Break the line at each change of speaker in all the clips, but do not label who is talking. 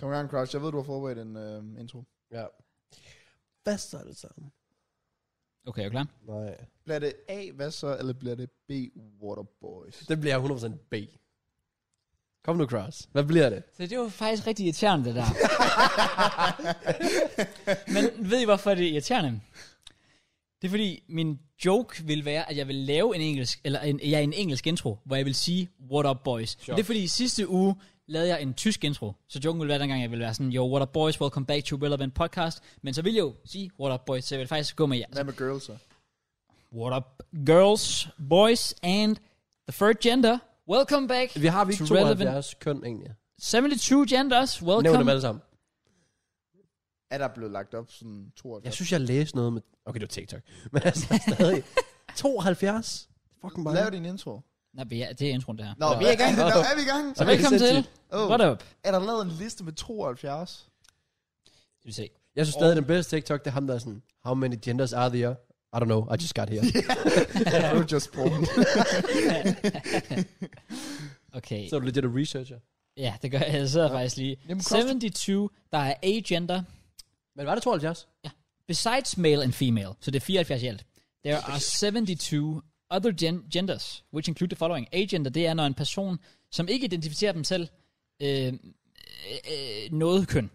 Kom i gang, Crouch. Jeg ved, du har forberedt en øh, intro.
Ja. Hvad står det sammen?
Okay, er du klar?
Nej.
Bliver det A, hvad så, eller bliver det B, Waterboys?
Det bliver 100% B. Kom nu, Cross. Hvad bliver det?
Så det var faktisk rigtig irriterende, det der. Men ved I, hvorfor det er irriterende? Det er fordi, min joke vil være, at jeg vil lave en engelsk, eller en, ja, en engelsk intro, hvor jeg vil sige, what up boys. Sure. Det er fordi, sidste uge lavede jeg en tysk intro, så joken ville være dengang, jeg ville være sådan, yo, what up boys, welcome back to Relevant Podcast. Men så ville jeg jo sige, what up boys, så jeg vil faktisk gå med jer.
Hvad med girls så?
What up girls, boys, and the third gender, welcome back
Vi har vi ikke
to Relevant.
72 køn, egentlig.
72 genders,
Nævn dem
welcome.
alle sammen.
Er der blevet lagt op sådan 72?
Jeg synes, jeg læste noget med... Okay, det var TikTok. Men altså, stadig. 72? Fucking bare.
Lav din intro.
Nej, men ja, det er introen, det her.
Nå, vi er i gang. Det er, er vi i gang?
Så
det er
velkommen til.
sindssygt.
Oh.
What up?
Er der lavet en liste med 72?
Vi se.
Jeg synes stadig, den bedste TikTok, det er ham, der er sådan... How many genders are there? I don't know. I just got here.
Det var just porn.
Okay.
Så er du legit a researcher.
Ja, det gør jeg. Jeg sidder ja. faktisk lige.
Jamen, kost-
72, der er agender,
Men var det 72?
besides male and female, så det er 74 i alt. There are 72 other gen- genders, which include the following. Agender, det er, når en person, som ikke identificerer dem selv, øh, øh, øh, noget køn.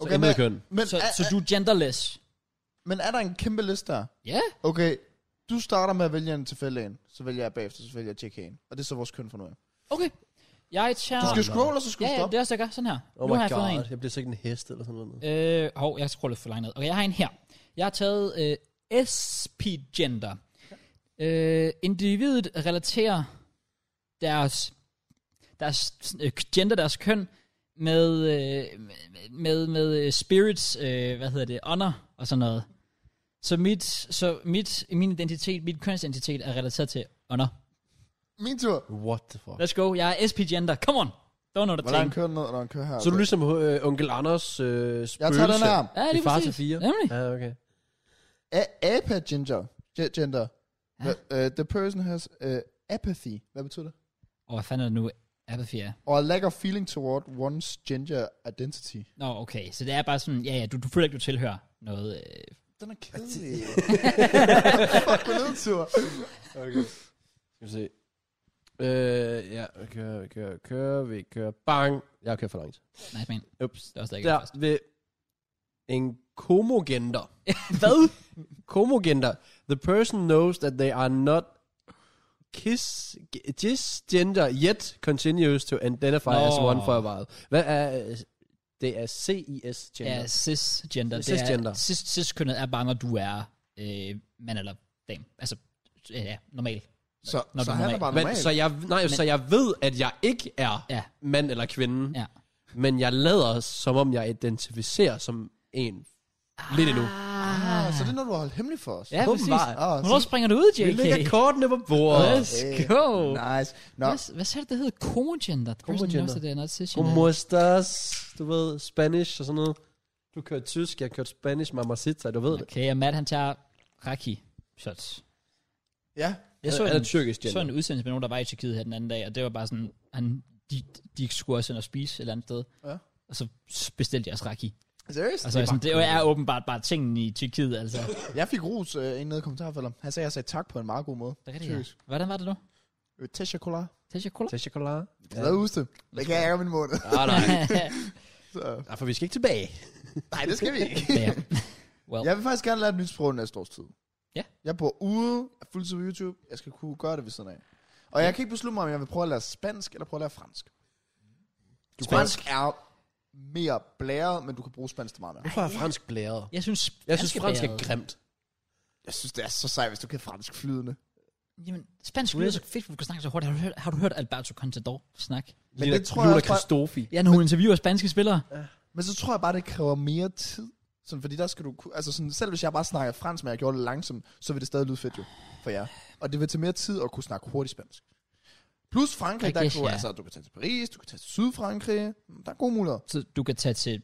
Okay, så
men,
køn.
men,
Så,
er,
så du er genderless.
men er der en kæmpe liste der?
Ja,
Okay, du starter med at vælge en tilfældig en, så vælger jeg bagefter, så vælger jeg JK en. Og det er så vores køn for nu. af.
okay. Jeg tager...
Du skal
nå.
scrolle, og så skal
ja,
du
ja,
stoppe.
det er også, jeg gør. Sådan her.
Oh
nu
my
har jeg fået en.
god. Jeg bliver sikkert en hest eller sådan noget.
Øh, hov, jeg scroller lidt for langt ned. Okay, jeg har en her. Jeg har taget øh, SP-gender. Øh, individet relaterer deres, deres øh, gender, deres køn, med, øh, med, med øh, spirits, øh, hvad hedder det, ånder og sådan noget. Så, mit, så mit, min identitet, mit kønsidentitet er relateret til ånder.
Min tur.
What the fuck?
Let's go, jeg er SP-gender. Come on. Don't know
Hvor der
the
er en
thing.
køn ned, og der er en køn her.
Så er du ligesom øh, onkel Anders øh, spøgelse.
Jeg tager den her.
Ja,
Det
lige
er far
præcis.
til fire.
Nemlig.
Ja, okay.
A- apa ginger. G- gender. The, uh, the person has uh, apathy. Hvad betyder det?
Åh, hvad fanden er det nu? Apathy er.
Or a lack of feeling toward one's gender identity.
Nå, okay. Så det er bare sådan, ja, ja, du, du føler ikke, du tilhører noget. Øh.
Den er kedelig. Fuck, hvor nedtur.
Okay. Skal vi se. Øh, ja, kører, vi kører, kører, vi kører. Bang! Jeg kører for langt.
Nice man.
Ups.
Det er også der ikke. Ja.
Der ved en komogender.
Hvad?
Komogender. The person knows that they are not kiss, cisgender yet continues to identify
Nå.
as one for a while. Hvad er... øh, Det er CIS-gender.
Ja, cisgender. det
Cisgender.
Er, cis, cis-kønnet er bare, når du er øh, mand eller dame. Altså, øh, ja, normal.
Så,
Når
så
du er
han er
normal.
bare
Men,
normal.
så, jeg, nej, men, så jeg ved, at jeg ikke er
Ja.
mand eller kvinde,
Ja.
men jeg lader, som om jeg identificerer som en. Lidt endnu.
ah, så det er noget, du har holdt hemmeligt for os.
Ja, præcis.
Åbenbart.
Ah,
Hvornår
så-
springer du ud, JK?
Vi lægger kortene på bordet.
Let's go.
Nice. Nå,
Hvad, hvad sagde du, det hedder? Comogender. The person
Comogender.
knows that they are not cisgender.
Como estas? Du ved, Spanish og sådan noget. Du kørte tysk, jeg kørte Spanish, mamacita, du ved det.
Okay, og Matt, han tager raki shots.
ja.
Jeg så,
Er- er
en,
det tyrkisk gender?
så en udsendelse med nogen, der var i Tyrkiet her den anden dag, og det var bare sådan, han, de, de skulle også ind og spise et eller andet sted.
Ja.
Og så bestilte jeg også raki.
Seriøst?
Altså, det, er sådan, det er åbenbart bare tingen i Tyrkiet, altså.
Jeg fik ros øh, en nede i kommentarfeltet. Han sagde, at jeg sagde tak på en meget god måde.
Det er det,
Seriøst.
ja. Hvordan var det nu?
Øh, Tesha Kolar.
Tesha Cola?
Til chokolade.
Ja. Lad huske det. Det kan jeg gøre min måned.
Ah, nej.
Så.
nej, for vi skal ikke tilbage.
Nej, det skal vi ikke.
Ja. Well,
Jeg vil faktisk gerne lære et nyt sprog næste års tid.
Ja.
Jeg bor ude, er fuldtid på YouTube. Jeg skal kunne gøre det ved siden af. Og jeg kan ikke beslutte mig, om jeg vil prøve at lære spansk, eller prøve at lære fransk. Du fransk er mere blæret, men du kan bruge spansk til meget mere.
Hvorfor er fransk blæret?
jeg synes,
Jeg synes,
spansk
fransk er
bæret-
grimt.
Jeg synes, det er så sejt, hvis du kan fransk flydende.
Jamen, spansk lyder så fedt, for du kan snakke så hurtigt. Har du hørt, har du hørt Alberto Contador snakke?
Men det tror jeg
også bare-
Kristofi.
Ja, når hun interviewer spanske spillere.
Men så tror jeg bare, det kræver mere tid. Sådan, fordi der skal du, ku- altså sådan, selv hvis jeg bare snakker fransk, men jeg gjorde det langsomt, så vil det stadig lyde fedt jo for jer. Og det vil tage mere tid at kunne snakke hurtigt spansk. Plus Frankrig,
I
der
guess,
kunne,
ja.
altså, du kan tage til Paris, du kan tage til Sydfrankrig. Der er gode muligheder.
Så du kan tage til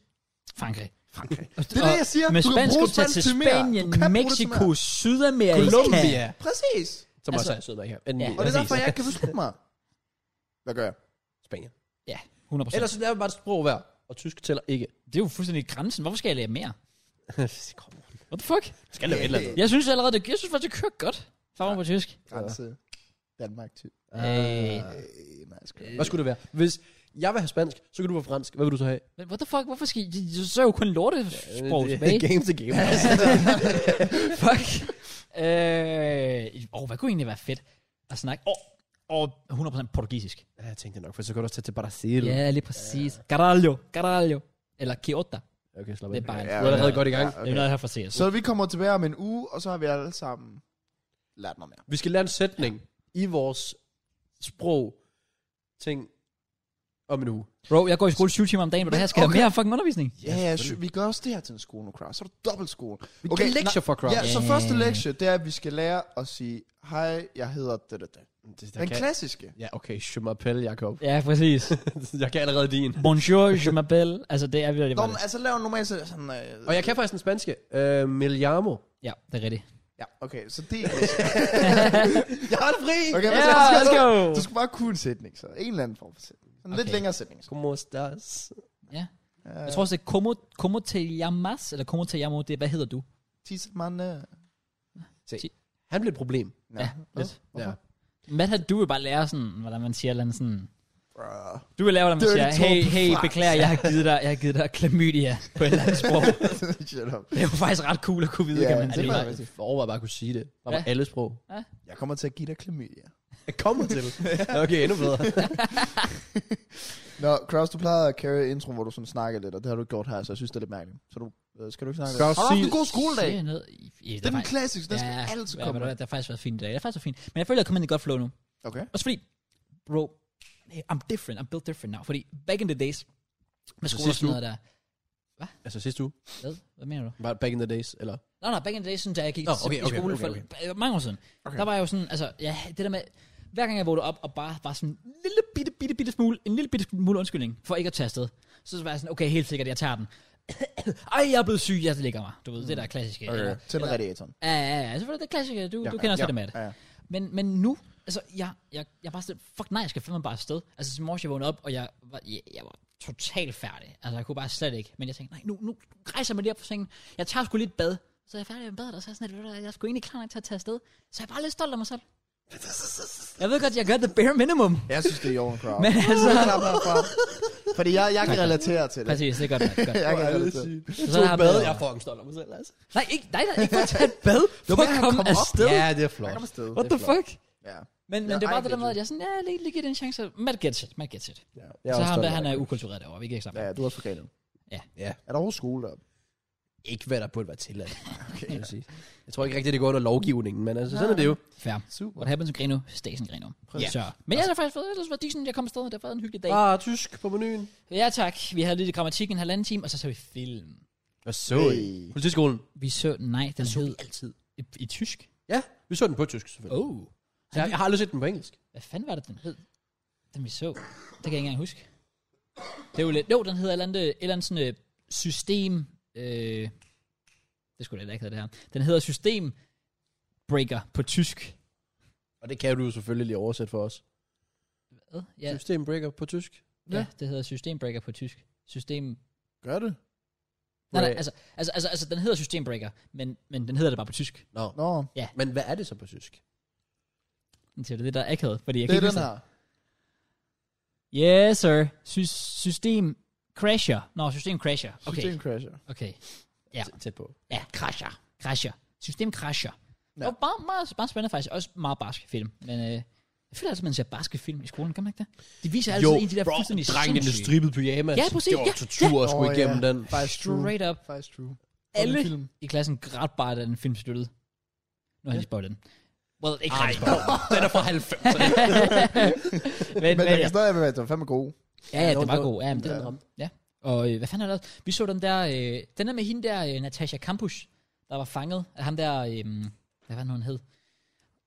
Frankrig.
Frankrig.
Og-
Det er det, jeg siger.
Med
Du kan
spansk
bruge
kan du tage
spansk
til
til mere.
Spanien,
Du kan bruge det til
Mexico,
mere.
Sydamerika.
Colombia.
Præcis.
Som
Altså-
også er sød her. Endelig.
Ja.
Og det er
Præcis.
derfor, jeg ikke kan beslutte mig. Hvad gør jeg?
Spanien.
Ja, 100
Ellers så lærer vi bare et sprog hver. og tysk tæller ikke.
Det er jo fuldstændig grænsen. Hvorfor skal jeg lære mere?
Kom on.
What the fuck?
Skal der være et eller andet?
Jeg synes allerede, det, jeg synes faktisk, det kører godt. Farver på tysk.
Grænse. Danmark til.
Øh.
Øh, nej, sgu.
Hvad skulle det være? Hvis jeg vil have spansk, så kan du være fransk. Hvad vil du så have?
Men what the fuck? Hvorfor skal I... de- Så er jo kun lortesprog
Øh, det,
tilbage.
game to game. Altså,
Fuck. Øh, åh, hvad kunne egentlig være fedt at snakke? Åh, oh, oh, 100% portugisisk.
ja, jeg tænkte nok, for så kan du også tage til Brasil.
Ja, lige præcis. Caralho, caralho. Eller Kyoto.
Okay, slap af.
Det er bare en-
Du er allerede godt i gang.
Ja,
Det er
okay.
noget her fra CS.
Så vi kommer tilbage om en uge, og så har vi alle sammen lært noget mere.
Vi skal lære en sætning i vores sprog ting om en uge.
Bro, jeg går i skole 7 timer om dagen, men det her skal okay. have mere fucking undervisning.
Ja, ja sy- vi gør også det her til en skole nu, Kraus. Så er du dobbelt skole.
Vi okay, kan lektier for crowd.
Ja, så
Ja.
første lektie, det er, at vi skal lære at sige, hej, jeg hedder det, det, det.
Det,
Den klassiske.
ja, okay, je m'appelle Jacob.
Ja, præcis.
jeg kan allerede din.
Bonjour, je m'appelle. Altså, det er virkelig
Nå,
bare
men
det.
altså lav normalt så- sådan... Øh,
Og jeg kan faktisk den spanske. Uh, Miliamo.
Ja, det er rigtigt.
Ja, okay, så det er... jeg har det fri! Okay,
Ja,
men så-
let's go!
Du skal bare kunne en sætning, så. En eller anden form for sætning. Sådan okay. lidt
Okay.
længere sætning. Så.
Como estás?
Ja.
Uh,
Jeg tror også, det er como, como te llamas, eller como te llamo, det er, hvad hedder du?
Tisselmann... Uh,
Han blev et problem.
Ja, lidt.
Ja.
Matt, han- du vil bare lære sådan, hvordan man siger et eller andet sådan...
Bruh.
Du vil lave, hvordan man
Dirty
siger,
talk
hey,
på
hey,
fransk."
beklager, jeg har givet dig, jeg har givet dig klamydia på et eller andet sprog.
Shut up.
Det er jo faktisk ret cool at kunne vide,
Ja,
kan man
det
sige.
var-
Jeg overvejer bare at kunne sige det. Bare
Ja.
ja. alle sprog.
Jeg kommer til at give dig klamydia.
Jeg kommer til. okay, endnu bedre.
Nå, Kraus, du plejede at carry intro, hvor du sådan snakker lidt, og det har du ikke gjort her, så jeg synes, det er lidt mærkeligt. Så du, øh, skal du ikke snakke lidt?
Kraus,
Har du haft
sig-
en god skoledag?
Siger noget i- i-
Det er den
faktisk-
klassiske, den skal altid
ja,
komme.
men Det, det har faktisk været fint i dag. Det har faktisk været fint. Men jeg føler, jeg kommer ind i et godt flow nu.
Okay.
Også fordi, bro, I'm different. I'm built different now. Fordi back in the days, med
Så
skole og
sidste
sådan
uge.
noget der.
altså sidste uge.
Hvad? Hvad mener du?
Bare back in the days, eller?
Nej, nej, back in the days, synes jeg, jeg gik
Nå,
oh, okay,
okay,
i
okay,
skole okay,
okay,
okay, okay. for mange år siden. Okay. Der var jeg jo sådan, altså, ja, det der med, hver gang jeg vågnede op og bare var sådan en lille bitte, bitte, bitte smule, en lille bitte smule undskyldning for ikke at tage afsted. Så var jeg sådan, okay, helt sikkert, jeg tager den. Ej, jeg er blevet syg, jeg ligger mig. Du ved, det der klassiske.
okay.
Eller,
Tænd radiatoren.
ja, ja, ja, selvfølgelig det klassiske, du, ja, du kender også
ja,
det med det.
Ja, ja.
Men, men nu, altså, jeg, jeg, jeg er bare sådan, fuck nej, jeg skal fandme bare afsted. Altså, i morges, jeg vågnede op, og jeg var, jeg, jeg var totalt færdig. Altså, jeg kunne bare slet ikke. Men jeg tænkte, nej, nu, nu rejser jeg mig lige op på sengen. Jeg tager sgu lige et bad. Så er jeg færdig med badet, og så er jeg sådan, at jeg er sgu egentlig klar nok til at tage afsted. Så jeg er bare lidt stolt af mig selv. Jeg ved godt, jeg gør the bare minimum.
Jeg synes, det er i orden, Kraus.
Men altså...
Klap herfra. Fordi jeg, jeg kan relatere til det.
Præcis, det er godt nok. Godt.
Jeg kan
alle
relatere.
sige.
Så har jeg
bad,
bedre.
jeg er fucking stolt af mig selv, altså.
Nej, ikke, nej, nej, ikke for at tage et bad. For
mere,
at
han
komme
kom op.
afsted.
Ja, det er
Jeg
flot.
kommer afsted.
What the fuck?
Ja.
Men, men
Ja,
det var
ej,
det der
det
med,
er
at jeg er sådan, ja, lige, lige giv det en chance. Matt gets it, Matt gets it.
Ja, jeg
så
også
ham
stolt
der,
af
han
mig.
er ukultureret derovre, vi kan ikke snakke.
Ja,
om
du er også fra Galen.
Ja.
Er der overhovedet skole deroppe?
Ikke hvad der burde være tilladt. okay. Jeg, vil sige. jeg tror ikke rigtigt, det går under lovgivningen, men altså, sådan er det jo.
det. Fair.
Super.
What happens in Greno, stays in Greno. Ja. Så. Men jeg har faktisk fået, ellers var decent, jeg kom afsted, og det har været en hyggelig dag.
Bare tysk på menuen.
Ja tak, vi havde lidt grammatik i en halvanden time, og så så vi film.
Hvad så
Hey.
I? Politiskolen.
Vi så, nej, den
så vi
hed... altid. I, i tysk?
Ja, vi så den på tysk, selvfølgelig.
Oh.
Så jeg, jeg har aldrig set den på engelsk.
Hvad fanden var det, den hed? Den vi så. Det kan jeg ikke engang huske. Det er jo lidt... Jo, den hedder et eller andet, et eller andet sådan, øh, system... Øh, det skulle da heller ikke hedde det her. Den hedder system breaker på tysk.
Og det kan du jo selvfølgelig lige oversætte for os.
Hvad?
Ja.
Ja,
System breaker på tysk.
ja, det hedder system breaker på tysk. System
Gør det?
Nej, nej,
Øh,
Break.
altså, altså, altså, altså den hedder Systembreaker, men, men den hedder det bare på tysk.
Nå.
Nå,
Men hvad er det så på tysk?
Det er det, der er akavet, fordi jeg
det
kan
er
ikke
den
huske
her.
det. Yes, sir. Sy system crasher. Nå, system crasher. Okay,
System crasher.
okay. Ja.
Tæ- Tæt på.
Ja, crasher. Crasher. System crasher.
Ja.
Ja. Og bare, meget, meget spændende faktisk. Også meget barske film. Men øh, jeg føler altid, man ser barske film i skolen, kan man ikke det? De viser
altså
altid en af de der fuldstændig
drengen i den
sindssyge-
stribede pyjamas.
Ja, præcis,
Det var
ja,
tortur at skulle
Åh, ja.
igennem den.
Faktisk true.
Straight up.
Faktisk true.
Alle
film.
i klassen græd bare, da den film sluttede. Nu har jeg lige spurgt den. Well, ikke
Ej,
rigtig spurgt.
den er fra 90'erne.
Men,
Men
men,
jeg kan stadig være, at det var fandme god.
Ja, ja,
Jo,
den var
jo.
god. Ja, men den
Ja.
ramte. Ja. Og øh, hvad fanden er der? også? Vi så den der, øh, den der med hende der, øh, Natasha Campus, der var fanget af ham der, øh, hvad var han hed?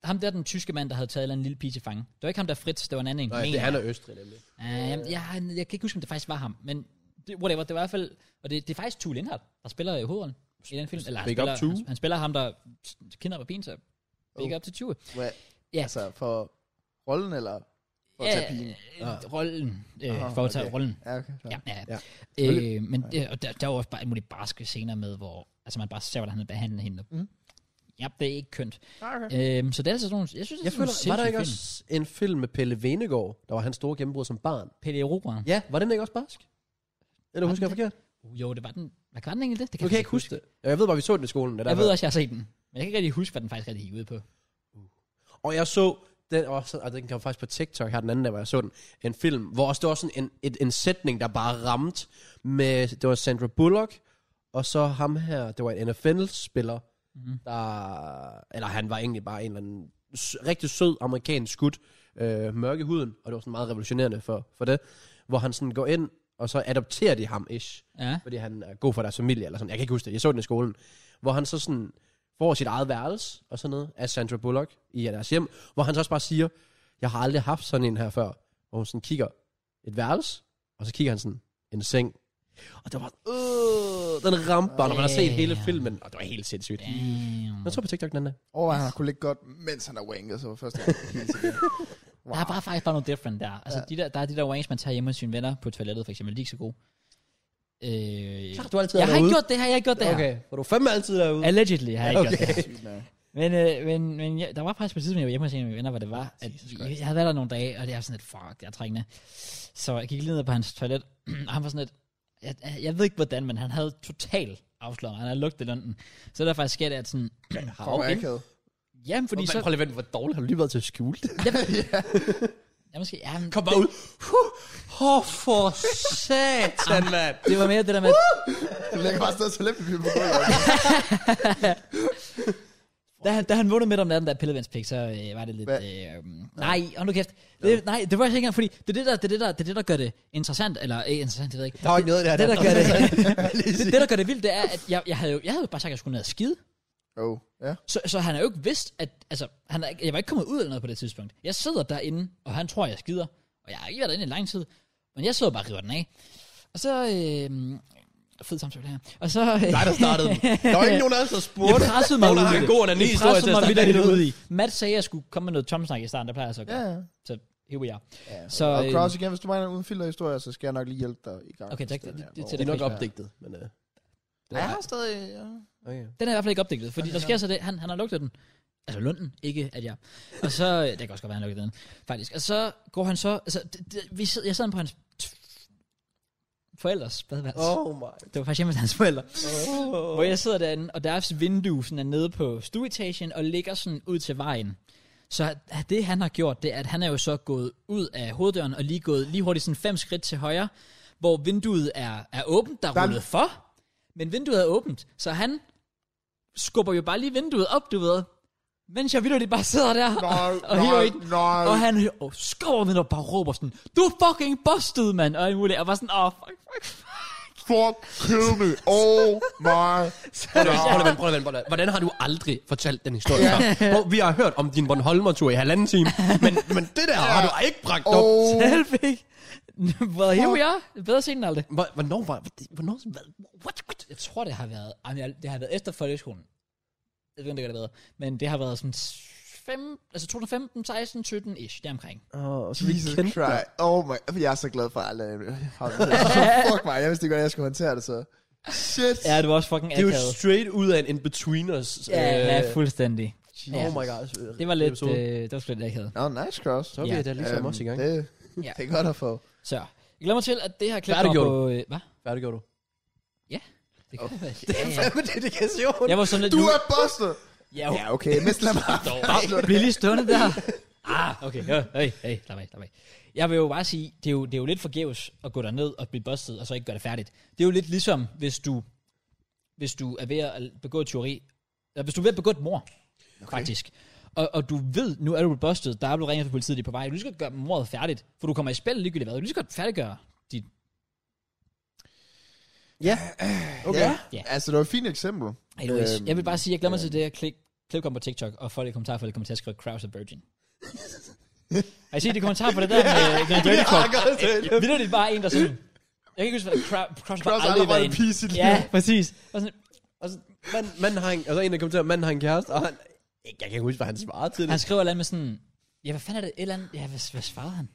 Ham der, den tyske mand, der havde taget en eller anden lille pige til fange. Det var ikke ham der Fritz, det var en anden en.
Nej,
mener
det,
jeg.
han er Østrig nemlig.
Øh, jamen, jeg, har- jeg kan ikke huske, om det faktisk var ham, men det, whatever, det var i hvert fald, og det, det er faktisk Tue Lindhardt, der spiller i hovedrollen i den film. Eller han
Big up
spiller,
Tue.
han, han spiller ham, der kender på pigen, så big
Oh.
up til Tue.
Hvad?
Ja.
Altså, for rollen eller For at tage pigen.
øh, rollen. Øh,
Aha,
for at tage
okay.
rollen.
Ja, okay.
Ja, ja.
Ja.
ja. Øh, men øh, og der, der var også bare alle mulige barske scener med, hvor altså man bare ser, hvordan han behandler hende.
Mhm.
Mm. Ja, det er ikke kønt.
Okay.
Øhm, så det er altså sådan nogle, jeg synes, det er
Jeg
sådan
føler,
nogle
var der
sindssyge
ikke
film.
også en film med Pelle Venegård, der var hans store gennembrud som barn?
Pelle Erobreren.
Ja, var den ikke også barsk? Eller
Var
husker jeg
den
forkert?
Uh, jo, det var den. Hvad var den egentlig det? Det
Du kan
jeg
jeg ikke huske det. Ja, Jeg ved bare, vi så den i skolen.
Jeg ved også, jeg har set den. Men jeg kan ikke rigtig huske, hvad den faktisk rigtig gik ud på.
Og jeg så den, og, så, og den kom faktisk på TikTok her den anden dag, hvor jeg så den, en film, hvor også det var sådan en, et, en sætning, der bare ramte med, det var Sandra Bullock, og så ham her, det var en NFL-spiller, mm. der, eller han var egentlig bare en eller anden s- rigtig sød amerikansk skud, øh, mørk i huden, og det var sådan meget revolutionerende for, for det, hvor han sådan går ind, og så adopterer de ham, ish
Ja.
fordi han er god for deres familie, eller sådan. Jeg kan ikke huske det. Jeg så den i skolen. Hvor han så sådan får sit eget værelse, og sådan noget, af Sandra Bullock i deres hjem. Hvor han så også bare siger, jeg har aldrig haft sådan en her før. Hvor hun sådan kigger et værelse, og så kigger han sådan en seng. Og det var, øh, den ramte bare, når man har set hele
Damn.
filmen. Og det var helt sindssygt.
Damn.
Jeg så på TikTok den anden dag.
Åh, han har kunne ligge godt, mens han har wanket, så var første gang. helt sikkert. Wow.
Der er bare faktisk bare noget different der. Altså, de der, der er de der wangs, man tager hjemme hos sine venner på toilettet, for eksempel. De er ikke så gode. Øh,
Klart, du har altid været
jeg har ikke
derude.
gjort det her, jeg har ikke gjort det her.
Okay, for du er fandme altid derude.
Allegedly har jeg ikke okay. gjort det.
Sygt nok.
Men, øh, men, men ja, der var faktisk på et tidspunkt, jeg var hjemme hos en af mine venner, hvor det var, at jeg, jeg havde været der nogle dage, og det var sådan lidt, fuck, jeg er trængende. Så jeg gik lige ned på hans toilet, og han var sådan lidt, jeg, jeg ved ikke hvordan, men han havde totalt afsløret, mig. han havde lugtet lunden. Så der faktisk sket, at sådan,
Fuck, hvor akavet.
jamen fordi
Fordi så...
så,
Prøv lige at vente, hvor dårligt har du lige været til at skjule det?
jeg måske, jamen,
Kom bare ud. Huh. Åh, oh, for satan, mand.
det var mere det der med,
Han ligger bare stadig til læbepil på gulvet.
da han, da han vågnede midt om natten, der pillevandspik, så øh, var det lidt...
Hvad?
Øh, nej, hold nu kæft. Det, nej, det var jeg ikke engang, fordi det er det, der, det, er det, der, det, er det, der gør det interessant, eller ikke interessant, det ved jeg ikke.
Der var ikke noget, der,
det, der gør det, det, det, der gør det vildt, det er, at jeg, jeg, havde, jo, jeg havde jo bare sagt, at jeg skulle ned og skide.
Oh, ja.
Så, så han har jo ikke vidst, at... Altså, han er, ikke- jeg var ikke kommet ud eller noget på det tidspunkt. Jeg sidder derinde, og han tror, jeg skider. Og jeg har ikke været derinde i lang tid. Men jeg sidder bare og river den af. Og så... Øh, fed samtale det her. Og så... Øh,
dig, der startede den. Der var ikke nogen af os, der
jeg
spurgte.
pressede mig
Nogen, der
ud i
har en
det.
god onani-
jeg
historie til
pressede
at
mig
starte
vidt
dagen
ud i. Matt sagde, at jeg skulle komme med noget tomsnak i starten. Der plejer jeg så at
Ja,
gøre.
ja.
Så here we are.
ja.
Så,
Så, og
øh,
Cross igen, hvis du mangler en uden filterhistorie, så skal jeg nok lige hjælpe dig i gang.
Okay, tak. Det- det- det er til
Det er nok
faktisk-
opdigtet, men... Øh, det
Ja, jeg har stadig... Ja.
okay.
Den er i hvert fald ikke opdigtet, fordi der sker så det, han, han har lugtet den. Altså lunden, ikke at jeg. Og så, det kan også godt være, han lugtede den, faktisk. Og så går han så, altså, det, det, vi sidder, jeg sad inde på hans forældres badeværelse. Oh.
Oh my...
Det var faktisk hjemme hos hans forældre.
Oh.
Hvor jeg sidder derinde, og deres vindue sådan er nede på stueetagen, og ligger sådan ud til vejen. Så det, han har gjort, det er, at han er jo så gået ud af hoveddøren, og lige gået lige hurtigt sådan fem skridt til højre, hvor vinduet er, er åbent, der er
Bam.
rullet for, men vinduet er åbent, så han skubber jo bare lige vinduet op, du ved, mens jeg vidderligt bare sidder der
Nej,
og, og hiver
nej,
i den.
nej.
Og han og skubber vinduet og bare råber sådan, du er fucking busted, mand, og alt muligt. Og var sådan, åh, oh, fuck, fuck, fuck.
Fuck, kill me. Oh my...
Prøv at vente, prøv at vente, prøv at vente, prøv at vente. Hvordan har du aldrig fortalt den historie før? Hvor vi har hørt om din Bornholmer-tur i halvanden time, men, men det der har du ikke bragt op.
Oh,
Helvig. Well, here we are. Bedre sent end aldrig.
Hvor- Hvornår var... Hvornår... Hvad? What? What?
Jeg tror, det har været, ej, men jeg- det har været efter folkeskolen. Jeg ved ikke, om det gør det bedre. Men det har været sådan fem, altså 2015, 16, 17 ish, deromkring.
Oh, så
Jesus Christ. Oh my... Jeg er så glad for, at alle har det. Fuck mig, jeg vidste ikke, hvordan jeg skulle håndtere det, så... Shit.
Ja, det var også fucking
Det er
akavet.
jo straight ud af en in-betweeners.
Ja, ja, fuldstændig.
Oh my god.
Det var lidt, øh, det var sgu lidt akavet.
Nå, nice, Cross.
Så er vi
ja.
da ligesom
Øhm,
også i gang.
Det,
Ja.
det er godt at få.
Så, jeg glemmer til, at det her klip
Hvad er det,
kommer
gjorde
på... Øh, hvad?
Færdig gjorde du.
Det kan oh, være. Ja,
Hvad med dedikation?
ja. Jeg var sådan lidt...
Du
nu-
er busted!
Ja,
Ja, okay. Men lad mig...
Bare bliv lige stående der. Ah, okay. Ja, hey, hey, lad mig, lad mig. Jeg vil jo bare sige, det er jo, det er jo lidt forgæves at gå derned og blive bustet, og så ikke gøre det færdigt. Det er jo lidt ligesom, hvis du, hvis du er ved at begå et teori, eller hvis du er ved at begå et mor, okay. faktisk. Og, og du ved, nu er du blevet bustet, der er blevet ringet fra politiet, de er på vej. Du skal gøre mordet færdigt, for du kommer i spil ligegyldigt hvad. Du skal godt færdiggøre dit...
Ja. Okay.
Ja.
Ja.
Altså, det var et fint eksempel.
Hey, Louise.
Øhm,
jeg vil bare sige, jeg glemmer øhm. til det her klip, klip kom på TikTok, og folk i kommentarer, folk kommer til at skrive Kraus og Virgin. Har I set de kommentarer på det der med, med Dirty Cop? Ved du, det er bare en, der sådan... Jeg kan ikke huske, hvad Crow- Cross
Cross
var
har
aldrig
allerede
været
en
en...
pige i sit
Ja,
liv.
præcis. Og sådan,
Og så, mand, manden Altså, har en, og så en, der kommenterer, manden har en kæreste, og han, jeg kan ikke huske, hvad han svarede til det.
han skriver et eller andet med sådan... Ja, hvad fanden er det? Et eller andet... Ja, hvad, hvad svarede han?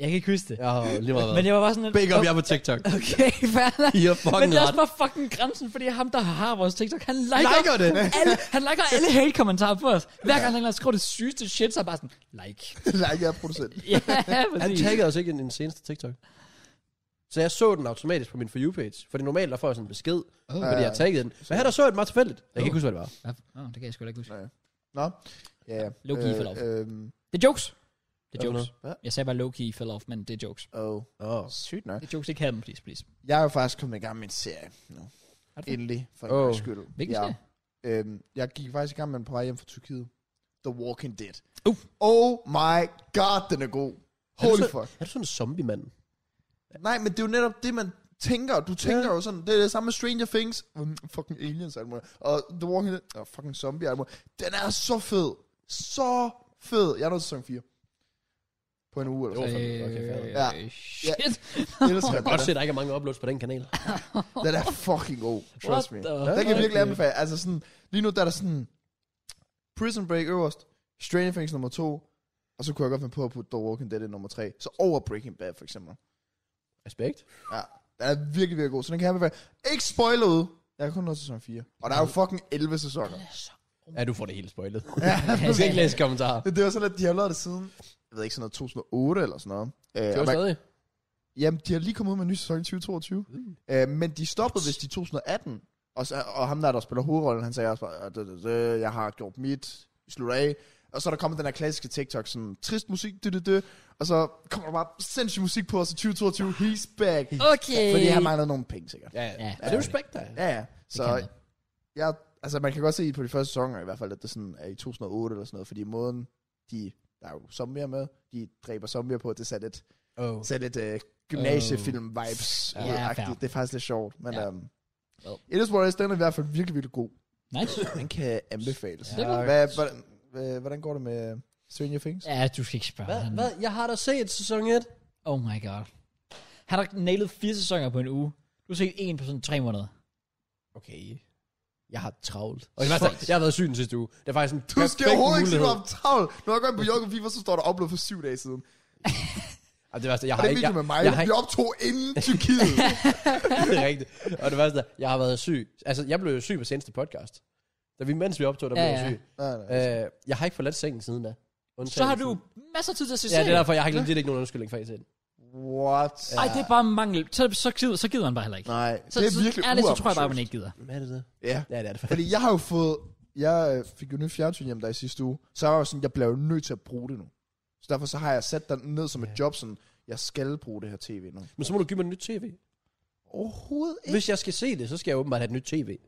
Jeg kan ikke huske det. Ja.
Jeg har lige meget
Men
været.
jeg var bare sådan... lidt,
Big up,
okay,
jeg er på TikTok.
Okay, fair nok.
I har
Men
fucking
det er
ret.
også bare fucking grænsen, fordi ham, der har vores TikTok, han liker,
Liker det.
alle, han liker alle hate-kommentarer på os. Hver gang han skriver det sygeste shit, så er jeg bare sådan, like.
Nej, jeg er producent.
Ja,
Han
præcis.
taggede os ikke i den seneste TikTok. Så jeg så den automatisk på min For You-page. For det normalt, der får jeg sådan en besked,
Åh.
fordi jeg taggede den. Men her der så jeg den meget tilfældigt. Jeg kan ikke huske, hvad det var.
Åh, det kan jeg sgu da ikke huske.
Nej. Nå. Ja, ja.
Low-key fell off.
Øhm,
Det er jokes. Det er
Hvad for
jokes.
noget?
Jeg sagde bare low-key fell off, men det er jokes.
oh.
Åh.
Sygt nok.
Det er jokes, ikke have dem, please, please.
Jeg er jo faktisk kommet i gang med en serie nu.
Er det det?
Endelig, for
Åh.
oh. en skyld.
Hvilken
ja.
serie?
Øhm, jeg gik faktisk i gang med den på vej hjem fra Tyrkiet. The Walking Dead.
Uh.
Oh my god, den er god.
Er du
Holy
så-
fuck.
Er du sådan en zombie-mand?
Nej, men det er jo netop det, man tænker. Du tænker jo sådan, det er det samme med Stranger Things. Mm, fucking aliens, alt muligt. Og The Walking Dead. Og fucking zombie, alt muligt. Den er så fed. Så fed. Jeg er nået til sæson 4. På en uge eller
Jo,
sådan.
fandme. Okay, fair nok.
Ja.
Øh, Shit.
Ellers er
Jeg
den
kan godt se,
der.
at der ikke er mange uploads på den kanal.
Den er fucking god. Trust me.
What
Den kan
the
jeg
fuck?
virkelig anbefale. Altså sådan, lige nu der er der sådan, Prison Break øverst, Stranger Things nummer to, og så kunne jeg godt finde på at putte The Walking Dead i nummer tre. Så over Breaking Bad for eksempel.
Respekt.
Ja, den er virkelig, virkelig god. Så den kan jeg anbefale. Ikke spoiler ud. Jeg har kun nået til sæson 4. Og der er jo fucking 11 sæsoner.
Ja, du får det hele spoilet.
Ja,
Jeg skal ikke læse kommentarer.
det, det var sådan, at de har lavet det siden, jeg ved ikke, sådan noget 2008 eller sådan noget. Øh,
Det
og
var
man-
stadig.
Jamen, de har lige kommet ud med en ny sæson i 2022. Mm. Øh, men de stoppede vist i 2018. Og, så, og ham der, der spiller hovedrollen, han sagde også bare, "Øh, dø, dø, dø, jeg har gjort mit, vi slutter af. Og så er der kommet den her klassiske TikTok, sådan trist musik, dø, dø, dø. og så kommer der bare sindssyg musik på os i 2022, he's back.
Okay.
Fordi han manglede nogle penge, sikkert.
Ja,
Ja.
ja. Og det er respekt, der.
Ja, ja.
kan
Så
man.
ja, altså, man kan godt se på de første sæsoner i hvert fald, at det sådan er i 2008 eller sådan noget, fordi måden, de, der er jo zombier med, de dræber zombier på, det satte et
Oh.
så lidt øh, gymnasiefilm-vibes.
Øh, Ja,
Oh. Ja,
fair.
det er faktisk lidt sjovt. Men
Ja.
ja. um,
Well.
It is what it is, den er i hvert fald virkelig, virkelig god.
Nice.
Den kan anbefales.
Det er godt.
Hvad, hvordan, hvad- hvordan går det med Stranger Things?
Ja, du skal ikke spørge.
Hvad,
Han-
hvad? Jeg har da set sæson 1.
Oh my god. Han har nailet fire sæsoner på en uge. Du har set en på sådan tre måneder.
Okay. Jeg har travlt. Og det værste, er, jeg har været syg den sidste uge. Det er faktisk en
Du skal
perfekt
overhovedet ikke sige, du
mulighed.
har haft travlt. Nu har jeg gået på Jokken FIFA, så står der upload for syv dage siden.
Ej, det værste, jeg
Og
har
det er
ikke...
video
Jeg,
med mig.
jeg har
Vi optog inden Tyrkiet.
ikke det er rigtigt. Og det værste, er, jeg har været syg. Altså, jeg blev jo syg på seneste podcast. Da vi, mens vi optog, der
Ja,
blev jeg
ja.
syg.
nej, nej.
Øh, jeg har ikke forladt sengen siden da.
Så har du masser af tid til at
Ja,
se
det er
serien.
derfor, jeg har ikke legit ikke nogen undskyldning for at se den.
What?
Ej, det er bare mangel. Så, så, gider, så gider man bare heller ikke.
Nej,
Så,
det er virkelig
ærligt, så tror jeg bare, man
uambitiøst.
ikke gider.
Hvad er det det?
Ja,
Ja, det er det faktisk.
Fordi jeg har jo fået... Jeg øh, fik jo nyt fjernsyn hjem der i sidste uge. Så jeg var jo sådan, jeg bliver jo nødt til at bruge det nu. Så derfor så har jeg sat den ned som et job, sådan, jeg skal bruge det her tv nu.
Men så må du give mig et nyt tv.
Overhovedet ikke.
Hvis jeg skal se det, så skal jeg åbenbart have et nyt tv.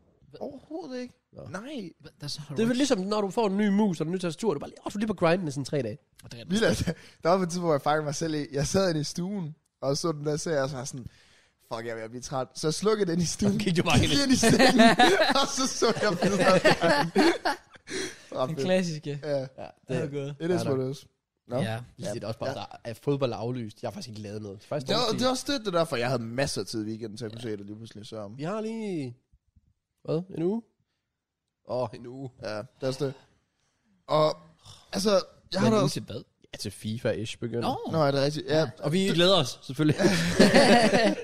Overhovedet ikke.
Nå.
Nej.
But That's not how
Det er
it
vel ligesom, når du får en ny mus og en ny tastatur. Det er bare lige, åh, du er lige på grinden i sådan tre dage.
works. Det er rigtigt.
Vildt, at- der var på et tidspunkt, hvor jeg fangede mig selv i. Jeg sad inde i stuen, og så den der serie, og så var jeg sådan, fuck, jeg er ved at blive træt. Så jeg slukkede den i stuen.
gik du bare ind i-
ind i sengen, og så så jeg billeder. Ret
Den
fedt.
klassiske.
Ja,
Ja,
Det er godt.
it is what it is. Nå.
Ja.
Ja. Det er også bare, der er fodbold er aflyst. Jeg har faktisk ikke lavet noget. Det er faktisk
Det er,
dårligt.
det er også det, det er derfor, jeg havde masser af tid i weekenden til at kunne se det lige pludselig. Så, um,
Vi har lige... Hvad? En uge? Åh, oh, en uge.
ja, det er også det. Og, altså, jeg har
Men
da
ikke
også...
til bad.
Ja, til FIFA-ish begynder.
Nå.
Nå, er det rigtigt? Ja.
Og vi glæder os, selvfølgelig.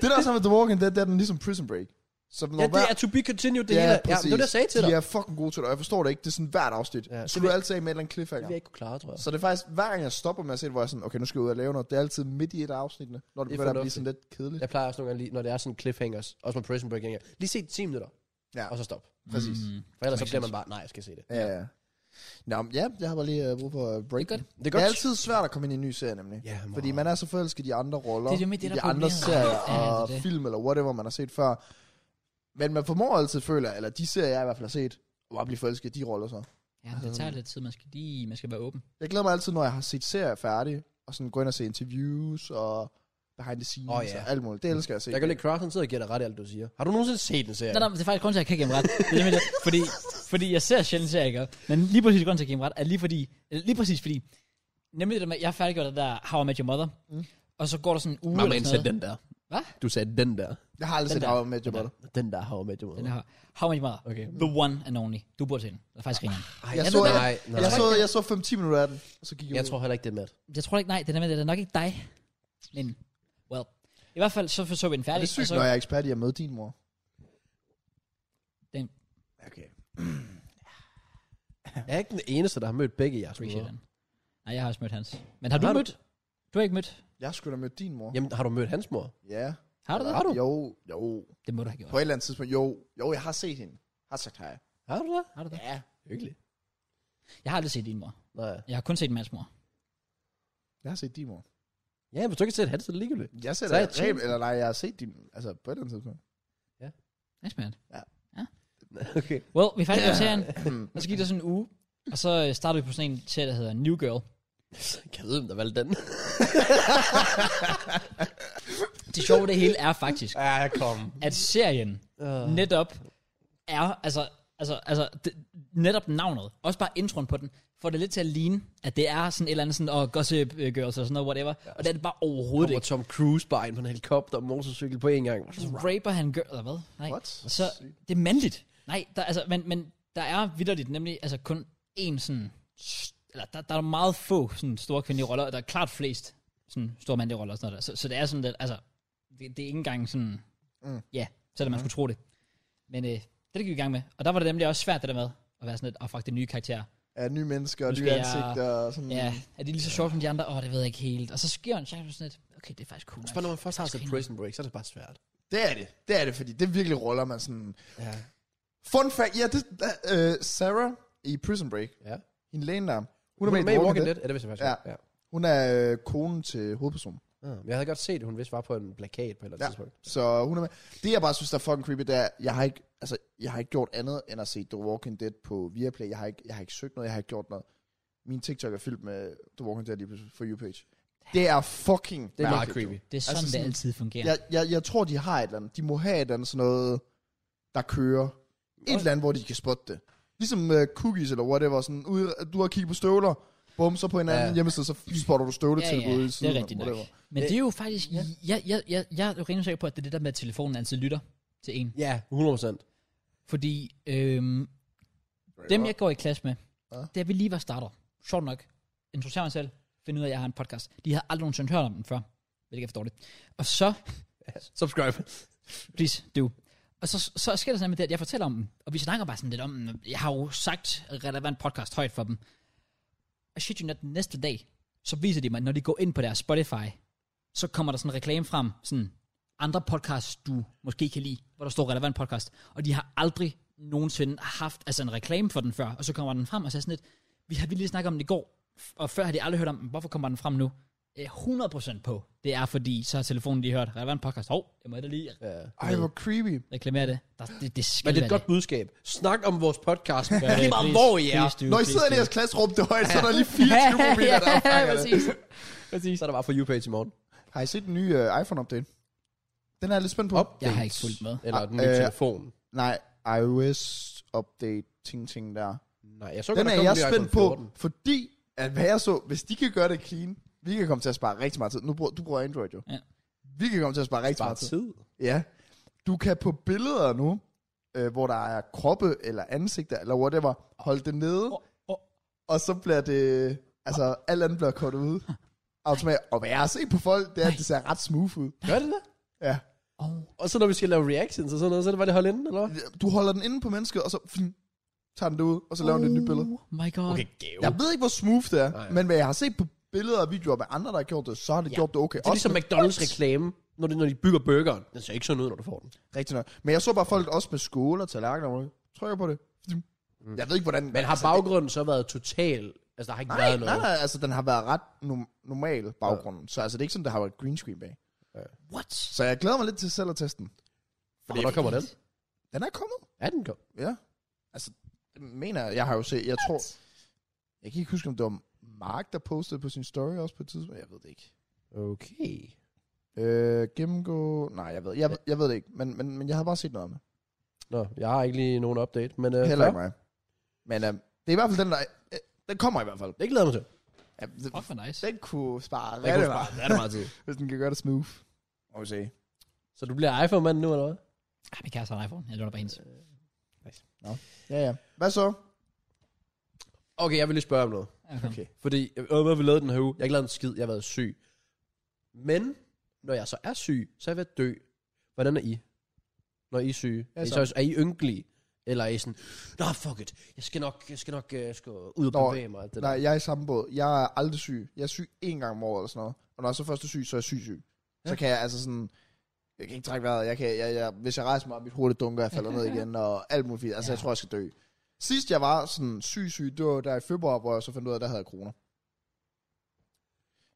Det der er sammen med The Walking Dead, det er den ligesom Prison Break. Så den
ja,
når
det
hver-
er to be continued, det hele. Ja, det var det, jeg sagde til dig.
De er fucking gode til det, og jeg forstår det ikke. Det er sådan hvert afsnit.
Ja.
Ja,
Det
så
vil-
du altid af med et eller andet
Det vil jeg
cliffhanger.
ikke kunne klare, tror jeg.
Så det er faktisk, hver gang jeg stopper med at se det, hvor jeg er sådan, okay, nu skal jeg ud og lave noget. Det er altid midt i et af afsnittene, når det
Det er
begynder at blive sådan lidt kedeligt.
Jeg plejer også nogle gange lige, når det er sådan cliffhangers, også med Prison Break, jeg lige se 10 minutter,
Ja.
og så stop.
Præcis.
Mm.
For ellers
Det
så
makes
bliver man bare, nej, jeg skal se det.
Ja, ja. Nå, men ja, jeg har bare lige uh, brug for uh, break.
Det er godt.
Det er
Det er
godt.
altid svært at komme ind i en ny serie, nemlig.
Ja, meget.
Fordi man er så forelsket i de andre roller,
Det er jo med det,
i
der
de
er
andre
problemet.
serier
Ja, det er
og
det.
film, eller whatever, man har set før. Men man formår altid, føler eller de serier, jeg i hvert fald har set, at bare blive forelsket i de roller så.
Ja, men det tager lidt tid. Man skal lige, man skal være åben.
Jeg glæder mig altid, når jeg har set serier færdig, og sådan gå ind og se interviews, og behind the scenes,
Åh, ja.
og alt muligt. Det elsker jeg at se.
Jeg kan lide Crowd, han sidder og giver dig ret i alt, du siger. Har du nogensinde set den serie?
Nej, nej, men det er faktisk grunden til, at jeg kan give ham ret. Det er nemlig det, fordi, fordi jeg ser sjældent serier, ikke? Men lige præcis grunden til, at jeg kan give ham ret, er lige, fordi, eller lige præcis fordi, nemlig det der med, jeg har færdiggjort det der How I Met Your Mother, mm. og så går der sådan en uge
Mamma,
eller
sagde
sådan
den der.
Hvad?
Du sagde den der.
Jeg har aldrig
Den
set
der.
How I Met Your Mother.
Den der har med, du
Den her, How I Met Your Mother, okay. the one and only. Du burde se den. Det er faktisk rimelig.
Ej,
Jeg
jeg
så-
tror, nej, nej.
Jeg så, jeg så 5-10 minutter af den, og så gik jeg,
jeg
ud.
Ah. tror heller ikke, det er Matt.
Jeg tror ikke, nej, det er nemlig, det er nok ikke dig. Men, well. I hvert fald, så så vi den
Er
færdig.
det sygt,
Altså-
og så,
når jeg er ekspert i at møde din mor?
Den-
Okay.
Jeg er ikke den eneste, der har mødt begge jeres
Appreciate
mødre.
den. Nej, jeg har også mødt hans. Men har, du mødt? Du? har ikke mødt.
Jeg skulle da møde din mor.
Jamen, har du mødt hans mor?
Ja.
Har du det?
Har du?
Jo, jo.
Det må du have gjort.
På et eller andet tidspunkt, jo. Jo, jeg har set hende. Har sagt hej.
Har du det?
Har du det?
Ja.
Hyggeligt.
Jeg har aldrig set din mor.
Nej.
Jeg har kun set Mads mor.
Jeg har set din mor.
Ja, hvis du ikke har set hans, så er det ligegyldigt.
Jeg ser
Så er jeg
dig
chill.
rem, eller nej, jeg har set din, altså på et eller andet tidspunkt.
Nice man.
Okay.
Well, vi fandt yeah. serien, og så gik der sådan en uge, og så øh, startede vi på sådan en serie, der hedder New Girl.
Kan jeg vide, hvem der valgte den?
Det sjove ved det hele er faktisk,
Ja, jeg kom.
at serien
Uh,
netop er, altså, altså, altså det, netop navnet, også bare introen på den, får det lidt til at ligne, at det er sådan et eller andet sådan, og gossip øh, girls eller sådan noget, whatever, ja. og det er det bare overhovedet
Kommer
ikke.
Tom Cruise bare ind på en helikopter og motorcykel på en gang.
Så raper han girl, eller hvad? Nej.
What?
Så det er mandligt. Nej, der, altså, men, men der er vidderligt nemlig altså kun én sådan, eller der, der er meget få sådan store kvindelige roller, og der er klart flest sådan store mandlige roller og sådan noget der. Så, så det er sådan, at, altså, det, det er ikke engang sådan,
Mm.
ja, selvom man skulle tro det. Men øh, det gik vi i gang med, og der var det nemlig også svært det der med, at være sådan lidt, og oh, fuck, det er nye karakterer.
Ja, nye mennesker og
Nu
nye
skal jeg-
ansigter og sådan.
Mm. Ja, er de lige så sjove som de andre? Åh, oh, det ved jeg ikke helt. Og så sker en chance sådan lidt, okay, det er faktisk cool.
Spørg, når man først har set
Griner.
Prison Break, så er det bare svært.
Det er det. Det er det, fordi det virkelig ruller man sådan.
Ja.
Fun fact, ja, det, uh, Sarah i Prison Break,
ja.
hende lægen der, hun
Hun
er med i Walking Dead.
Dead. Ja, det vidste jeg faktisk.
Ja.
Ja.
Hun er øh, konen til hovedpersonen.
ja. Men Jeg havde godt set, at hun vist var på en plakat på et eller andet
Ja.
tidspunkt.
Så hun er med. Det jeg bare synes, der er fucking creepy, det er, jeg har ikke, altså, jeg har ikke gjort andet, end at se The Walking Dead på Viaplay. Jeg har ikke, jeg har ikke søgt noget, jeg har ikke gjort noget. Min TikTok er fyldt med The Walking Dead lige pludselig for YouPage. Det er fucking
Det er meget
mærkeligt,
creepy.
Det er
Altså
sådan, altså, det
sådan-
altid
jo.
fungerer.
Jeg, jeg, jeg tror, de har et eller andet. De må have et eller andet sådan noget, der kører. Et eller andet, hvor de kan spotte det. Ligesom uh, cookies eller whatever. Sådan, ude, du har kigget på støvler. Bum, så på en anden
Ja.
hjemmeside, så spotter du støvletilbud. i
det
siden,
er rigtigt nok.
whatever.
Men
Øh,
det er jo faktisk,
ja.
ja. jeg, jeg, jeg, jeg er jo rimelig sikker på, at det er det der med, at telefonen altid lytter til en.
Ja, 100 procent.
Fordi øhm, dem, jeg går i klasse med,
Ja.
ja. da vi lige var starter, sjovt nok, introducerer mig selv, finder ud af, at jeg har en podcast. De har aldrig nogensinde hørt om den før, hvilket er for dårligt. Og så,
Subscribe.
please, do. Og så, så sker der sådan noget med det, at jeg fortæller om den, og vi snakker bare sådan lidt om den. Jeg har jo sagt relevant podcast højt for dem. Og shit you not, den næste dag, så viser de mig, når de går ind på deres Spotify, så kommer der sådan en reklame frem, sådan andre podcasts, du måske kan lide, hvor der står relevant podcast, og de har aldrig nogensinde haft altså en reklame for den før, og så kommer den frem, og så er jeg sådan lidt, vi har vi lige snakket om den i går, f- og før har de aldrig hørt om den, hvorfor kommer den frem nu? Øh, 100% på, det er fordi, så har telefonen lige hørt relevant podcast, hov, jeg må da lige
Ja.
Ej, hvor creepy.
reklamere det. Der, det, det skal
Men det er
være
et godt budskab. Snak om vores podcast.
Gør det,
Lige meget,
please,
hvor I er.
please do,
Når I
please
sidder i
do.
jeres klasserum, det er højt, så er der lige 24 mobiler, der
ja,
opfanger det.
præcis.
Så er der bare for YouPage i morgen.
Har I set den nye uh, iPhone-update? Den er jeg lidt spændt på.
Jeg har ikke fulgt med.
Eller
Ah,
den nye
øh,
telefon.
Nej, iOS-update, ting-ting der.
Nej, jeg så godt,
Den
der
er
kom en
jeg
ny
spændt på,
iPhone 14.
fordi at hvad jeg så, hvis de kan gøre det clean, vi kan komme til at spare rigtig meget tid. Nu bruger, du bruger Android jo.
Ja.
Vi kan komme til at spare rigtig
Bare
meget tid.
tid.
Ja. Du kan på billeder nu, øh, hvor der er kroppe eller ansigter eller whatever, holde det nede,
Åh, åh.
og så bliver det, altså alt andet bliver kortet ud. Automat. Og hvad jeg har set på folk, det er, at det ser ret smooth ud.
Gør det det?
Ja.
Oh,
Og så når vi skal lave reactions og sådan noget, så er det bare det hold inden, eller hvad?
Du holder den inde på mennesket, og så fn, tager den det ud, og så laver oh. den et nyt billede.
Oh my god.
Okay, gave.
Jeg ved ikke, hvor smooth det er,
Nej.
men hvad jeg har set på billeder og videoer med andre, der har gjort det, så har det ja.
Ja.
gjort det okay.
Det er ligesom
med-
McDonald's reklame, når de, når de bygger burgeren. Den ser ikke sådan ud, når du får den.
Rigtig nok. Men jeg så bare folk også med skåler og tallerkener, hvor de trykker på det. Jeg ved ikke, hvordan... altså,
Mm. Men har baggrunden så været total... Altså, der har ikke
Nej,
været
nej,
noget.
nej, altså den har været ret nom- normal baggrunden. Så altså, det er ikke sådan, der har været green screen bag.
What?
Så jeg glæder mig lidt til selv at teste den.
Og der kommer den.
Den er kommet,
Ja, den kom.
ja. Altså, det mener jeg, jeg har jo set, jeg tror... Jeg kan ikke huske, om det var Mark, der postede på sin story også på et tidspunkt. Jeg ved det ikke.
Okay.
Øh, gennemgå... Nej, jeg ved, jeg, jeg ved det ikke, men, men, men jeg har bare set noget om det.
Nå, jeg har ikke lige nogen update, men... Øh,
Heller ikke
fair.
mig. Men øh, det er i hvert fald den, der... Øh, den kommer i hvert fald.
Det glæder jeg mig til.
Ja, det,
Fuck, hvor nice.
den kunne spare
Det
rigtig meget,
er det meget tid.
hvis den kan gøre det smooth. Og se.
Så du bliver iPhone-mand nu, eller hvad?
Ah, min kæreste har en iPhone. Jeg låner bare hendes.
Ja, ja. Hvad så?
Okay, jeg vil lige spørge om noget.
Okay.
Fordi, øh, hvad har vi lavet den her uge? Jeg har ikke lavet en skid, jeg har været syg. Men, når jeg så er syg, så er jeg ved at dø. Hvordan er I? Når I er syge?
Ja,
Er I,
så-
så, er I ynkelige? Eller er I sådan, Nå, fuck it. Jeg skal nok, jeg skal nok uh, skal ud
Nå,
og bevæge mig. og alt Det
Nej,
der.
jeg er i samme båd. Jeg er aldrig syg. Jeg er syg én gang om året eller sådan noget. Og når jeg så først er syg, så er jeg syg syg. Så
Ja.
kan jeg altså sådan... Jeg kan ikke trække vejret. Jeg kan, jeg, jeg, hvis jeg rejser mig op, mit hoved det dunker, jeg falder ned igen og alt muligt. Altså, ja.
Ja.
jeg tror, jeg skal dø. Sidst jeg var sådan syg syg, det var der i februar, hvor jeg så fandt ud af, at der havde jeg corona.
What?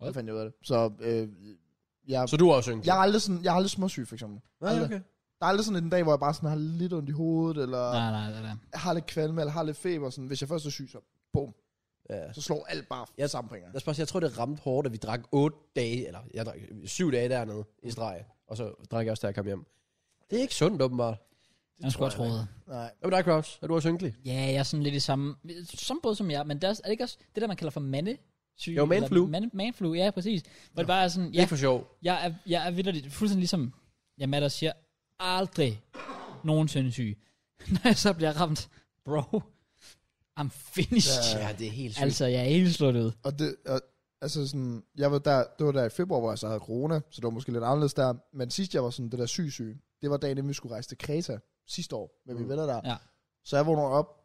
Der fandt jeg ud af det. Så øh, jeg,
Så du er også ynkelig?
jeg, er aldrig sådan, jeg er aldrig småsyg, for eksempel.
Nej, okay.
Der er aldrig sådan en dag, hvor jeg bare sådan har lidt ondt i hovedet, eller
Nej, nej, nej, nej.
har lidt kvalme, eller har lidt feber. Sådan. Hvis jeg først er syg, så, bum,
Ja.
så slår alt bare
Ja.
sammen på en gang.
Lad os bare sige, jeg tror, det ramte hårdt, at vi drak 8 dage, eller jeg drak 7 dage dernede i streg, og så drak jeg også, da jeg kom hjem. Det er ikke sundt, åbenbart.
Jeg skulle også
tror jeg
troet.
Nej.
Hvad med dig, Kraus? Er du også ynkelig?
Ja, jeg er sådan lidt i samme, samme båd som jeg, men der er, er det ikke også det der, man kalder for mande? Syge,
Jo, manflu.
Man, manflu, ja, præcis. Hvor det bare er sådan,
Ja.
ja,
Ikke for sjov.
jeg er, jeg er vildt fuldstændig ligesom, jeg med der siger, aldrig nogensinde syg. Når jeg så bliver ramt, bro, I'm finished.
Ja, det er helt sygt.
Altså, jeg er helt slået ud.
Og det, og, altså sådan, jeg var der, det var der i februar, hvor jeg så havde corona, så det var måske lidt anderledes der. Men sidst jeg var sådan, det der syg syg, det var dagen, inden vi skulle rejse til Kreta sidste år, med mine
Mm.
venner der.
Ja.
Så jeg vågner op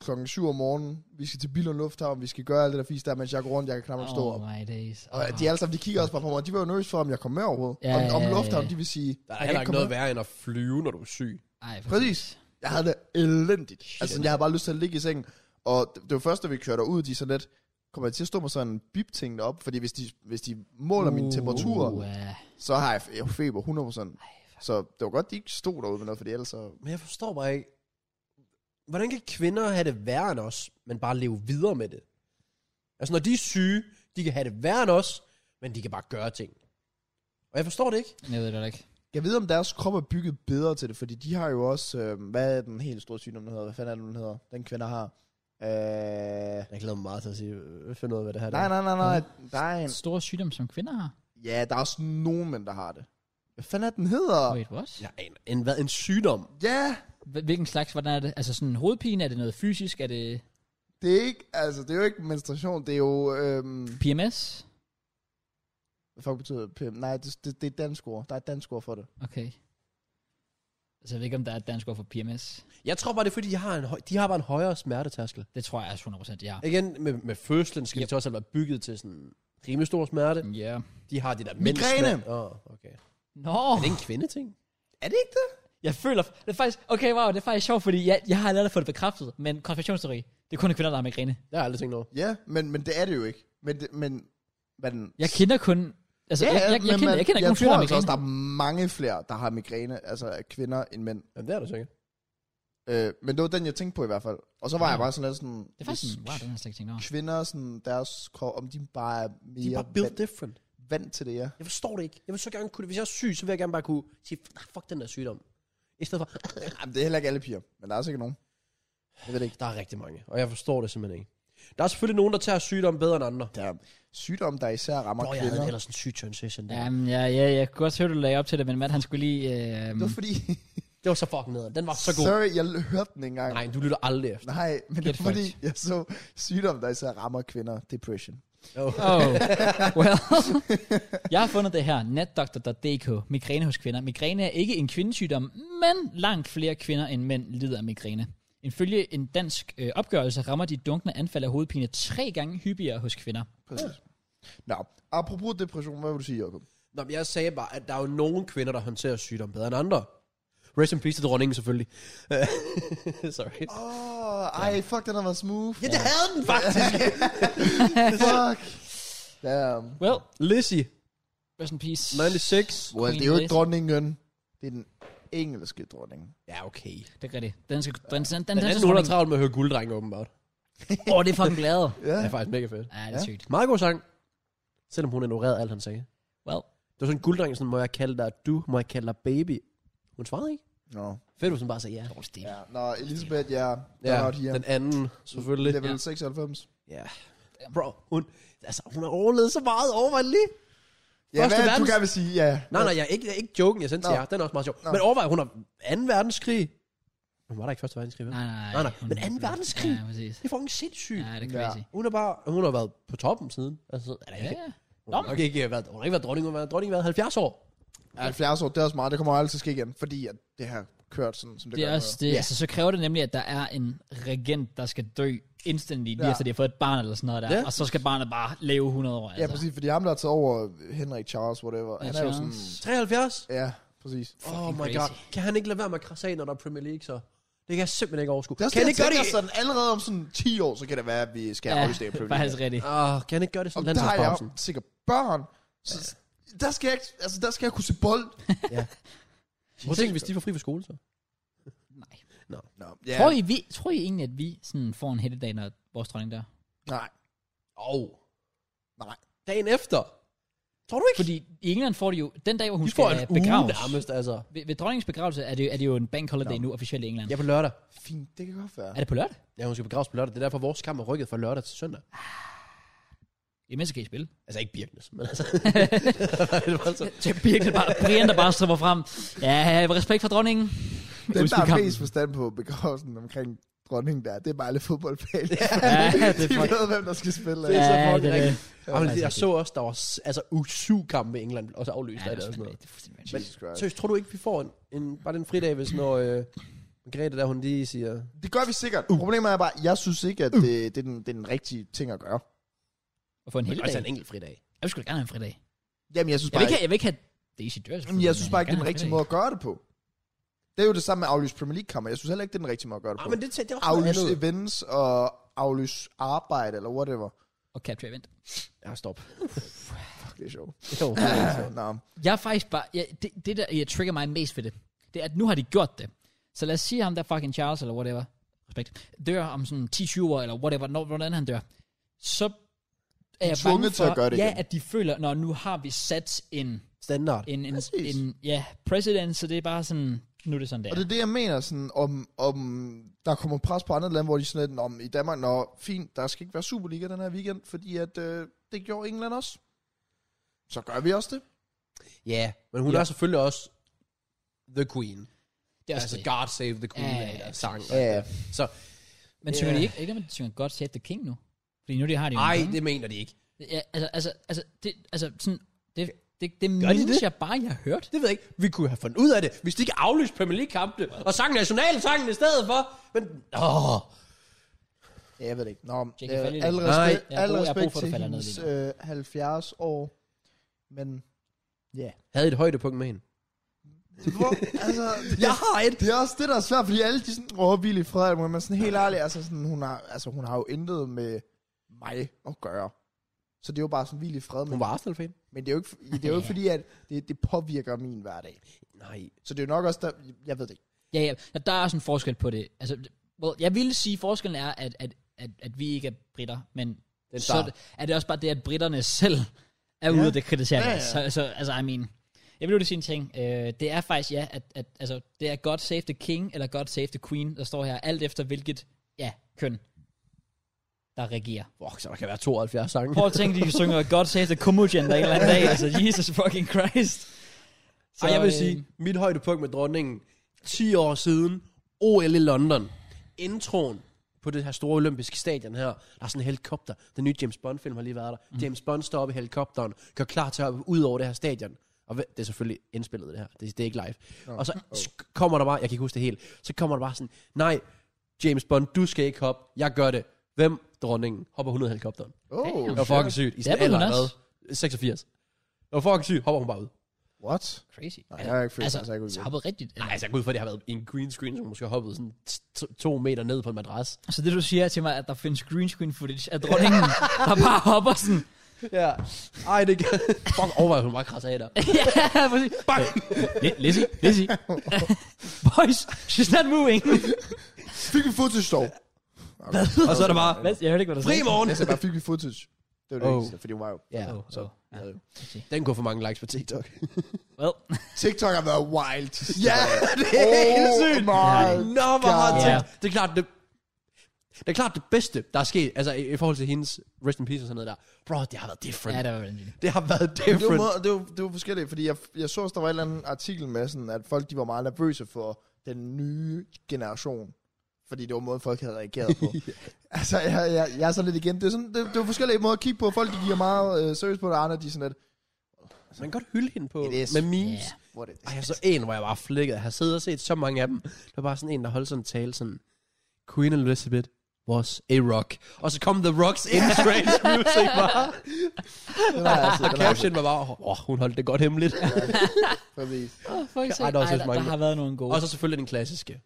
klokken 7 om morgenen, vi skal til Billund Lufthavn, vi skal gøre alt det der fisk der, mens jeg går rundt, jeg kan knap nok stå op.
Oh my days.
Og de alle sammen, de kigger også bare på mig, de var jo nervøse for, om jeg kom med overhovedet.
Ja,
Ja, om,
ja,
om
ja,
Lufthavn,
ja.
de vil sige,
Der er
"Jeg
heller
kan
ikke
komme
noget
med."
værre end at flyve, når du er syg.
Ej,
Præcis. Jeg havde det elendigt.
Shit.
Altså, jeg havde bare lyst til at ligge i sengen. Og det det var først, da vi kørte ud, de så lidt, kommer jeg til at stå med sådan en bip-ting deroppe, fordi hvis de, hvis de måler uh, min temperatur,
Uh, ja.
så har jeg f- jeg har feber 100%. Så det var godt, de ikke stod derude med noget, fordi ellers så...
Men jeg forstår bare ikke, hvordan kan kvinder have det værre end os, men bare leve videre med det? Altså, når de er syge, de kan have det værre end os, men de kan bare gøre ting. Og jeg forstår det ikke.
jeg ved det ikke.
Jeg ved, om deres krop er bygget bedre til det, fordi de har jo også... Øh, hvad er den helt store sygdom, den hedder? Hvad fanden er det, den hedder? Den kvinder har... Øh,
Jeg glæder mig meget til at sige, øh, finde ud af, hvad det her
nej, nej, nej, nej. Der er en...
Stor sygdom, som kvinder har.
Ja, der er også nogen mænd, der har det. Hvad fanden er den hedder?
Wait, what?
Jeg aner. En, hvad, en sygdom?
Ja,
Hvil- Hvilken slags, hvordan er det? Altså sådan hovedpine, er det noget fysisk, er det
det er ikke... Altså, det er jo ikke menstruation, det er jo... Øhm,
PMS?
hvad fuck betyder det? PM? Nej, det, det, det er et dansk ord. Der er et dansk ord for det.
Okay. Altså jeg ved ikke, om der er et dansk ord for PMS.
Jeg tror bare, det er fordi, de har, en høj, de har bare en højere smertetærskel.
Det tror jeg også 100% de har.
Igen, med, med fødslen skal yep. de trods alt være bygget til sådan en rimelig stor smerte.
Øh.
Ja. Yeah.
De har de der
Migræne!
mændssmer- Åh, oh, okay.
Nå!
Er det ikke en kvindeting?
Er det ikke det?
Jeg føler, det er faktisk, okay, wow, det er faktisk sjovt, fordi jeg, jeg har allerede fået det bekræftet, men konfirmationsteori, det er kun kvinder, der har migræne.
Det har jeg aldrig tænkt over.
Ja, men, men det er det jo ikke. Men, det, men, men
Jeg kender kun, altså, jeg, jeg, jeg,
men
kender,
man-
jeg kender ikke nogen
Jeg
fyre, der
tror
har
altså
migræne.
også, der er mange flere, der har migræne, altså kvinder end mænd.
Jamen, det er det sikkert.
Øh, men det var den, jeg tænkte på i hvert fald. Og så var
Ja.
jeg bare sådan lidt sådan...
Det er faktisk,
hvis
en- wow, det er jeg slet ikke tænkt over.
Kvinder, sådan deres krop, om de bare er
De er
mere
bare built
vant,
different.
vant til det, ja.
Jeg forstår det ikke. Jeg vil så gerne kunne det. Hvis jeg er syg, så vil jeg gerne bare kunne sige, nah, fuck den der sygdom. I stedet for, "Ah,
Jamen, det er heller ikke alle piger, men der er sikkert nogen.
jeg ved det ikke, der er rigtig mange. Og jeg forstår det simpelthen ikke. Der er selvfølgelig nogen, der tager sygdommen bedre end andre.
Der er sygdomme, der især rammer
Bro, jeg havde
kvinder.
ellers en syg transition der.
Jamen, ja, ja, jeg kunne godt høre, du lagde op til det, men mand, han skulle lige... Øh,
Det var fordi...
Det var så fucking ned. Den var så god.
Sorry, jeg hørte den ikke engang.
Nej, du lytter aldrig efter.
Nej, men det
Get
var fordi, jeg så sygdomme, der især rammer kvinder. Depression.
Oh.
Oh, well. jeg har fundet det her, natdoktor.dk, migræne hos kvinder. Migræne er ikke en kvindesygdom, men langt flere kvinder end mænd lider af migræne. Ifølge en dansk øh, opgørelse rammer de dunkende anfald af hovedpine tre gange hyppigere hos kvinder.
Præcis. Nå, apropos depression, hvad vil du sige, Jacob?
Nå, men jeg sagde bare, at der er jo nogle kvinder, der håndterer sygdom bedre end andre. Rest in peace til dronningen, selvfølgelig. Øh, Sorry.
Åh, oh, ej, fuck, den har været smooth.
Ja, det havde den faktisk.
Fuck. Damn.
Well,
Lizzie,
rest in peace.
96.
Well,
Queen
det er jo ikke
Elizabeth.
dronningen. Det er den engelske dronning.
Ja, okay.
Det er rigtigt. Den skal... Den, den, den,
Den
den,
anden, hun har travlt med at høre gulddreng, åbenbart.
Åh, det er fucking glade.
Ja.
Det er faktisk mega fedt.
Ja, det er
Ja.
sygt.
Meget god sang. Selvom hun ignorerede alt, han sagde.
Well,
Det var sådan en gulddreng, sådan, må jeg kalde dig du, må jeg kalde dig baby. Hun svarede ikke.
Nå.
Fedt, hvis hun bare sagde ja.
dårlig stil.
Ja, nå, Elisabeth, ja.
Ja,
Ja, out here.
den anden, selvfølgelig.
Level 96.
Ja. Bro, hun, altså, hun har overlevet så meget overvejende lige.
Ja,
Første
hvad er det, du
verdens-
gerne vil sige? Ja.
Nej, nej, jeg er ikke, jeg er ikke joking, jeg sendte til
Nå.
jer. Den er også meget sjov.
Nå.
Men overvej, hun har 2. verdenskrig. Hun var der ikke første verdenskrig, vel?
Nej, nej,
Nej, nej,
hun-
men anden verdenskrig.
Ja, præcis.
Det er fucking sindssygt.
Ja, det er
Ja.
crazy.
Hun, er bare, hun har været på toppen siden. Altså, eller,
Ja,
ja.
ja.
Nå, nok ikke været, hun har ikke været dronning, hun har været dronning i hvad, 70 år.
70 år, det er også meget. Det kommer aldrig til at ske igen, fordi at det har kørt sådan, som det,
Det
gør
er
nu.
også det.
Ja.
Ja. Altså, så kræver det nemlig, at der er en regent, der skal dø instantly, lige
Ja.
efter de har fået et barn eller sådan noget der.
Ja.
Ja. Og så skal barnet bare leve 100 år. Altså.
Ja, præcis, fordi ham, der har taget over Henrik Charles, whatever, han er jo sådan...
Charles.
73?
Ja, præcis.
Oh my
crazy.
god. Kan han ikke lade være med at krasse af, når der er Premier League, så? Det kan jeg simpelthen ikke overskue.
Det er også
Kan
kan
han
det,
ikke
jeg
gøre det?
tænker sådan, allerede om sådan 10 år, så kan det være, at vi skal
Ja,
aflyse det. i Premier League.
faktisk rigtigt.
Åh, kan han ikke gøre det
Og
sådan
der har jeg
landsholdspausen?
sikkert børn, så der skal jeg, ikke- altså, der skal jeg kunne se bold.
Prøv at tænke, hvis de får fri fra skole, så.
Nej.
Nå, ja.
Tror, I, vi, tror I egentlig, at vi sådan får en hættedag, når vores dronning der?
Nej,
Åh. Oh.
nej.
Dagen efter. Tror du ikke?
Fordi i England får de jo, den dag, hvor hun
de
skal
får en
øh,
uge
begraves.
nærmest, altså.
ved, ved dronningens begravelse er det, jo- er det jo en bank holiday
Nå.
nu officielt i England.
Ja, på lørdag.
Fint, det kan godt være.
Er det på lørdag?
Ja, hun skal begraves på lørdag. Det er derfor, vores kamp er rykket fra lørdag til søndag.
Imens kan I spille.
Altså ikke Birknes, men altså... det var altså...
Det er virkelig bare Brian, der bare strømmer frem. Ja, respekt for dronningen.
Den,
Husk,
der
vi
har
kampen.
mest forstand på begravelsen omkring dronningen der, det er bare alle fodboldfans.
Ja, det
De
er fucking...
ved, hvem der skal spille.
Det er så
Ja,
fucking
det er
rigtigt. Ja, men
Altså,
jeg
det-
så også, der var s- altså u 7 kampe i England blev også
Ja,
aflyst
det
af
er
det. og
også
sådan
vanvittigt.
noget.
Det er fuldstændig
Men,
vanvittigt.
Jesus Christ.
Seriøst, tror du ikke, vi får en, en bare den fridag, hvis når øh, Margrethe, der hun lige siger...
Det gør vi sikkert. Uh. Problemet er bare, jeg synes ikke, at det, det, er den, det er den rigtige ting at gøre.
At få en hel
Det er altså
dag.
en enkelt fridag.
Jeg skulle gerne have en fridag.
Jamen, jeg synes
Jeg
bare,
vil ikke, have- jeg vil ikke have Daisy Dør.
Jamen, jeg synes bare ikke, det er den rigtige måde at gøre det på. Det er jo det samme med at aflyse Premier League-kammer. Jeg synes heller ikke, det er den rigtige måde at gøre det på.
Ah, men det, det er også noget
aflyse
andet.
events og aflyse arbejde eller whatever.
Og capture event.
Ja, stop.
Fuck, det er sjovt.
Jo, det er ikke sjovt.
Nå,
Jeg er faktisk bare... Jeg, det, det, der jeg trigger mig mest ved det, det er, at nu har de gjort det. Så lad os sige ham der fucking Charles, eller whatever, respekt, dør om sådan 10-20 år, eller whatever, når, hvordan han dør. Så er jeg
tvunget
bange
til
for,
at gøre det
ja,
igen.
at de føler, når nu har vi sat en,
Standard.
en, en,
Præcis.
en ja, president, så det er bare sådan, nu er det sådan, det
Og
er.
det er det, jeg mener, sådan, om, om der kommer pres på andre lande, hvor de sådan lidt, om i Danmark, nå, fint, der skal ikke være Superliga den her weekend, fordi at, øh, det gjorde England også. Så gør vi også det.
Ja, men hun
Ja.
er selvfølgelig også The Queen.
det er også
Altså
det.
God Save the Queen
Ja,
af deres
ja, ja.
sang.
Ja.
Så
Men synger
Ja.
de ikke, er det ikke, at de synger God Save the King nu? Fordi nu de har de jo en
ej,
konge.
det mener de ikke.
Ja, altså, altså, altså, det, altså sådan, det, det, det
Gør de
mindes
det?
jeg bare, jeg har hørt.
Det ved jeg ikke. Vi kunne have fundet ud af det, hvis de ikke aflyste Premier League-kampene og sang nationalsangen i stedet for. Men, åh,
Ja, jeg ved det ikke. Nå,
Jake,
øh,
fald i det.
al
Nej.
respekt,
Jeg har
al
brug- jeg har brug
respekt
for, at du
til
falder ned
hendes
lige
øh, 70 år, men ja.
havde et højdepunkt med hende.
Hvor, altså, det,
Jeg har et.
det er også det, der er svært, fordi alle de sådan overvillige Frederik, men sådan helt ærligt, altså, sådan, hun, har, altså, hun har jo intet med mig at gøre. Så det er jo bare sådan hvil i fred,
Hun
men,
var Arsenal-fan.
men det er jo ikke, det er jo ikke
Ja.
fordi, at det, det påvirker min hverdag.
Nej.
Så det er jo nok også, der, jeg ved det ikke.
Ja, ja, og der er sådan en forskel på det. Altså, det- well, jeg ville sige, at forskellen er, at, at, at, at vi ikke er britter, men
Den
så er
start.
det, er det også bare det, at britterne selv er ude, og det kritiserer ja, ja. Så, så, altså, I mean, jeg vil jo lige sige en ting. Øh, det er faktisk, ja, at, at altså, det er God Save the King, eller God Save the Queen, der står her, alt efter hvilket, ja, køn, der regerer.
Fuck, så der kan være 72 sange.
Prøv at tænke, de synger God Save the Commotion der en eller anden dag. Altså, Jesus fucking Christ. øh,
Så, øh, Ej, jeg vil sige, mit højdepunkt med dronningen, 10 år siden, OL i London, introen på det her store olympiske stadion her, der er sådan en helikopter, den nye James Bond-film har lige været der, mm. James Bond står oppe i helikopteren, gør klar til at hoppe ud over det her stadion, og ved- det er selvfølgelig indspillet det her, det, det er ikke live, og så sk- kommer der bare, jeg kan ikke huske det helt, så kommer der bare sådan, nej, James Bond, du skal ikke hoppe, jeg gør det, hvem, dronningen, hopper hun ud af helikopteren,
Oh,
det var fucking sygt, i sin
Jappede hun
alder, af
også?
hvad? 86, det var fucking sygt, hopper hun bare ud.
What?
Crazy.
Nej, jeg har ikke følt, altså, altså, jeg kunne
så
ikke.
hoppede rigtigt.
Nej, altså jeg går ud fra, at det har været i en green screen, som måske har hoppet sådan t- to- to meter ned på en madras.
Så det du siger til mig, at der findes green screen footage af dronningen, der bare hopper sådan.
Ja. Ej, det kan... Fuck, overvej, hun bare krasser af der.
ja, præcis. Bang. Øh, Lizzie, Lizzie. Boys, she's not moving.
Fik vi footage dog?
Og så er der bare...
Hvad? Jeg hørte ikke, hvad du
Fri
sagde.
morgen!
Jeg sagde Altså, bare, fik vi footage? Det var det
Oh.
oh. fordi hun var jo...
Ja,
Oh,
så.
oh, ja.
Den kunne få mange likes på TikTok.
Well,
TikTok har været wild.
ja, det er
Oh
helt sygt!
my
Nå, hvor har
God.
TikTok... Det er klart, det... Det er klart det bedste, der er sket, altså i, i forhold til hendes rest in peace og sådan noget der. Bro, det har været different.
ja,
Ja,
det var vanvittigt.
det har været
Men Det var,
different.
måde, det, var, det var forskelligt, fordi jeg, jeg så også, der var en eller anden artikel med, sådan, at folk de var meget nervøse for den nye generation Fordi det var måden, folk havde reageret på. altså, jeg, jeg, jeg, er sådan lidt igen. Det er, sådan, det, det er forskellige måder at kige på. Folk, de giver meget øh, seriøst på det, og andre, de er sådan lidt,
Man kan godt hylde hende på
It is.
med memes.
Ja.
what it is.
Ej, jeg så en, hvor jeg var flækket. Jeg har siddet og set så mange af dem. Der var bare sådan en, der holdt sådan en tale sådan, Queen Elizabeth was a rock. Og så kom The Rocks in strange music bare.
Den har jeg set, den har jeg
Og
set.
caption var bare, åh, oh, hun holdt det godt hemmeligt.
Præcis.
Oh, for
Ej, der var så
der, der
mange.
har været nogle gode.
og så selvfølgelig den klassiske.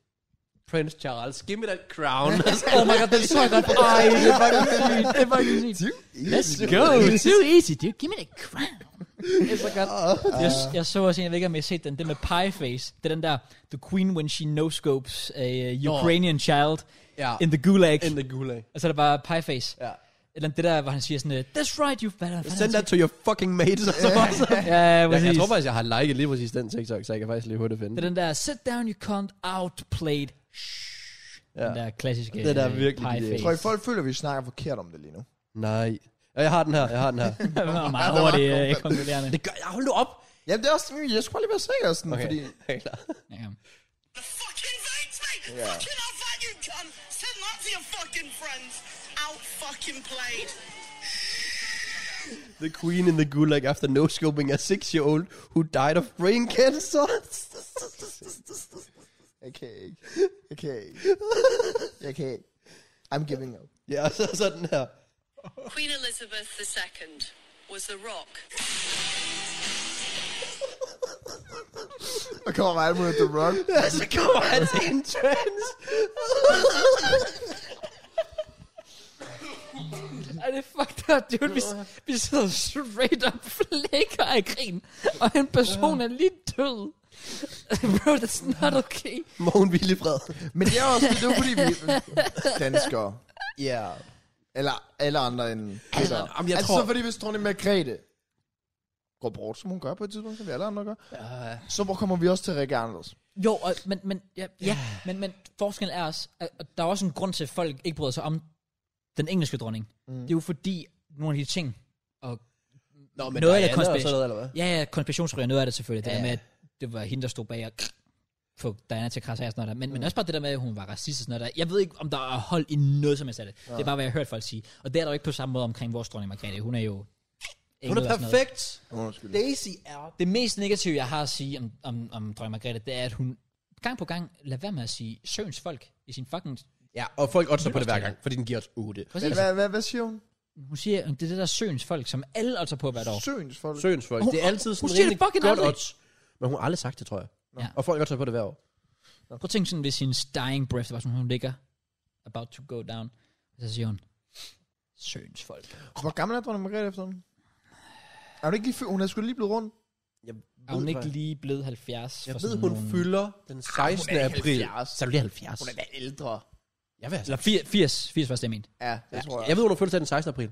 Prince Charles, give me that crown.
oh my god, den så jeg godt. Ej, det var ikke sygt. Det var ikke sygt. Let's go. Too easy, dude. Give me the crown. Det er så godt. Jeg, jeg så også en, jeg ved ikke, om I har set den, den med pie face. Det er den der, the queen when she no-scopes a uh, Ukrainian child
ja,
in the gulag.
in the gulag.
og så er der bare pie face.
Ja.
Eller det der, hvor han siger sådan, øh, that's right, you've better.
Send that to your fucking mates. og så bare sådan.
Ja, ja,
Jeg,
præcis.
jeg tror faktisk, jeg har liket lige præcis den TikTok, så jeg kan faktisk lige hurtigt finde
Det er den der, sit down, you can't outplayed. Ja. Den der klassiske
Det er der
øh,
virkelig
pie
det.
face.
Tror I, folk føler, at vi snakker forkert om det lige nu?
Nej. Ja, jeg har den her, jeg har den her.
Det var meget hurtigt øh, konkluderende.
Det gør jeg, hold nu op.
Jamen, det er også, jeg skulle bare lige være sikker, sådan, okay. fordi...
Okay, klar.
Ja.
The fucking vates, mate!
Yeah.
Fucking off that, you cunt! Send that to your fucking friends! Out fucking played!
The queen in the gulag after no-scoping a six-year-old who died of brain cancer.
Jeg kan ikke. Jeg kan ikke. Jeg kan ikke. I'm giving up.
ja, og så sådan her.
Queen Elizabeth II was the rock.
Og kommer mig mod The Rock.
Ja, så kommer han til en trans.
Ej, det er fucked up, dude. Vi, vi sidder straight up flækker af grin, og en person er lige død. Bro, that's not okay.
Morgen Willifred.
Men det er også, det er jo fordi, vi danskere.
Ja.
Eller alle andre end Peter.
Jamen, jeg
altså,
tror-
så fordi hvis dronning Margrethe går bort, som hun gør på et tidspunkt, som vi alle andre gør, så hvor kommer vi også til at reagere anderledes?
Jo, og, men, men, ja, ja, men, men forskellen er også, at at der er også en grund til, at folk ikke bryder sig om den engelske dronning. Mm. Det er jo fordi, nogle af de ting, og
Nå, men
Noget af
Diana
det konspiration-
og sådan noget, eller hvad?
ja, ja, konspirationsteorier, noget af det selvfølgelig, det
Ja.
der med, at det var hende, der stod bag og få Diana til at krasse af og sådan noget der. Men, mm. men også bare det der med, at hun var racist og sådan noget der. Jeg ved ikke, om der er hold i noget, som jeg sagde det. Ja. Det er bare, hvad jeg har hørt folk sige. Og det er der jo ikke på samme måde omkring vores dronning Margrethe. Hun er jo...
Hun
engel og
er
sådan noget.
perfekt.
Undskyld.
Daisy er...
Det mest negative, jeg har at sige om, om, om dronning Margrethe, det er, at hun gang på gang lader være med at sige søens folk i sin fucking...
Ja, og folk otter på det hver gang, fordi den giver os 8.
Men
Præcis.
hvad, hvad, hvad siger hun?
Hun siger, at det er det der søens folk, som alle altså på hvert år.
Søens folk.
Søens folk.
Hun-
Det er altid
hun
sådan
siger det
rimelig
fucking
godt
aldrig.
odds. Men hun har aldrig sagt det, tror jeg.
Ja.
Og folk otter på det hver år.
Prøv at tænke sådan, hvis hendes dying breath var, som hun ligger about to go down. Og så siger hun, søens folk.
Hvor gammel er dronning Margrethe efterhånden? Er hun ikke lige født? Hun er sgu lige blevet rundt.
Jeg
Er hun ikke lige blevet 70?
Jeg
for
ved,
sådan
hun
nogle-
fylder den 16.
ikke
april.
70.
Så er du lige 70.
da ældre.
Jeg vil altså.
Eller 80, 80, 80 var det, jeg mente.
Ja, det tror jeg.
Jeg ved, hun har fødselsdag den 16. april.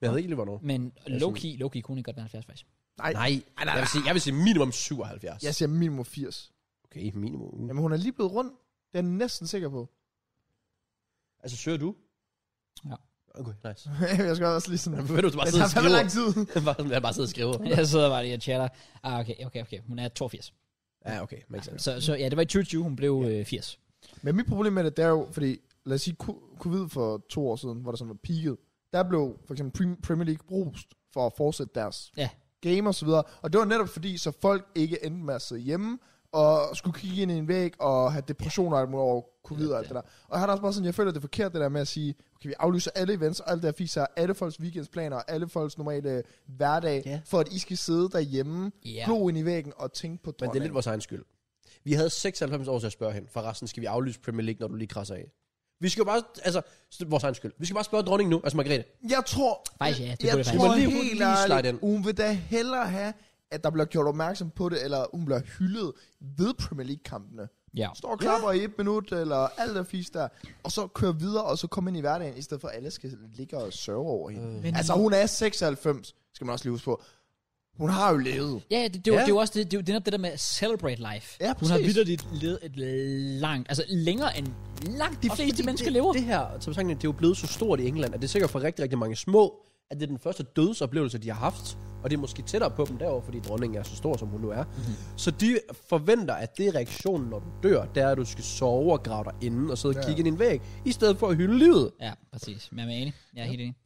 Men jeg ved ikke lige, hvornår.
Men Loki, Loki kunne ikke godt være 70, faktisk.
Nej.
Nej, jeg vil sige, jeg vil sige minimum 77.
Jeg siger minimum 80.
Okay, minimum.
Jamen, hun er lige blevet rundt. Det er jeg næsten sikker på.
Altså, søger du?
Ja.
Okay, nice.
jeg skal også lige sådan...
Ved du, du bare
Det
sidder
tager fandme
og skriver.
lang tid.
Bare- Jeg bare sidder og skriver.
Jeg sidder bare lige og chatter. Ah, okay, okay, okay. Hun er 82.
Ja, okay. Makes sense.
Så, så ja, det var i 2020, hun blev øh, 80.
Men mit problem med det, det er jo, fordi lad os sige co- covid for to år siden, hvor der sådan var peaked, der blev for eksempel Prem- Premier League brugt for at fortsætte deres
Ja.
game og så videre. Og det var netop fordi, så folk ikke endte med at sidde hjemme, og skulle kigge ind i en væg, og have depressioner og alt muligt over covid og alt det der. Og her er der også bare sådan, jeg føler det er forkert det der med at sige, okay, vi aflyser alle events og alt det der fiser, alle folks weekendsplaner og alle folks normale hverdag,
Ja.
for at I skal sidde derhjemme,
Ja.
glo ind i væggen og tænke på
Men det er
dronningen.
lidt vores egen skyld. Vi havde 96 år til at spørge hende. For resten skal vi aflyse Premier League, når du lige krasser af. Vi skal jo bare, altså, så det er vores egen skyld. Vi skal bare spørge dronningen nu, altså Margrethe.
Jeg tror,
Faktisk, ja, det kunne
jeg
det
tror
faktisk.
lige,
Hun må lige-
helt
hun må lige slide
ærligt,
den.
hun vil da hellere have, at der bliver gjort opmærksom på det, eller hun bliver hyldet ved Premier League-kampene.
Ja.
Står og klapper i et minut, eller alt der fisk der, og så kører videre, og så kommer ind i hverdagen, i stedet for at alle skal ligge og sørge over hende.
Men-
Øh. Altså, hun er 96, skal man også lige huske på. Hun har jo levet.
Ja, det, det, var,
Ja.
det var også det, det, var- det, er netop det der med at celebrate life.
Ja,
hun har
præcis.
vidderligt levet et langt, altså længere end langt de fleste mennesker
det,
lever.
Det her, som sagt, det er jo blevet så stort i England, at det er sikkert for rigtig, rigtig mange små at det er den første dødsoplevelse, de har haft, og det er måske tættere på dem derover, fordi dronningen er så stor, som hun nu er.
Mhm.
Mm-hmm. Så de forventer, at det er reaktionen, når du dør, det er, at du skal sove og grave dig inden, og sidde og kigge ind i en væg, i stedet for at hylde livet.
Ja, præcis. Men jeg er enig. Jeg er helt enig.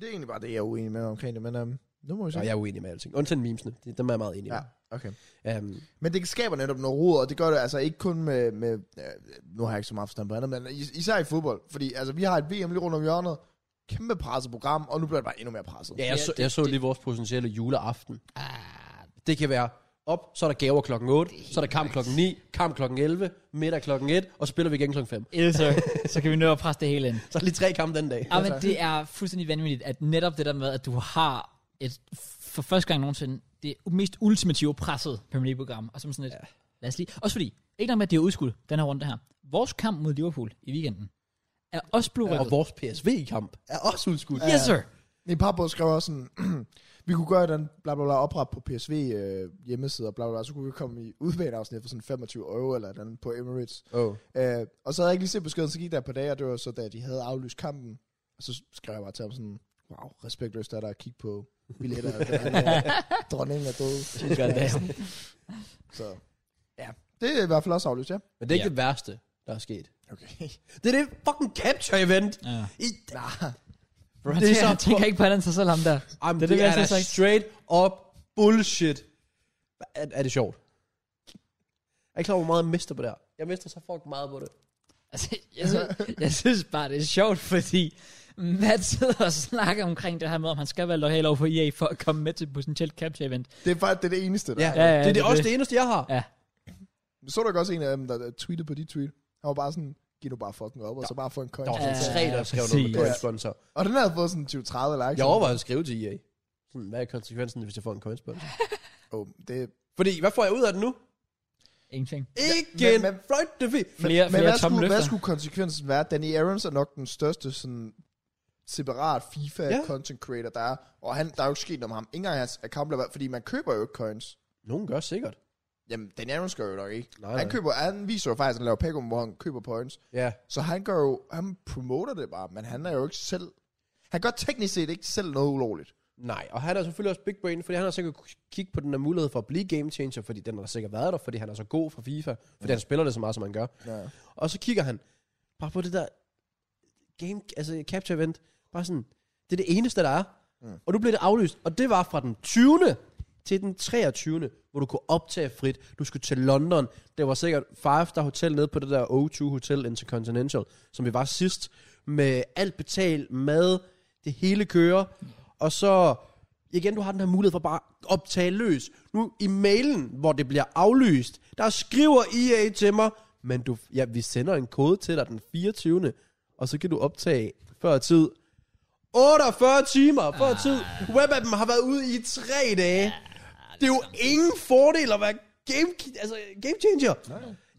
Det er egentlig bare det, jeg er uenig med omkring det, men um, nu må vi se.
Og jeg er uenig med alting. Undtagen memesene, det, dem er jeg meget enig
ja,
med.
okay.
Ja. Um,
Men det skaber netop noget rod, og det gør det altså ikke kun med... med øh, nu har jeg ikke så meget forstand på andet, men is- især i fodbold. Fordi altså, vi har et VM lige rundt om hjørnet, kæmpe presset program, og nu bliver det bare endnu mere presset.
ja, jeg, så,
det-
jeg så lige vores potentielle juleaften. Ah, det kan være op, så er der gaver klokken 8, så er der kamp klokken 9, kamp klokken 11, middag klokken 1, og så spiller vi igen klokken 5.
Yes, sir. så kan vi nå at presse det hele ind.
Så er der lige tre kampe den dag.
Ja, men det er fuldstændig vanvittigt, at netop det der med, at du har et, for første gang nogensinde det mest ultimative presset Premier League-program, og som sådan et, ja. lad os lige, også fordi, ikke nok med, at det er udskudt, den her runde her. Vores kamp mod Liverpool i weekenden er også blevet
Og
rykket.
vores PSV-kamp er også udskudt.
Yes, sir.
Min pappa skrev også sådan, vi kunne gøre den bla bla bla opret på PSV øh, hjemmeside og bla bla bla, så kunne vi komme i udbaneafsnit for sådan 25 euro eller den på Emirates.
Oh.
Øh, og så havde jeg ikke lige set beskeden, så gik der et par dage, og det var så, da de havde aflyst kampen. Og så skrev jeg bare til ham sådan, wow, respektløst er der at kigge på billetter. og den her Dronningen er død. Så ja, det er i hvert fald også aflyst, ja.
Men det er ikke
Ja.
det værste, der er sket.
Okay.
Det er det fucking capture-event.
Ja.
I,
Bro,
Det
det
er
er
så-
jeg tænker ikke på andet end sig selv ham der.
jamen,
det er
det,
det,
det
vi
er,
altid
da
har sagt.
straight up bullshit. Er, er det sjovt? Jeg er ikke klar over, hvor meget jeg mister på det her. Jeg mister så fucking meget på det.
Altså, jeg, synes, jeg synes bare, det er sjovt, fordi Matt sidder og snakker omkring det her med, om han skal være lojal over for EA for at komme med til et potentielt capture-event.
Det er faktisk det, er det eneste, der.
Ja,
Ja.
ja, ja, det er det,
det er
også
det.
det eneste, jeg har.
Ja.
Så er der også en af dem, der tweetede på dit tweet. Han var bare sådan, giv nu bare fucking op, og så bare få en coin.
Der var sådan
Ja,
tre, der skrev noget med
præcis.
coin sponsor.
Og den havde fået sådan 20-30 likes.
Jeg overvejede at skrive til EA. Sådan, hvad er konsekvensen, hvis jeg får en coin sponsor?
Oh, det,
Fordi, hvad får jeg ud af det nu?
Ingenting.
Ikke
men-
en
men-
fløjt det fint.
Flere,
Men
flere
hvad
tomme
skulle,
løfter.
hvad skulle konsekvensen være? Danny Aarons er nok den største sådan, separat FIFA
Ja.
ja. content creator, der er. Og han, der er jo ikke sket noget med ham. Ikke engang hans account bliver valgt, fordi man køber jo ikke coins.
Nogen gør sikkert.
Jamen, Danny Aarons gør jo nok ikke.
Nej,
Nej, han,
nej.
køber, han viser jo faktisk, at han laver Pegum, hvor han køber points.
Ja.
Så han gør jo, han promoter det bare, men han er jo ikke selv... Han gør teknisk set ikke selv noget ulovligt.
Nej, og han er selvfølgelig også big brain, fordi han har sikkert kunne kigge på den her mulighed for at blive game changer, fordi den har der sikkert været der, fordi han er så god for FIFA, fordi han spiller det så meget, som han gør.
Ja.
Og så kigger han bare på det der game, altså capture event, bare sådan, det er det eneste, der er. Mm. Og nu blev det aflyst, og det var fra den 20. til den 23. hvor du kunne optage frit. Du skulle til London. Det var sikkert Five Star Hotel nede på det der O2 Hotel Intercontinental, som vi var sidst, med alt betalt, mad, det hele kører. Og så, igen, du har den her mulighed for bare at optage løs. Nu i mailen, hvor det bliver aflyst, der skriver EA til mig, men du, ja, vi sender en kode til dig den 24. Og så kan du optage før tid. 48 timer før tid. Webappen har været ude i tre dage. Det er jo ingen fordel at være game, altså game changer.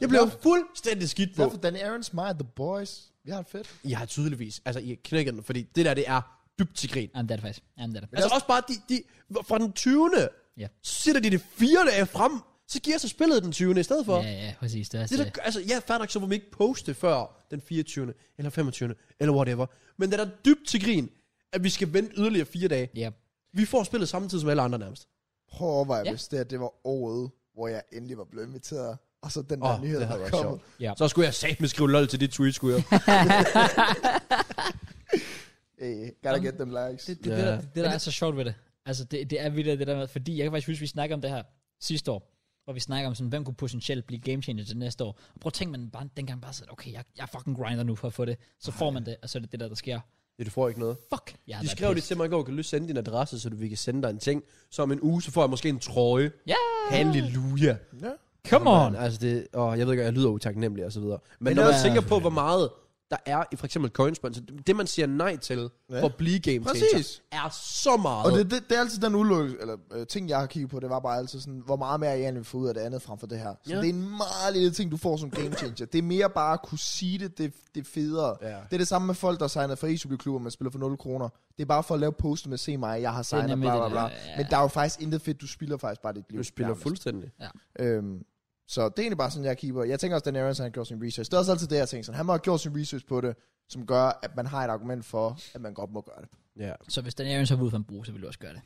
Jeg blev fuldstændig skidt på.
Derfor Danny Aarons, mig og The Boys, vi har det fedt.
I har tydeligvis, altså I har knækket den, fordi det der, det er dybt til grin.
Jamen, det er det faktisk. Jamen, det er det.
Altså også bare, de, de, fra den 20.
Ja.
Så sætter de det fire dage frem, så giver så spillet den 20. i stedet for.
Ja, ja, præcis. Det er også
Det,
det.
der, gør- altså, jeg er fair nok, så må vi ikke poste før den 24. eller 25. eller whatever. Men det er da dybt til grin, at vi skal vente yderligere fire dage.
Ja.
Vi får spillet samtidig som alle andre nærmest.
Prøv at overveje,
Ja.
ja. hvis det, her, det var året, hvor jeg endelig var blevet inviteret, og så den der
Åh,
oh, nyhed,
det
der
havde
var
været
kommet.
sjovt.
ja.
Så skulle jeg satme skrive lol til dit tweet, skulle jeg.
Hey, gotta get them likes.
Det, det,
Ja.
det, der, det, der er så sjovt ved det. Altså, det, det er vildt det der med, fordi jeg kan faktisk huske, vi snakker om det her sidste år, hvor vi snakker om sådan, hvem kunne potentielt blive game changer til næste år. Og prøv at tænke, man bare, dengang bare sagde, okay, jeg, jeg fucking grinder nu for at få det. Så får man det, og så er det det der, der sker.
Det, du får ikke noget.
Fuck, jeg har
De
været
skrev det
pissed.
til mig i går, kan du sende din adresse, så du, vi kan sende dig en ting. Så om en uge, så får jeg måske en trøje.
Ja,
Halleluja.
Ja.
come on.
Man, altså det, og jeg ved godt, jeg lyder utaknemmelig og så videre. Men,
Men
når
det
man
er-
tænker på, hvor meget der er i for eksempel coinsponsor, det man siger nej til ja.
Ja.
for at blive game changer,
Præcis.
er så meget.
Og det, det, det er altid den ulykke, eller øh, ting, jeg har kigget på, det var bare altid sådan, hvor meget mere jeg egentlig vil få ud af det andet frem for det her. Så
Ja.
det er en meget lille ting, du får som game changer. Det er mere bare at kunne sige det, det, det er federe.
Ja.
Det er det samme med folk, der signer for ECB-klubber, man spiller for 0 kroner. Det er bare for at lave posten med, se mig, jeg har signet,
nemlig
bla
det
bla bla.
der, ja.
Men der er jo faktisk intet fedt, du spiller faktisk bare dit liv.
du spiller
nærmest.
fuldstændig.
Øhm, Så det er egentlig bare sådan, jeg kigger på. Jeg tænker også, at Daenerys han har gjort sin research. Det er også altid det, jeg tænker sådan. Han må have gjort sin research på det, som gør, at man har et argument for, at man godt må gøre det.
Ja.
Så hvis Daenerys har ud for en brug, så vil du også gøre det.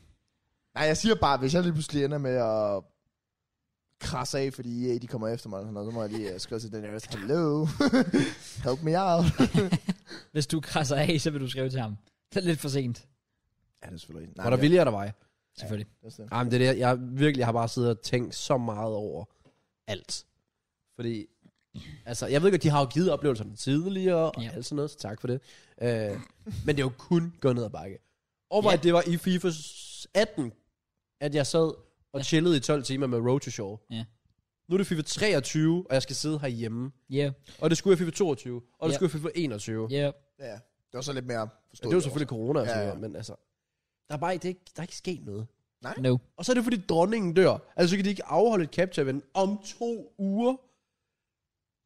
Nej, jeg siger bare, hvis jeg lige pludselig ender med at krasse af, fordi EA de kommer efter mig, eller sådan noget, så må jeg lige øh, skrive til Daenerys, hello, help me out.
Hvis du krasser af, så vil du skrive til ham. Det er lidt for sent,
ja, det er selvfølgelig ikke.
Var der vilje, der vej?
selvfølgelig. Ja.
det er sådan.
Jamen, det er det, jeg virkelig har bare siddet og tænkt så meget over alt. Fordi, altså, jeg ved godt, de har jo givet oplevelserne tidligere og
Ja.
ja. alt sådan noget, så tak for det. Øh, men det er jo kun gået ned ad bakke. Overvej,
Ja.
ja. det var i FIFA 18, at jeg sad og
Ja.
ja. chillede i 12 timer med Road to Show.
Ja.
Nu er det FIFA 23, og jeg skal sidde herhjemme.
Yeah.
Og det skulle jeg i FIFA 22, og det
Ja.
skulle jeg i FIFA 21.
Yeah.
Ja, det var så lidt mere
Ja,
forståeligt.
det var selvfølgelig corona, og sådan
Ja,
ja,
ja.
ja. men altså, der er bare ikke, det er ikke, der er ikke sket noget.
No.
Og så er det fordi dronningen dør. Altså så kan de ikke afholde et capture event om to uger.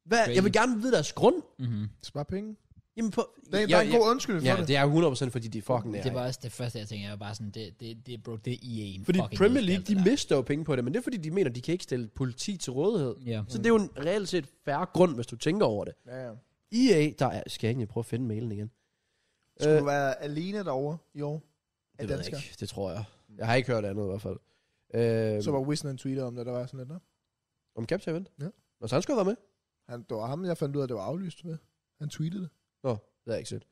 Hvad?
Crazy.
Jeg vil gerne vide deres grund.
Mm-hmm.
Spar penge.
Jamen på...
Det er, der er en god undskyldning for
Ja, det er jo 100% fordi de er fucking
Det var
nære.
også det første, jeg tænkte. Jeg var bare sådan, det, det, det bro, det er
E
EA'en.
Fordi Premier League, de mister jo penge på det, men det er fordi, de mener, de kan ikke stille politi til rådighed.
Ja.
Så det er jo en reelt set færre grund, hvis du tænker over det.
Ja, ja.
EA, der er... Skal jeg egentlig prøve at finde mailen igen?
Skulle
Øh,
du være alene derovre i år? Af
Det ved jeg
danskere?
ikke. Det tror jeg. Jeg har ikke hørt andet i hvert fald. Øh,
Så var Wisner en tweeter om det, der var sådan lidt, nå.
Om capture event?
Ja.
Nå, så han skulle have været med?
Han, det var ham, jeg fandt ud af, det var aflyst med. Han tweetede det.
Nå, det har jeg ikke set.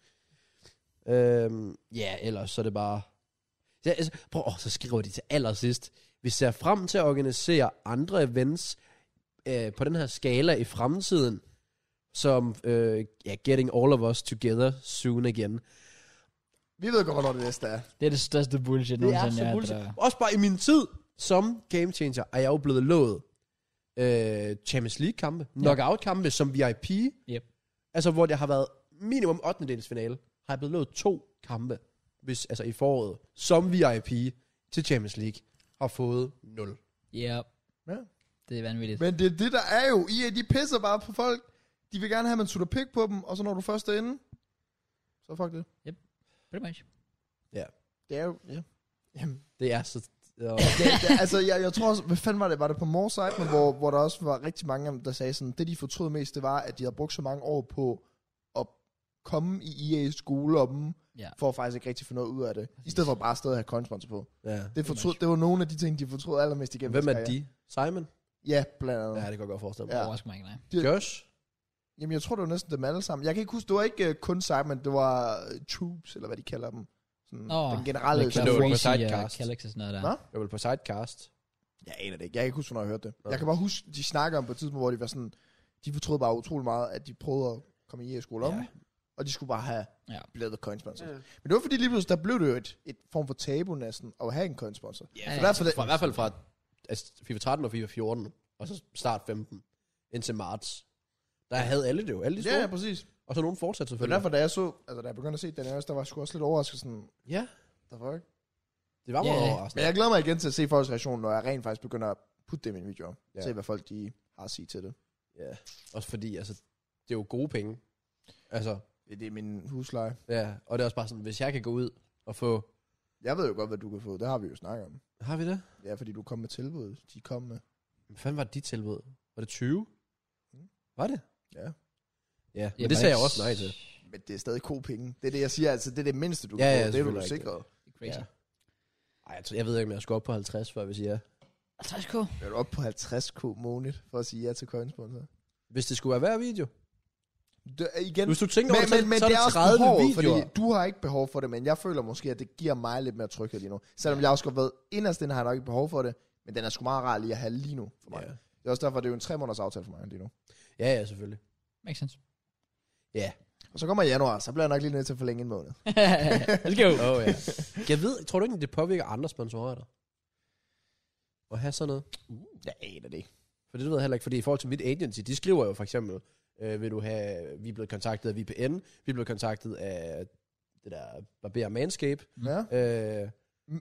Øhm, ja, ellers så er det bare... Ja, altså, prøv, åh, så skriver de til allersidst. Vi ser frem til at organisere andre events øh, på den her skala i fremtiden, som øh, ja, getting all of us together soon again.
Vi ved godt, hvornår det næste er.
Det er det største bullshit
Det er
nogensinde.
så
jeg har
bullshit.
hørt, der.
Også bare i min tid som game changer er jeg jo blevet lovet øh, Champions League-kampe, knockout-kampe som VIP.
Yep.
Altså, hvor det har været minimum 8. finale, har jeg blevet lovet to kampe, hvis, altså i foråret, som VIP til Champions League, har fået 0.
Ja.
Ja.
Det er vanvittigt.
Men det er det, der er jo. I, er- de pisser bare på folk. De vil gerne have, at man sutter pik på dem, og så når du først er inde, så fuck det.
Pretty much.
Det er jo, ja. Jamen,
Det er så... Øh,
det, det, altså, jeg, jeg tror også, hvad fanden var det? Var det på Morsite, men hvor, hvor der også var rigtig mange af dem, der sagde sådan, det de fortrød mest, det var, at de havde brugt så mange år på at komme i EA's skole om
Ja.
for at faktisk ikke rigtig få noget ud af det. I stedet for bare stadig at have konsponsor på.
ja.
Det, fortrød, det var nogle af de ting, de fortrød allermest igennem.
Hvem er
deres
de? Simon?
karriere. Ja, blandt andet.
Ja,
Ja.
det kan jeg godt forestille mig.
Ja.
Ja. Overrasker mig ikke, nej.
Ja. Josh?
Jamen, jeg tror, det var næsten dem alle sammen. Jeg kan ikke huske, det var ikke uh, kun Simon, det var uh, Troops, eller hvad de kalder dem. Sådan,
Nå,
oh, den generelle...
Det
så
er
det var
crazy,
uh,
på sidecast.
og Calyx og sådan noget der.
Nå?
Jeg vil på sidecast.
Jeg aner det ikke. Jeg kan ikke huske, hvornår jeg hørte det.
Nå.
Jeg kan bare huske, de snakker om på et tidspunkt, hvor de var sådan... De fortrød bare utrolig meget, at de prøvede at komme i skole om.
Ja.
Ja. Og de skulle bare have
Ja.
ja. blevet coin sponsor. Ja. Men det var fordi lige pludselig, der blev det jo et, et form for tabu næsten, at have en coin sponsor.
Ja,
Så
ja.
derfor det,
Fra, I hvert fald fra altså, FIFA 13 og FIFA 14, og så start 15, indtil marts. Der havde alle det jo, alle de store.
ja, ja,
Yeah.
præcis.
Og så nogen fortsat
Men
selvfølgelig.
derfor, da jeg så, altså da jeg begyndte at se den her, der var jeg sgu også lidt overrasket sådan,
Ja,
the fuck?
det var
Ja,
meget
ja.
Men
overraskende.
jeg glæder mig igen til at se folks reaktion, når jeg rent faktisk begynder at putte dem i en video.
Ja.
Ja. Se, hvad folk de har at sige til det.
Ja. Også fordi, altså, det er jo gode penge. Altså,
Det er min husleje.
Ja, og det er også bare sådan, hvis jeg kan gå ud og få...
Jeg ved jo godt, hvad du kan få. Det har vi jo snakket om.
Har vi det?
Ja, fordi du kom med tilbud. De kom med.
Hvad fanden var det, de tilbud? Var det 20?
Mm.
Var det?
Ja.
Ja, men
Ja,
det sagde jeg
faktisk-
også nej til.
Men det er stadig gode penge. Det er det, jeg siger. Altså, det er det mindste, du
Ja,
kan få.
ja,
Det er du
selvfølgelig rigtigt.
sikret.
Det er Crazy.
Ja. Ej, jeg, tror, jeg ved ikke, om jeg skal op på 50, før hvis jeg...
50k?
Jeg er du oppe på 50k måned for at sige ja til coinsponsor.
Hvis det skulle være hver video.
Det er øh, igen...
Hvis du tænker
Men,
over det,
men,
så,
men
så
det er
det
også
30
behov,
videoer.
fordi du har ikke behov for det, men jeg føler måske, at det giver mig lidt mere tryghed lige nu. Selvom jeg også godt ved, inderst inde har jeg nok ikke behov for det, men den er sgu meget rar lige at have lige nu for mig.
Ja.
Det er også derfor, det er jo en tre måneders aftale for mig lige nu.
ja, ja, selvfølgelig.
Makes sense.
Ja.
Og så kommer januar, så bliver jeg nok lige nødt til at forlænge en måned.
Let's go.
Åh, oh, ja. Jeg ved, tror du ikke, det påvirker andre sponsorer der? At have sådan noget?
Jeg aner det ikke.
For det ved jeg heller ikke, fordi i forhold til mit agency, de skriver jo for eksempel, øh, vil du have, vi er blevet kontaktet af VPN, vi er blevet kontaktet af det der Barber Manscape.
Ja.
Øh,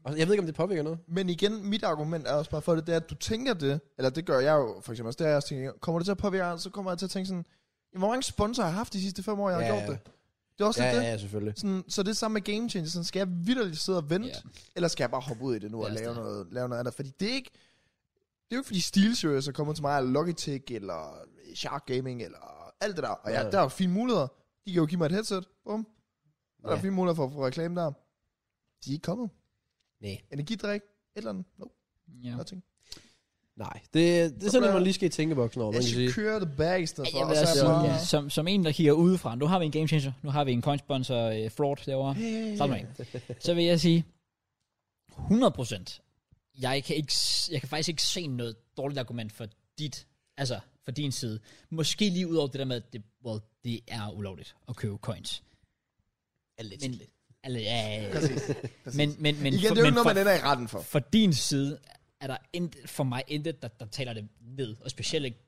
og jeg ved ikke, om det påvirker noget.
Men igen, mit argument er også bare for det, det er, at du tænker det, eller det gør jeg jo for eksempel også, det er jeg også tænker, kommer det til at påvirke, andre, så kommer jeg til at tænke sådan, "Jamen, hvor mange sponsorer har jeg haft de sidste fem år, jeg har ja,
Ja,
gjort
ja.
det? Det er også
Ja,
lidt det.
ja, selvfølgelig.
Sådan, så det er samme med Game Changer. Sådan, skal jeg vidderligt sidde og vente,
Ja.
yeah. eller skal jeg bare hoppe ud i det nu
Det er
og
også
lave
det.
noget, lave noget andet? Fordi det er ikke... Det er jo ikke fordi SteelSeries er kommet til mig, eller Logitech, eller Shark Gaming, eller alt det der. Og ja,
Ja.
der er jo fine muligheder. De kan jo give mig et headset. Bum. Der er
Ja.
fine muligheder for at få reklame der. De er ikke kommet.
Nej.
Energidrik, et eller andet. No,
Ja.
nothing.
Nej, det, det er sådan, at man lige skal i tænkeboksen over, man
Jeg
kan sige.
skal køre det bag i stedet for.
Jeg
og
vil
så er
også
jeg
sige,
bare-
ja. som, som en, der kigger udefra, nu har vi en game changer, nu har vi en coin sponsor uh, fraud derovre, Sådan med en. så vil jeg sige, 100%, jeg kan, ikke, s- jeg kan faktisk ikke se noget dårligt argument for dit, altså for din side. Måske lige ud over det der med, at det, well, det er ulovligt at købe coins.
lidt
Men, altså, ja, ja, ja.
Præcis. præcis.
Men, men, men,
Igen,
for,
det er jo
men
ikke noget,
for,
man ender i retten for.
for din side, er der intet, for mig intet, der, der taler det ned. Og specielt ikke,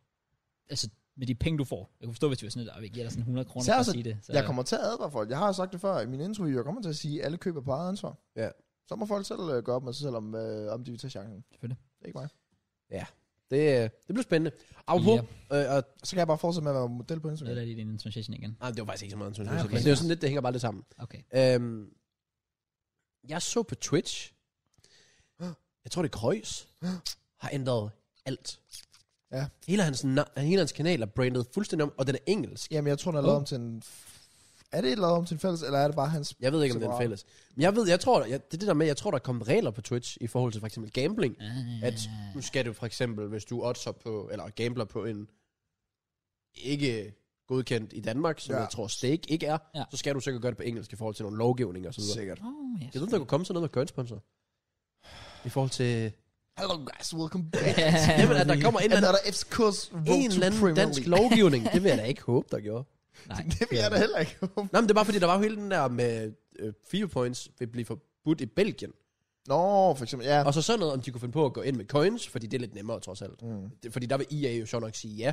altså med de penge, du får. Jeg kunne forstå, hvis du var sådan, at vi giver dig sådan 100 kroner
Så
for at
altså,
sige det. Så,
Jeg kommer til at advare folk. Jeg har sagt det før i min intro, jeg kommer til at sige, at alle køber på eget ansvar.
Ja.
Så må folk selv øh, gøre op med sig selv, om, øh, om de vil tage chancen.
Selvfølgelig.
Det er ikke mig.
Det, øh, det blev spændende. Apropos, øh, og,
Så kan jeg bare fortsætte med at være model på Instagram.
Noget af din transition igen.
nej, det var faktisk ikke så meget, synes
Nej,
jeg.
okay.
Men det er jo sådan lidt, det hænger bare lidt sammen.
Okay.
Øhm, jeg så på Twitch, jeg tror det er Kreuz, har ændret alt.
Ja.
Hele hans, na- hele hans kanal er brandet fuldstændig om, og den er engelsk.
Jamen, jeg tror, den er lavet om til en... Er det lavet om til en fælles, eller er det bare hans...
Jeg ved ikke, om det er en
separat?
fælles. Men jeg ved, jeg tror, jeg, det er det der med, jeg tror, der er kommet regler på Twitch i forhold til for eksempel gambling. At nu skal du for eksempel, hvis du oddser på, eller gambler på en ikke godkendt i Danmark, som
Ja.
ja. jeg tror stake ikke er,
Ja.
ja. så skal du sikkert gøre det på engelsk i forhold til nogle lovgivninger og så videre.
Sikkert.
Oh, yes.
Jeg ved, der kunne komme sådan noget med coinsponsor. I forhold til...
Hello guys, welcome back.
Jamen, at der kommer en
And
eller
er
anden,
der FCK's Road
en
to
eller anden
Premier
dansk
League.
lovgivning. Det vil jeg da ikke håbe, der gjorde.
Nej.
Det vil jeg da heller ikke håbe.
Nej, men det er bare fordi, der var jo hele den der med øh, fire points vil blive forbudt i Belgien.
Nå, for eksempel, ja.
Og så sådan noget, om de kunne finde på at gå ind med coins, fordi det er lidt nemmere trods alt.
Mm.
Det, fordi der vil IA jo sjovt nok sige ja.
Ja,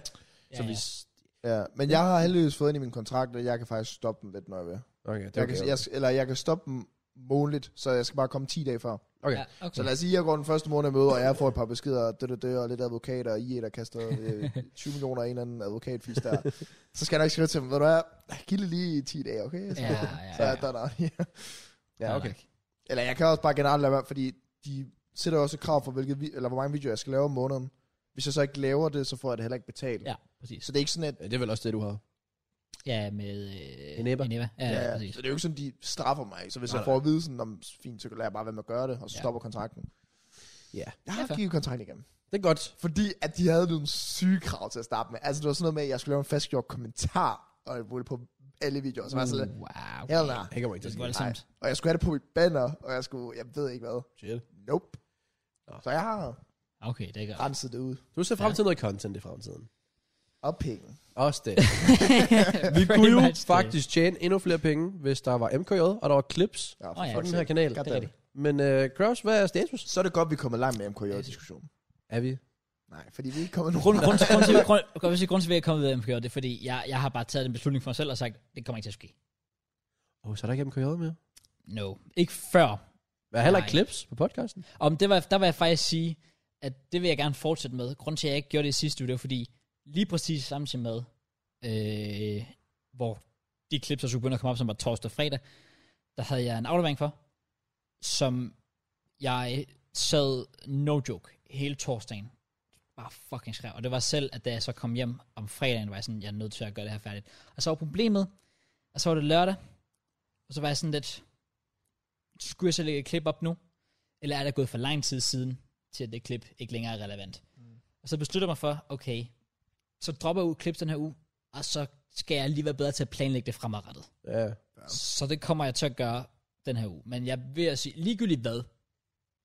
Så
ja.
hvis...
ja. Men jeg har heldigvis fået ind i min kontrakt, at jeg kan faktisk stoppe dem lidt, når jeg vil.
Okay, det er
Jeg
okay.
kan, jeg, eller jeg kan stoppe dem månedligt, så jeg skal bare komme 10 dage før.
okay.
Ja, okay.
Så lad os sige, at jeg går den første måned møde, og jeg får et par beskeder, det, det, det, og lidt advokater, og I der kaster øh, 20 millioner af en eller anden advokatfis der. Så skal jeg nok skrive til dem, ved du hvad, giv det lige 10 dage, okay? Så,
Ja, ja,
så
ja.
er der, der, ja.
Ja,
Fair
okay.
nok.
Eller jeg kan også bare generelt lade være, fordi de sætter også krav for, hvilket, vi- eller hvor mange videoer jeg skal lave om måneden. Hvis jeg så ikke laver det, så får jeg det heller ikke betalt.
Ja, præcis.
Så det er ikke sådan, at...
Ja, Det er vel også det, du har.
Ja, med... Øh,
Eneba.
Eneba. Ja, ja, præcis.
så det er jo ikke sådan, de straffer mig. Så hvis
Nej,
jeg får at vide sådan, om fint, så lader jeg bare være med at gøre det, og så
Ja.
stopper kontrakten.
Ja.
Jeg
Ja,
har
fair.
givet kontrakten igen.
Det er godt.
Fordi at de havde nogle syge krav til at starte med. Altså det var sådan noget med, at jeg skulle lave en fastgjort kommentar og jeg ville på alle videoer. Så var jeg sådan lidt,
Wow.
Mm.
hell nah.
Det kommer ikke
Det
til
er
at ske.
voldsomt.
Og jeg skulle have det på mit banner, og jeg skulle, jeg ved ikke hvad.
Shit.
Nope.
Nå.
Så jeg har
Okay, det er godt.
renset det ud.
Du ser frem til noget content i fremtiden.
Og penge.
Også det. Vi kunne jo faktisk tjene endnu flere penge, hvis der var MKJ, og der var clips
Ja,
Åh, ja.
på
fuck's
den her
sake.
kanal.
God
Altså, Det er
damn.
rigtigt.
Men øh, Kraus, hvad er status?
Så er det godt, vi kommer langt med MKJ-diskussionen.
Er vi?
Nej, fordi vi er ikke kommet nogen
Grund, grund, grund, til, grund, grund, grund, grund til, at jeg er kommet ud af MKJ, det er fordi, jeg, jeg har bare taget den beslutning for mig selv og sagt, det kommer ikke til at ske.
Åh, oh, så er der ikke MKJ mere.
No. Ikke før
Hvad heller ikke
Nej.
clips på podcasten?
Om det var, der vil jeg faktisk sige, at det vil jeg gerne fortsætte med. Grunden til, at jeg ikke gjorde det i sidste uge, det var fordi, lige præcis samtidig med, øh, hvor de klip, der skulle begynde at komme op, som var torsdag og fredag, der havde jeg en aflevering for, som jeg sad, no joke, hele torsdagen, bare fucking skrev. Og det var selv, at da jeg så kom hjem om fredagen, var jeg sådan, jeg er nødt til at gøre det her færdigt. Og så var problemet, og så var det lørdag, og så var jeg sådan lidt, skulle jeg så lægge et klip op nu? eller er der gået for lang tid siden, til at det klip ikke længere er relevant. Mm. Og så beslutter jeg mig for, okay, så dropper jeg ud klip den her uge, og så skal jeg lige være bedre til at planlægge det fremadrettet.
Ja.
Så det kommer jeg til at gøre den her uge. Men jeg vil at sige, ligegyldigt hvad,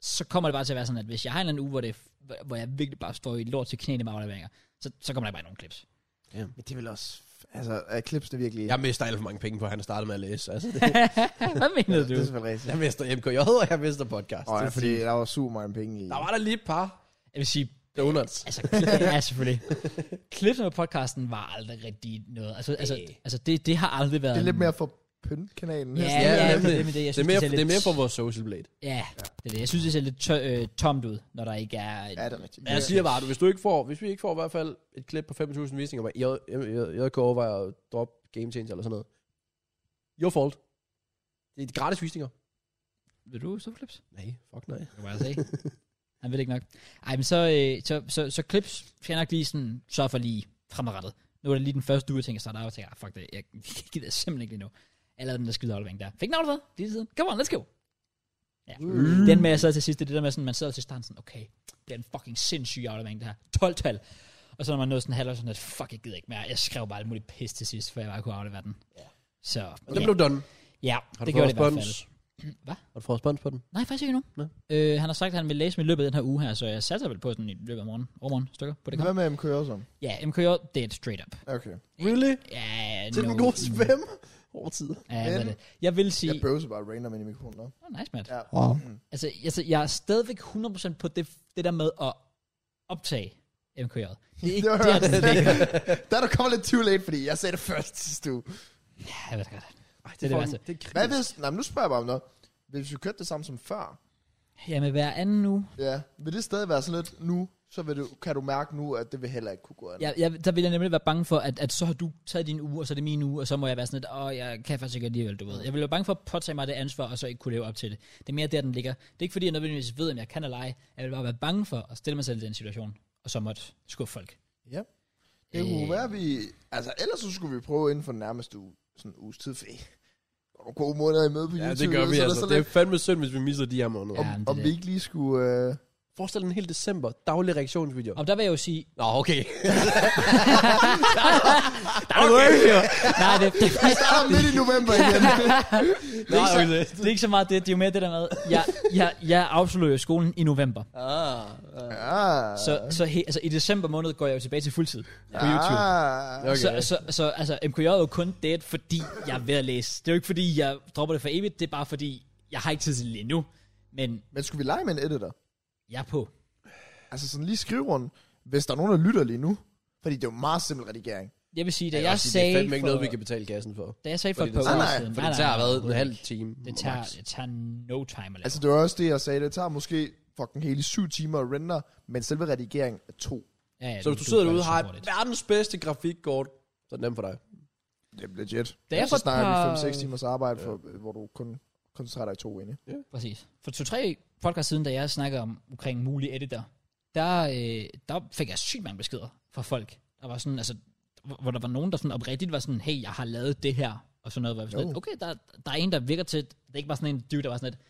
så kommer det bare til at være sådan, at hvis jeg har en eller anden uge, hvor, det, hvor jeg virkelig bare står i lort til knæene med afleveringer, så, så kommer der bare nogle klips.
Men det vil også... Altså, er klipsene virkelig...
Jeg mister alt for mange penge på, at han startede med at læse. Altså, det,
hvad mener
det er
du?
selvfølgelig rigtigt.
jeg mister MKJ, og jeg mister podcast.
Og ja,
Det er
fordi
sådan-
der var super mange penge i.
der var der lige et par
Jeg vil sige,
donuts.
Altså, klip- ja, selvfølgelig. Klipsene med podcasten var aldrig rigtig noget. Altså, altså,
Øh.
altså det, det har aldrig været...
Det er lidt mere for pyntkanalen.
Ja,
Ja,
ja,
det er
ja,
nemlig.
det er med det, jeg
Det er
synes,
mere,
det ser
det er
lidt-
mere for vores social blade.
Ja, det er det. Jeg synes, det ser lidt tø- øh, tomt ud, når der ikke er...
Ja, det er rigtigt.
Men jeg siger bare, at hvis, du ikke får, hvis vi ikke får i hvert fald et klip på 5.000 visninger, hvor jeg- jeg- jeg- jeg kan overveje at droppe Game Changer eller sådan noget. Your fault. Det er gratis visninger.
Vil du så flips?
Nej, fuck nej.
Det kan jeg bare sige. altså Han vil ikke nok. Ej, men så, øh, så, så, så clips skal jeg nok lige sådan sørge for lige fremadrettet. Nu er det lige den første uge, jeg tænker, så der er jeg tænker, ah, fuck det, jeg gider simpelthen ikke lige nu. Jeg lavede den der skide aflevering der. Fik den afleveret, lige siden. Come on, let's go. Ja. Mm. Den med, jeg sad til sidst, det er det der med, sådan, man sidder til starten sådan, okay, det er en fucking sindssyg aflevering, det her. 12-tal. Og så når man nåede sådan halvår, sådan at, fuck, jeg gider ikke mere. Jeg skrev bare alt muligt pis til sidst, for jeg bare kunne aflevere den. Ja. Så,
Og den
ja,
blev done.
ja
Har du
det
fået
gjorde det i hvert
respons?
fald. Hvad?
Har du fået respons på den?
Nej, faktisk ikke endnu. Øh, han har sagt, at han vil læse mig i løbet af den her uge her, så jeg satser vel på sådan i løbet af morgen, overmorgen stykker på det kamp.
Hvad med MK også?
Ja, MKJ, det er et straight up.
Okay.
Really?
Ja,
Til
no.
den gode spam? Over tid.
Ja, hvad er
Men-
det? Jeg vil sige...
Jeg bøvser bare random ind i mikrofonen. nå.
Oh, nice, Matt.
Ja. Mm.
Wow.
Altså, jeg, så- jeg er stadigvæk 100% på det, det der med at optage MKJ. Det er ikke
Det var-
der, det er ikke.
Der er du kommet lidt too late, fordi jeg sagde det først sidste uge.
Ja, jeg ved det godt.
Ej,
Det er det værste.
det er
Hvad hvis... Nej, men nu spørger jeg bare om noget. Hvis vi kørte det samme som før,
Jamen, hver anden nu,
ja, vil det stadig være sådan lidt nu, så vil du, kan du mærke nu, at det vil heller ikke kunne gå an.
jeg, jeg, der vil jeg nemlig være bange for, at, at så har du taget din uge, og så er det min uge, og så må jeg være sådan lidt, åh, jeg kan faktisk ikke alligevel, du ved. Jeg vil være bange for at påtage mig det ansvar, og så ikke kunne leve op til det. Det er mere der, den ligger. Det er ikke fordi, jeg nødvendigvis ved, om jeg kan eller ej. Jeg vil bare være bange for at stille mig selv i den situation, og så måtte skuffe folk.
Ja. Det kunne være, vi... Altså, ellers så skulle vi prøve inden for den nærmeste uge, sådan en uges tid, for eh, nogle gode måneder i møde på
Ja,
YouTube.
det gør vi
så er der
altså.
sådan
Det
lidt-
er fandme synd, hvis vi misser de her måneder.
Ja. Jamen, det
Om
er
vi
det.
ikke lige skulle... Øh,
Forestil dig en hel december. Daglig reaktionsvideo.
Og der vil jeg jo sige,
Nå, okay.
der er okay. Nej, det, det,
vi starter midt i november igen.
Nå,
ikke så-
okay.
det, er ikke så meget det, det er jo mere det der med, jeg, jeg, jeg afslutter jo skolen i november.
Ah,
ah,
Så, så he, altså, i december måned går jeg jo tilbage til fuldtid på YouTube.
Ah,
okay.
Okay. Så, så, så altså, MKJ er jo kun dead, fordi jeg er ved at læse. Det er jo ikke, fordi jeg dropper det for evigt. Det er bare, fordi jeg har ikke tid til det lige nu. Men
Men skulle vi lege med en editor?
jeg er på.
Altså sådan lige skrive rundt, hvis der er nogen, der lytter lige nu. Fordi det er jo meget simpel redigering.
Jeg vil sige,
Jeg
da jeg,
vil
jeg
også sige, det er
sagde
fandme ikke
for,
noget, vi kan betale kassen for.
da jeg sagde for
Fordi
et par
det
tager-
uger
Nej, nej,
siden...
For det tager hvad? En
overhovedet
halv
ikke.
time?
Det tager,
max.
det tager no time at lave.
Altså det var også det, jeg sagde. Det tager måske fucking hele syv timer at render, men selve redigeringen er to.
ja, ja,
Så
det-
hvis du sidder
gør
derude
det
og har
så
et
hurtigt.
verdens bedste grafikkort, så er det nemt for dig.
Det er legit.
Da jeg
så
for et
snakker
par-
vi 5-6 timers arbejde, for, hvor du kun koncentrerer dig i to egentlig.
Præcis. For to-tre podcast siden, da jeg snakkede om, omkring mulige editor, der, øh, der fik jeg sygt mange beskeder fra folk. Der var sådan, altså, hvor- hvor der var nogen, der sådan oprigtigt var sådan, hey, jeg har lavet det her, og sådan noget. Hvor jeg var sådan,
Jo.
lidt, okay, der, der er en, der virker til, det er ikke bare sådan en dude, der var sådan lidt,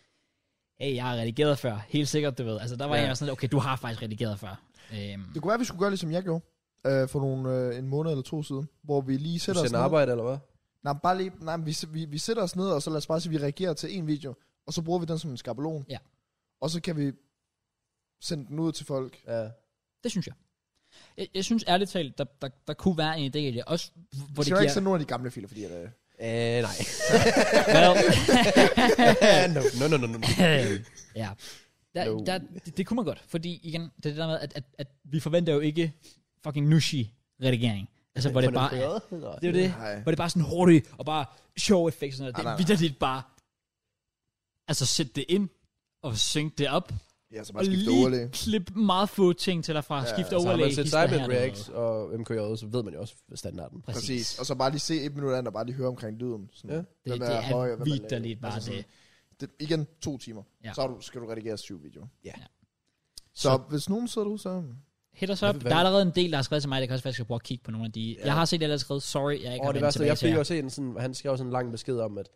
hey, jeg har redigeret før, helt sikkert, du ved. Altså, der var
Ja.
ja. en, der var sådan lidt, okay, du har faktisk redigeret før. Øhm,
Det kunne være, vi skulle gøre, ligesom jeg gjorde. Øh, for nogle, øh, en måned eller to siden, hvor vi lige
Du
sætter os
sender
ned.
arbejde, eller hvad?
Nej, men bare lige, nej, men vi, vi, vi sætter os ned, og så lad os bare sige, vi reagerer til en video, og så bruger vi den som en skabelon.
Ja.
Og så kan vi sende den ud til folk.
Ja.
det synes jeg. jeg. Jeg synes ærligt talt, der, der, der kunne være en idé i det, også hvor
Hvor
det
skal det ikke
giver...
sende nogle af de gamle filer, fordi at, øh,
Øh, nej.
Well,
no, no, no, no, no.
ja. Der,
No.
no. der, det, det kunne man godt, fordi igen, det er det der med, at, at, at vi forventer jo ikke fucking nushi-redigering. Altså, hvor det bare er, det er jo det,
Nej.
hvor det bare er sådan hurtigt, og bare show effects og
Nej,
sådan
nej,
noget.
nej.
Det er vidderligt bare, altså sæt det ind, og synk det op,
ja, så
og
bare skifte
lige
overlæg.
klip meget få ting til derfra, ja, skifte
Så altså, har
overlæg.
man set
hister
Simon
her og
Reacts
noget.
og MKJ, så ved man jo også standarden.
Præcis. Og så bare lige se et minut andet, og bare lige høre omkring lyden. Sådan,
Ja.
Det,
hvem
det er
høj, og hvem lav.
vidderligt bare
Altså sådan,
det.
det. Igen, to timer.
Ja.
Ja. Så har du, skal du redigere syv videoer.
Ja.
Ja.
Så, så hvis nogen sidder derude, så...
Hit os op.
Hvad- hvad-
Der er allerede en del, der har skrevet til mig, der kan også være, at jeg skal prøve at kigge på nogle af de... Jeg har set, at jeg har skrevet, sorry, jeg er ikke
Og
har
det
vendt
værste,
tilbage
jeg
til
fik
jer.
også en sådan, han skrev sådan en lang besked om, at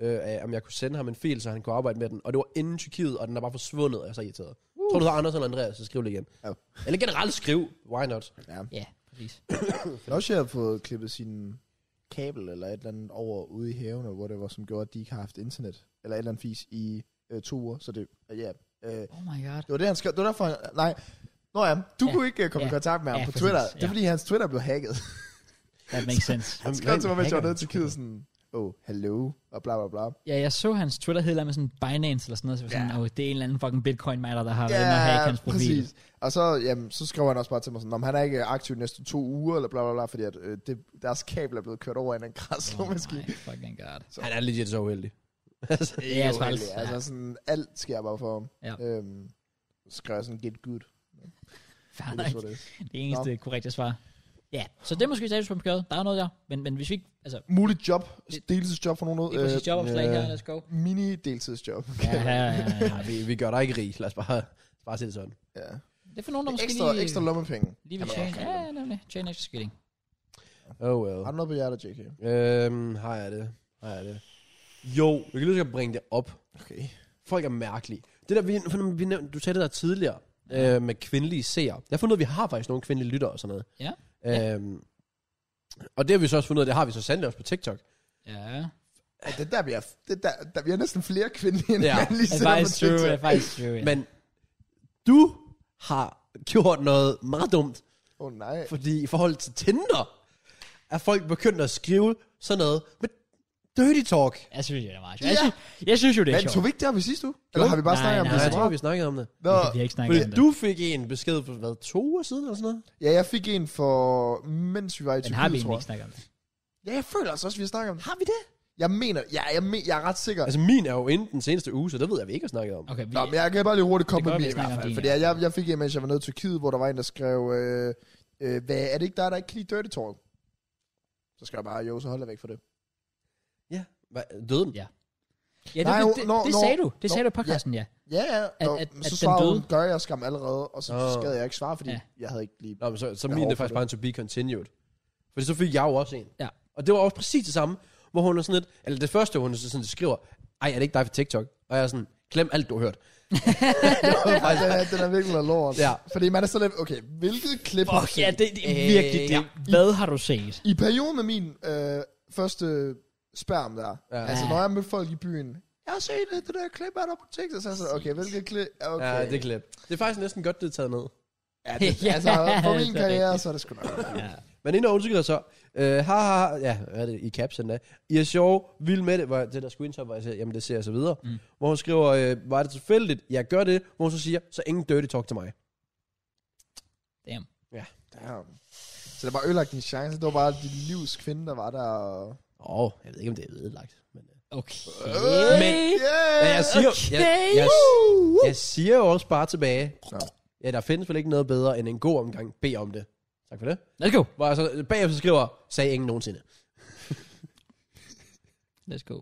øh, øh, om jeg kunne sende ham en fil, så han kunne arbejde med den. Og det var inden Tyrkiet, og den er bare forsvundet, og jeg er så irriteret. Uh. Tror du, du har Anders eller Andreas, så skriv det igen.
Ja.
Eller generelt skriv, why not?
Ja, præcis.
Men også jeg har fået klippet sin kabel eller et eller andet over ude i haven, eller hvor det var, som gjorde, at de ikke har haft internet, eller et eller andet fis i øh, to uger, så det, ja. Øh,
Oh my god.
Det var det, han skrev. Det var derfor, han, nej. Nå ja, du
Ja.
ja. kunne ikke øh, komme i
Ja.
kontakt med ham
Ja,
ja, på
præcis.
Twitter.
Ja.
Det er fordi, hans Twitter blev hacket.
That makes sense.
Han skrev til mig, mens jeg var
hacker
nede til Kid, sådan, oh, hello, og bla bla bla.
ja, jeg så hans Twitter hedder med sådan Binance eller sådan noget, så jeg var sådan,
Ja.
yeah. oh, det er en eller anden fucking bitcoin miner der har været inde og hacket hans profil.
Og så, jamen, så skrev han også bare til mig sådan, om han er ikke aktiv de næste to uger, eller bla bla bla, fordi at, øh, det, deres kabel er blevet kørt over i en
Oh
græslåmaskine.
my fucking god.
Han er legit så uheldig. Altså,
Ja,
Oh,
træls.
heldig. altså sådan, alt sker bare for ham.
Ja. Ah,
Øhm, så skrev jeg sådan, get good.
Fair
Det er
nok.
så det.
Det eneste no. korrekte svar. Ja, så det er måske status på skød. Der er noget der, men, men hvis vi ikke, altså,
Muligt job, deltidsjob for nogen. Øh,
det er præcis jobopslag her, let's go.
Mini deltidsjob.
Ja, ja, ja, ja, ja.
vi, vi gør dig ikke rig, lad os bare Bare sige det sådan.
Ja.
Det er for nogen, der måske
Ekstra,
lige,
ekstra lommepenge.
lige
kan man
vil tjene.
også
Ja,
kalde
ja, nemlig. Tjene ekstra skilling.
Oh well.
Har du noget på hjertet, JK?
Øhm, har jeg det? Har jeg det? Jo, vi kan lige så godt bringe det op.
Okay.
Folk er mærkelige. Det der, vi, for vi nævnte, du sagde det der tidligere, øh, med kvindelige seere. Jeg har fundet ud af, at vi har faktisk nogle kvindelige lyttere og sådan noget.
Ja.
Øhm, og det har vi så også fundet ud af, det har vi så sandelig også på TikTok.
Ja.
Og det der, vi er, det der, der, vi er næsten flere kvindelige, end
Ja.
mandlige
Det er
sender på
faktisk true, det
TikTok.
er faktisk true.
Men du har gjort noget meget dumt,
Åh oh, nej.
fordi i forhold til Tinder, er folk begyndt at skrive sådan noget med dirty talk.
Jeg synes jo, det er meget sjovt. Jeg, synes, jeg synes jo, det er
Men
sjovt.
tog vi ikke det op i sidste uge? Eller har vi bare
Nej,
snakket om
Ja,
det?
nej.
så
jeg tror,
meget?
vi snakkede om det.
Nå,
Vi har ikke snakket
Fordi
om det.
du fik en besked for, hvad, to uger siden eller sådan noget?
ja, jeg fik en for, mens vi var i
Men har vi
Tyrkiet,
egentlig
tror
ikke
jeg.
snakket om det?
Ja, jeg føler altså også, vi har snakket om det.
Har vi det?
Jeg mener, ja, jeg, men, jeg er ret sikker.
Altså, min er jo inden den seneste uge, så det ved jeg, vi ikke har snakket om.
Okay, vi,
Nå, men jeg kan bare lige hurtigt komme
Det
med
kan
min i hvert
godt være, vi snakker om
fald.
din,
Fordi jeg, jeg, jeg fik en, mens jeg var nede i Tyrkiet, hvor der var en, der skrev, øh, øh, hvad, er det ikke dig, der ikke kan lide Dirty Talk? Så skal jeg bare, jo, så hold dig væk fra det.
Ja. Hva, døden?
Ja. ja, det,
Nej,
det,
jo,
det,
nå,
det
nå,
sagde du. Det
nå,
sagde du i podcasten, ja.
Ja, ja. Nå, at,
at- at
så
den
svarede hun,
døde?
gør jeg skam allerede, og så
Åh.
skad jeg ikke svare, fordi
Ja.
jeg havde ikke lige...
Nå, men så, så
Jeg
min
håber
er faktisk
det.
bare en to be continued. Fordi så fik jeg jo også en.
Ja.
Og det var også præcis det samme, hvor hun er sådan lidt, eller det første, hun er sådan, skriver, ej, er det ikke dig for TikTok? Og jeg er sådan, glem alt, du har hørt.
Ja, den, er, den er virkelig noget lort.
Ja.
Fordi man er så lidt, okay, hvilket klip har
Fuck,
du
ja,
set?
det, det er virkelig det. Hvad har du set?
I perioden med min øh, første sperm der, ja. altså når jeg mødte folk i byen, jeg har set det, det der klip, er der på TikTok, så er jeg sådan, okay, hvilket klip? Okay.
Ja, det er klip. Det er faktisk næsten godt, det er taget ned.
Ja, det, altså, for min
det er
karriere,
rigtigt.
så er det sgu nok.
Ja.
Men inden udtrykker så, øh, haha, ja, hvad er det i caption der? I er sjov, vild med det, hvor det der screenshot, hvor jeg siger, jamen det ser jeg så videre. Mm. Hvor hun skriver, øh, var det tilfældigt? Jeg gør det. Hvor hun så siger, så ingen dirty talk til mig.
Damn.
Damn. Så det var ødelagt din chance. Det var bare dit livs kvinde, der var der. og-
Åh, oh, jeg ved ikke, om det er vedlagt. Men, øh.
Okay. Øh!
Øh.
Men-
Yeah!
Men jeg siger,
okay.
jeg, jeg, jeg siger jo også bare tilbage,
Nå.
ja, der findes vel ikke noget bedre end en god omgang. Bed om det. Tak for det.
Let's go.
Hvor jeg så bagefter skriver, sagde ingen nogensinde.
Let's go.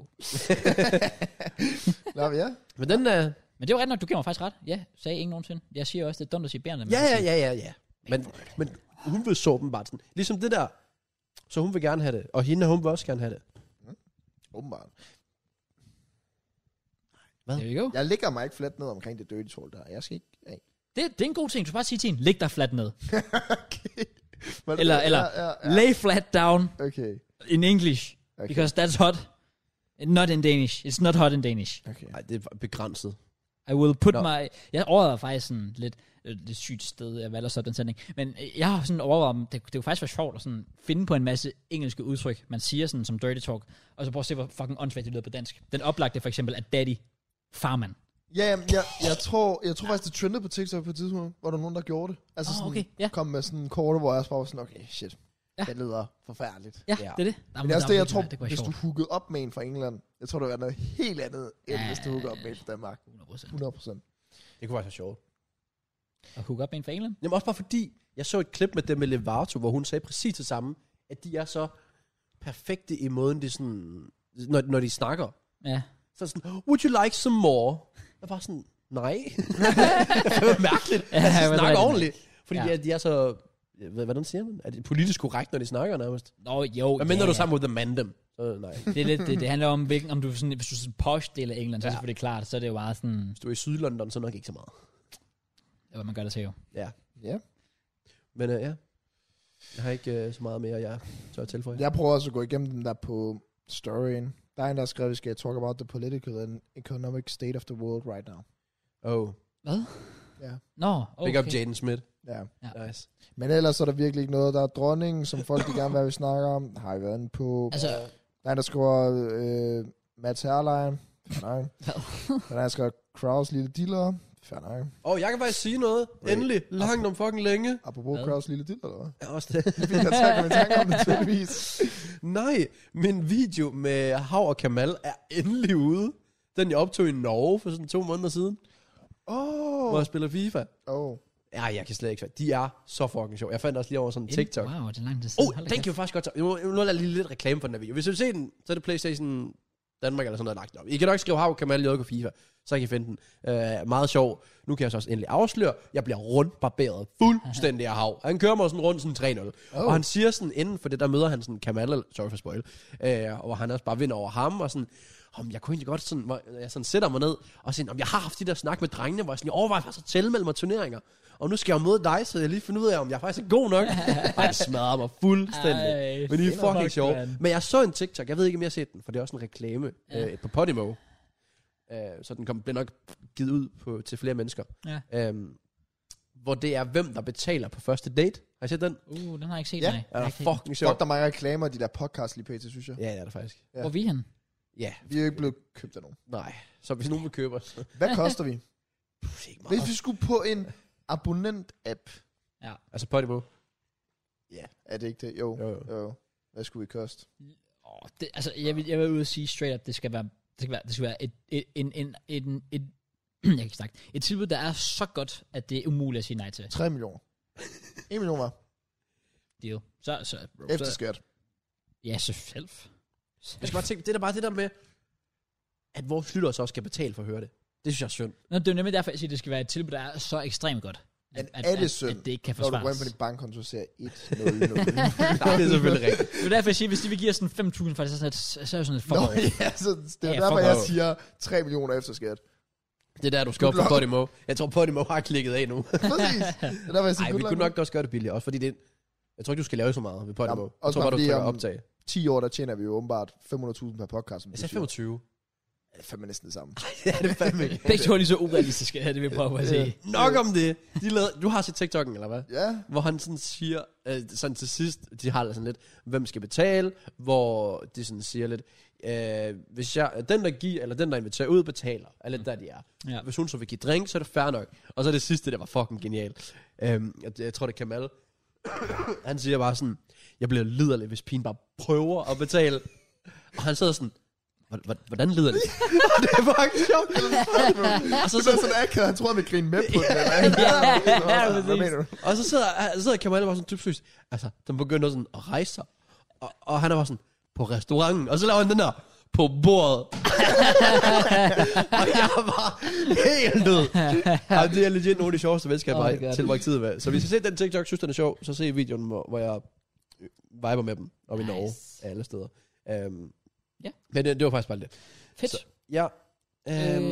Nå, ja.
Men den øh, er,
Men det var ret nok, du giver mig faktisk ret. Ja, sagde ingen nogensinde. Jeg siger også, det er dumt at sige bærende.
ja, ja, ja, ja, ja. Altså. Men, men hun vil så dem bare sådan. Ligesom det der, så hun vil gerne have det. Og hende, hun vil også gerne have det.
Åbenbart.
There you go.
Jeg ligger mig ikke fladt ned omkring det dirty talk der. Jeg skal ikke... Ja.
Det, det er en god ting. Du skal bare sige til en, læg dig fladt ned.
Okay. Men-
Eller, eller,
Ja, ja, ja.
lay flat down
Okay.
in English.
Okay.
Because that's hot. Not in Danish. It's not hot in Danish.
Okay.
Nej, det er begrænset.
I will put
Nå.
no. my... Jeg overvejer faktisk sådan lidt... øh, Det er et sygt sted, jeg valgte så den sætning. Men øh, jeg har sådan overvejet, om det, det kunne faktisk være sjovt at sådan finde på en masse engelske udtryk, man siger sådan som dirty talk, og så prøve at se, hvor fucking åndssvagt det lyder på dansk. Den oplagte for eksempel er daddy, farman.
Ja, jamen, jeg, jeg, tror, jeg tror faktisk, det trendede på TikTok på et tidspunkt, hvor der var nogen, der gjorde det. Altså
Åh,
sådan,
okay, ja.
kom med sådan en korte, hvor jeg også bare var sådan, okay, shit. Ja. Det lyder forfærdeligt.
Ja,
Ja.
ja, det er det. Der,
Men det er også det, jeg tror,
det
det
kunne være
hvis du
sjovt.
hookede op med en fra England, jeg tror, det var noget helt andet, end
Ja.
ja. hvis du hookede op med en fra Danmark.
100%.
100 procent.
Det kunne faktisk være sjovt.
Og hook op med en fra England.
Jamen også bare fordi, jeg så et klip med dem med Levato, hvor hun sagde præcis det samme, at de er så perfekte i måden, de sådan, når, når de snakker.
Ja.
Så er det sådan, would you like some more? Jeg var sådan, nej. det var mærkeligt.
Ja,
altså,
men
de
det er
snakker
rigtigt.
ordentligt. Fordi
Ja.
ja. de, er, de er så, jeg ved- hvordan siger man? Er det politisk korrekt, når de snakker nærmest?
Nå, jo.
Hvad mindre
ja.
du er sammen med The Mandem? Så nej.
Det, er lidt, det, det handler om, hvilken, om du er sådan, hvis du er sådan posh del af England, så er det
Ja.
selvfølgelig klart, så er det jo bare sådan,
Hvis du er i Sydlondon, så nok ikke så meget.
hvad man gør det til jo.
Ja.
Ja.
Men øh, ja, jeg har ikke øh, så meget mere, jeg tør at tilføje.
Jeg prøver også at gå igennem den der på storyen. Der er en, der har skrevet, vi skal talk about the political and economic state of the world right now.
Oh,
Hvad?
Ja.
Nå, okay.
big up Jaden Smith.
Ja.
Nice.
Men ellers er der virkelig ikke noget. Der er dronningen, som folk de gerne vil, vi snakker om. Har jeg været inde på.
Altså,
Der er en, der skriver øh, Mads Herlein. Nej.
Hvad?
Der er en, der skriver Kraus Lille Diller. Fair nej.
Og oh, jeg kan faktisk sige noget.
Wait.
Endelig. Langt om fucking længe.
Apropos
Hvad?
Kraus Lille Diller, eller hvad?
Ja, også det.
Det er jeg tænker mig tanke om det, tydeligvis.
Nej, min video med Hav og Kamal er endelig ude. Den jeg optog i Norge for sådan to måneder siden,
Åh.
hvor jeg spiller FIFA.
Oh.
Ja, jeg kan slet ikke svære. De er så fucking sjov. Jeg fandt også lige over sådan en TikTok.
Wow, det er langt tid siden.
Oh,
Hold da
den kan
kæft.
jo faktisk godt tage. Nu, nu er der lige lidt reklame for den her video. Hvis du vil se den, så er det Playstation Danmark eller sådan noget lagt den op. I kan nok skrive Hav og Kamal JK FIFA. så kan I finde den. Øh, meget sjov. Nu kan jeg så også endelig afsløre, jeg bliver rundt barberet. Fuldstændig af hav. Han kører mig sådan rundt sådan 3-0. Oh. Og han siger sådan, inden for det, der møder han sådan Kamal, sorry for spoil, øh, og hvor han også bare vinder over ham, og sådan, om jeg kunne egentlig godt sådan, hvor jeg sådan sætter mig ned, og siger, om jeg har haft de der snak med drengene, hvor jeg sådan, jeg overvejer faktisk at tælle mellem mig turneringer. Og nu skal jeg jo møde dig, så jeg lige finder ud af, om jeg faktisk er god nok. Og han smadrer mig fuldstændig.
Ej,
Men det er
fedt nok,
fucking sjovt.
mand.
Men jeg så en TikTok, jeg ved ikke, om jeg har set den, for det er også en reklame ja. øh, på Podimo. Øh, så den kom, blev nok givet ud på, til flere mennesker.
Ja.
Øhm, hvor det er, hvem der betaler på første date. Har I set den?
Uh, den har jeg ikke set,
Ja.
nej.
Den er
Okay.
fucking sjov.
Fuck, der er mange reklamer i de der podcasts lige pt, synes jeg.
Ja, det er det faktisk.
Ja.
Hvor er vi hen?
Ja,
Vi er jo ikke blevet købt af nogen.
nej. Så hvis nogen vil købe os, så
Hvad koster vi?
Puh, det er ikke
Hvis
meget.
vi skulle på en abonnent-app,
Altså Podimo.
er det ikke det? Jo.
Jo, jo.
jo. Hvad skulle vi koste?
Oh, det, altså, jeg vil, jeg vil ud og sige straight up, det skal være, det skal være, det skal være et, et, en, en, en, et, jeg kan ikke snakke, et tilbud, der er så godt, at det er umuligt at sige nej til.
3 millioner. 1 million var.
Deal. Så, så, bro,
Efter
så
skat.
ja, så selv.
Jeg skal bare tænke, det er da bare det der med, at vores lyttere så også skal betale for at høre det. Det synes jeg er synd.
Nå, det er jo nemlig derfor, jeg siger, at det skal være et tilbud, der er så ekstremt godt.
Men er det synd,
at, at det ikke kan
Når du går ind
forsvares.
på
Det
din bankkonto, så ser jeg 1-0-0.
Nej, det er selvfølgelig rigtigt.
er jo derfor, jeg siger, hvis de vil give os sådan 5.000, for det er sådan et, så er det sådan et
Nå,
forhold.
ja, så Altså, det er
Ja,
derfor,
fuck
jeg
off.
siger 3 millioner efter skat.
Det er der, du skal op på Podimo. Jeg tror, Podimo har klikket af nu.
Præcis. Det er derfor, jeg siger, good
Nej, vi
luck
kunne
med
nok også gøre det billigere, også fordi det, jeg tror ikke, du skal lave så meget ved Podimo.
Nå,
Jamen, jeg
også
tror bare,
bare
du
fordi,
trykker
øhm,
optag.
10 år, der tjener vi jo åbenbart 500.000 per podcast. som
Jeg
du
sagde
siger.
25.
Det er fandme næsten det samme.
ja, det er fandme ikke.
Begge to er lige så urealistiske, at det vil jeg prøve at sige.
Nok om det. De lavede, du har set TikTok'en, eller hvad?
Ja,
Hvor han sådan siger, øh, sådan til sidst, de har det sådan lidt, hvem skal betale, hvor de sådan siger lidt, øh, hvis jeg, den der giver, eller den der inviterer ud, betaler, eller der de er.
Ja.
Hvis hun så vil give drink, så er det fair nok. Og så det sidste, der var fucking genialt. Øhm, jeg, jeg tror, det er Kamal. han siger bare sådan, jeg bliver liderlig, hvis pigen bare prøver at betale. Og han sidder sådan, "Hvor- hvor- hvordan lider det? det er fucking sjovt. og så,
det
så,
er sådan akavet, han tror, han vil grine med på det. Ja,
præcis.
Altså, Hvad mener du?
og så sidder, så sidder Kamal bare sådan typisk, altså, den begynder sådan at rejse sig. Og, og han er bare sådan, på restauranten. Og så laver han den der, på bordet. og jeg var helt død. Og det er legit nogle af de sjoveste venskaber,
Oh my
jeg har
God.
tilbragt tid med. Så hvis I ser den TikTok, synes den er sjov, så se videoen, hvor, hvor jeg øh, viber med dem. Og i
Nice.
Norge, alle steder. Um,
Ja.
Men det, det, var faktisk bare det.
Fedt.
Så- Ja. Øhm,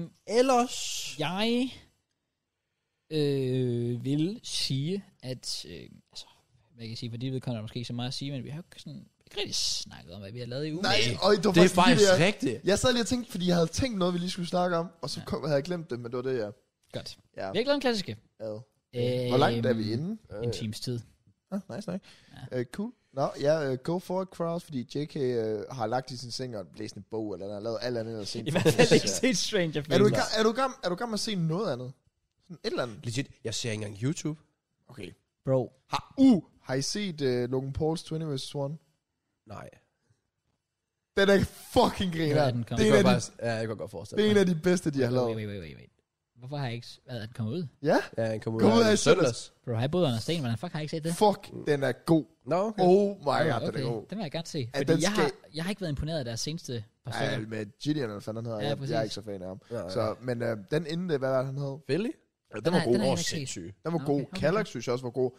Øhm,
ellers...
Jeg øh, vil sige, at... Øh, altså, hvad kan jeg sige? For de vedkommende er der måske ikke så meget at sige, men vi har jo ikke sådan ikke rigtig snakket om, hvad vi har lavet i ugen.
Nej, og det var
Det er
lige
faktisk
det, jeg-
rigtigt.
Jeg sad lige og tænkte, fordi jeg havde tænkt noget, vi lige skulle snakke om, og så kom, havde jeg glemt det, men det var det, jeg...
Godt.
Ja.
Vi har ikke lavet en klassiske.
ja.
Øh,
Hvor langt er vi inde? Øh.
En times tid.
Ah, nice nok. Ja. Uh, cool. Nå, ja, uh, go for it, Kraus, fordi JK uh, har lagt i sin seng og læst en bog, eller han har lavet alt andet end at se en
I
film.
hvert fald
Så-
ikke set Stranger Things.
Er du, i gang, er, du i gang, er du i gang med at se noget andet? Sådan et eller andet?
Legit, jeg ser ikke engang YouTube.
Okay.
Bro,
Har, uh, har I set uh, Logan Pauls 20 vs. 1?
Nej.
Den er fucking griner.
Hvad er den
Det
kommet?
Det
er,
kan
en
jeg,
af de,
faktisk, ja, jeg kan godt forestille
det er
mig.
en af de bedste, de har
wait,
lavet.
wait, wait, wait, wait. Hvorfor har jeg ikke... Hvad er den kommet ud?
Ja?
Ja, han kommer ud,
Kom ud
her
af
i
i
søndags.
Bro, har jeg boet under sten? Hvordan fuck har jeg ikke set det?
Fuck, den er god.
Nå, no, okay.
Oh my god,
okay,
den er god.
den vil jeg gerne se.
Ja,
Fordi
den
jeg, har,
skal-
jeg har ikke været imponeret af deres seneste par
Ej,
stykker.
med Gideon, eller hvad fanden han hedder.
Ja,
Ja, jeg, jeg er
præcis.
ikke så fan af ham.
Ja, ja.
Så, men øh, den inden det, hvad var det, han hed?
Philly?
Ja, den var
har-
god.
den har jeg
Åh,
ikke set.
sindssygt.
Den var
Nå,
god.
okay, okay.
Kallax synes jeg også var god.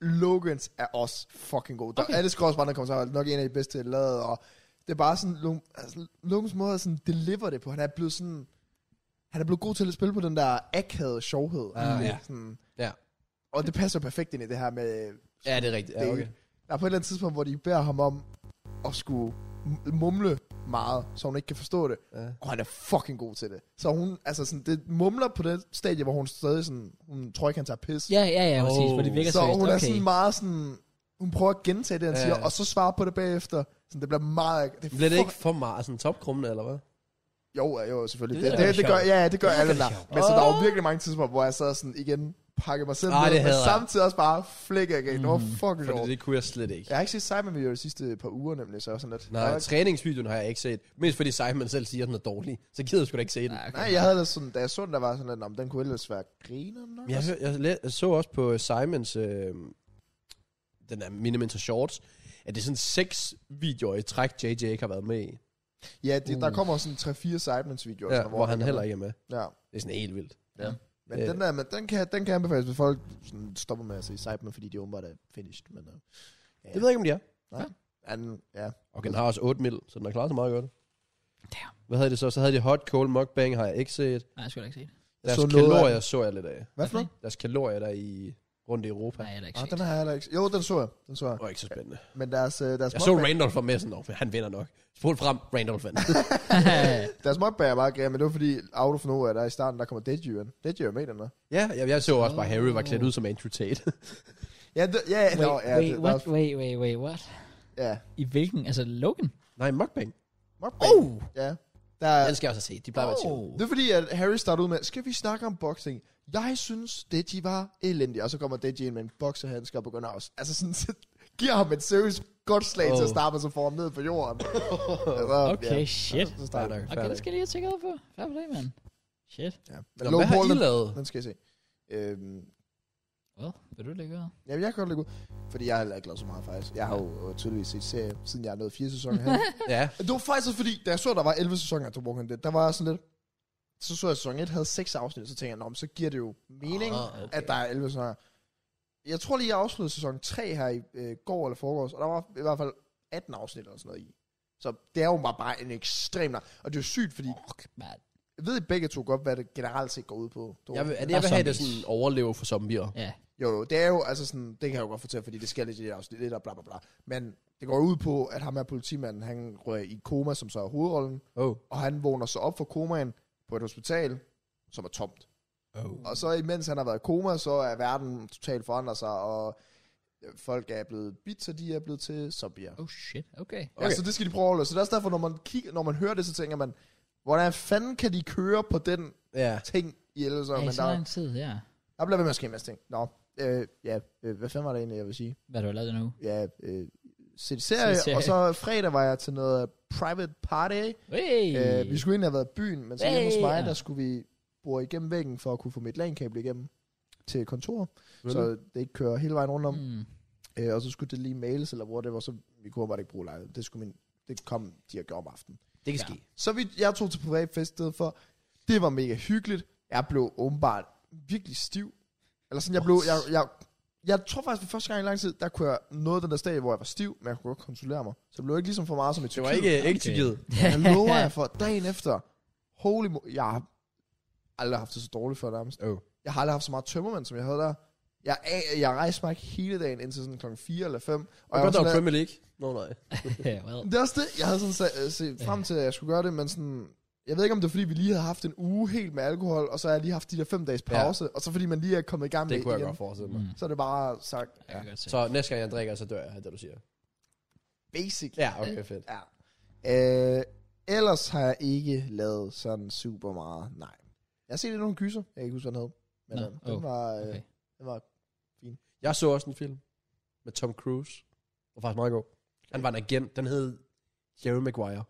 Logans er også fucking god. Der
Okay.
er det skrøs, der kommer sammen. Nok en af de bedste lavet, og det er bare sådan, Logan- altså, Logans måde at sådan deliver det på. Han er blevet sådan, han er blevet god til at spille på den der akavede sjovhed.
Ah, ja.
sådan,
Ja.
og det passer perfekt ind i det her med
Ja, det er rigtigt. Ja,
Det-
okay.
Der er på et eller andet tidspunkt, hvor de beder ham om at skulle m- mumle meget, så hun ikke kan forstå det.
Ja.
Og han er fucking god til det. Så hun, altså sådan, det mumler på det stadie, hvor hun stadig sådan, hun tror ikke, han tager pis.
Ja, ja, ja, præcis.
Oh.
For det virker
så
seriøst.
hun er
Okay.
sådan meget sådan, hun prøver at gentage det, han
Ja.
siger, og så svarer på det bagefter. Sådan, det bliver meget... Det er
Bliver det
fuck-
ikke for meget sådan topkrummende, eller hvad?
Jo, ja, jo, selvfølgelig.
Det
Det,
er
det,
da
det, det gør,
sjovt.
ja, ja, det gør
Det er
alle
da
der.
sjovt.
Men så der var jo virkelig mange tidspunkter, hvor jeg så sådan igen pakkede mig selv
Ej, det
ned, men
hader jeg. Mm.
samtidig også bare flækker igen. Det var fucking
Fordi
sjovt.
det kunne jeg slet ikke.
Jeg har ikke set Simon Video de sidste par uger nemlig, så jeg var sådan lidt...
Nej,
"Nå,
træningsvideoen har jeg ikke set. Mest fordi Simon selv siger, at den er dårlig. Så gider jeg sgu da ikke se den.
Ah, okay.
Nej, jeg havde det sådan, da jeg så den, der var sådan lidt, om den kunne ellers være griner nok.
Men Jeg, hør, jeg, læ- jeg så også på Simons, øh, den der Minimentor Shorts, at det er sådan seks videoer i træk, JJ ikke har været med i.
Ja, det, der kommer sådan 3-4 Sideburns-videoer.
Uh. Ja,
sådan,
hvor han heller ikke er med.
Ja,
Det er sådan helt vildt.
men
Øh.
den der, men den kan, den kan anbefales, hvis folk sådan, stopper med at se Sideburn, fordi de åbenbart er finished. Men, uh,
Ja. Det ved jeg ikke, om de er.
anden, ja.
Og den har også 8 mil, så den har klaret sig meget godt.
Damn.
Hvad havde de så? Så havde de Hot Cold Mukbang, har jeg ikke set.
Nej, jeg skulle ikke se det.
Deres
så
så
noget af
kalorier så jeg lidt af.
Hvad for noget?
Deres kalorier der i rundt i Europa.
Nej, jeg har ikke
Ah,
set
den har jeg heller ikke. Jo, den så jeg. Den så jeg.
Det var ikke så spændende.
Men deres, øh, deres,
Jeg så
mukbang,
Randolph fra Messen, og han vinder nok. Spol frem, Randolph vandt.
deres mukbang er meget grim, men det var fordi, Auto for Nova, der i starten, der kommer Deji ind. Deji er med i den der.
ja, jeg, jeg så også bare, Harry var klædt ud som Andrew Tate.
Ja, det, ja,
Wait,
nå, ja,
wait,
det,
what,
Der,
wait, wait, wait, what?
ja.
I hvilken? Altså, Logan?
Nej, Mukbang.
Mukbang.
Oh!
Ja. Der, er-
Den skal jeg også have set. De plejer at være
Oh.
til.
det er fordi, at Harry starter ud med, skal vi snakke om boxing? Jeg synes, Deji var elendig. Og så kommer Deji ind med en bokserhandsker og begynder også. Altså sådan, så giver ham et seriøst godt slag oh. til at
Oh.
starte, og så får ham ned på jorden. altså,
Okay, shit.
Så starter
Fair nok, fair
Okay, det
nok.
skal jeg lige have tjekket ud på. Fair play, mand. Shit.
Ja.
Nå,
Low
Hvad har
ball,
I
den,
lavet?
den skal jeg se. Øhm,
Well, vil du lægge ud?
Jamen, jeg kan godt lægge ud. Fordi jeg har heller ikke lavet så meget, faktisk. Jeg har jo øh, tydeligvis set serie, siden jeg er nået fire sæsoner her.
Ja,
det var faktisk også fordi, da jeg så, der var 11 sæsoner af The Walking Dead, der var jeg sådan lidt... Så så jeg, at sæson 1 havde 6 afsnit, så tænkte jeg, "Nå, men så giver det jo mening,
Ah,
oh,
okay.
okay. at der er 11 sæsoner. Jeg tror lige, jeg afsluttede sæson 3 her i øh, går eller foregårs, og der var i hvert fald 18 afsnit eller sådan noget i. Så det er jo bare, bare en ekstrem lang... Og det er jo sygt, fordi...
Fuck, mand.
Jeg ved I begge to godt, hvad det generelt set går ud på. The
jeg
Walking
vil, er det,
Der
jeg
er
vil have det
zombies.
sådan overleve for zombier.
Ja.
Jo, jo, det er jo, altså sådan, det kan jeg jo godt fortælle, fordi det sker lidt i det afsnit, lidt og bla bla bla. Men det går ud på, at ham her politimanden, han rører i koma, som så er hovedrollen,
Oh.
og han vågner så op fra komaen på et hospital, som er tomt.
oh.
Og så imens han har været i koma, så er verden totalt forandret sig, og folk er blevet bidt, så de er blevet til zombier. Okay.
Oh, shit. Okay.
Ja, så det skal de prøve at overleve. Så det er også derfor, når man, kigger, når man hører det, så tænker man, hvordan fanden kan de køre på den
Ja.
ting i ellers?
Ja,
men
i så
der,
lang tid, ja.
der bliver ved med at ske en masse ting. Nå, øh, ja, øh, hvad fanden var det egentlig, jeg vil sige?
Hvad har du lavet nu?
ja, øh, set serie,
Set serie.
og så fredag var jeg til noget private party.
Hey!
Øh, vi skulle egentlig have været i byen, men så hjemme hos
Hey,
mig,
ja.
der skulle vi bore igennem væggen for at kunne få mit LAN-kabel igennem til kontoret, så det ikke kører hele vejen rundt om. Mm.
Mm.
Øh, og så skulle det lige mails eller hvor det var, så vi kunne bare ikke bruge lejligheden. Det, skulle min, det kom de og gjorde om aftenen.
Det kan
Ja.
ske.
Så vi, jeg tog til privatfest i stedet for. Det var mega hyggeligt. Jeg blev åbenbart virkelig stiv. Eller sådan, jeg blev... Jeg, jeg, jeg tror faktisk, for første gang i lang tid, der kunne jeg nå den der sted, hvor jeg var stiv, men jeg kunne godt kontrollere mig. Så det blev ikke ligesom for meget som i
Det
Tyrkiet.
var ikke okay. ikke
Okay.
Tyrkiet.
Jeg lover jer for dagen efter. Holy mo- Jeg har aldrig haft det så dårligt før nærmest.
Oh.
Jeg har aldrig haft så meget tømmermænd, som jeg havde der. Jeg, jeg, jeg rejste mig ikke hele dagen indtil sådan klokken 4 eller 5. Og
Og
jeg
godt, der var
sådan,
Premier League. Nå, nej.
Ja, well.
det er også det. Jeg havde sådan set, øh, set frem til, at jeg skulle gøre det, men sådan... Jeg ved ikke, om det er, fordi vi lige havde haft en uge helt med alkohol, og så har jeg lige haft de der fem dages pause, ja. og så fordi man lige er kommet i gang
Det
med
kunne jeg
igen, Mm.
godt forestille mig.
så er det bare sagt
Jeg kan godt se.
Så næste gang jeg drikker, så dør jeg, er det du siger.
basic.
Ja, okay, fedt.
ja. Øh, ellers har jeg ikke lavet sådan super meget, nej. Jeg har set lidt nogle gyser, jeg kan ikke huske, hvad den hed. Men
Nå,
øh, den,
oh,
var, øh,
okay.
den var...
Jeg så også en film med Tom Cruise. Den var faktisk meget god. Han var en agent. Den hed Jerry Maguire.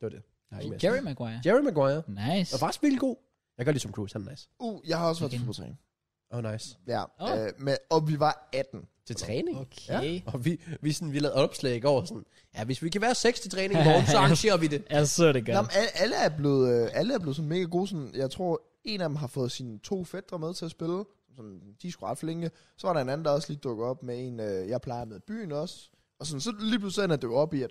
Det var det. Jeg har ikke med.
Jerry Maguire.
Jerry Maguire.
Nice.
Den var faktisk virkelig god. Jeg kan godt lide Tom Cruise. Han er nice.
Uh, jeg har også været til
Igen.
fodboldtræning.
Oh, nice.
Ja,
Åh.
øh, men, og vi var 18.
Til træning.
Okay.
Og vi, vi, sådan, vi lavede opslag i går, sådan, ja, hvis vi kan være seks til træning i morgen, så arrangerer vi det.
Ja, så er det
Ja. Jamen,
godt.
alle, alle, er blevet, øh, alle er blevet sådan mega gode. Sådan, jeg tror, en af dem har fået sine to fædre med til at spille. Sådan, de er sgu ret flinke. Så var der en anden, der også lige dukkede op med en, øh, jeg plejer med i byen også. Og sådan, så lige pludselig er det jo op i, at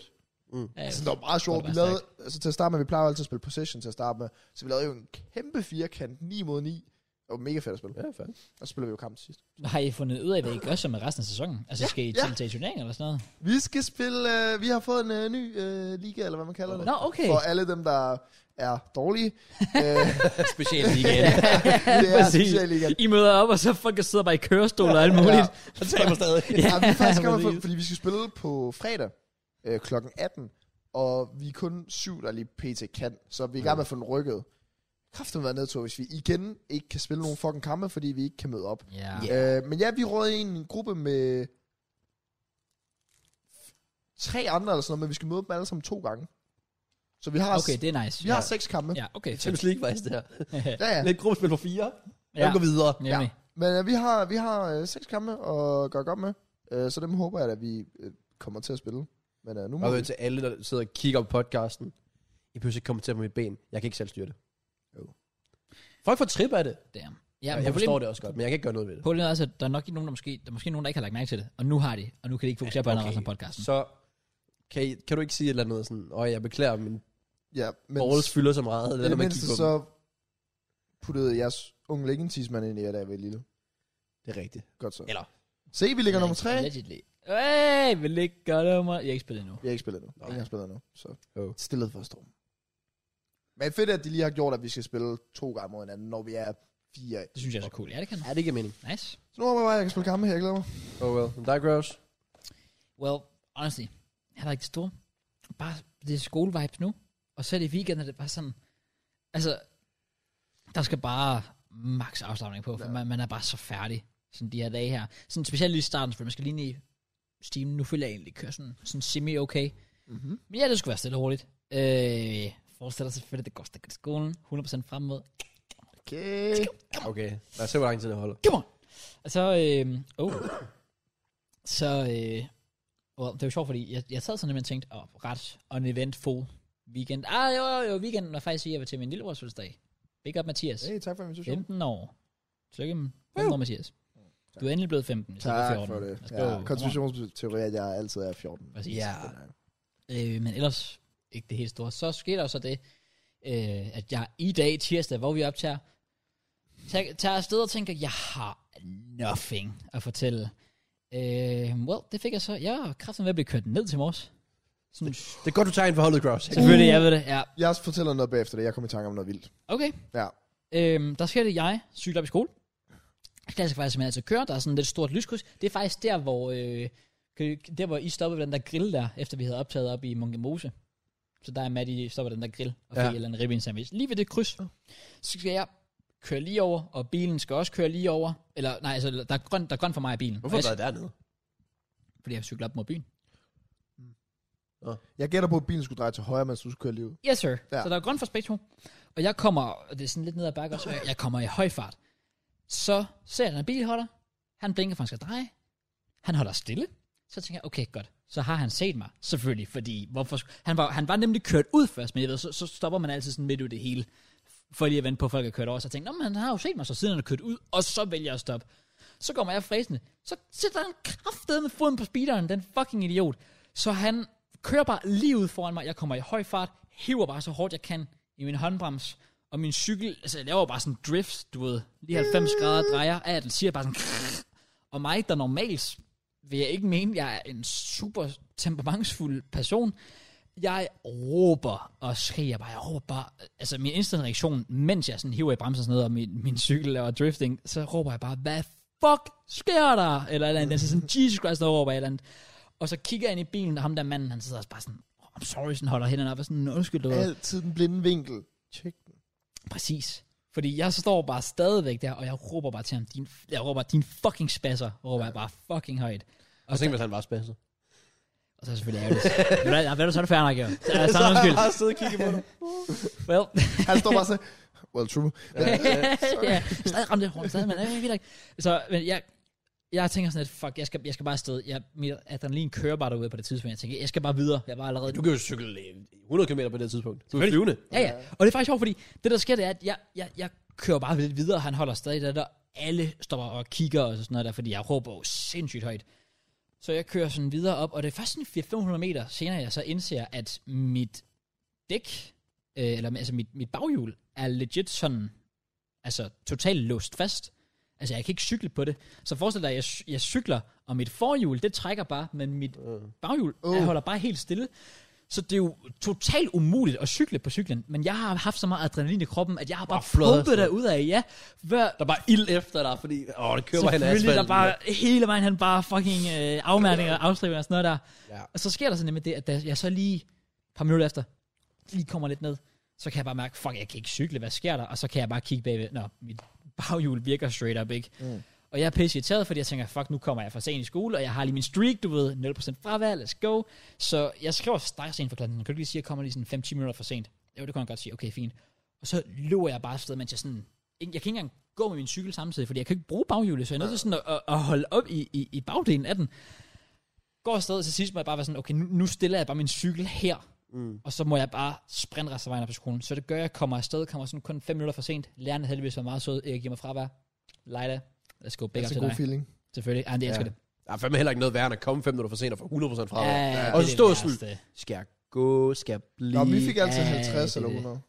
Ja,
altså, det var meget sjovt.
det
Vi
var
lavede, altså, til at starte med, vi plejer jo altid at spille possession til at starte med. Så vi lavede jo en kæmpe firkant, 9 mod 9. Det var mega fedt at spille.
Ja, fanden.
Og så spiller vi jo kamp til sidst.
Har I fundet ud af, hvad I gør så med resten af sæsonen? Altså,
Ja,
skal I
ja.
til- til turnering eller sådan noget?
Vi skal spille, øh, vi har fået en øh, ny øh, liga, eller hvad man kalder det.
Nå, okay.
For alle dem, der er dårlige. øh,
Specielt igen.
det er
Præcis.
specialligaen.
I møder op, og så folk der sidder bare i kørestol og alt muligt.
Han taber stadig.
Ja, ja, vi er faktisk
Ja,
kommet på,
præcis.
fordi vi skal spille på fredag øh, klokken 18, og vi er kun syv, der lige pt. kan, så vi er i gang med at få den rykket. Kræften være nedtur, hvis vi igen ikke kan spille nogen fucking kampe, fordi vi ikke kan møde op.
Ja.
Øh, men ja, vi råd i en gruppe med f- tre andre eller sådan noget, men vi skal møde dem alle sammen to gange. Så vi har,
Okay,
det,
det er nice.
vi har seks kampe.
Ja, okay. fedt.
Champions League faktisk det her.
ja. ja.
Lidt gruppespil for fire.
Ja.
Jeg går videre.
Nemlig.
Men øh, vi har, vi har øh, seks kampe at gøre godt med, øh, så dem håber jeg, at vi øh, kommer til at spille. Men øh, nu må
Og
vi...
ved til alle, der sidder og kigger på podcasten. I behøver ikke kommentere på mit ben. Jeg kan ikke selv styre det.
Jo.
Folk får trip af det.
Damn.
Ja,
Ja,
jeg forstår det også godt, men jeg kan ikke gøre noget ved det.
Problemet er altså, at der er nok ikke nogen, der måske, der er måske nogen, der ikke har lagt mærke til det, og nu har de, og nu kan de ikke fokusere på andet resten af podcasten.
Så kan, I, kan du ikke sige et eller andet sådan, åh, jeg beklager, min
Ja, men
balls fylder så meget,
i
eller når
det
man kigger
mindste
på så...
så puttede jeres unge leggingtidsmand ind i jer, da jeg var lille.
Det er rigtigt.
Godt så.
Eller-
Se, vi ligger nummer tre.
Allegedly. Hey, vil ikke gøre det mig. Jeg har ikke spillet endnu.
Vi har ikke spillet nu. Ingen har spillet nu. Så
Jo.
stillet for storm. Men fedt, at de lige har gjort, at vi skal spille to gange mod hinanden, når vi er fire.
Det synes jeg er så cool. Ja, det kan du.
Ja, det giver mening.
Nice.
Så nu håber jeg bare, at jeg kan spille kampe her. Jeg glæder mig.
Oh well. Men dig, Gross.
Well, honestly, jeg er da ikke det store. Bare det er skolevibes nu, og så er det weekend, og det er bare sådan, altså, der skal bare max afslappning på, for
Ja.
man, man, er bare så færdig, sådan de her dage her. Sådan specielt lige i starten, for man skal lige ned i stimen. Nu føler jeg egentlig, at jeg kører sådan, sådan semi-okay.
Mm-hmm.
Men ja, det skulle være stille og roligt. Øh, fortsætter selvfølgelig, det går stærkt i skolen. 100% frem mod.
Okay.
Okay. Lad os se, hvor lang tid det holder.
Come on! Og så, øh, oh. så, øh, well, det var sjovt, fordi jeg, jeg sad sådan lidt og tænkte, åh, oh, ret on eventful weekend. Ah, jo, jo, jo, weekenden var faktisk, i, jeg var til min lillebrors fødselsdag. Big up, Mathias.
Hey, tak for invitationen.
15 år. Tillykke med 15 år, Mathias. Du er endelig blevet 15, i stedet for
Tak
14.
for det.
Let's go.
Ja, konspirationsteori, er, at jeg altid er 14.
Præcis.
Ja.
Øh, men ellers ikke det helt store. Så skete der så det, øh, at jeg i dag, tirsdag, hvor vi optager, tager, tager afsted og tænker, jeg har nothing at fortælle. Øh, well, det fik jeg så. Jeg var kraften ved at blive kørt ned til mors. Sådan,
Det er godt, du tager en forholdet, Gross.
selvfølgelig, jeg ved det. Ja,
Jeg fortæller noget bagefter det. Jeg kom i tanke om noget vildt.
okay.
Ja.
Øhm, der sker det, jeg cykler op i skole. Klassisk faktisk, man altid kører. Der er sådan et lidt stort lyskryds. Det er faktisk der, hvor, øh, kan- der, hvor I stoppede ved den der grill der, efter vi havde optaget op i Munke Mose. Så der er Matt, I stopper ved den der grill og fik
Ja.
ja. en ribben sandwich. Lige ved det kryds, så skal jeg køre lige over, og bilen skal også køre lige over. Eller nej, altså, der er grønt, der er grønt for mig i bilen.
Hvorfor
Og jeg,
har du været dernede?
Fordi jeg cykler op mod byen.
Jeg gætter på, at bilen skulle dreje til højre, mens du skulle køre lige ud.
Yes, sir.
Ja.
Ja. Så der er grønt for spektrum. Og jeg kommer, og det er sådan lidt ned ad bakke også, og jeg- jeg kommer i høj fart. Så ser jeg en bilholder. Han blinker, for han skal dreje. Han holder stille. Så tænker jeg, okay, godt. Så har han set mig, selvfølgelig, fordi hvorfor, sk- han, var, han var nemlig kørt ud først, men jeg ved, så, så stopper man altid sådan midt ud i det hele, for lige at vente på, at folk er kørt over. Så jeg tænkte, Nå, men han har jo set mig, så siden han er kørt ud, og så vælger jeg at stoppe. Så kommer jeg fræsende. Så sætter han kraftedet med foden på speederen, den fucking idiot. Så han kører bare lige ud foran mig. Jeg kommer i høj fart, hiver bare så hårdt jeg kan i min håndbrems. Og min cykel, altså jeg laver bare sådan drift, du ved, lige 90 grader drejer af den, siger bare sådan, og mig, der normalt vil jeg ikke mene, jeg er en super temperamentsfuld person. Jeg råber og skriger bare, jeg råber bare, altså min instant reaktion, mens jeg sådan hiver i bremsen og sådan noget, og min, min cykel laver drifting, så råber jeg bare, hvad fuck sker der? Eller et eller andet, altså sådan, Jesus Christ, der råber jeg et eller andet. Og så kigger jeg ind i bilen, og ham der manden, han sidder også bare sådan, oh, I'm sorry, sådan holder hænderne op og sådan, undskyld, du ved.
Altid den blinde vinkel. Tjek den.
Præcis. Fordi jeg står bare stadigvæk der, og jeg råber bare til ham, din, jeg råber, din fucking spasser, råber jeg bare fucking højt.
Og så tænkte hvis han var spasset.
Og så er det selvfølgelig ærgerligt. Ved du hvad- ved du, så er det færdig nok, jo. Så er det undskyld.
har siddet og kigget på dig.
Well,
Han står bare så... Well, true. Men,
ja, stadig ramte jeg hårdt, stadig, men øh, jeg ved ikke. Så, men jeg, jeg tænker sådan lidt, fuck, jeg skal, jeg skal bare afsted. Jeg, mit adrenalin kører bare derude på det tidspunkt. Jeg tænker, jeg skal bare videre. Jeg var allerede
Du kan jo cykle øh, 100 km på det her tidspunkt. Du er flyvende.
Ja, ja. Og det er faktisk sjovt, fordi det, der sker, det er, at jeg, jeg, jeg kører bare lidt videre. Han holder stadig der, der alle stopper og kigger og sådan noget der, fordi jeg råber jo sindssygt højt. Så jeg kører sådan videre op, og det er først sådan 400-500 meter senere, jeg så indser, at mit dæk, øh, eller altså mit, mit baghjul, er legit sådan, altså totalt låst fast. Altså, jeg kan ikke cykle på det. Så forestil dig, at jeg, jeg cykler, og mit forhjul, det trækker bare, men mit baghjul, uh. jeg holder bare helt stille. Så det er jo totalt umuligt at cykle på cyklen, men jeg har haft så meget adrenalin i kroppen, at jeg har bare
Bare flået
pumpet
afsted.
derud af, ja. Hver,
Der er bare ild efter dig, fordi... Åh, det kører bare hen ad
selvfølgelig, der
asfalten.
bare hele vejen, han bare fucking øh, afmærkninger, afstribninger og sådan noget der.
Ja.
Og så sker der så nemlig det, at da jeg så lige et par minutter efter, lige kommer lidt ned, så kan jeg bare mærke, fuck, jeg kan ikke cykle, hvad sker der? Og så kan jeg bare kigge bagved, nå, mit baghjul virker straight up, ikke? Mm. Og jeg er pisse irriteret, fordi jeg tænker, fuck, nu kommer jeg for sent i skole, og jeg har lige min streak, du ved, 0% fravalg, let's go. Så jeg skriver straks ind for klokken, kan du ikke lige sige, at jeg kommer lige sådan 5-10 minutter for sent? Jo, det kunne jeg godt sige, okay, fint. Og så løber jeg bare afsted, mens jeg sådan, jeg kan ikke engang gå med min cykel samtidig, fordi jeg kan ikke bruge baghjulet, så jeg er nødt til sådan at, at, at holde op i, i, i bagdelen af den går afsted, og til sidst må jeg bare være sådan, okay, nu, nu stiller jeg bare min cykel her.
Mm.
Og så må jeg bare sprinte resten af vejen op til skolen. Så det gør, at jeg kommer afsted, kommer sådan kun 5 minutter for sent. Lærerne er heldigvis var meget søde. Jeg giver mig fravær. Lejda, let's go. Big up
det er en
til
Altså, god
dig.
feeling.
Selvfølgelig. Ej, det elsker
Ja.
det.
Der er fandme heller ikke noget værre, end at komme fem minutter for sent og få 100% fra.
Ja, ja, ja,
Og
det
så
er
stå
det
sådan,
værste.
skal jeg gå, skal jeg blive?
Nå, vi fik altid
Ja,
50
det er
eller
det.
100.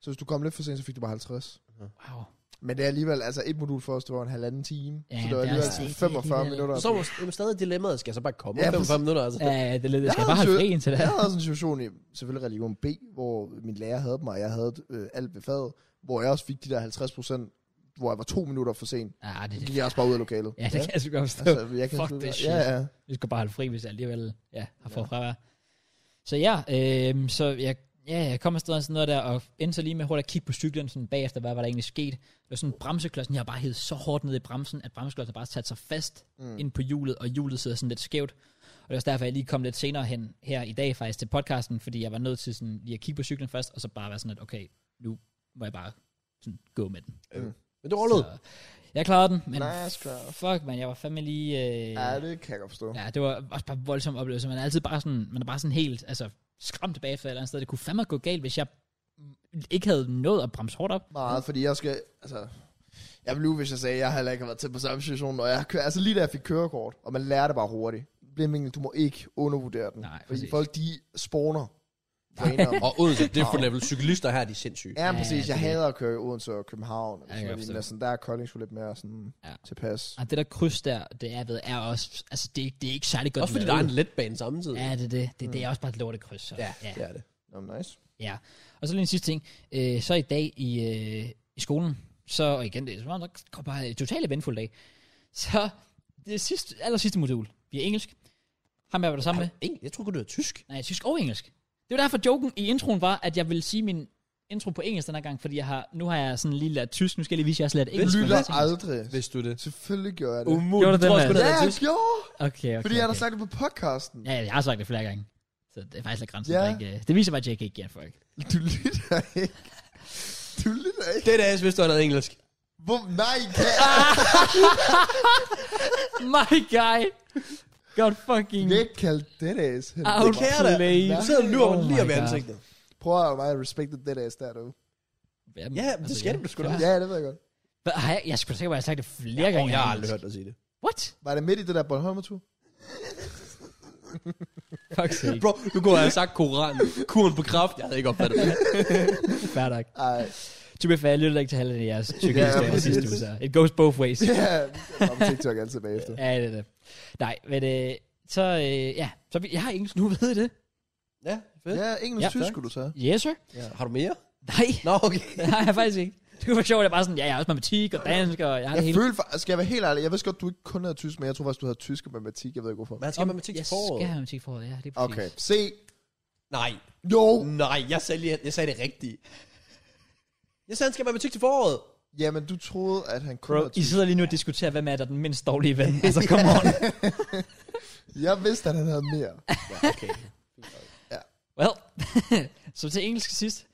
Så hvis du kom lidt for sent, så fik du bare 50.
Wow.
Men det er alligevel, altså et modul for os, det var en halvanden time.
Ja,
Ja, så
det
det
er
var alligevel
altså
til
ikke
45
alligevel.
minutter.
Så er der- jamen, stadig dilemmaet, skal jeg så bare komme
Ja,
ja, 5
præcis.
minutter? Altså,
Ja, ja, det er lidt, jeg skal
havde
bare holde
sø-
fri indtil det
Jeg
her.
havde også en situation i, selvfølgelig religion B, hvor min lærer havde mig, og jeg havde øh, alt ved faget, hvor jeg også fik de der 50 procent, hvor jeg var to minutter for sent.
Ja, Ah, det,
Så
det,
gik jeg også bare ud af lokalet.
ja, det kan jeg sgu godt forstå.
Altså, jeg kan
Fuck
sgu-
this shit.
ja, ja.
Vi skal bare holde fri, hvis jeg alligevel ja, har fået ja. fravær. Så ja, øh, så jeg, ja, jeg kom afsted og sådan noget der, og endte så lige med hurtigt at kigge på cyklen sådan bagefter, hvad var der egentlig sket. Det var sådan bremseklodsen, jeg har bare hævet så hårdt ned i bremsen, at bremseklodsen bare satte sig fast mm. ind på hjulet, og hjulet sidder sådan lidt skævt. Og det er også derfor, jeg lige kom lidt senere hen her i dag faktisk til podcasten, fordi jeg var nødt til sådan lige at kigge på cyklen først, og så bare være sådan lidt, okay, nu må jeg bare sådan gå med den.
Men du rullede.
Så jeg klarede den, men
Nice try.
fuck man, jeg var fandme lige... Øh,
ja, det kan jeg godt forstå.
Ja, det var også bare en voldsom oplevelse. Man er altid bare sådan, man er bare sådan helt altså, skræmt bagefter et eller andet sted. Det kunne fandme gå galt, hvis jeg ikke havde nået at bremse hårdt op.
Meget, fordi jeg skal, altså... Jeg ville lyve, hvis jeg sagde, at jeg heller ikke har været til på samme situation, og jeg kører, altså lige da jeg fik kørekort, og man lærer det bare hurtigt. Blindvinkel, du må ikke undervurdere den.
Nej,
fordi
præcis.
folk, de spawner. Griner.
Og Odense, det er for level cyklister her, de er sindssyge.
Ja, ja, præcis.
det er
Jeg hader at køre i Odense og København.
jeg kan
Ja,
forstå.
sådan, sådan, der er Kolding sgu lidt mere sådan
Ja.
ja. tilpas.
Og det der kryds der, det er ved, er også, altså det, er ikke- det er ikke særlig godt
Også fordi der
lavet.
er en letbane samtidig.
Ja, det er det. Det, det er også bare et lortet kryds. Så.
ja,
ja.
det er det.
Nå, men nice.
Ja, og så lige en sidste ting. Øh, så i dag i, øh, i skolen, så og igen, det var nok kom bare en totalt eventfuld dag. Så det sidste, aller sidste modul, vi er engelsk. Ham jeg var der sammen med.
Eng- Jeg tror du er tysk.
Nej, tysk og engelsk. Det var derfor, joken i introen var, at jeg ville sige min intro på engelsk den her gang, fordi jeg har, nu har jeg sådan lige lært tysk, nu skal jeg lige vise, at jeg også lært
Jeg
engelsk.
lytter aldrig.
Vidste du det?
Selvfølgelig gjorde jeg det.
Umuligt.
Gjorde du
Jeg tror
den
sgu,
der?
det
ja,
er
jeg
tysk.
gjorde.
Okay, okay,
Fordi jeg har da
okay.
sagt det på podcasten.
Ja, ja, jeg har sagt det flere gange. Så det er faktisk lidt grænsen.
Ja.
Ja. Ikke, øh, det viser bare, at Jake ikke giver en fuck.
Du lytter ikke. Du lytter ikke.
Det er det, hvis du havde engelsk.
Hvor, nej, kan
My guy! God fucking
jeg ikke kalde dead ass.
out.
kan jeg da. Du sidder og lyver
Oh
lige
my
om i
God.
ansigtet.
Prøv at mig at respekte dead ass der, du.
Jamen,
Ja, det skal du sgu da.
Ja, det ved jeg godt.
Hva- altså, Har jeg, jeg skulle sikkert have sagt det flere gange.
Åh, jeg har
engelsk.
aldrig hørt dig sige det.
What?
Var det midt i det der Bornholmer-tur?
Fuck sake.
Bro, du kunne have sagt koran. Kuren på kraft. Jeg havde ikke opfattet det.
Fair nok.
Ej,
To be fair, jeg lyttede ikke til halvdelen af jeres tykke
Ja,
historie
præcis.
sidste uge. så It goes both ways.
ja. Jeg på TikTok altid bagefter.
Ja, det er det. Nej, men øh, så, øh, ja, så vi, jeg har engelsk, nu ved I det.
Ja, fedt.
Ja,
Ja.
engelsk-tysk skulle du tage.
Yes, sir.
Har du mere?
Nej,
Nå, okay.
det har jeg faktisk ikke. Det var sjovt, at jeg bare sådan, ja, jeg har også matematik og dansk, og jeg
Jeg
har det hele.
følte faktisk, skal jeg være helt ærlig, jeg vidste godt, du ikke kun havde tysk, men jeg tror faktisk, du havde tysk og matematik, jeg ved ikke hvorfor.
Man skal matematik
Jeg
til foråret.
skal have matematik for ja, det er præcis.
Okay, se.
Nej.
Jo.
Nej, jeg sagde, lige, jeg sagde det rigtigt. Jeg sagde, han skal have matematik til foråret.
Jamen, du troede, at han kun
Bro,
havde
I
tysk.
sidder lige nu og diskuterer, hvem er der den mindst dårlige ven. Altså, come on.
Jeg vidste, at han havde mere.
Okay.
Well, så til engelsk sidst.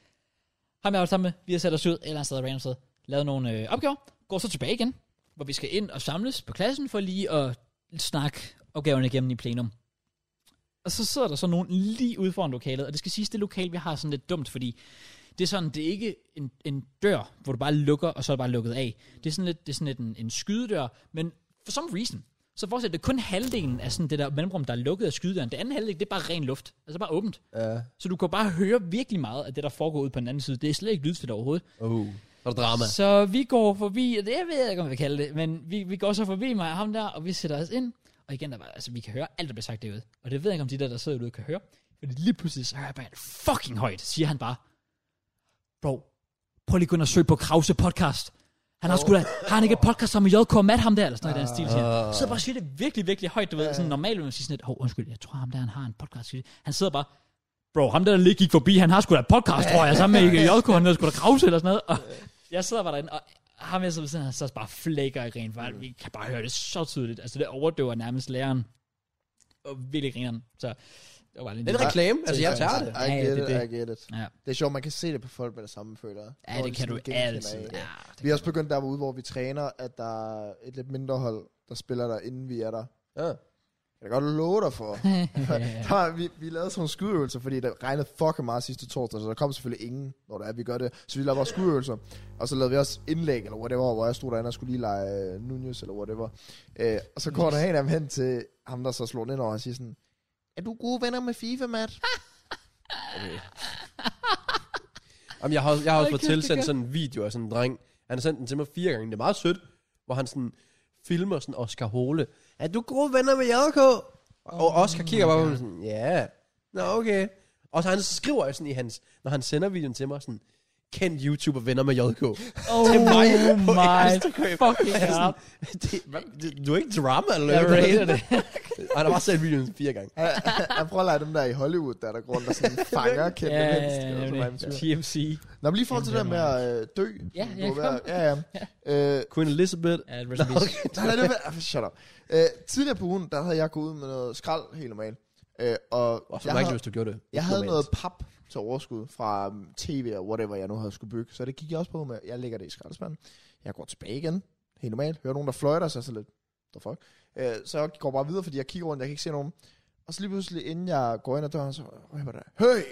Ham jeg var sammen med, vi har sat os ud et eller andet sted, random sted, lavet nogle øh, opgaver, går så tilbage igen, hvor vi skal ind og samles på klassen for lige at snakke opgaverne igennem i plenum. Og så sidder der så nogen lige ude foran lokalet, og det skal siges, det lokal, vi har er sådan lidt dumt, fordi det er sådan, det er ikke en, en dør, hvor du bare lukker, og så er det bare lukket af. Det er sådan lidt, det er sådan lidt en, en skydedør, men for some reason, så fortsætter det kun halvdelen af sådan det der mellemrum, der er lukket af skydedøren. Det anden halvdel, det er bare ren luft. Altså bare åbent.
Uh,
Så du kan bare høre virkelig meget af det, der foregår ude på den anden side. Det er slet ikke lydfedt overhovedet.
uh. Så er der drama.
Så vi går forbi, og det jeg ved jeg ikke, om jeg vil kalde det, men vi, vi går så forbi mig og ham der, og vi sætter os ind. Og igen, der var, altså, vi kan høre alt, der bliver sagt derude. Og det ved jeg ikke, om de der, der sidder derude, kan høre. Fordi lige pludselig, så hører jeg bare en fucking højt, siger han bare, bro, prøv lige at gå ind og søg på Krause podcast. Han har sgu da, har han ikke et podcast sammen med JK og Matt, ham der, eller sådan noget i den stil, siger han. Så bare siger det virkelig, virkelig højt, du ved, sådan normalt vil man sige sådan lidt, åh, undskyld, jeg tror ham der, han har en podcast. siger det. Han sidder bare, bro, ham der, der lige gik forbi, han har sgu da et podcast, tror jeg, sammen med JK, han er sgu da Krause eller sådan noget. Og jeg sidder bare derinde, og ham jeg sidder ved siden, af, han så bare flækker i grin, for vi kan bare høre det så tydeligt, altså det overdøver nærmest læreren, og virkelig grineren, så det var bare lidt
Det er en reklame. Altså, jeg tager det.
I
Ja, ja,
get
det
it,
er det.
I get it.
Ja.
Det er sjovt, man kan se det på folk med det samme føler. jeg.
Ja,
Hvor
det
de sådan
kan du
genkender
altid.
hinanden.
Ja,
Vi er også begyndt derude, hvor vi træner, at der er et lidt mindre hold, der spiller der, inden vi er der.
Ja.
kan jeg godt love dig for. der, var- vi, vi lavede sådan nogle skudøvelser, fordi det regnede fucking meget sidste torsdag, så der kom selvfølgelig ingen, når der er, vi gør det. Så vi lavede bare skudøvelser, og så lavede vi også indlæg, eller whatever, hvor jeg stod derinde og skulle lige lege uh, Nunez, eller whatever. Uh, og så går der en af dem hen til ham, der så slår den ind over, og siger sådan, er du gode venner med FIFA, Matt?
Jamen, jeg har, jeg har også fået
Hold kæft, det
tilsendt
kan-
sådan en video af sådan en dreng. Han har sendt den til mig fire gange. Det er meget sødt, hvor han sådan filmer sådan Oscar Hole. Er du gode venner med JK? Og Oscar kigger bare på mig sådan, ja, nå okay. Og så han skriver sådan i hans, når han sender videoen til mig sådan, kendt YouTuber venner med JK.
Oh
Til mig på
my
Instagram.
fucking
Jeg er
god.
sådan, det, det, du er ikke drama eller
Jeg rater
noget.
det.
Og han har bare sendt videoen fire gange.
Jeg, jeg prøver at lege dem der i Hollywood, der er der går rundt og sådan fanger kendte
Ja,
mennesker, og så var jeg en
nemlig.
tyr.
TMC.
Nå, men lige i forhold til det der med at øh, dø.
Ja,
du
ja,
må være-
kom.
ja, ja. Øh,
Queen Elizabeth.
Ja, rest in peace.
nej, nej, det var, ah, shut up. Øh, tidligere på ugen, der havde jeg gået ud med noget skrald helt normalt. Øh, og
Hvorfor
jeg,
har ikke
havde,
lyst til at gøre det?
jeg havde
Normalt.
noget pap til overskud fra um, tv og whatever, jeg nu havde skulle bygge. Så det gik jeg også på med. Jeg lægger det i skraldespanden. Jeg går tilbage igen. Helt normalt. Hører nogen, der fløjter, så er jeg sådan lidt, the fuck. Øh, så jeg går bare videre, fordi jeg kigger rundt, jeg kan ikke se nogen. Og så lige pludselig, inden jeg går ind ad døren, så røber der, hey!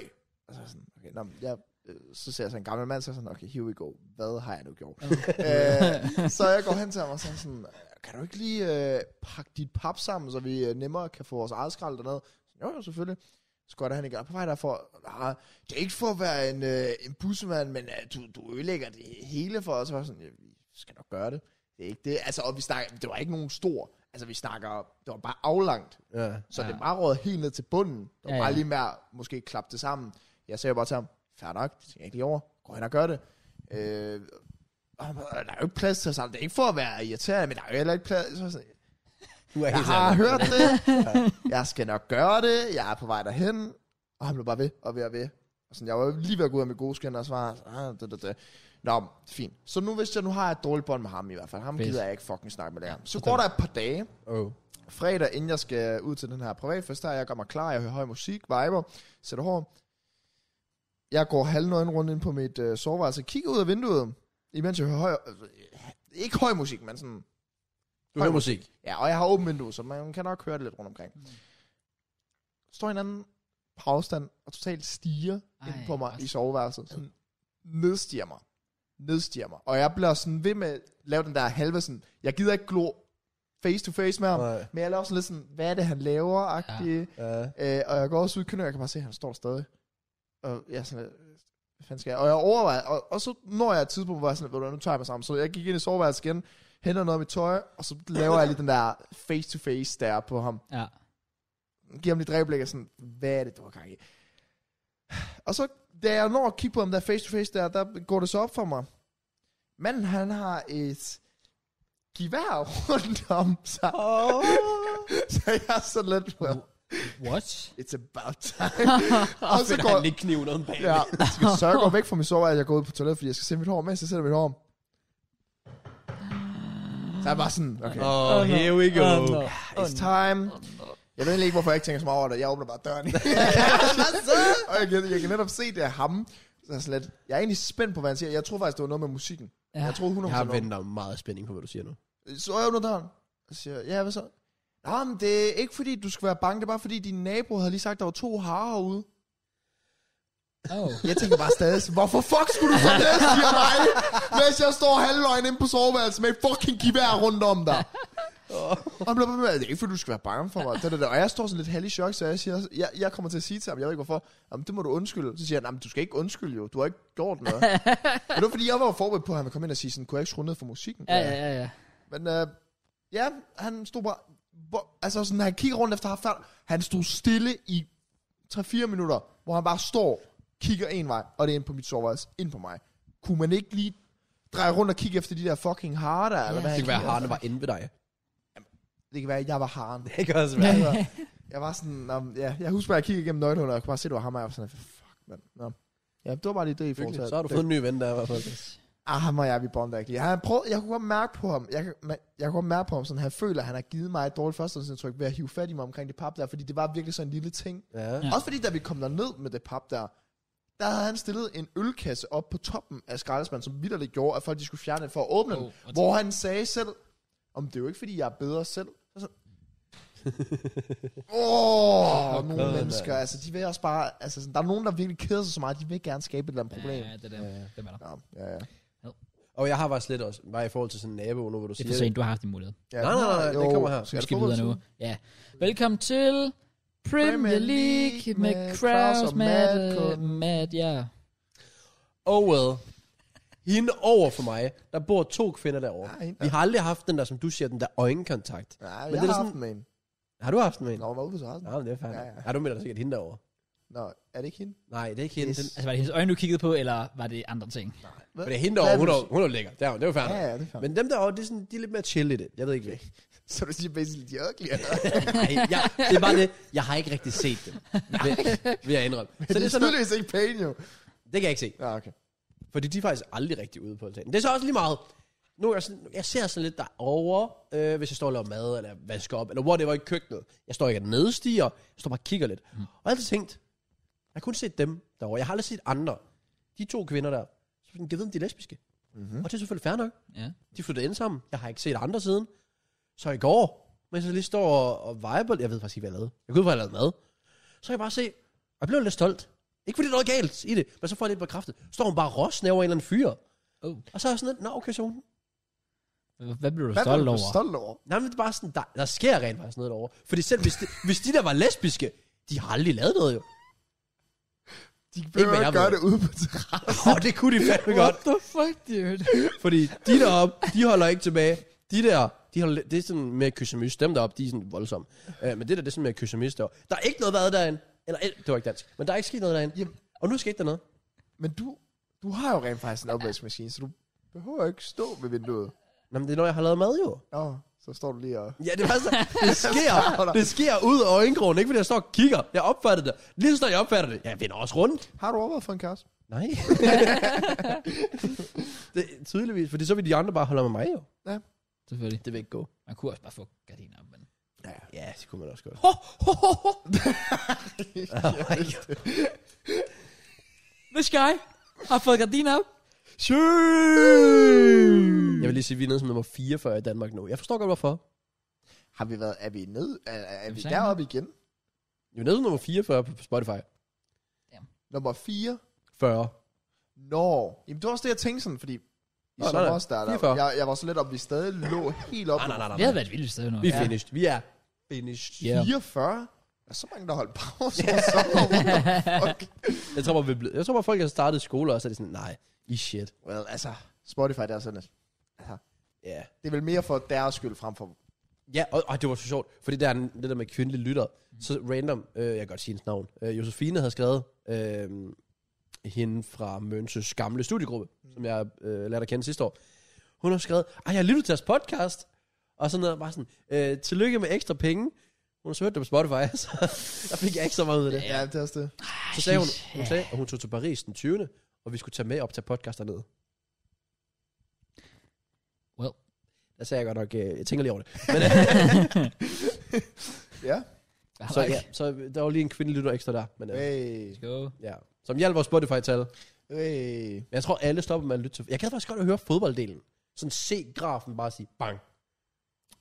Og så er jeg sådan, okay, nå, men jeg, øh, så ser jeg sådan en gammel mand, så er jeg sådan, okay, here we go. Hvad har jeg nu gjort? øh, så jeg går hen til ham og så er han sådan, kan du ikke lige øh, pakke dit pap sammen, så vi øh, nemmere kan få vores eget skrald dernede? Jo, jo, selvfølgelig. Så går der han igen Og på vej derfor. Nej, det er ikke for at være en, øh, en bussemand, men øh, du, du ødelægger det hele for os. Og så var jeg sådan, ja, vi skal nok gøre det. Det er ikke det. Altså, og vi snakker, det var ikke nogen stor. Altså, vi snakker, det var bare aflangt.
Ja.
Så
Ja.
ja. det bare råd helt ned til bunden. Det var
Ja,
ja,
ja.
ja. bare lige med at måske klappe det sammen. Jeg sagde bare til ham, fair nok, det skal jeg ikke lige over. Gå hen og gør det. Øh, og han bare, der er jo ikke plads til os sammen. Det er ikke for at være irriterende, men der er jo heller ikke plads. Så var jeg sådan,
Du er
jeg
helt
har
ærlig.
hørt det. Jeg skal nok gøre det. Jeg er på vej derhen. Og han blev bare ved og ved og ved. Og sådan, jeg var lige ved at gå ud af mit gode skin og svare. Ah, da, da, da. Nå, fint. Så nu vidste jeg, nu har jeg et dårligt bånd med ham i hvert fald. Ham
Fedt.
gider jeg ikke fucking snakke med lærer. Så går der et par dage.
Oh.
Fredag, inden jeg skal ud til den her privatfest, der er jeg gør mig klar. Jeg hører høj musik, viber, sætter hår. Jeg går halvnøgen rundt ind på mit øh, soveværelse. Kigger ud af vinduet, imens jeg hører høj... Øh, ikke høj musik, men sådan
Du hører musik.
Ja, og jeg har åbent vindue, så man kan nok høre det lidt rundt omkring. Mm. Står hinanden på afstand og totalt stiger
Ej,
ind på mig
også.
i soveværelset. Sådan, nedstiger mig. Nedstiger mig. Og jeg bliver sådan ved med at lave den der halve sådan, jeg gider ikke glo face to face med ham,
Nej.
men jeg laver sådan lidt sådan, hvad er det, han laver? Ja.
Ja.
Øh, og jeg går også ud i køkkenet, og jeg kan bare se, at han står der stadig. Og jeg er sådan, lidt, hvad fanden skal jeg? Og jeg overvejer, og, og så når jeg et tidspunkt, hvor jeg er sådan, lidt, ved du hvad, nu tager jeg mig sammen. Så jeg gik ind i soveværelset igen, henter noget af mit tøj, og så laver jeg lige den der face-to-face der på ham.
Ja.
Giver ham lidt reblik og sådan, hvad er det, du har gang i? Og så, da jeg når at kigge på ham der face-to-face der, der går det så op for mig. Manden, han har et gevær rundt om sig. Oh. så jeg er sådan lidt, well,
What?
it's about time. og så går,
han ikke kniven uden bag.
ja, så jeg går væk fra min soveværelse, jeg går ud på toilettet, fordi jeg skal se mit hår, mens jeg sætter mit hår om. Så er jeg bare sådan, okay,
Oh, here we go.
Oh, no.
it's time. Jeg ved egentlig ikke, hvorfor jeg ikke tænker så meget over det. Jeg åbner bare døren. og jeg kan, jeg kan netop se, det er ham. Så er jeg, sådan lidt, jeg er egentlig spændt på, hvad han siger. Jeg tror faktisk, det var noget med musikken.
Ja.
Ja. Jeg tror 100%
Jeg
det var-
venter meget spænding på, hvad du siger nu.
Så jeg åbner døren, og siger, ja, hvad så? Nå, men det er ikke fordi, du skal være bange, det er bare fordi, din nabo havde lige sagt, der var to harer herude.
Oh.
Jeg tænker bare stadig, sådan, hvorfor fuck skulle du så det, siger mig, mens jeg står halvløgn inde på soveværelset med et fucking givær rundt om dig. Og han bliver bare ved med, det er ikke fordi, du skal være bange for mig. Det, det, det. Og jeg står sådan lidt halv i chok, så jeg, siger, jeg, jeg kommer til at sige til ham, jeg ved ikke hvorfor, jamen det må du undskylde. Så siger han, jamen du skal ikke undskylde jo, du har ikke gjort noget. Men det var fordi, jeg var jo forberedt på, at han ville komme ind og sige sådan, kunne jeg ikke skrue ned for musikken?
Ja, ja, ja, ja.
Men øh, ja, han stod bare... Hvor, altså sådan, han kigger rundt efter ham før. Han stod stille i 3-4 minutter, hvor han bare står, kigger en vej, og det er ind på mit soveværelse, ind på mig. Kunne man ikke lige dreje rundt og kigge efter de der fucking harer der? Eller hvad
Det
han
kan være, at
kigger
Harne
efter?
var inde ved dig.
Det kan være, at jeg var haren.
Det kan også være.
Jeg var sådan, um, ja, jeg husker, at jeg kiggede igennem nøglehullet, og jeg kunne bare se, det var ham, og jeg var sådan, fuck, mand. Nå. Ja, det var bare lige det i forhold til.
Så har du
at-
fået en ny ven der i hvert fald.
Ah, ham og jeg, vi bonder ikke lige. Han prøvede, jeg kunne godt mærke på ham, jeg, kan- man- jeg kunne godt mærke på ham, sådan, han føler, at han har givet mig et dårligt førstehåndsindtryk ved at hive fat i mig omkring det pap der, fordi det var virkelig sådan en lille ting.
Ja.
Ja. Også fordi, da vi kom derned med det pap der, der havde han stillet en ølkasse op på toppen af skraldespanden, som vidderligt gjorde, at folk de skulle fjerne den for at åbne
Oh,
oh,
og
den, hvor han sagde selv, om det er jo ikke, fordi jeg er bedre selv. Så sådan, Åh, oh, nogle mennesker, altså de vil også bare, altså sådan, der er nogen, der virkelig keder sig så meget, de vil gerne skabe et eller andet problem.
Ja, det der. Ja. Hvem er der?
Ja, ja, ja.
Og jeg har faktisk lidt også, bare i forhold til sådan en nabo, nu hvor du
Det er
siger
for sent, du har haft en mulighed.
ja
Nej, nej, nej, det kommer her.
skal
Vi
det
skal
fodbold
videre nu.
til?
Ja. Velkommen til Premier League med Kraus, Matt, øh, Matt, ja.
Oh well. Hende over for mig, der bor to kvinder derovre.
Nej,
Vi har aldrig haft den der, som du siger, den der øjenkontakt.
nej,
Men
jeg
det er
har
sådan-
haft den med en.
Har du haft den med en?
Nå, hun var ude på terrassen.
Nej, men det er fandme.
Ja,
Ja,
ja.
ja. du mener da sikkert hende derovre.
Nå, er det ikke hende?
Nej, det er ikke hende.
Yes.
Yes. Den,
Altså, var det hendes øjne, du kiggede på, eller var det andre ting?
men det er hende
Hvad
derovre,
er
hun
det,
er, hun er jo lækker. Der, det er jo fandme.
Ja,
Ja,
ja, det er fandme.
Men dem derovre, det er sådan, de er lidt mere chill i det. Jeg ved ikke, hvad.
Så du siger basically, de er ugly, eller?
Nej, jeg, det er bare det. Jeg har ikke rigtig set dem. Vil, vil jeg indrømme. Så
Så
det er sådan noget,
tydeligvis ikke pæne, jo.
det kan jeg ikke se.
Ja, okay.
Fordi de er faktisk aldrig rigtig ude på altanen. Det er så også lige meget. Nu er jeg, sådan, jeg ser sådan lidt derovre, øh, hvis jeg står og laver mad, eller vasker op, eller whatever i køkkenet. Jeg står ikke og nedstiger, jeg står bare og kigger lidt. Mm. Og jeg har altid tænkt, jeg har kun set dem derovre. Jeg har aldrig set andre. De to kvinder der, så sådan, jeg ved, om de er lesbiske. Mm-hmm. Og det er selvfølgelig fair nok.
Ja.
De flyttede ind sammen. Jeg har ikke set andre siden. Så i går, mens jeg lige står og, og viber, jeg ved faktisk ikke, hvad jeg lavede. Jeg kunne ud for, at jeg lavede mad. Så kan jeg bare se, og jeg blev lidt stolt. Ikke fordi der er noget galt i det, men så får jeg lidt bekræftet. Står hun bare rosne over en eller anden fyr.
Oh.
Og så er jeg sådan lidt, nå okay, så hun.
Hvad blev du
Hvad var
stolt
du
over?
stolt over?
Nej, men det er bare sådan, der, der sker rent faktisk noget derovre. Fordi selv hvis de, hvis de der var lesbiske, de har aldrig lavet noget jo.
De behøver
hvad jeg
ikke gøre
ved.
det ude på terrassen.
Åh, det kunne de fandme godt.
the fuck, dude?
Fordi de deroppe, de holder ikke tilbage. De der, de holder, det er sådan med at kysse mys. Dem deroppe, de er sådan voldsomme. Øh, men det der, det er sådan med at kysse mys deroppe. Der er ikke noget været derinde. Eller, eh, det var ikke dansk. Men der er ikke sket noget derinde.
Jamen.
Og nu skete der noget.
Men du, du har jo rent faktisk en opvaskemaskine, så du behøver ikke stå ved vinduet.
Nå, men det er når jeg har lavet mad jo.
Nå, så står du lige og...
Ja, det var så, det sker, det sker ud af øjenkrogen, ikke fordi jeg står og kigger. Jeg opfatter det. Lige så jeg opfatter det. Jeg vender også rundt.
Har du overvejet for en kæreste?
Nej. det, er tydeligvis, fordi så vil de andre bare holde med mig jo.
Selvfølgelig.
Det vil ikke gå.
Man kunne også bare få gardiner op, men...
Ja, det kunne man også godt.
This guy har fået gardiner op.
Jeg vil lige sige, at vi er nede som nummer 44 i Danmark nu. Jeg forstår godt, hvorfor.
Har vi været... Er vi ned? Er, er, er vi
sagde
deroppe igen?
Vi er nede som nummer 44 på Spotify.
Nummer 4.
40.
Nå, jamen det var også det, jeg tænkte sådan, fordi i
nej,
sommer
nej.
også, der, er der
44.
jeg, jeg var så lidt op, vi stadig lå helt op
Nej, nej, nej,
Det
nej.
havde været et vildt sted nu.
Vi er finished. Vi er finished.
Ja.
på 44. Der er så mange, der holdt pause yeah. sommer. What the fuck?
Jeg tror bare, vi er blevet, jeg tror bare folk har startet skole, og så er det sådan, nej, I shit.
Well, altså, Spotify, det er sådan lidt. Altså,
Ja. Yeah.
det er vel mere for deres skyld frem for...
Ja, og, og det var så sjovt, fordi der er en- det der med kvindelige lytter, så random, øh, jeg kan godt sige hendes navn, øh, Josefine havde skrevet øh, hende fra Mønses gamle studiegruppe, som jeg øh, lærte at kende sidste år. Hun har skrevet, ej, jeg lyttede til jeres podcast, og sådan noget, bare sådan, øh, tillykke med ekstra penge. Hun har så hørt det på Spotify, så der fik jeg ikke så meget ud af det.
Ja, det er også det.
Så sagde hun, hun sagde, at hun tog til Paris den 20. Og vi skulle tage med op til podcast dernede.
Well.
Der sagde jeg godt nok, øh, jeg tænker lige over det. Men,
Ja.
så, ja, så øh, der var lige en kvindelig lytter ekstra der. Men, øh,
Hey.
Go.
Ja. Som hjalp vores Spotify-tal.
Hey.
Men jeg tror, alle stopper med at lytte til... Jeg kan faktisk godt høre fodbolddelen. Sådan se grafen bare sige bang.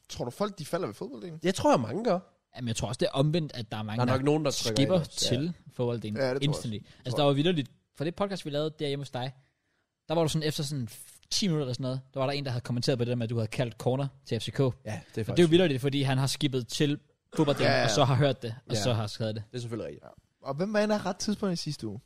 Tror du, folk de falder ved fodbolddelen?
Det tror jeg, mange gør.
Jamen, jeg tror også, det er omvendt, at der er mange,
Der er nok nogen, der trykker
skipper
ind også, ja.
til ja. forholddelen
Ja, det tror
ja,
jeg
instantly. Altså,
Tror
der var vildt for det podcast, vi lavede der hjemme hos dig, der var du sådan efter sådan 10 minutter eller sådan noget, der var der en, der havde kommenteret på det der med, at du havde kaldt corner til FCK. Og
Ja, det er
det er jo
faktisk... Det er,
vildt fordi han har skippet til fodbolddelen,
Ja,
ja,
ja.
ja. og så har hørt det, og
Ja.
ja. så har skrevet det.
det er selvfølgelig rigtigt.
Og hvem var en af ret tidspunkt i sidste uge?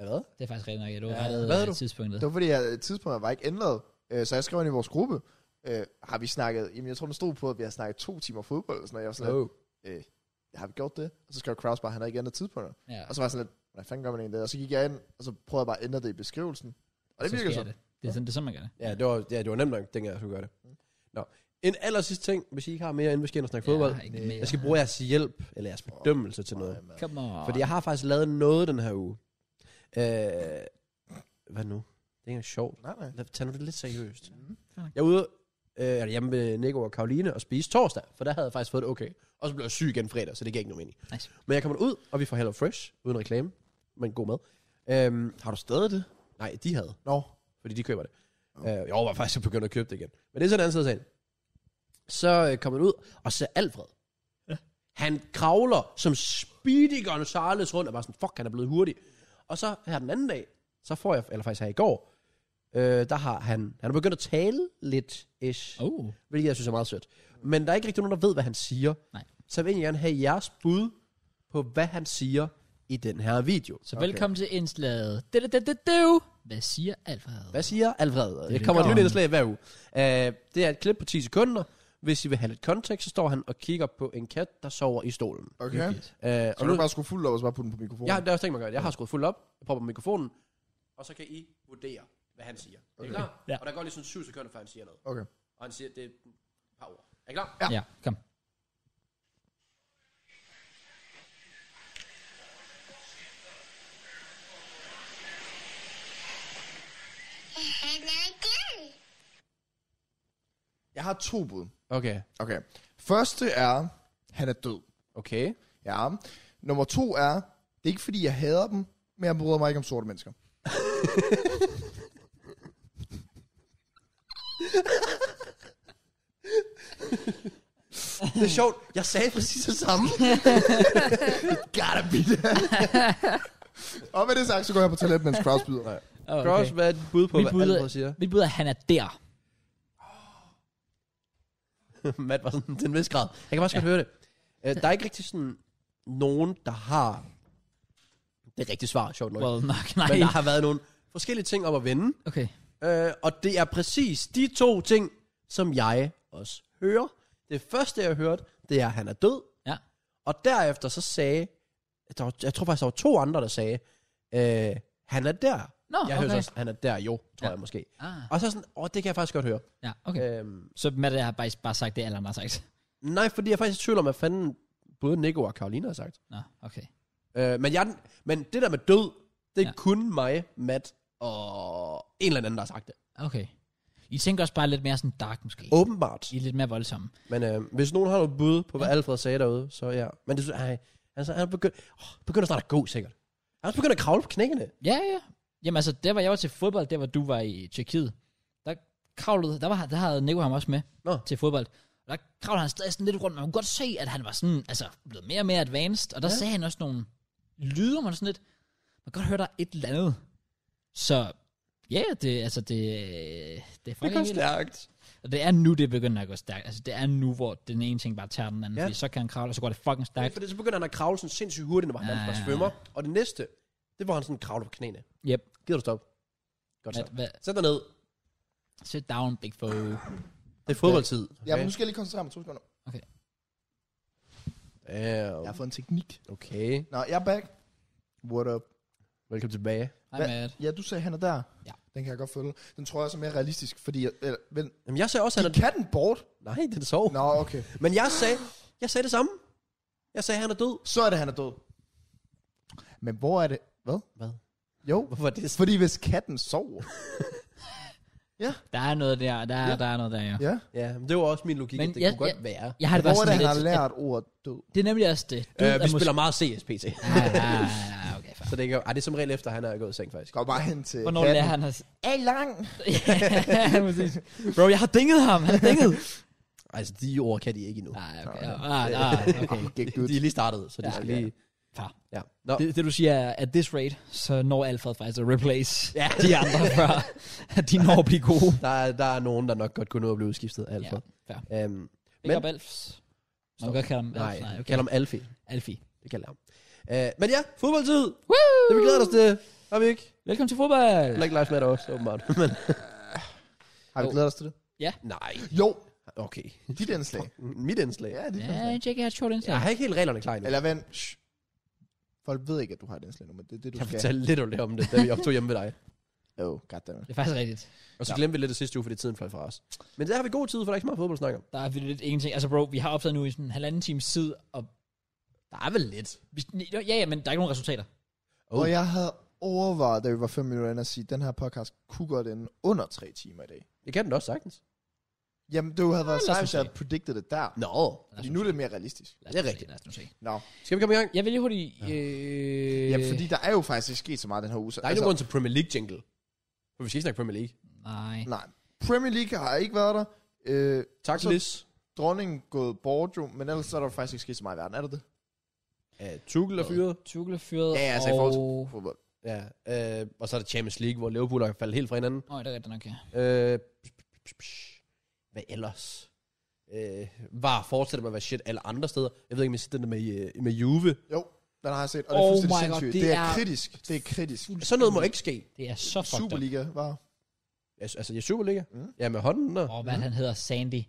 Ja. Hvad?
Det er faktisk rigtig nok, at du
Ja,
ja, havde
hvad er
øh,
du?
tidspunktet.
Det var fordi, at øh, tidspunktet var ikke ændret. Øh, Så jeg skrev ind i vores gruppe, øh, har vi snakket, jamen jeg tror, den stod på, at vi har snakket to timer fodbold, og sådan noget. Jeg var sådan,
Oh.
lidt, har vi gjort det? Og så skrev Kraus bare, han har ikke ændret tidspunktet.
Ja,
Og så var jeg sådan lidt, hvordan fanden gør man egentlig det? Og så gik jeg ind, og så prøvede jeg bare at ændre det i beskrivelsen. Og det
så
virker
sker
så.
Det. det er sådan, det er sådan, man gør det.
Ja, det var, ja, det var nemt nok, dengang jeg skulle gøre det. Nå. En aller sidste ting, hvis I ikke har mere, inden vi skal ind og snakke
Ja,
fodbold.
ikke mere.
Jeg skal bruge jeres hjælp, eller jeres bedømmelse til noget.
Jamen,
Come on.
Fordi jeg har faktisk lavet noget den her uge. Øh, hvad nu? Det er ikke sjovt.
Nej, nej.
Lad- Tag nu det lidt seriøst. Mm.
Fair nok.
Jeg er ude øh, eller hjemme ved Nico og Karoline og spise torsdag, for der havde jeg faktisk fået det okay. Og så blev jeg syg igen fredag, så det gav ikke nogen mening.
Nice.
Men jeg kommer ud, og vi får Hello Fresh, uden reklame, men god mad. Øhm, har du stadig det? Nej, de havde,
Nå,
fordi de køber det. Øh, jeg var faktisk begyndt at købe det igen. Men det er sådan en anden side af sagen. så øh, kommer han ud og ser Alfred. Han kravler som Speedy Gonzales rundt, og bare sådan, fuck, han er blevet hurtig. Og så her den anden dag, så får jeg, eller faktisk her i går, øh, der har han, han er begyndt at tale lidt, ish, oh.
Oh.
hvilket jeg synes er meget sødt. Men der er ikke rigtig nogen, der ved, hvad han siger.
Nej.
Så jeg vil egentlig gerne have jeres bud på, hvad han siger i den her video.
Så okay. velkommen til indslaget. Det, det, det, det, det. Hvad siger Alfred?
Hvad siger Alfred? Det
det,
kommer et
der
nyt
er.
indslag hver uge. Uh, det er et klip på 10 sekunder. Hvis I vil have lidt kontekst, så står han og kigger på en kat, der sover i stolen.
Okay.
Uh,
Så
og
kan
nu,
du bare skrue fuldt op og så bare putte den på mikrofonen.
jeg, det er også ting, man gør. Jeg har skruet fuldt op, jeg popper mikrofonen, og så kan I vurdere, hvad han siger. Er I klar?
Ja.
Og der går lige sådan 7 sekunder, før han siger noget.
Okay.
Og han siger, det er et par ord. Er I klar?
Ja. ja, kom.
Jeg har to bud.
Okay.
Okay. Første er, han er død.
Okay.
Ja. Nummer to er, det er ikke fordi, jeg hader dem, men jeg bryder mig ikke om sorte mennesker.
Det er sjovt. Jeg sagde præcis det samme.
Gotta be that. og med det sagt, så går jeg på toilet, mens Kraus byder. Nej.
Oh, okay.
Cross, hvad er dit bud på,
Mit
hvad
bud,
Alfred
er,
siger?
mit bud er, at han er der.
Matt var sådan, til en vis grad. Jeg kan faktisk ja. godt høre det. Øh, der er ikke rigtig sådan nogen, der har det rigtige svar, sjovt nok. Well,
Well, nok, nej.
Men der har været nogle forskellige ting op at vende.
Okay.
Øh, og det er præcis de to ting, som jeg også hører. Det første, jeg hørte, det er, at han er død.
Ja.
Og derefter så sagde, der var, jeg tror faktisk, der var to andre, der sagde, øh, han er der.
Nå,
jeg
okay.
hørte også, han er der, jo, tror ja.
Ja.
jeg måske.
Ah,
Og så sådan, åh, det kan jeg faktisk godt høre.
ja, okay.
Øhm,
Så Matt har bare, bare sagt det, alle andre har sagt.
nej, fordi jeg er faktisk i tvivl om, hvad fanden både Nico og Karolina har sagt.
Nå, okay.
Øh, men, jeg, er den- men det der med død, det er ja.
Ja.
kun mig, Matt og en eller anden, der har sagt det.
Okay. I tænker også bare lidt mere sådan dark, måske.
Åbenbart.
I er lidt mere voldsomme.
Men øh, hvis nogen har noget bud på, hvad Alfred sagde derude, så ja. Men det, ej, altså, han begynder, oh, begynder snart at gå, sikkert. Han er også begyndt at kravle på knækkene.
Ja, ja. Jamen altså, der hvor jeg var til fodbold, der hvor du var i Tjekkiet, der kravlede, der, var, der havde Nico ham også med
Nå.
til fodbold. Og der kravlede han stadig sådan lidt rundt, man kunne godt se, at han var sådan, altså, blevet mere og mere advanced, og der ja. sagde han også nogle lyder, man sådan lidt, man kan godt høre, der er et eller andet. Så ja, det, altså, det, det er fucking vildt.
stærkt.
Og det er nu, det begynder at gå stærkt. Altså, det er nu, hvor den ene ting bare tager den anden,
Ja.
ja. fordi så kan han kravle, og så går det fucking
Ja,
stærkt.
fordi så begynder han at kravle sådan sindssygt hurtigt, når han
Ja,
ja, ja,
ja, ja.
svømmer. Og det næste, det var han sådan kravler på knæene.
Yep.
Gider du stop? Godt
Hvad,
så.
hvad,
Sæt dig ned.
sit down, big foe.
Det er fodboldtid. Okay.
Ja, men nu skal jeg lige koncentrere mig to sekunder. Jeg har
Damn.
fået en teknik.
Okay.
Nå, jeg er back. What up?
Velkommen tilbage.
Hej,
Hvad-
Matt.
Ja, du sagde, han er der.
Ja.
Den kan jeg godt følge. Den tror jeg også er mere realistisk, fordi... Jeg, eller, vel,
Jamen, jeg sagde også, at han
de
er...
kan den bort.
Nej, den sov.
Nå, okay.
Men jeg sagde, jeg sagde det samme. Jeg sagde, han er død.
Så er det, han er død. Men hvor er det... Hvad?
Hvad?
Jo,
Hvorfor er det sådan?
fordi hvis katten sover...
Der er noget der, der er,
Ja.
ja. der er noget der, ja.
ja.
Ja, men det var også min logik,
Men
at det
jeg-
kunne godt være.
Jeg har det bare
Hvor er det,
sådan
han har
lidt, at
lært ordet død?
det er nemlig også det. Død
Øh, vi
er
spiller meget CS, PT.
Ja, ja, ja, ja, okay, fair.
Så det, kan, ej, det er som regel efter, han er gået i seng, faktisk.
Gå bare hen til
Hvornår
katten.
lærer han at...
Er I lang?
ja, præcis. Bro, jeg har dinget ham, han har dinget.
Ej, Altså, de ord kan de ikke endnu.
Nej, okay. Ah, ah, ah, okay.
Gik
De, de er lige startet, så de
Ja,
skal
okay.
lige...
Far.
Ja. Nå,
Det, det, du siger er, at this rate, så når Alfred faktisk at replace
Ja.
ja. de andre, før at de når at blive gode.
der, er, der er nogen, der nok godt kunne nå at blive udskiftet, Alfred.
fair.
Ja. Øhm,
Big
Men-
up Alfs. Man kan godt kalde ham
nej,
Alf. Nej,
okay.
okay.
kald ham Alfie.
Alfie.
Det kalder jeg ham. Øh, men ja, fodboldtid.
Woo!
Det vi glæder os til. Har vi ikke?
Velkommen til fodbold.
Black Lives Matter også, åbenbart. men,
Har vi glædet os til det?
nej,
Jo,
okay.
dit indslag.
Mit indslag.
Ja, dit
Ja,
indslag.
Jake har et short
Jeg
indslag.
har ikke helt reglerne klar endnu.
Eller vent. Shh. Folk ved ikke, at du har et indslag nu, men det er det, du
Jeg
skal.
fortalte lidt om det, om det, da vi optog hjemme ved dig.
Oh, goddammit.
Det er faktisk rigtigt.
Og så glemte vi lidt det sidste uge, fordi tiden fløj fra os. Men der har vi god tid, for der er ikke så meget fodbold at snakke om.
Der er vi lidt ingenting. Altså bro, vi har optaget nu i sådan en halvanden times tid, og
Der er vel lidt.
vi, ja, ja, men der er ikke nogen resultater.
Oh.
Og jeg havde overvejet, da vi var fem minutter inde, at sige, at den her podcast kunne godt ende under tre timer i dag.
Det kan den også sagtens.
Jamen, det havde været
Ja, Mm, lad os
sejt,
nu
hvis jeg havde predicted det der.
Nå,
Fordi nu er det mere realistisk.
Lad os
Det er
nu se,
rigtigt.
Lad os nu se.
Nå.
skal vi komme i gang?
Jeg vil lige hurtigt... Øh,
Jamen, fordi der er jo faktisk ikke sket så meget den her uge. så- altså,
Der er ikke nogen grund til Premier League jingle. Altså- For vi skal ikke snakke Premier League.
Nej.
Nej. Premier League har ikke været der. Øh,
Tak,
Så-
Liz.
dronningen gået bort jo, men ellers så er der jo faktisk ikke sket så meget i verden, er der det?
Øh, Tuchel er fyret.
Tuchel er fyret,
Ja, altså i
og...
forhold til fodbold.
Ja. Øh, og så er der Champions League, hvor Liverpool er faldet helt fra hinanden.
Nå, det er rigtigt nok, ja.
Øh, hvad ellers? Øh, var fortsætter med at være shit alle andre steder. Jeg ved ikke, om jeg siger den der med, øh, med Juve.
Jo, den har jeg set, og det er
Oh
fuldstændig
my God,
sindssygt.
det
det er
er-
kritisk, det er kritisk.
Sådan noget må ikke ske.
Det er så fucked up.
Superliga var...
Altså, altså jeg er Superliga.
Mm.
Mm. Ja, med hånden der.
Åh, hvad han hedder, Sandy.
Ja,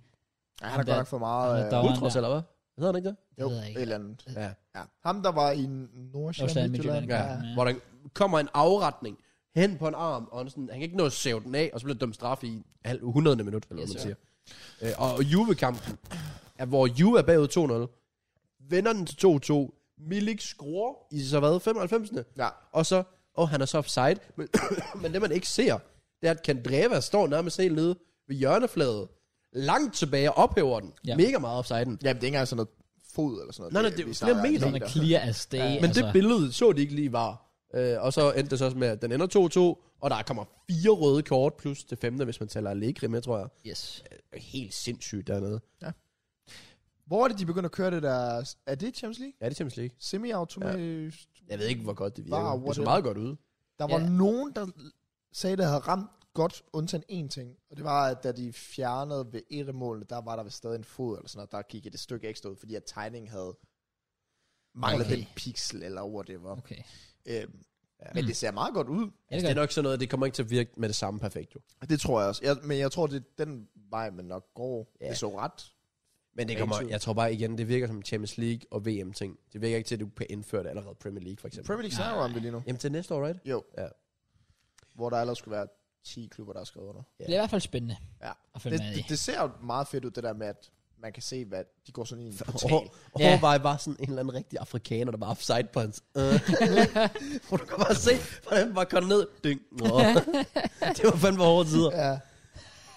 han har godt nok for meget...
Han er
øh,
dog-
Ultras, eller hvad? Hedder han ikke det?
Jo,
ved jeg ikke.
et eller andet.
Ja.
Ja. Ham, der var i Nordsjælland,
Nordsjælland,
Midtjylland.
ja.
Ja.
Ja.
Hvor der kommer en afretning hen på en arm, og han, sådan, han kan ikke nå at sæve den af, og så bliver dømt straf i halv, 100. minut, eller
Yes,
hvad
sir.
man siger. Øh, og Juve-kampen, er, hvor Juve er bagud 2-0, vender den til 2-2, Milik scorer i så hvad, 95.
ja.
Og så, og han er så offside, men, men det man ikke ser, det er, at Kandreva står nærmest helt nede ved hjørnefladet, langt tilbage og ophæver den.
Ja.
Ja. Mega meget offsiden.
Jamen, det er ikke engang sådan noget fod eller sådan noget.
Nej, nej, det er
vi
flere
snakker
meter.
Sådan er
meter.
clear as day.
Men altså. det billede så de ikke lige var. Øh, og så endte det så også med, at den ender 2-2, og der kommer fire røde kort, plus det femte, hvis man tæller Allegri med, tror jeg.
Yes.
Helt sindssygt dernede.
Hvor er det, de begynder at køre det der... Er det Champions League?
Ja, det er Champions League.
Semi-automatisk? Ja.
Jeg ved ikke, hvor godt det virker.
Wow,
Wow, det så
whatever.
meget godt ud.
Der var
Ja.
nogen, der sagde, det havde ramt godt, undtagen én ting. Og det var, at da de fjernede ved et af målene, der var der vist stadig en fod, eller sådan noget, der gik et stykke ekstra ud, fordi at tegningen havde manglet
Okay.
okay. den pixel, eller whatever. Okay.
Okay.
Øhm, ja. Men det ser meget godt ud.
Ja, det
Altså, Det
gør
er nok sådan noget, det kommer ikke til at virke med det samme perfekt, jo.
Det tror jeg også. Jeg, men jeg tror, det er den vej, man nok går. Ja. Det så ret.
Men det
Ingen
kommer,
tvivl.
jeg tror bare igen, det virker som Champions League og VM-ting. Det virker ikke til, at du kan indføre det allerede Premier League, for eksempel.
Premier League snakker om det lige nu.
Jamen til næste år, right?
Jo.
Ja.
Hvor der ellers skulle være 10 klubber, der er skrevet under.
Det er i hvert fald spændende
Ja.
at følge
Det,
med i.
det, det ser jo meget fedt ud, det der med, at man kan se, hvad de går sådan ind i en portal.
Og overvej bare sådan en eller anden rigtig afrikaner, der var offside på hans. Øh. Hvor du kan bare se, hvordan han bare kom ned. Dyng. Nå. det var fandme hårde tider.
Ja.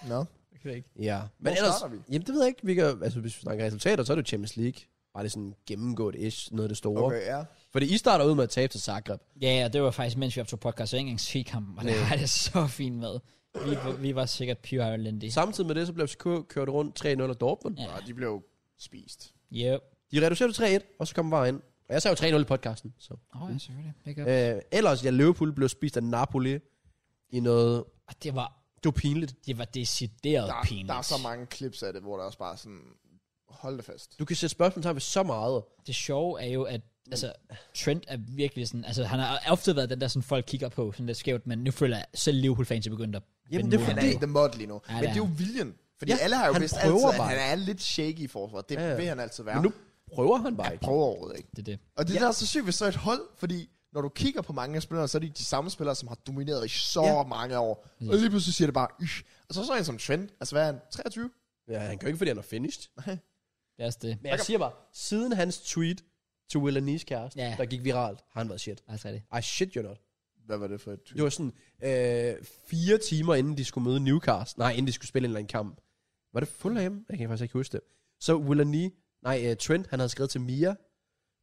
Nå. Det kan jeg ikke.
Ja. Men
Hvor
ellers,
starter vi?
jamen det ved jeg ikke, vi kan, altså hvis vi snakker resultater, så er det jo Champions League. Bare det sådan gennemgået ish, noget af det store. Okay.
Okay, ja.
Fordi I starter ud med at tabe til Zagreb.
Ja, og det var faktisk, mens vi optog podcast, så jeg ikke engang se kampen, og det var det så fint med. Vi, var- vi var sikkert pure elendige.
Samtidig med det, så blev FCK kørt rundt 3-0 af Dortmund.
Ja.
Ja.
Nå, de blev spist.
Yep.
De reducerede til 3-1, og så kom VAR ind. Og jeg sagde jo 3-0 i podcasten. Så.
Åh, oh, ja, selvfølgelig. Pick up.
Øh, ellers, ja, Liverpool blev spist af Napoli i noget...
Og det var,
Det var pinligt.
det var decideret
Der,
pinligt.
der er så mange clips af det, hvor der også bare er sådan, hold det fast.
Du kan sætte spørgsmålstegn ved så meget.
det sjove er jo, at altså, Trent er virkelig sådan, altså han har ofte været den der, sådan, folk kigger på, sådan lidt skævt, men nu føler jeg selv Liverpool-fans er begyndt at
Jamen, det er
vende mod
Han
ham.
er
fordi-
i the mod lige nu.
Ja,
men
det
det
er
er jo viljen. Fordi ja, alle har jo
han
vist
prøver
altid, at
bare.
han er lidt shaky i forsvaret. Det
Ja, ja.
vil han altid være.
Men nu prøver han bare ikke.
prøver overhovedet ikke.
Det er det.
Og det ja. der er så sygt ved så et hold, fordi når du kigger på mange af spillerne, så er de de samme spillere, som har domineret i så ja.
Ja.
mange år. Og lige pludselig siger det bare, Ih. Og så er sådan en som Trent, altså hvad er han, 23?
Ja, han kan jo ikke, fordi han er finished.
Det er også det.
Men jeg siger bare, siden hans tweet til Will Anis kæreste,
Ja.
ja. der gik viralt, har han været shit.
Altså, det.
I shit you not.
Hvad var det for et
Det
tweet?
var sådan øh, fire timer, inden de skulle møde Newcastle. Nej, inden de skulle spille en eller anden kamp. Var det Fulham? Jeg kan faktisk ikke huske det. Så Will Anis, nej, øh, Trent, han havde skrevet til Mia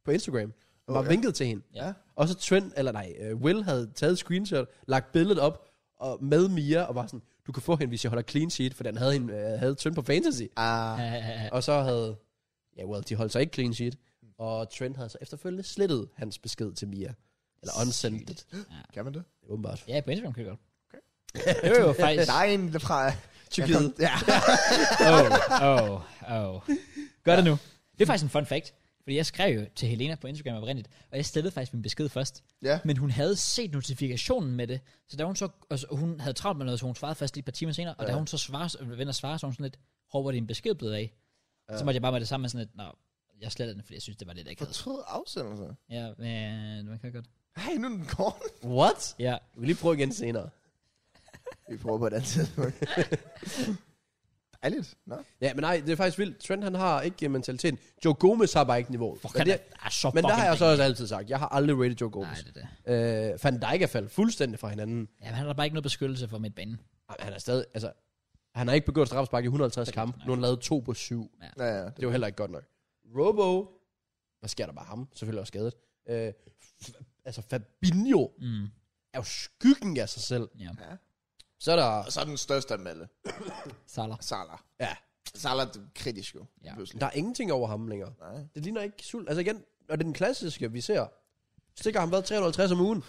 på Instagram. Og var
ja.
vinket til hende.
Ja.
Og så Trent, eller nej, øh, Will havde taget et screenshot, lagt billedet op og med Mia, og var sådan, du kan få hende, hvis jeg holder clean sheet, for den havde, hende, øh, havde Trent på fantasy.
Ah,
Ja, ja, ja.
Og så havde, ja, well, de holdt sig ikke clean sheet, og Trent havde så efterfølgende slettet hans besked til Mia. Eller unsendt det,
kan man det?
åbenbart.
ja, på Instagram kan jeg godt. Okay. Det var jo faktisk...
Der er en der fra...
Tyrkiet.
Ja.
oh, oh, oh. Gør det nu. Det er faktisk en fun fact. Fordi jeg skrev jo til Helena på Instagram oprindeligt, og jeg stillede faktisk min besked først.
ja.
Men hun havde set notifikationen med det, så da hun så, altså, hun havde travlt med noget, så hun svarede først lige et par timer senere, og ja. da hun så svarer, vender svare, så var hun sådan lidt, hvor var din besked blevet af? Ja. Så måtte jeg bare med det samme med sådan lidt, nå, jeg slettede den, fordi jeg synes, det var lidt akavet.
Fortrød afsendelse.
Ja, men øh, man kan godt.
Hej, nu er den kort.
What?
Ja,
Vi kan lige prøve igen senere.
Vi prøver på et andet tidspunkt. Dejligt. Nå.
Ja, men nej, det er faktisk vildt. Trent, han har ikke øh, mentaliteten. Joe Gomez har bare ikke niveauet.
fuck,
men,
han
det,
er, er så
men der har
fucking
jeg så
ringe.
også altid sagt, jeg har aldrig rated Joe
Nej,
Gomez.
det er det.
Øh, Van Dijk er faldet fuldstændig fra hinanden.
Ja, men han har bare ikke noget beskyttelse for midtbanen.
Ej, Han er stadig, altså, han har ikke begået straffespark i 150 kampe. Nu har han lavet to på syv.
Ja, ja.
Det var heller ikke godt nok. Robo, hvad sker der bare ham? Selvfølgelig også skadet. Øh, f- altså Fabinho
Mm,
er jo skyggen af sig selv.
ja.
Så er der,
Og så er den største af dem alle.
Salah.
Salah.
ja,
Salah er kritisk jo,
Ja.
ja. pludselig.
Der er ingenting over ham længere.
Nej.
Det ligner ikke sult. Altså igen, og det er den klassiske, vi ser. Stikker ham hvad, 350 om ugen?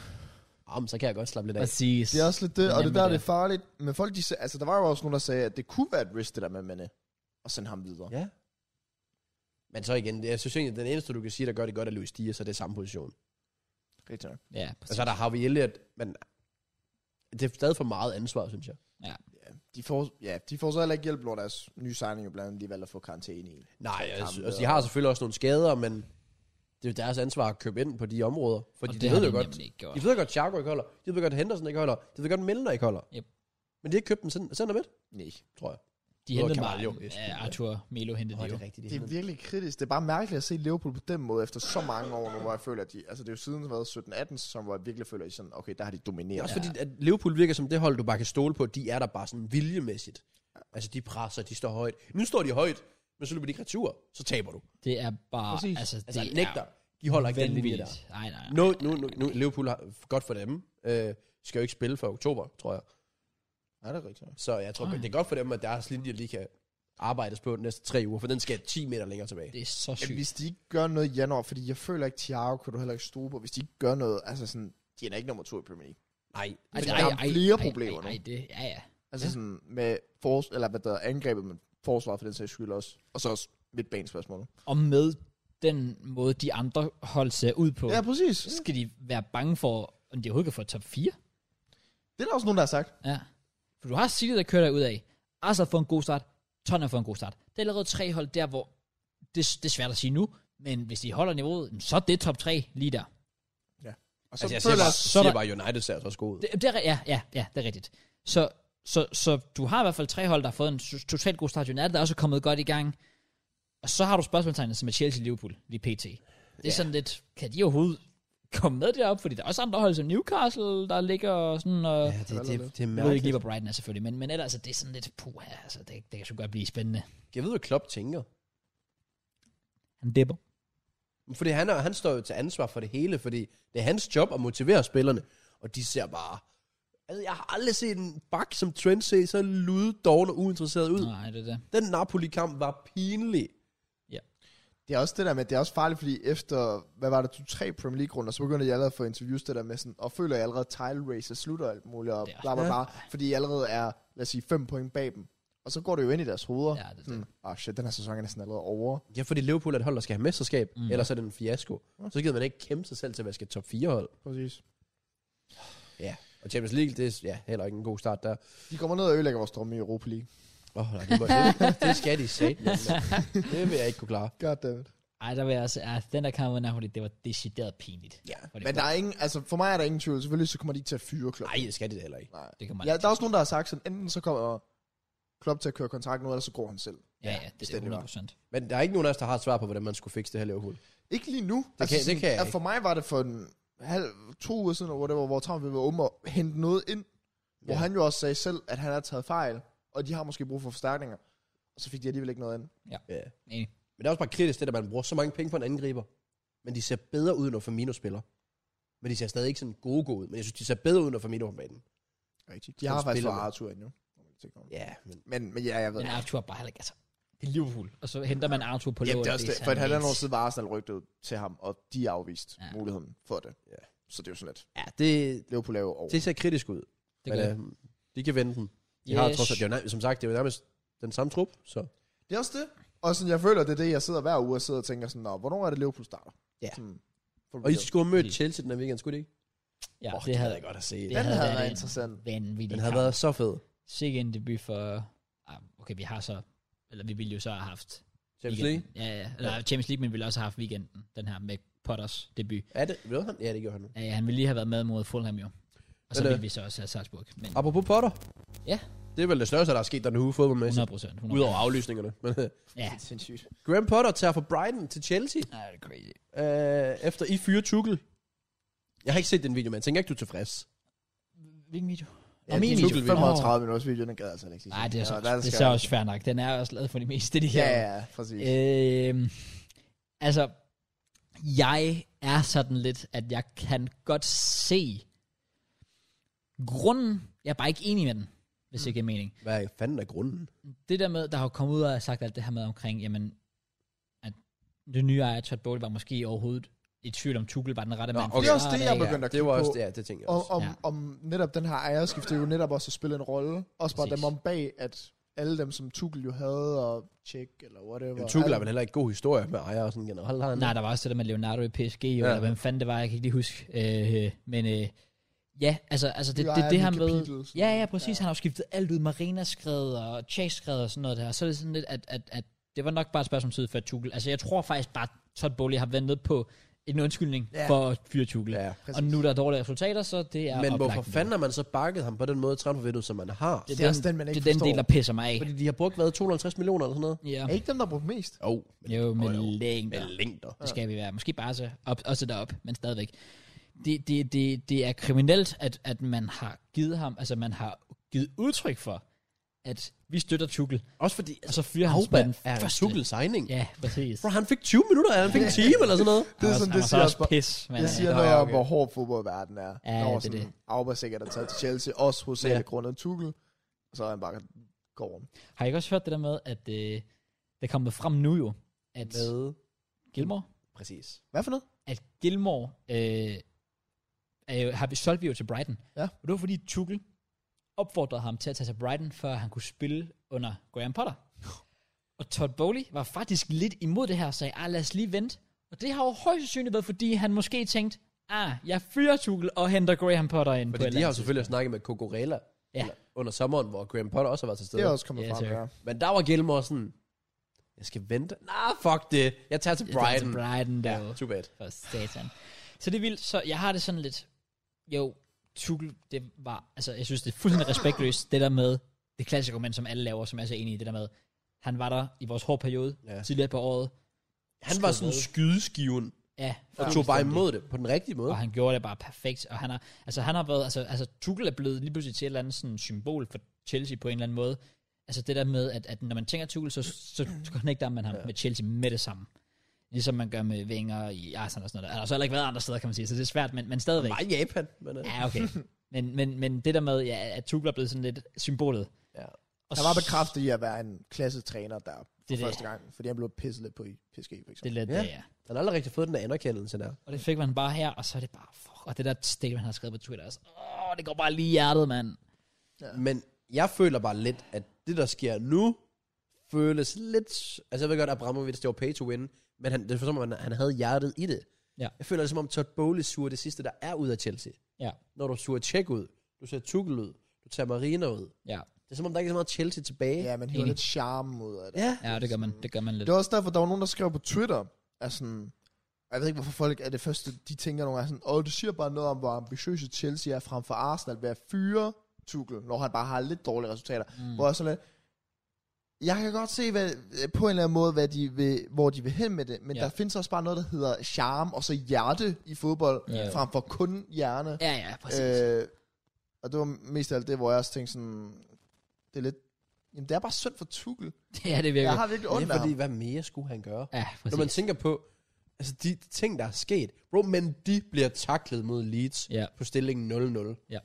Jamen, så kan jeg godt slappe lidt af.
Præcis.
Det er også lidt det, og det
Nemlig
der er
det.
det farligt. Men folk, de, sag- altså der var jo også nogen, der sagde, at det kunne være et risk, det der med Mane, og sende ham videre.
Ja. Men så igen, det- jeg synes egentlig, den eneste, du kan sige, der gør det godt, er Luis Dias, og det er samme position.
Rigtig nok.
Ja,
Og
præcis.
så er der Harvey Elliott, men det er stadig for meget ansvar, synes jeg.
Ja, de får, ja, de får så heller ikke hjælp, når deres nye signing jo blandt andet, de valgte at få karantæne i.
Nej,
Tre
jeg
kampe
synes, altså, de
og-
har selvfølgelig også nogle skader, men det er jo deres ansvar at købe ind på de områder.
Og
Fordi
det
de
har
ved
de
jo godt,
nemlig ikke gjort.
de ved godt, Thiago ikke holder. De ved godt, Henderson ikke holder. De ved godt, Milner ikke holder.
Yep.
Men de har ikke købt dem cent- center midt,
Nej.
tror jeg.
De
Nå,
hentede
Kamal,
mig.
jo.
Ja, Arthur Melo hentede oh, det jo.
rigtigt.
Det er virkelig kritisk. Det er bare mærkeligt at se Liverpool på den måde efter så mange år nu, hvor jeg føler, at de... Altså, det er jo siden været 17-18, som hvor jeg virkelig føler, at de sådan, okay, der har de
Det er
domineret.
også fordi, at Liverpool virker som det hold, du bare kan stole på. De er der bare sådan viljemæssigt. Altså, de presser, de står højt. Nu står de højt, men så løber de ikke retur. Så taber du.
Det er bare...
Præcis.
Altså, det
Altså, det nægter. De holder ikke den linje der.
vanvittigt. Nej, nej.
Nu, nu, nu, nu Liverpool har godt for dem. Øh, skal jo ikke spille for oktober, tror jeg.
Ja, det er rigtigt.
Så jeg tror,
Ej.
det er godt for dem, at deres linje lige kan arbejdes på de næste tre uger, for den skal 10 meter længere tilbage.
Det er så
Ja,
sygt.
hvis de ikke gør noget i januar, fordi jeg føler ikke, Thiago kunne du heller ikke stole på. Hvis de ikke gør noget, altså sådan, de er da ikke nummer to i Premier League.
Nej,
Ej,
Men
Altså, ej,
der er
ej,
flere
ej,
problemer
ej,
nu.
ej, det, ja, ja.
Altså
Ja.
ja. sådan med fors eller hvad der er angrebet, men forsvaret for den sags skyld også. Og så også mit banespørgsmål.
Og med den måde, de andre hold ser ud på,
Ja, præcis.
så skal de være bange for, om de overhovedet kan få top 4.
Det er der også nogen, der har sagt.
Ja. For du har City, der kører dig ud af. Arsenal får en god start. Tottenham får en god start. Det er allerede tre hold der, hvor det, det er svært at sige nu, men hvis de holder niveauet, jamen, så er det top 3 lige der.
Og så
altså jeg
føler
siger bare,
jeg-
så er
så siger
der-
bare United ser altså også god ud.
Det, det er, ja, ja, ja, det er rigtigt. Så, så, så du har i hvert fald tre hold, der har fået en s- totalt god start. United er også kommet godt i gang. Og så har du spørgsmålstegnet, som er Chelsea og Liverpool, lige pt. Det er ja. sådan lidt, kan de overhovedet komme med derop? Fordi der er også andre hold som Newcastle, der ligger og sådan... Og, ja,
det- det-
det er
jeg ved ikke lige, hvor Brighton er selvfølgelig, men, men ellers altså, det er sådan lidt, puha, altså, det, det kan sgu godt blive spændende.
Jeg ved, hvad Klopp tænker.
Han dipper.
Fordi han, er, han står jo til ansvar for det hele, fordi det er hans job at motivere spillerne, og de ser bare... Altså, jeg har aldrig set en bak, som Trent ser så lude, doven og uinteresseret ud.
Nej, det er det.
Den Napoli-kamp var pinlig.
Det er også det der med, at det er også farligt, fordi efter, hvad var det, to, tre Premier League-runder, så begynder jeg allerede at få interviews det der med sådan, og føler jeg allerede, at title races slutter og alt muligt, og
Det er
bla
også-
bla bla, fordi jeg allerede er, lad os sige, fem point bag dem. Og så går det jo ind i deres hoveder.
Ja, det er
Sådan, Åh oh shit, den her sæson er næsten allerede over.
Ja, fordi Liverpool er et hold, der skal have mesterskab,
Mhm.
mm. ellers er det en fiasko. Så gider man ikke kæmpe sig selv til at være skal top 4-hold.
Præcis.
Ja, og Champions League, det er ja, heller ikke en god start der.
De kommer ned og ødelægger vores drømme i Europa League.
Åh, oh, det, må- det, det skal de satme. med. Det vil jeg ikke kunne klare.
Goddammit.
Ej, der vil jeg også, ja, den der kamp mod Napoli, det var decideret pinligt.
Ja.
Hvor det
Men der er ingen, altså for mig er der ingen tvivl. Selvfølgelig så kommer de ikke til at fyre Klopp.
Nej, det skal de da heller ikke.
Nej.
det kan man
Ja, der er også nogen, der har sagt sådan, enten så kommer Klopp til at køre kontakt nu, eller så går han selv.
ja, ja, det er
Stændig var.
100
Men der er ikke nogen af os, der har et svar på, hvordan man skulle fikse det her Liverpool.
Ikke lige nu. Det
kan- det kan jeg
at
ikke.
For mig var det for en halv, to uger siden, eller whatever, hvor Trump ville være om at hente noget ind, hvor
Ja.
han jo også sagde selv, at han har taget fejl, og de har måske brug for forstærkninger. Og så fik de alligevel ikke noget ind.
Ja.
Enig.
Men det er også bare kritisk, det at man bruger så mange penge på en angriber. Men de ser bedre ud, når Firmino spiller. Men de ser stadig ikke sådan gode gode ud. Men jeg synes, de ser bedre ud, når Firmino er på banen.
Rigtigt. De
Som
har faktisk
spiller
fået
man.
Arthur endnu.
Ja, men
Men, men ja, jeg ved.
Men
Ja,
Arthur er bare heller ikke, altså, det er Liverpool. Og så henter man Arthur på lån.
Jamen, det er også det. For et
sådan
halvandet
lidt-
år siden var Arsenal rygtet til ham, og de har afvist
Ja.
ja. muligheden for det.
Ja.
Så det er jo sådan lidt.
ja, det,
Liverpool er jo over.
det ser kritisk ud.
Det
men,
gør
øh, de kan vente den. De yes. har
Yes.
trods alt, det er jo nær- som sagt, det er jo nærmest den samme trup. Så.
Det er også det. Og sådan, jeg føler, det er det, jeg sidder hver uge og sidder og tænker sådan, Nå, hvornår er det Liverpool starter?
Ja.
Sådan, for
Og I
real.
skulle have mødt Chelsea den her weekend, skulle de ikke?
Ja,
Åh,
det, havde jeg
jeg godt at se.
det
Den
havde
havde
været
været
en-
interessant.
vanvittigt.
Den havde været så fed.
Sikke en debut for... Ah, okay, vi har så... Eller vi ville jo så have haft...
Champions
weekenden.
League.
Ja, ja. Eller Champions League, men vi ville også have haft weekenden. Den her med Potters debut.
Er det? Ved han? Ja, det gjorde han nu.
Ja, ja, han ville lige have været med mod Fulham jo. Og så
Men, øh,
ville vi så også have Salzburg. Men
Apropos Potter.
Ja.
Det er vel det største, der er sket den uge fodboldmæssigt.
100 procent.
Udover aflysningerne. Men, øh,
Ja.
sindssygt.
Graham Potter tager fra Brighton til Chelsea,
Ja, det er crazy.
øh, efter I fyre Tuchel. Jeg har ikke set den video, men jeg tænker ikke, du er tilfreds.
Hvilken video?
Ja,
Og min
de
video.
tog 35 minutters video, den gad altså ikke.
Nej, det er så,
der
det er
skal
så
jeg-
også fair nok. Den er også lavet for det meste, de her.
Ja, ja, præcis.
Øhm, altså, jeg er sådan lidt, at jeg kan godt se grunden. Jeg er bare ikke enig med den, hvis det giver mening.
Hvad fanden er grunden?
Det der med, der har jo kommet ud og sagt alt det her med omkring, jamen, at det nye ejer Todd Bowley var måske overhovedet i tvivl om Tuchel var den rette
Nå,
mand.
okay.
Det er også det, jeg
Ja,
begyndte at
det
kigge
var
på.
også det, ja, det tænkte jeg også.
Og om,
Ja.
om netop den her ejerskift, det er jo netop også at spille en rolle. Også bare
Præcis.
dem om bag, at alle dem, som Tuchel jo havde, og Tjek eller whatever.
Jamen, Tuchel er
alle-
vel heller ikke god historie med ejer og sådan generelt. Har han
Nej, der var også det der med Leonardo i PSG, ja.
Ja.
eller hvem fanden det var, jeg kan ikke lige huske. Øh, men øh, ja, altså, altså det,
Nye
det, det,
ejer,
det
nye
her med...
kapitel, sådan
Ja, ja,
noget.
præcis. Ja. Han har jo skiftet alt ud. Marina skred og Chase skred og sådan noget der. Og så er det sådan lidt, at, at, at det var nok bare et spørgsmål om tid før Tuchel. Altså, jeg tror faktisk bare, Todd Bowley har ventet på en undskyldning ja. for at fyre Tuchel.
Ja,
og nu er der dårlige resultater, så det er
Men
oplagt
hvorfor
nu.
fanden har man så bakket ham på den måde i transfervinduet, som man har?
Det er,
Det er
den,
også den, man ikke
det er den del,
forstår.
der pisser mig af.
Fordi de har brugt, hvad, 250 millioner eller sådan noget?
Ja.
Er ikke dem, der har brugt mest?
Jo,
Jo, med
jo. med
længder.
længder.
Det skal vi være. Måske bare så op, også derop, men stadigvæk. Det, det, det, det er kriminelt, at, at man har givet ham, altså man har givet udtryk for, at vi støtter Tuchel,
Også fordi,
og så fyrer han
Auba
som Altså, den
er en
første.
Tuchel-signing.
Ja, præcis.
Bro, han fik 20 minutter, han fik en time eller sådan noget.
Det er sådan, det
han var så
siger også
også
bare-
pis, men altså,
Det siger
nå,
noget
ja,
om,
okay.
hvor hård fodboldverden er.
Ja, det er
Når sådan,
det.
Auba sikkert er taget til Chelsea, også hos
Ja.
ja. grundet Tuchel, og så er han bare går om.
øh, har I ikke også hørt det der med, at øh, det er kommet frem nu jo, at
Med,
Gilmore,
præcis.
Hvad for noget?
at Gilmore øh, er jo, har vi solgt vi jo til Brighton.
Ja.
Og det var fordi Tuchel opfordrede ham til at tage til Brighton, før han kunne spille under Graham Potter. Og Todd Bowley var faktisk lidt imod det her, og sagde, ah, lad os lige vente. Og det har jo højst sandsynligt været, fordi han måske tænkte, ah, jeg fyrer Tuchel og henter Graham Potter ind
Fordi de
på et eller
har jo
andet
selvfølgelig snakket med Cocorella
Ja.
eller under sommeren, hvor Graham Potter også har været til
Det
stede.
er også kommet
Ja,
frem
tak.
her.
Men der var Gilmore sådan, jeg skal vente. Nej, nah, fuck det. Jeg tager til
tidspunkt. Jeg
Brighton.
tager til Brighton der.
Ja, too bad.
For satan. Så det er vildt. Så jeg har det sådan lidt, jo, Tuchel, det var, altså jeg synes, det er fuldstændig respektløst, det der med, det klassiske argument, som alle laver, som jeg er så enig i, det der med, han var der i vores hårde periode,
Ja.
ja. tidligere på året,
Han var sådan skydeskiven
ja,
og tog bare imod det på den rigtige måde.
og han gjorde det bare perfekt, og han har, altså han har været, altså, altså Tuchel er blevet lige pludselig til et eller andet sådan symbol for Chelsea på en eller anden måde, altså det der med, at, at når man tænker Tuchel, så, så connecter man ham ja. med Chelsea med det samme, ligesom man gør med Wenger i Arsenal og sådan noget, der. han har så heller ikke været andre steder, kan man sige, så det er svært, men, men stadigvæk.
Bare i Japan. Men, øh,
Ja, okay. men, men, men det der med, ja, at Tuchel er blevet sådan lidt symbolet.
ja.
Og
Han var bekræftet i at være en klassetræner der for
det.
første gang, fordi han blev pisset lidt på i PSG, for
Det er
eksempel.
lidt, ja.
Ja.
ja.
Han har aldrig rigtig fået den der anerkendelse der.
Og det fik man bare her, og så er det bare, fuck, og det der statement, han har skrevet på Twitter også. Åh, det går bare lige i hjertet, mand.
Men jeg føler bare lidt, at det, der sker nu, føles lidt... Altså, jeg ved godt, at Abramovic, det var pay to win, men han, det er for som om, han, han havde hjertet i det.
Ja.
Jeg føler det, som om Todd Bowley suger det sidste, der er ud af Chelsea.
Ja,
Når du suger Tjek ud, du suger Tuchel ud, du tager Marina ud.
ja.
Det er som om, der ikke er så meget Chelsea tilbage.
Ja, man hiver
Enig.
lidt charme ud af det.
ja.
Ja, det gør man, det gør man lidt.
Det var også derfor, der var nogen, der skrev på Twitter, at sådan, jeg ved ikke, hvorfor folk er det første, de tænker nogle gange sådan, åh, det siger bare noget om, hvor ambitiøse Chelsea er frem for Arsenal ved at fyre Tuchel, når han bare har lidt dårlige resultater. Mm. Hvor jeg sådan lidt, jeg kan godt se hvad, på en eller anden måde, hvad de vil, hvor de vil hen med det, men
Ja.
ja. der findes også bare noget, der hedder charme og så hjerte i fodbold,
Ja,
ja,
jo.
frem for kun hjerne.
Ja, ja, præcis. Øh,
Øh, og det var mest af alt det, hvor jeg også tænkte sådan, det er lidt, jamen det er bare synd for Tuchel.
ja, det virker.
Jeg har virkelig
Det
ondt
er
af
fordi,
ham.
hvad mere skulle han gøre?
Ja, præcis.
Når man tænker på, altså de ting, der er sket. Bro, men de bliver taklet mod Leeds
Ja.
på stillingen 0-0.
Ja.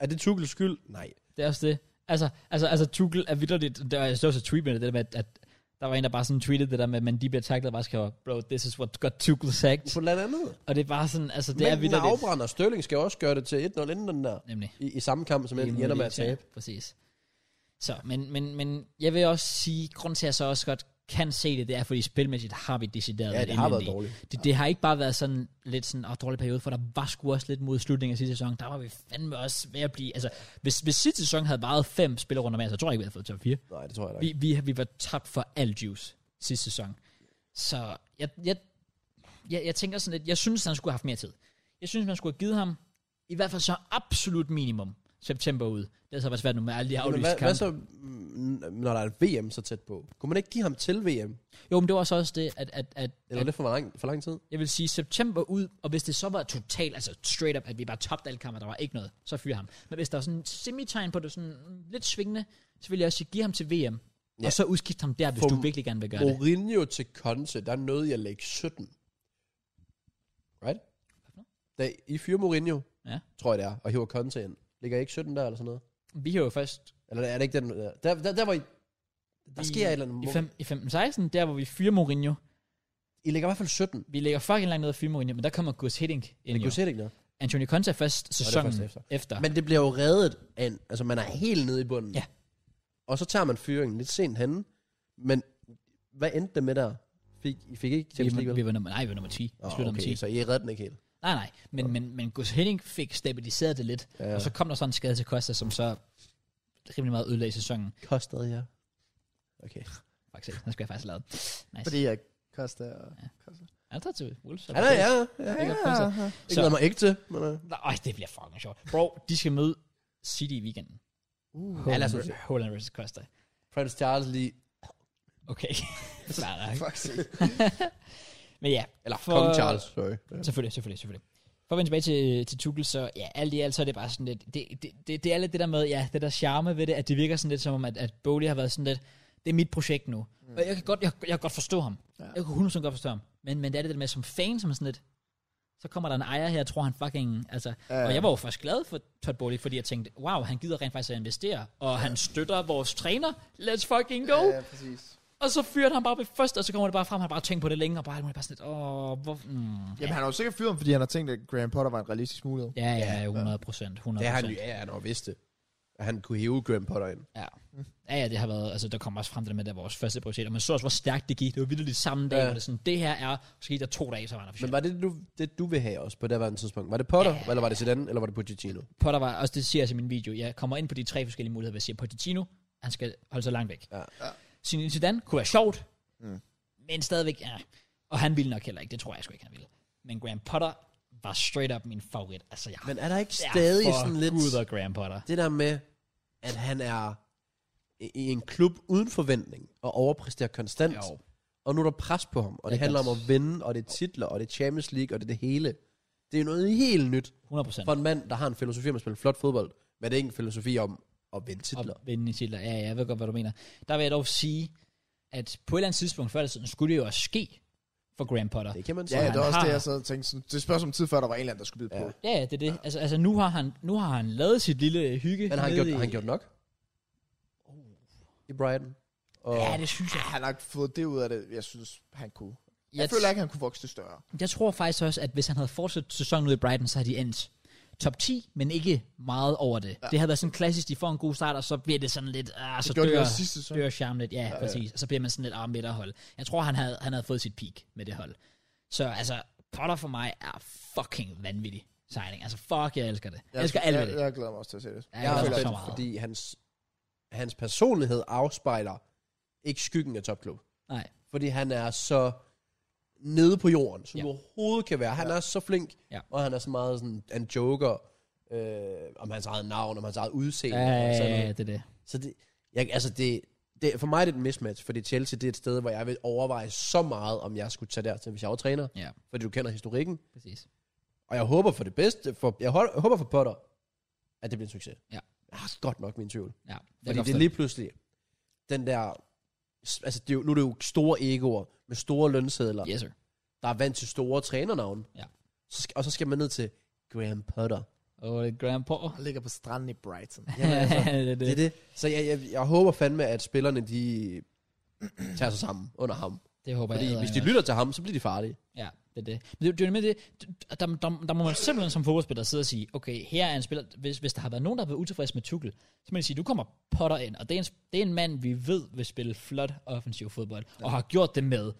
Er det Tuchels skyld? Nej.
Det er også det. Altså, altså, altså Tuchel er vidderligt, der var så også et tweet med det, det der med, at, at der var en, der bare sådan tweetede det der med, at man de bliver taklet og bare skriver, bro, this is what got Tuchel sacked.
På blandt andet.
Og det er bare sådan, altså det
Det
er
men den
vidderligt.
afbrænder. Sterling skal også gøre det til 1-0 inden den der.
Nemlig.
I, I samme kamp, som ender med at
Ja,
tabe.
Præcis. Så, men, men, men jeg vil også sige, grund til, at jeg så også godt kan se det, det er, fordi spilmæssigt har vi decideret
Ja,
været
det har været
indvendige.
dårligt.
Det, det har ikke bare været sådan lidt sådan, åh, dårlig periode, for der var sgu også lidt mod slutningen af sidste sæson, der var vi fandme også ved at blive, altså, hvis, hvis sidste sæson havde varet fem spillerunder med, så tror jeg ikke, vi havde fået top 4.
Nej, det tror jeg da
Vi,
ikke.
vi, vi var tabt for al juice sidste sæson. Så jeg, jeg, jeg, jeg tænker sådan lidt, jeg synes, han skulle have haft mere tid. Jeg synes, man skulle have givet ham i hvert fald så absolut minimum september ud. Det er så været svært nu med alle de
Men
aflyste
hvad, hvad
kampe.
så, mm, når der er et VM så tæt på? Kunne man ikke give ham til VM?
Jo, men det var så også det, at, at, at,
Eller er
at
det for lang, for lang tid?
jeg vil sige september ud, og hvis det så var totalt, altså straight up, at vi bare tabte alle kampe, der var ikke noget, så fyre ham. Men hvis der var sådan en semitegn på det, sådan lidt svingende, så vil jeg også sige, give ham til VM, ja.
Ja.
og så udskifte ham der, hvis
Få
du virkelig gerne vil gøre det.
Mourinho til Conte, der nåede jeg at lægge 17. Right? Da I fyrer Mourinho,
Ja.
tror jeg det er, og hiver Conte ind. Ligger I ikke 17 der eller sådan noget?
Vi har jo først
Eller er det ikke den? Der, der, der, der hvor I, der
I-
sker et eller andet. moment.
i, fem, i 15-16, der hvor vi fyrer Mourinho.
I ligger i hvert fald 17.
Vi lægger fucking langt ned og fyrer Mourinho, men der kommer Gus Hiddink ind
Det
jo.
kunne se ikke noget.
Anthony Conte er først sæsonen
først
efter.
efter.
efter. Men,
Men det bliver jo reddet af en, altså man er helt nede i bunden.
Ja.
Og så tager man fyringen lidt sent henne. Men hvad endte det med der? Fik, I fik ikke Champions
vi,
League?
vi,
vel?
var nummer, nej, vi var nummer 10. Vi
Åh,
sluttede nummer 10.
så I redder den ikke helt.
Nej, nej. Men, men, men Gus Hiddink fik stabiliseret det lidt. Ja.
Ja.
Og så kom der sådan en skade til Costa, som så rimelig meget ødelagde sæsonen.
Kostede jer. Okay.
Faktisk, den skal jeg faktisk have lavet. Nice. Fordi...
Fordi jeg koster... Ja.
Han tager til Wolves.
Ja, da, ja. ja.
Det kan jeg
ja.
Ikke noget mig ikke til. Men, uh,
Nej, det bliver fucking sjovt. Bro, de skal møde City i weekenden.
ja, lad os nu se.
Holland, Holland vs. Costa.
Prince Charles lige...
Okay. Klar, nej.
Fuck sake.
Men ja,
Eller
For-
for... Kong Charles, sorry. Ja.
selvfølgelig, selvfølgelig, selvfølgelig. For at vende tilbage til, til Tuchel, så ja, alt i alt, så er det bare sådan lidt, det, det, det, det er lidt det der med, ja, det der charme ved det, at det virker sådan lidt som om, at, at Bowley har været sådan lidt, det er mit projekt nu. Mm. Og jeg kan godt, jeg, jeg kan godt forstå ham. Ja. Jeg kan 100% godt forstå ham. Men, men det er det der med, som fan, som er sådan lidt, så kommer der en ejer her, jeg tror han fucking, altså, ja. og jeg var jo først glad for Todd Bowley, fordi jeg tænkte, wow, han gider rent faktisk at investere, og ja. han støtter vores træner, let's fucking go.
Ja, præcis.
Og så fyrede han bare med først, og så kommer det bare frem, han har bare tænkt på det længe, og bare, han er bare sådan lidt, åh, hvor, mm.
Jamen, han har jo sikkert fyret ham, fordi han har tænkt, at Graham Potter var en realistisk mulighed.
Ja, ja, 100 procent. 100
Det har han, ja, han har jo vidst det. At han kunne hive Graham Potter ind.
Ja. ja, ja, det har været, altså der kom også frem til det med, at det var vores første prioritet, og man så også, hvor stærkt det gik. Det var vildt samme dag, ja.
Ja.
hvor det sådan, det her er, så gik der to dage, så var han
Men
officielt.
var det, du, det, du vil have også på det her tidspunkt? Var det Potter, ja. eller var det Zidane, eller var det Pochettino?
Potter var, også det siger jeg i min video, jeg kommer ind på de tre forskellige muligheder, hvor jeg siger, Pochettino, han skal holde sig langt væk.
Ja.
Sin Zidane kunne være sjovt, mm. men stadigvæk, ja. Og han ville nok heller ikke, det tror jeg sgu ikke, han ville. Men Graham Potter var straight up min favorit. Altså, jeg
Men er der ikke stadig sådan lidt...
Gud og Graham Potter.
det der med, at han er i i en klub uden forventning og overpræsterer konstant.
Jo.
Jo. Og nu er der pres på ham, og det
Ja,
handler om
ganz-
at vinde, og det er titler, og det er Champions League, og det er det hele. Det er noget helt nyt
100 procent.
for en mand, der har en filosofi om at spille flot fodbold, men det er ikke en filosofi om at vinde titler.
Og vinde titler. Ja, ja, jeg ved godt, hvad du mener. Der vil jeg dog sige, at på et eller andet tidspunkt før, eller siden, skulle det jo også ske for Graham Potter.
Det kan man
Ja,
sige.
ja,
Ja,
det var
han
også
har-
det, jeg sad og tænkte. Sådan, det spørgsmål om tid før, der var en eller anden, der skulle bide på.
Ja, ja, det er det. Altså, altså nu, har han, nu har han lavet sit lille hygge.
men har han
nede
gjort, har
i-
han gjort nok? I Brighton. Og
Ja, det synes jeg.
Han har ikke fået det ud af det, jeg synes, han kunne. Jeg,
Jeg
jeg føler ikke, han kunne vokse det større.
Jeg tror faktisk også, at hvis han havde fortsat sæsonen ude i Brighton, så havde de endt top 10, men ikke meget over det. Ja. Det havde været sådan klassisk, de får en god start, og så bliver det sådan lidt, ah, så
gjorde de
dør,
også sidste sæson.
dør charmen lidt. Ja, ja, præcis. Og så bliver man sådan lidt arm midt hold. Jeg tror, han havde, han havde fået sit peak med det hold. Så altså, Potter for mig er fucking vanvittig signing. Altså, fuck, jeg elsker det. Jeg, elsker alt ved
jeg,
det.
jeg, jeg glæder mig også til at se det.
Ja,
jeg er
føler
også
så
spændt,
meget.
fordi hans, hans personlighed afspejler ikke skyggen af topklub.
Nej.
fordi han er så nede på jorden, som
Ja.
ja. du overhovedet kan være. Han ja. er så flink,
Ja.
ja. og han er så meget sådan en joker øh, om hans eget navn, om hans eget udseende.
Ja,
og
ja,
sådan
ja,
noget.
ja, det er det.
Så det, jeg, altså det, det, for mig er det et mismatch, fordi Chelsea det er et sted, hvor jeg vil overveje så meget, om jeg skulle tage dertil, hvis jeg var træner,
Ja,
fordi du kender historikken.
præcis.
Og jeg håber for det bedste, for, jeg, hol- jeg håber for Potter, at det bliver en succes.
Ja.
Jeg har godt nok min tvivl.
Ja, jeg
Fordi
kan
det er
forstå
lige pludselig den der... Altså, det er jo, nu er det jo store egoer med store lønsedler,
Yes, sir.
der er vant til store trænernavne.
Ja.
Så skal, og så skal man ned til Graham Potter.
Og det er Graham Potter.
Han ligger på stranden i Brighton.
Jamen, altså,
det er
det er
det.
det. Så jeg, jeg, jeg håber fandme, at spillerne de tager sig sammen under ham.
Det håber jeg.
Fordi
æder
hvis
jeg
de lytter til ham, så bliver de farlige.
Ja, det er det. Men det, det er jo med det, der, der, der, må man simpelthen som fodboldspiller sidde og sige, okay, her er en spiller, hvis, hvis der har været nogen, der har været utilfreds med Tuchel, så må de sige, du kommer Potter ind, og det er, en, det er en mand, vi ved vil spille flot offensiv fodbold, ja. og har gjort det med,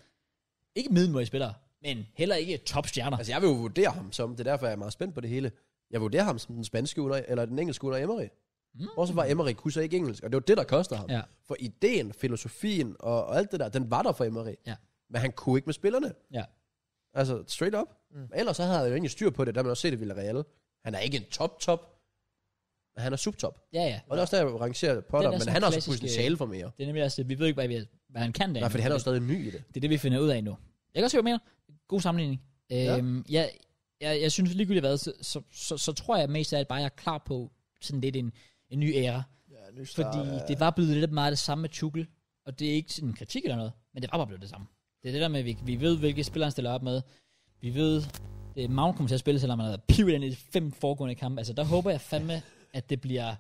ikke middelmåde spillere, men heller ikke topstjerner.
Altså
Altså,
jeg vil jo vurdere ham som, det er derfor jeg er meget spændt på det hele. Jeg vurderer ham som den spanske under, eller den engelske under Emery. Mm. Også var Emery kunne så ikke engelsk, og det var det, der kostede ham.
Ja.
For ideen, filosofien og, og alt det der, den var der for Emery.
Ja.
Men han kunne ikke med spillerne.
ja.
Altså, straight up. Mm. Ellers så havde jeg jo egentlig styr på det, der man også set i Villarreal. Han er ikke en top-top, men han er subtop.
ja, ja.
Og det er også der, jeg rangerer
Det er
Potter,
da
men
sådan
han har også
klassisk, øh,
potentiale for mere.
Det er nemlig også det, vi ved ikke, hvad, vi, hvad han kan der.
Nej, fordi han er jo stadig ny i det.
Det er det, vi finder ud af nu. Jeg kan også høre mere. God sammenligning.
Ja.
Øhm, ja. jeg, jeg, jeg synes ligegyldigt hvad, så, så, så, så tror jeg mest af alt bare, jeg er klar på sådan lidt en, en ny æra.
Ja, ny start,
Fordi
ja.
det var blevet lidt meget det samme med Tuchel, og det er ikke sådan en kritik eller noget, men det var bare blevet det samme. Det er det der med, at vi, vi ved, hvilke spillere han stiller op med. Vi ved, at Mount kommer til at spille, selvom han har været pivet ind i de fem foregående kampe. Altså, der håber jeg fandme, at det bliver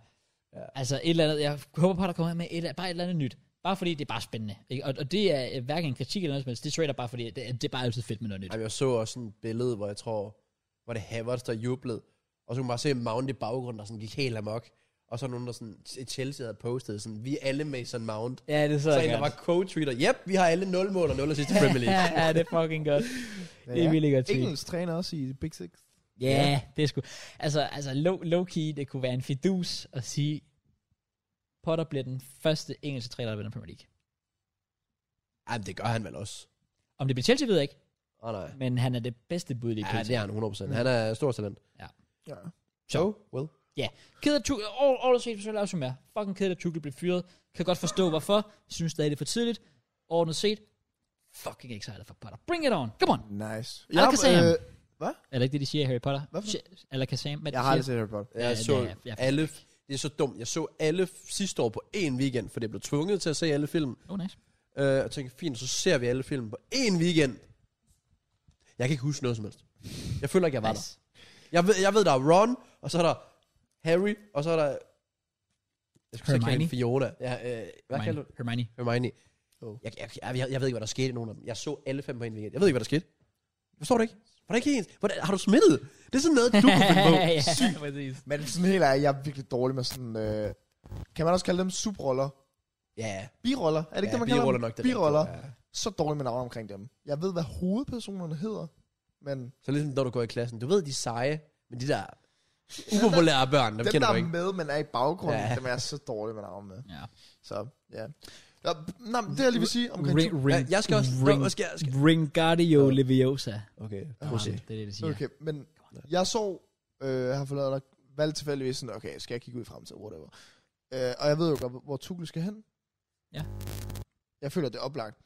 Ja. Altså et eller andet, jeg håber på, at der kommer med et, eller- bare et eller andet nyt. Bare fordi det er bare spændende. Ikke? Og, og det er øh, hverken en kritik eller noget som helst. Det er straight up bare fordi, det, det er bare altid fedt med noget nyt.
Ej, jeg så også sådan et billede, hvor jeg tror, hvor det Havertz, der jublede. Og så kunne man bare se Mount i baggrunden, der sådan gik helt amok. Og så nogen, der sådan, Chelsea havde postet sådan, vi er alle Mason Mount.
Ja, det er
Så en, der var co-tweeter. Yep, vi har alle 0 mål og 0 sidste Premier League.
ja, ja, det er fucking godt. Det er virkelig godt tweet.
Engels træner også i Big Six.
Ja, yeah, det er sgu... Altså, altså low, low key, det kunne være en fidus at sige, Potter bliver den første engelske træner, der vinder Premier League.
Ej, men det gør han vel også.
Om det bliver Chelsea, ved jeg ikke,
Åh oh, nej.
men han er det bedste bud lige
Ja,
pt.
det er han 100%. Han er stor talent.
Ja.
So, Will.
Ja, ked af Tuchel, all, all set, så lad mere. Fucking ked af at Tuchel blev fyret. Kan godt forstå, hvorfor. Synes stadig, det er for tidligt. Ordnet set, fucking excited for Potter. Bring it on. Come on.
Nice.
Eller Kazam.
øh, hvad?
Er det ikke det, de siger i Harry Potter?
Hvorfor?
Sh- Eller Kazam? hvad de
Jeg har
siger?
aldrig set Harry Potter.
Jeg
Ja,
ja, så
det er-
det
jeg
er,
forstår
alle... Det er så dumt. Jeg så alle f- sidste år på én weekend, for det blev tvunget til at se alle film.
Oh, nice.
Øh, og tænkte, fint, så ser vi alle film på én weekend. Jeg kan ikke huske noget som helst. Jeg føler ikke, jeg var nice.
nice.
der. Jeg ved, jeg ved, der er Ron, og så er der Harry, og så er der... Jeg skulle sige,
Hermione.
hende Fiona. Ja, øh, hvad kalder
Hermione.
du?
Hermione.
Hermione.
Oh.
Oh. Jeg, jeg, jeg, jeg, jeg, ved ikke, hvad der skete i nogen af dem. Jeg så alle fem på en weekend. Jeg ved ikke, hvad der skete. Jeg Forstår du ikke? Var det ikke ens? Hvordan, har du smittet? Det er sådan noget, du kan finde på.
ja, præcis.
Men sådan helt ærligt, jeg er virkelig dårlig med sådan... Øh, kan man også kalde dem subroller?
Ja,
Biroller? Er det ikke
ja,
det, man kalder
biroller
dem?
nok det
biroller.
rigtige, ja.
Så dårlig med navn omkring dem. Jeg ved, hvad hovedpersonerne hedder. Men
Så ligesom når du går i klassen, du ved de er seje, men de der upopulære børn, dem,
dem,
kender
der
du
er
ikke.
med, men er i baggrunden, ja.
Ja.
dem er jeg så dårlig med navn med.
Ja.
Så, ja. ja nej, men det jeg lige vil sige omkring...
Ring, ring,
Ja, jeg skal også...
Ring,
Nå, hvad skal jeg? Skal...
Ringardio Leviosa.
Okay, prøv
Jamen,
at se.
Det er det, det siger. Okay.
Okay, men jeg så, øh, her forlader der valgte tilfældigvis sådan, okay, skal jeg kigge ud i fremtiden, whatever. Øh, og jeg ved jo godt, hvor Tuchel skal hen.
Ja.
Jeg føler, det er oplagt.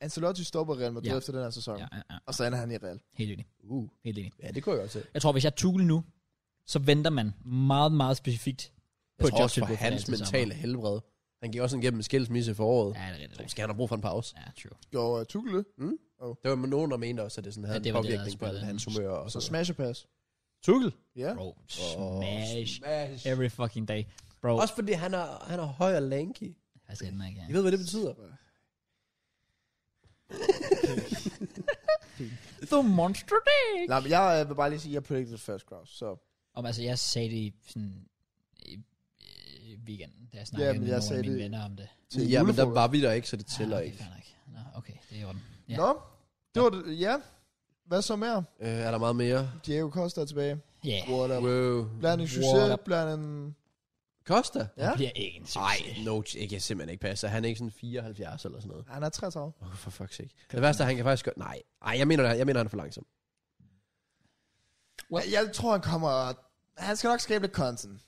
Ancelotti stopper Real Madrid
Ja.
ja. efter den her sæson,
Ja,
ja.
ja, ja.
og så ender han i Real.
Helt enig.
Uh,
Helt enig.
ja, det kunne jeg godt se.
Jeg tror, hvis jeg er Tuchel nu, så venter man meget, meget specifikt
Jeg
på
tror også
jobtilbud
for
Real
hans
til sommer.
mentale helbred. Han gik også igennem en skilsmisse i foråret.
Ja,
Ja.
det er rigtigt.
Måske han har brug for en pause.
Ja, true.
Jo, uh, Tuchel det.
Der var nogen, der mente også, at det sådan havde
Ja,
ja,
det
det
var
en
det, der
påvirkning på
spillede
hans
en-
humør. Og
Og så
sådan
smash og pass.
noget. Tuchel?
Ja.
Bro,
Åh,
smash
smash.
every fucking day. Bro,
Også fordi han er, han er høj og lanky.
jeg skal den ikke, ja.
I ved, hvad det betyder.
The Monster Day!
Nej, men jeg øh, vil bare lige sige, at jeg predicted first cross, så
Om, altså, jeg sagde det i sådan, i, i weekenden, da jeg
Ja,
snakkede
men
med
jeg
nogle af
sagde
mine
det-
venner om det.
til
Ja, men der
julefrokost.
var vi der ikke, så det tæller
Ah, okay,
ikke.
fair nok. Nå, okay, det er i orden. Ja.
Nå, det var det, ja. Hvad så mere?
Øh, er der meget mere?
Diego Costa er tilbage.
Ja, yeah.
What up?
Wow.
Bliver han en succes? Bliver han en...
Costa?
Ja.
bliver ikke en
Nej,
succes.
no, jeg kan simpelthen ikke passe. Han er ikke sådan 74 eller sådan noget.
Han er 33.
Oh, for fuck's sake. Det værste er, han kan faktisk godt... Nej, Ej, jeg mener, jeg mener, han er for langsom.
Jeg, jeg tror, han kommer... Han skal nok skabe lidt content.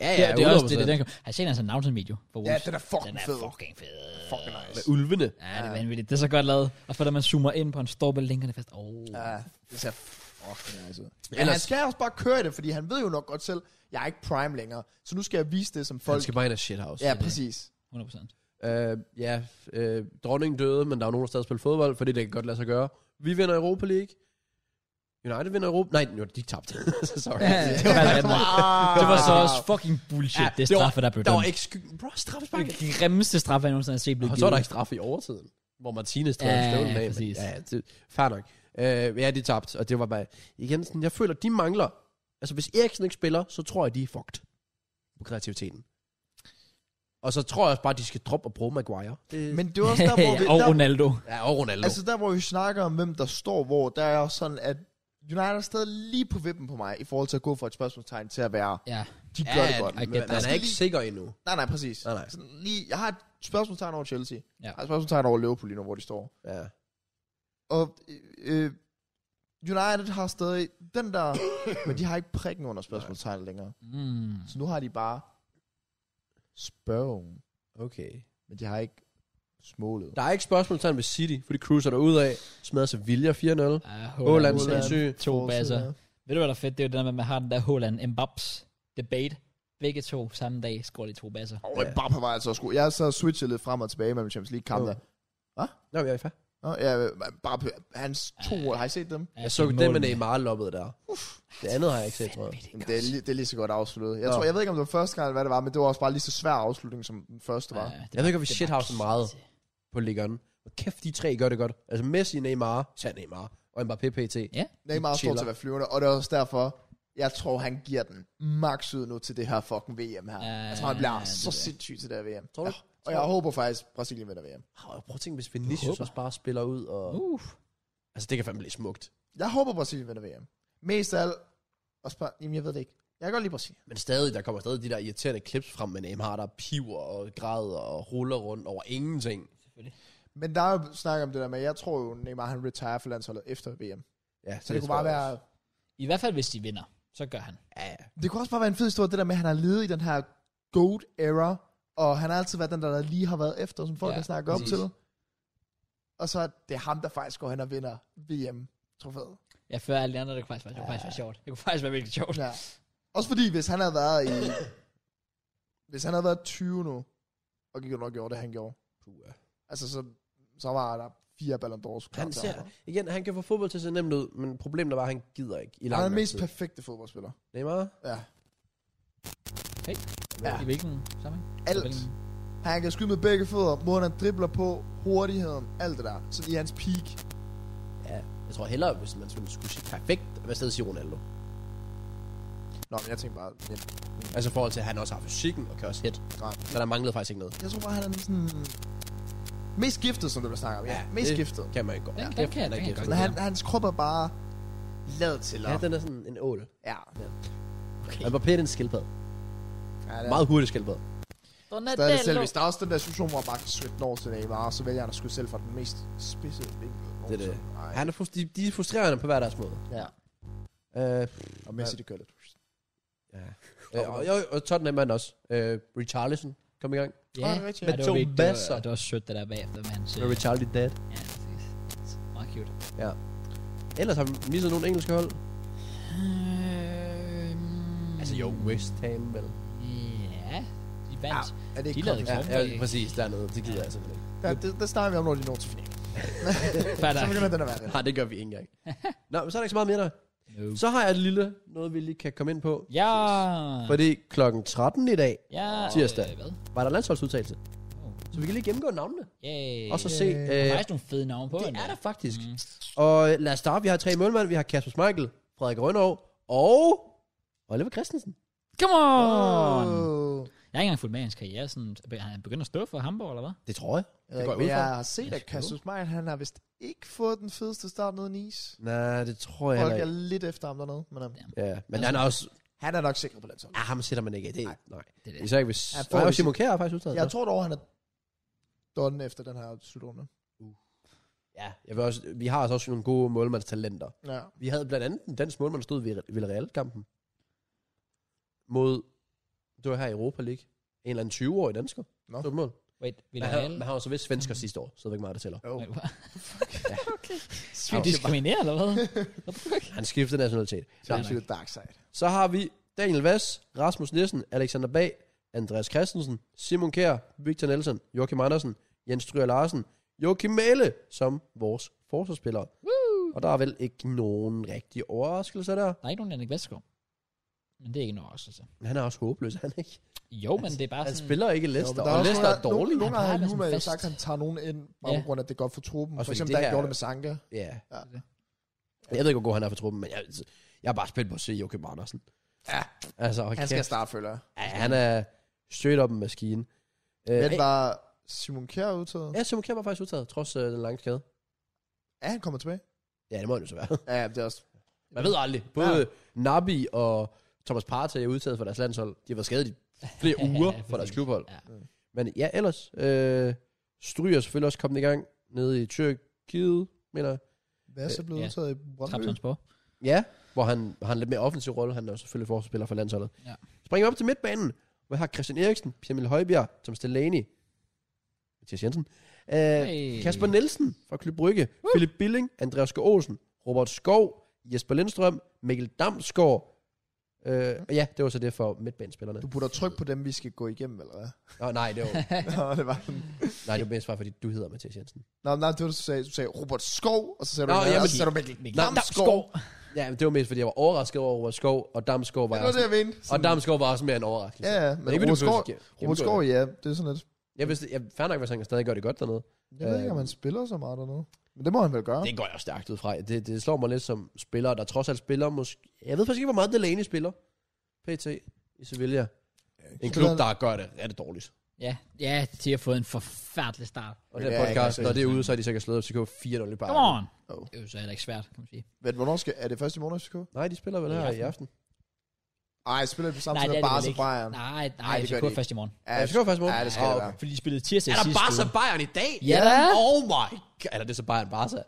Ja,
Ja, det er også det, det, den Har I set hans announcement-video for Wolves?
Ja, den er fucking
den er
fed.
fucking fed.
Fucking nice.
Med ulvene.
Ja, det er vanvittigt. Det er så godt lavet. Og for da man zoomer ind på en storbæl, linkerne fast. Oh. Ja.
Ja, det ser fucking nice ud. Men
Ellers-
han skal også bare køre det, fordi han ved jo nok godt selv, jeg er ikke prime længere, så nu skal jeg vise det som
Han
folk.
skal bare ind og shithouse.
Ja, præcis.
100%.
Øh, ja, øh, dronningen døde, men der er jo nogen, der stadig spiller fodbold, fordi det kan godt lade sig gøre. Vi vinder Europa League. United vinder Europa... Nej, jo, de tabte. Sorry.
Ja, det var altså vanvittigt. Det var så også fucking bullshit, ja, det
Ah. var-
straffe, der blev
Der var
dømt.
ikke sky... Bro,
Det
straffesparket.
grimmeste straffe, jeg nogensinde har set blive
Og så er der ikke straffe i overtiden, hvor Martinez træder
Ja,
ja, støvlen af.
præcis.
Præcis. Ja, det, fair nok. Øh, ja, de tabte, og det var bare... Igen, sådan, jeg føler, de mangler... Altså, hvis Eriksen ikke spiller, så tror jeg, de er fucked på kreativiteten. Og så tror jeg også bare, de skal droppe og bruge Maguire. Det,
Men det var også der, hvor vi...
og
Der,
Ronaldo.
ja, og Ronaldo.
altså
Altså,
der, hvor vi snakker om, hvem der står hvor, der er også sådan, at United er stadig lige på vippen på mig, i forhold til at gå fra et spørgsmålstegn til at være,
Ja,
de gør
ja,
det godt.
I
men
get
man
that.
er ikke sikker endnu.
Nej, nej, præcis.
Nej, nej.
Sådan lige, jeg har et spørgsmålstegn over Chelsea.
Ja.
Jeg har et spørgsmålstegn over Liverpool lige nu, hvor de står.
Ja.
Og øh, øh, United har stadig den der, men de har ikke prikken under spørgsmålstegnet længere.
mm.
Så nu har de bare spørgen,
Okay.
men de har ikke smålet.
Der er ikke spørgsmålstegn ved City, fordi Cruz er derude af. Smadrer Sevilla 4-0.
Uh,
Åland
Haaland.
er syg.
to basser. Ved du, hvad der er fedt? Det er jo det der med, at man har den der Holland Mbaps debate. Begge to samme dag scorer de to basser.
Og oh, Mbappé var altså sgu. Jeg så switchet lidt frem og tilbage mellem Champions League kampe.
Nå, vi er i færd.
Nå, ja, bare, hans to ord, har I set dem?
Jeg så det med det i marloppet der. Det andet har jeg ikke set, tror jeg.
Jamen, det, er, li- det er lige så godt afsluttet. Jeg,
Nå.
tror, jeg ved ikke, om det var første gang, eller hvad det var, men det var også bare lige så svær afslutning, som den første var.
Ja,
Jeg ved ikke, om vi shithouser meget på Ligon. Hvor kæft, de tre gør det godt. Altså Messi, Neymar, sand Neymar og Mbappé PT.
Ja.
Neymar står
chiller.
til at være flyvende, og det er også derfor, jeg tror, han giver den max ud nu til det her fucking VM her.
Ja,
jeg tror, han bliver
ja, det er
så
det.
sindssyg til det her VM.
Tror du?
Ja, og jeg håber faktisk, Brasilien vinder VM.
Åh, Prøv at tænke, hvis Vinicius også bare spiller ud. Og...
Uh.
Altså, det kan fandme blive smukt.
Jeg håber, Brasilien vinder VM. Mest af alt, og spørg, jamen jeg ved det ikke. Jeg kan godt lide Brasilien.
Men stadig, der kommer stadig de der irriterende klips frem med Neymar, der piver og græder og ruller rundt over ingenting.
Men der er jo snak om det der med, jeg tror jo, Neymar han retire for landsholdet efter VM.
Ja,
Så det, det kunne bare være...
I hvert fald, hvis de vinder, så gør han.
Ja, ja.
Det kunne også bare være en fed historie, det der med, at han har levet i den her goat era, og han har altid været den, der, der lige har været efter, som folk
Ja,
ja, har snakket om
præcis.
til. Og så er det ham, der faktisk går hen og vinder VM-trofæet.
Jeg fører alle de andre, det kunne faktisk være, det kunne faktisk være sjovt. Det kunne faktisk være virkelig sjovt.
Ja. Også fordi, hvis han havde været i... hvis han havde været 20 nu, og gik og gjorde det, han gjorde.
Puh, ja.
Altså, så, så var der fire Ballon d'Ors. klar
Han
til
ser,
ham.
igen, han kan få fodbold til at se nemt ud, men problemet er bare, at han gider ikke i lang,
han er den
lang
mest
tid.
perfekte fodboldspiller.
Neymar?
Ja.
Okay.
Ja.
I hvilken sammenhæng?
Alt. Han kan skyde med begge fødder, måden han dribler på, hurtigheden, alt det der. Så i hans peak.
Ja. Jeg tror hellere, hvis man skulle, skulle sige perfekt, hvad stedet sige Ronaldo.
Nå, men jeg tænkte bare, ja.
Altså i forhold til, at han også har fysikken og kan også hit.
Nej.
Men der manglede faktisk ikke noget.
Jeg tror bare, han er sådan... Mest giftet, som det blev snakket om. Ja, mest
det
giftet.
kan man godt.
Den,
Ja,
den
kæft,
kan jeg,
er
den kan jeg
giftet.
godt
Men
lide.
han, hans krop er bare lavet til
Ja,
at...
den er sådan en ål.
Ja,
Okay. Og Mbappé er en skildpad.
ja det er.
Meget hurtig skildpad.
Der er det selvvis. Der er også den der situation, hvor Marcus Swift når til Neymar, og så vælger han at skyde selv fra den mest spidse vinkel.
Det er det.
nogensinde. Ej,
Han er frust- de, de er frustrerende på hver deres måde.
Ja,
Øh,
og Messi, det gør lidt.
øh, og, jo, og Tottenham er han også. Øh, Richarlison kom i gang.
Ja,
Åh, det er rigtigt.
men
Med
det
to
var vigtigt. Det var-
basser.
Det var sødt, det der bagefter med hans... øh,
Med Richarli dead.
Ja, præcis. Meget cute.
Ellers har vi misset nogle engelske hold.
Mm. Øh,
Altså jo, West Ham vel.
Ja, de vandt. Ja.
Er det
De
ikke
lavede
koldt?
Ja,
Hvorfor
ja
ikke?
præcis dernede. Det gider jeg simpelthen ikke.
Ja, det, det snakker vi om, når de når til finalen. Så
Fatter.
begynder den at være det.
Nej, det gør vi ikke engang. Nå, men så er der ikke så meget mere der.
Nope.
Så har jeg et lille, noget vi lige kan komme ind på.
Ja.
Fordi klokken 13 i dag
Ja.
Tirsdag.
øh, Hvad?
var der landsholdsudtagelse.
Oh.
Så vi kan lige gennemgå navnene.
Yay.
Og så se...
Der er
Øh,
faktisk Mm. nogle fede navne på.
det
den
er
der.
der faktisk. Og øh, lad os starte. Vi har tre målmænd. Vi har Kasper Schmeichel, Frederik Rønov og Oliver Christensen.
Come on!
Åh.
Jeg har ikke engang fulgt med i hans karriere. Sådan, han er begyndt at stå for Hamburg, eller hvad?
Det tror jeg.
Jeg,
Det går
ved ikke,
jeg ud
men jeg
fra.
har set, at
skal
Cassius Meyer, han har vist ikke fået den fedeste start nede i Nice.
Nej, det tror jeg
Folk
heller
er
ikke.
lidt efter ham dernede, men um,
Ja, men han er også...
han er nok sikker på den
Ja, ham sætter man ikke i. Det, nej. nej.
Det er det.
Især ikke hvis...
Ja,
Ja,
får
og
vi-
Simon Kjær er faktisk udtaget.
Jeg
så.
tror dog, han er done efter den her slutrunde.
ja, jeg vil også, vi har altså også nogle gode målmandstalenter.
Ja.
Vi havde blandt andet en dansk målmand, der stod ved Villarreal-kampen. Mod... Det var her i Europa League. En eller anden 20-årig dansker.
Nå.
Nå. Stod på mål.
Wait,
Men han,
Villarreal?
men han var så vist svensker sidste år, så det er ikke meget, der tæller.
Jo.
Wait, what?
Sindssygt-
Skal vi diskriminere, eller hvad?
Han skiftede nationalitet.
Sindssygt dark side.
Så har vi Daniel Vass, Rasmus Nielsen, Alexander Bag, Andreas Christensen, Simon Kjær, Victor Nielsen, Joachim Andersen, Jens Stryger Larsen, Joachim Mæle som vores forsvarsspillere. Woo! Og der er vel ikke nogen rigtig overraskelse der.
Der er ikke nogen Jannik Vestgaard. Men det er ikke en overraskelse.
Han er også håbløs, er han ikke?
Jo, men det er bare
Han
sådan...
spiller ikke
Altså, Jo, men
Leicester,
der er
og
også
Leicester er
nogle-
dårlig.
Nogle, nogle
Han
gange
har
har
det som
Luma jo
fast.
sagt, at han tager nogen ind, bare
Ja.
på grund af, at det er godt for truppen.
Også
For
fordi
eksempel,
det
der
her-
gjorde det med Sanka.
Ja.
Ja.
Jeg ved ikke, hvor god han er for truppen, men jeg, jeg er bare spændt på at se Joachim Andersen.
Ja.
Altså, okay.
Han skal starte, føler jeg.
ja, han er straight up en maskine. Øh,
Men var Simon Kjær udtaget?
Ja, Simon Kjær var faktisk udtaget, trods øh, den lange skade.
Ja, han kommer tilbage.
Ja, det må han jo så være.
Ja, det er også...
Man ved aldrig. Både ja. Nabi og Thomas Partey er udtaget for deres landshold. De har været skadet i flere uger for deres
præcis.
klubhold.
Ja.
Men ja, ellers. Øh, Stryger er selvfølgelig også kommet i gang nede i Tyrkiet, mener jeg.
Hvad er så blevet
Ja.
udtaget i Brøndby?
Trabzonsborg.
Ja, hvor han har en lidt mere offensiv rolle. Han er jo selvfølgelig forsvarsspiller for landsholdet.
Ja.
Springer op til midtbanen, hvor jeg har Christian Eriksen, Pia Højbjerg, Tom Delaney, Mathias Jensen, øh,
Hey.
Kasper Nielsen fra Klub Brygge, Philip Billing, Andreas G. Olsen, Robert Skov, Jesper Lindstrøm, Mikkel Damsgaard, Øh,
Mm-hmm.
og ja, det var så det for midtbanespillerne.
Du putter tryk på dem, vi skal gå igennem, eller hvad?
Nå, nej, det var,
Nå, det var sådan.
nej, det var mest bare, fordi du hedder Mathias Jensen.
Nå, nej, det var, du sagde, du sagde Robert Skov, og så sagde du,
Nå,
noget,
jeg
og
vil
så sagde du Mikkel
Mikkel
Damsgaard.
Ja, men det var mest, fordi jeg var overrasket over Robert Skov, og Damskov var,
Det
jeg
var det,
også,
jeg mente.
og Damskov var også mere en overraskelse.
Ja, ja, men
ikke, fordi
Robert
du
Skov,
behøver at gennemgå
Robert
det.
Skov, ja, det er sådan lidt.
Jeg vidste, jeg, fair nok, hvis han stadig gør det godt dernede.
Jeg ved ikke, om han spiller så meget dernede. Men det må han vel gøre.
Det går jeg stærkt ud fra. Det, det slår mig lidt som spiller, der trods alt spiller måske... Jeg ved faktisk ikke, hvor meget Delaney spiller. PT i Sevilla. En klub, der gør det rigtig dårligt.
Ja, ja, de har fået en forfærdelig start.
Og den
Ja,
her podcast,
jeg kan
når
se
det er ude, så er de sikkert slået FCK 4-0 i bare.
Come on!
Oh.
Det er jo så heller ikke svært, kan man sige.
Men hvornår skal... Er det først i morgen, FCK?
Nej, de spiller vel
I
her i
aften.
aften.
Ej, spiller de på samme
Nej,
tid
det er
med
det
Barca
vel
og Bayern?
ikke. Nej, nej,
Nej, det
det
gør
FCK
de
først i morgen.
Ja,
Ja, FCK er først i morgen.
Ja, det skal
Åh,
det
okay.
være.
Fordi de spillede tirsdag
Er
i
der
sidste
Barca
uge.
Bayern i dag?
Ja.
Oh my god. Eller det er så Bayern Barca.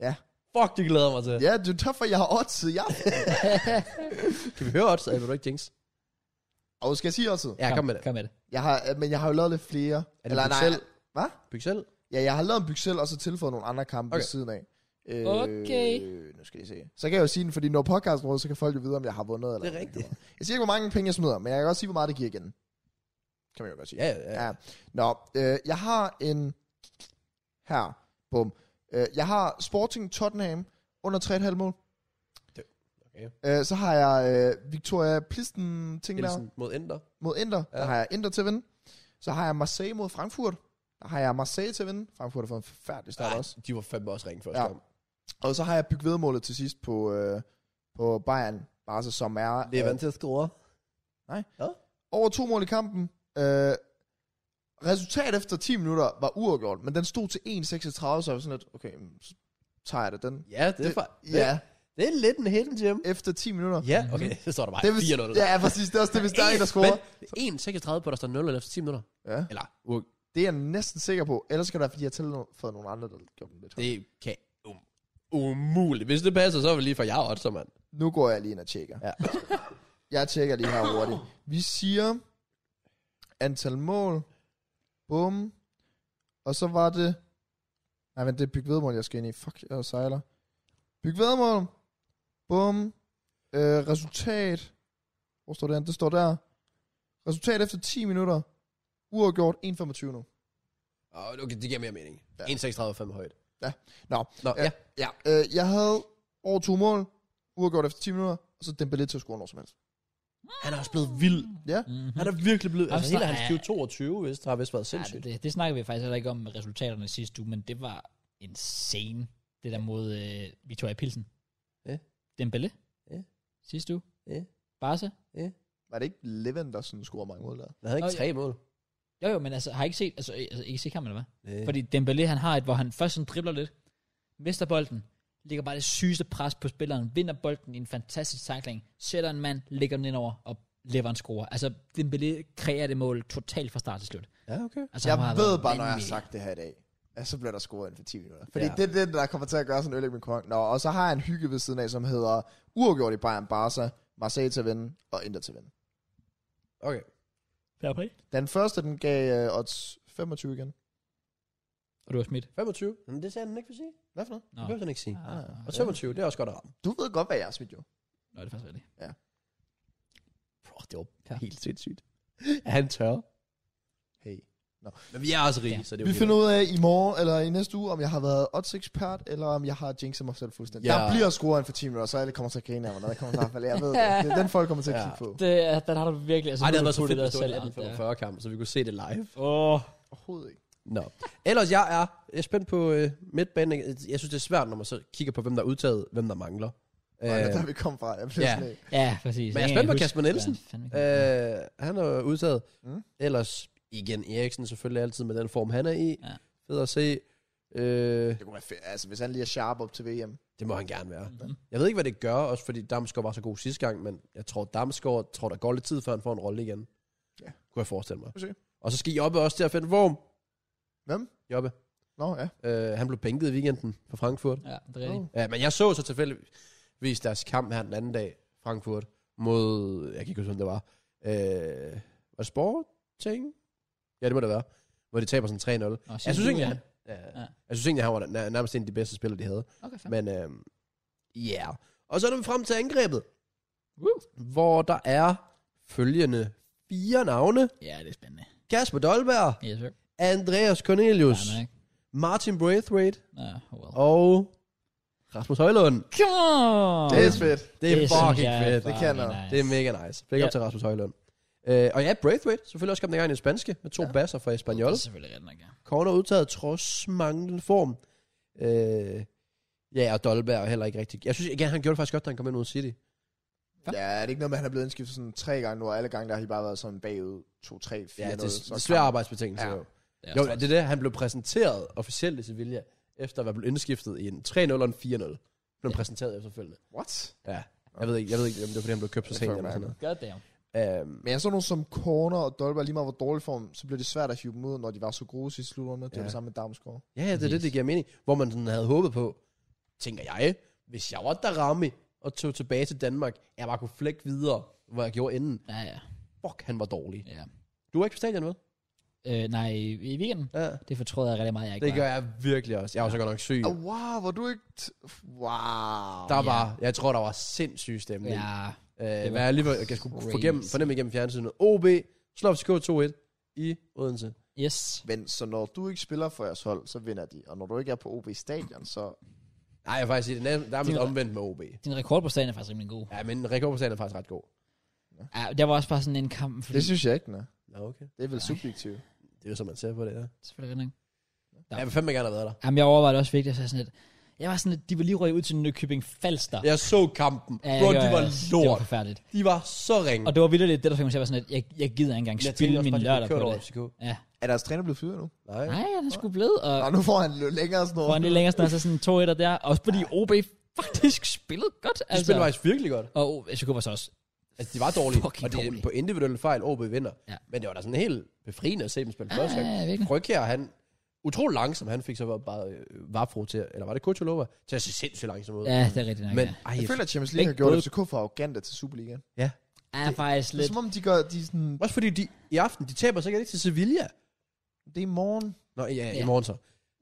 Ja.
Fuck, det glæder jeg mig til.
Ja, det er derfor, jeg har oddset. Jeg...
Kan vi høre odds? Eller vil du ikke jinx?
Og skal jeg sige oddset?
Ja, kom med det.
Kom med det.
Jeg har, øh, men jeg har jo lavet lidt flere.
det
Eller nej.
Buxell?
Hvad?
Byg selv.
Ja, jeg har lavet en byksel, og så tilføjet nogle andre kampe okay. ved
Okay.
siden af. Øh,
Okay.
Nu skal I se. Så kan jeg jo sige den, fordi når podcasten råder, så kan folk jo vide, om jeg har vundet. Eller
Det er rigtigt.
Jeg siger ikke, hvor mange penge jeg smider, men jeg kan også sige, hvor meget det giver igen. Kan man jo godt sige.
Ja, ja, ja.
ja. Nå, øh, jeg har en... Her. Bum. Øh, jeg har Sporting Tottenham under 3,5 mål.
Det- okay.
Øh, så har jeg øh, Victoria Plisten ting der
Nielsen mod Ender.
mod Inter. Ja. Der
Ja.
har jeg Inter til at vinde. Så har jeg Marseille mod Frankfurt. Der har jeg Marseille til at vinde. Frankfurt har fået en forfærdelig start
Ej,
også.
De var fandme også ringe første
Ja.
ja. kamp.
Og så har jeg bygget vedmålet til sidst på, øh, på Bayern. Barca, som er
Det er
øh,
vant til at score.
over to mål i kampen. Øh, resultat efter 10 minutter var uafgjort, men den stod til 1,36, så jeg var sådan lidt, okay, jamen, så tager jeg det den.
Ja, det er, fa- det,
ja,
det er lidt en hidden gem. Mhm.
efter 10 minutter.
Ja, okay, så står der bare
det
4-0.
er, hvis, ja, præcis. Det er også det, hvis der er en, der scorer.
scorer. 1-36 på, der står 0 efter 10 minutter.
Ja,
Eller,
det er jeg næsten sikker på. Ellers kan det være, fordi jeg har tilføjet nogle andre, der gjorde den lidt.
det kan um, umuligt. Hvis det passer, så er vi lige for jer også, mand.
Nu går jeg lige ind og tjekker.
Ja.
jeg tjekker lige her hurtigt. Vi siger antal mål. Bum. Og så var det... Nej, men det er bygvedmål, jeg skal ind i. Fuck, jeg sejler. Bygvedmål. Bum. Øh, resultat. Hvor står det an? Det står der. Resultat efter 10 minutter. Uafgjort 1.25 nu.
Åh, Okay, det giver mere mening.
Ja.
1,36 er fandme højt.
Nå,
Nå, ja.
ja. Øh, jeg havde over to mål. Uafgjort efter 10 minutter. Og så Dembélé til at score når som helst.
Han er også blevet vild. Mhm.
Ja.
Mm-hmm.
Han er virkelig blevet...
Jamen,
Altså,
så
hele hans
er-
2022, hvis der har vist været
Ja,
sindssygt.
det, det, det snakker vi faktisk heller ikke om med resultaterne sidste uge, men det var insane, det der mod øh, Victoria Pilsen.
Ja.
Dembélé.
Ja.
Sidste uge.
Ja.
Barca.
Var det ikke Levent, der sådan scorede mange mål der?
Han havde ikke
Nå,
tre mål.
Jo, jo, men altså, har I ikke set, altså, altså ikke set ham, eller hvad?
Øh,
Fordi Dembélé, han har et, hvor han først sådan dribler lidt, mister bolden, ligger bare det sygeste pres på spilleren, vinder bolden i en fantastisk tackling, sætter en mand, lægger den ind over, og Leveren scorer. Altså, Dembélé kreerer det mål totalt fra start til slut.
Øh, Ja, okay.
Altså,
Jeg
han har
ved
været
bare, når jeg har
vanvittig.
sagt det her i dag, at så bliver der scoret inden for 10 minutter. Fordi
Ja.
ja. det er det, der kommer til at gøre sådan en ødelæggende kong. Nå, og så har jeg en hygge ved siden af, som hedder uafgjort i Bayern Barca, Marseille til at vinde og Inter til at vinde.
Okay.
Fair play.
Den første, den gav øh, odds 25 igen.
Og du har smidt.
25. Men det sagde han ikke for sige.
Hvad for noget?
Nå,
Det behøver han ikke sige.
Ah,
Og 25, det er også godt at ramme.
Du ved godt, hvad jeg har smidt jo.
Nå, det er faktisk rigtigt.
Bro, det var
Ja.
helt sindssygt. Er han tør?
Hey.
Men vi er også rige,
Ja.
så det er
Vi
okay.
finder ud af i morgen, eller i næste uge, om jeg har været odds ekspert, eller om jeg har jinxet mig selv fuldstændig.
Ja.
Ja. Der bliver scoret inden for 10 minutter, så alle kommer til at grine af mig, når jeg kommer til at falde. Jeg ved det. det. er den folk kommer til at
Ja.
kigge på.
Det, er- den har du virkelig... Altså,
Ej, det havde
nu har
været
du
så fedt,
puttet
hvis det var en
dig selv op der.
1845 kamp, så vi kunne se det live.
Åh,
Overhovedet ikke.
Nå. Ellers, jeg er, jeg er spændt på øh, midtbanen. Jeg synes, det er svært, når man så kigger på, hvem der er udtaget, hvem der mangler. Øh,
Og der vi kom fra, jeg blev
ja.
sådan lidt-
ja, præcis.
Men jeg er
kan
spændt på
huske,
Kasper Nielsen.
hvad fanden vi kan-
øh, han er udtaget.
Mm.
Mm. Ellers, igen, Eriksen selvfølgelig altid med den form, han er i.
Ja.
Ja. Fed at se. Øh,
Det kunne være fedt. Altså, hvis han lige er sharp op til VM.
det må han gerne være.
Mhm.
Jeg ved ikke, hvad det gør, også fordi Damsgaard var så god sidste gang, men jeg tror, Damsgaard tror, der går lidt tid, før han får en rolle igen.
Ja.
Kunne jeg forestille mig.
Vi se.
Og så skal Jobbe også til at finde form.
Hvem?
Jobbe.
Nå, ja.
Øh, han blev bænket i weekenden for Frankfurt.
Ja, det er rigtigt.
Ja, men jeg så så tilfældigvis deres kamp her den anden dag, Frankfurt, mod, jeg kan ikke huske, hvem det var, øh, var det Sporting? Ja, det må det være, hvor de taber sådan 3-0.
Nå,
Jeg synes egentlig,
Julian.
han, ja, ja. jeg synes egentlig, han var nær- nærmest en af de bedste spillere, de havde. øhm,
Okay, fair.
Men, øh, ja. Yeah. Og så er vi frem til angrebet.
Woo.
hvor der er følgende fire navne.
Ja, det er spændende.
Kasper Dolberg,
Yes, sir.
Andreas
Ja,
Cornelius,
nej, ikke?
Martin Braithwaite
Nå, well.
og Rasmus Højlund.
Come on!
Det er fedt.
Det er
synes
fucking
jeg er
fedt.
Det kan
fucking
noget.
nice.
Det er mega nice. Big
Ja.
up til Rasmus Højlund. Øh, og ja, Braithwaite, selvfølgelig også kom den i gang i det spanske, med to ja. basser fra Espanyol.
Det er selvfølgelig ret nok, ja.
Corner udtaget trods manglende form. Øh, ja, og Dolberg er heller ikke rigtig... Jeg synes igen, han gjorde det faktisk godt, da han kom ind mod City.
Ja, er det ikke noget med, at han er blevet indskiftet sådan tre gange nu, og alle gange, der har de bare været sådan bagud 2, 3, 4,
Ja, det,
noget,
det
så
er svære arbejdsbetingelser.
Ja.
Ja. Jo,
Det er
jo
også
det er det. Han blev præsenteret officielt i Sevilla, efter at være blevet indskiftet i en 3-0 og en 4-0. Blev ja. præsenteret efterfølgende.
What?
Ja. Jeg ved ikke, jeg ved ikke om det var, fordi han blev købt så
Det er
sent
fucking
eller sådan
God damn.
noget. Um,
Men jeg så nogen som Corner og Dolberg, lige meget hvor dårlig form, så blev det svært at hive dem ud, når de var så gode sidste slutrunde. Det var
Ja.
det samme med Damsgaard.
ja, ja, det er det, det giver mening. Hvor man sådan havde håbet på, tænker jeg, hvis jeg var Darami og tog tilbage til Danmark, jeg bare kunne flække videre, hvor jeg gjorde inden.
Ja, ja.
Fuck, han var dårlig.
ja.
Du var ikke på stadion, vel?
Øh, nej, i- i weekenden.
Ja.
Det fortrød jeg rigtig meget, jeg ikke
Det gør
var.
jeg virkelig også. Jeg var så godt nok syg.
Oh, wow, var du ikke... T- wow.
Der
Ja.
var, jeg tror, der var sindssyg stemning.
Ja,
Øh,
var
hvad jeg lige var, jeg skulle
crazy.
forgemme, fornemme igennem fjernsynet. OB slår FCK 2-1 i Odense.
yes.
Men så når du ikke spiller for jeres hold, så vinder de. Og når du ikke er på OB Stadion, så...
Nej, jeg vil faktisk sige, det er nær- nærmest
Det var-
omvendt med OB.
Din rekord på stadion er faktisk rimelig god.
Ja, men rekordprocenten er faktisk ret god.
Ja, der var også bare sådan en kamp, fordi...
Det synes jeg ikke, den er.
Ja, okay.
Det er vel subjektivt.
Det er jo, som man ser på det, ja.
Selvfølgelig rigtig nok.
ja. Jeg vil fandme gerne have været der.
Jamen, jeg overvejede også vigtigt, at jeg sagde sådan lidt... Jeg var sådan lidt... De var lige røget ud til Nykøbing Falster.
Jeg så kampen.
Ja, jeg
Bro,
gør
de var
også. Det var
lort.
forfærdeligt.
De var så ringe.
Og det var vildt lidt det, der fik mig til at være sådan, at jeg, jeg gider ikke engang
Jeg tænkte
spille
også
min
bare, de
lørdag
blev
på
kørt over
det.
FCK.
Ja.
Er deres træner blevet fyret nu?
Nej.
Nej, han er sgu blevet, og
Og nu får han lidt længere sådan
hvor
noget.
han lidt længere sådan, altså sådan to etter der. Også fordi OB faktisk spillede godt.
De
Altså.
spillede faktisk virkelig godt.
Og oh, FCK var så også
Altså, de var dårlige.
Fucking
Og det er
dårlige.
på individuelle fejl, OB vinder.
Ja.
Men det var da sådan helt befriende at se dem spille første gang.
ja, virkelig.
Kryk her, han... Utrolig langsom, han fik så bare- bare øh, Vafro til, eller var det Kutulova, til at se sindssygt langsom ud.
Ja, det er rigtigt nok.
Men
ja.
ej,
Jeg føler, at Champions League har
Begge
gjort
både-
FCK for arrogante til Superligaen.
ja.
er faktisk
Det er
lidt...
som om, de gør... De er sådan,
Også fordi de, i aften, de taber sikkert ikke til Sevilla.
det er i morgen.
Nå, ja, ja. i
Ja. Mm.
morgen så.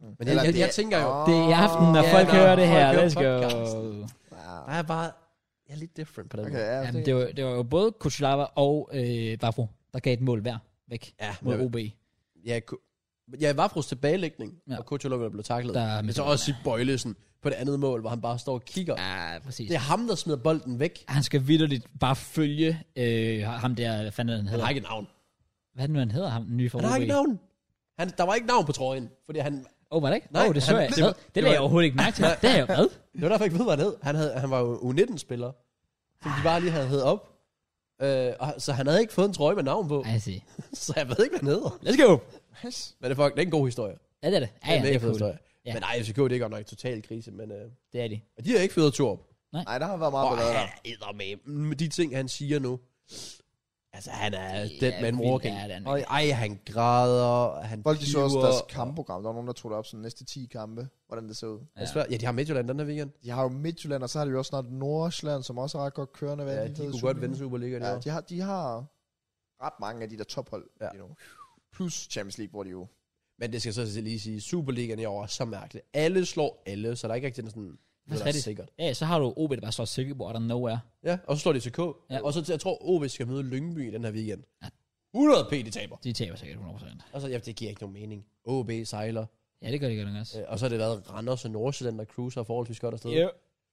Men jeg,
Eller
jeg,
det-
jeg, tænker jo,
Åh.
Det er i aften, når
Ja,
folk
når
hører det
folk
her.
hører
Let's go.
podcasten. der er bare, jeg er lidt different på den
Okay,
måde.
ja,
Jamen, det, var, det var jo både Kuchilava og øh, Vafro, der gav et mål hver væk
Ja,
mod
men-
OB.
Ja, ku, ja Vafros tilbagelægning, ja.
Ja.
og Kutulova blev taklet.
Der er
Der, men
med-
så også i Bøjlesen på det andet mål, hvor han bare står og kigger. Ja.
Ja, præcis.
Det er ham, der smider bolden væk.
Han skal vidderligt bare følge øh, ham der, hvad fanden er han
Han
hedder?
har ikke et navn.
Hvad er det nu, han hedder, ham den nye for
Han har
OB?
ikke et navn. Han, der var ikke navn på trøjen, fordi han
Åh, oh, var det ikke?
Nej,
Nej, oh, det så
han-
jeg.
det
Det,
var-
det,
det
lagde jeg
var-
overhovedet ikke mærke til. Det er jeg hvad?
Det var derfor, jeg ikke ved, hvad han hed. Han, havde, han var jo U19-spiller, som de bare lige havde hed op. Øh, og, så han havde ikke fået en trøje med navn på,
Ej, jeg siger.
så jeg ved ikke, hvad han hedder.
Let's go!
Men det er, fuck, det er en god historie. Det
Ja, det er det. Ja,
er
ja,
en
det
mega
er
fed
cool.
historie.
Ja.
Men nej, FCK, det er godt nok total krise, men øh,
Det er de.
og de har ikke fyret Torp.
Nej, der har været meget
Og
ballade
han
der.
er eddermame. med de ting, han siger nu. Altså, han er
Det
den
er
man
vildt,
walking.
ja, det er han
og, ej, han græder, han
Folk de så også
piver.
deres kampprogram. Der var nogen, der tog det op sådan næste 10 kampe. Hvordan det ser ud.
Jeg svær, ja, de har Midtjylland den her weekend.
De har jo Midtjylland, og så har de jo også snart Nordsjælland, som også er ret godt kørende. Hvad
Ja,
den
de
hedder,
kunne godt
Superligaen.
vinde Superligaen.
Ja,
Ja,
de har, de har ret mange af de der tophold
Ja.
ja. lige nu. Plus Champions League, hvor de jo...
Men det skal jeg så altså lige sige, Superligaen i år er så mærkeligt. Alle slår alle, så der er ikke rigtig sådan...
Det
noget, der
er
er
rigtigt.
sikkert.
Ja, så har du OB, der bare slår Silkeborg, og der er nowhere.
Ja, og så slår de CK. Ja.
Ja.
Og så til- jeg tror, OB skal møde Lyngby i den her weekend.
Ja.
100 p, de taber.
De taber sikkert 100%.
Og så, ja, det giver ikke nogen mening. OB sejler.
Ja, det gør det godt nok også.
Øh, og så har det været Randers og Nordsjælland, der cruiser forholdsvis godt afsted.
Ja.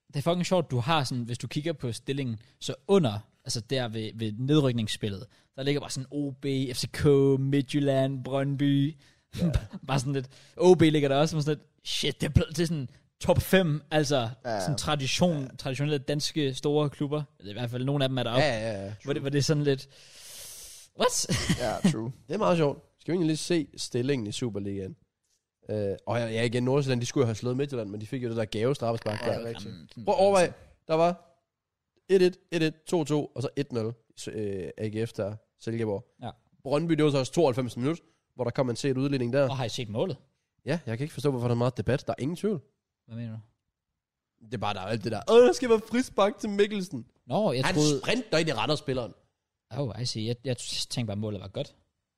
Det er fucking sjovt, du har sådan, hvis du kigger på stillingen, så under, altså der ved, ved nedrykningsspillet, der ligger bare sådan OB, FCK, Midtjylland, Brøndby, ja. bare sådan lidt, OB ligger der også, som sådan lidt, shit, det er blevet til sådan top 5, altså ja.
Ja.
sådan tradition, ja. traditionelle danske store klubber, eller i hvert fald nogle af dem er der
Ja,
også, ja.
ja, ja.
hvor, det, hvor det er sådan lidt, what?
Ja, true.
Det er meget sjovt. Skal vi egentlig lige se stillingen i Superligaen? Øh, og ja, ja, igen, Nordsjælland, de skulle jo have slået Midtjylland, men de fik jo det der gave straffespark.
Ja,
Ja,
det er rigtigt.
Jamen, sådan-
Prøv at overveje, der var 1-1, 1-1, 2-2, og så 1-0 så, øh, AGF der, Silkeborg.
Ja.
Brøndby, det var så også 92 minutter, hvor der kom en set udligning der.
Og har I set målet?
Ja, jeg kan ikke forstå, hvorfor der er meget debat. Der er ingen tvivl.
Hvad mener du?
Det er bare, der er alt det der. Åh, der skal være frispark til Mikkelsen.
Nå, jeg
Han
troede,
sprinter ind i Randers-spilleren.
oh, I see, jeg, jeg tænkte bare, at målet var godt.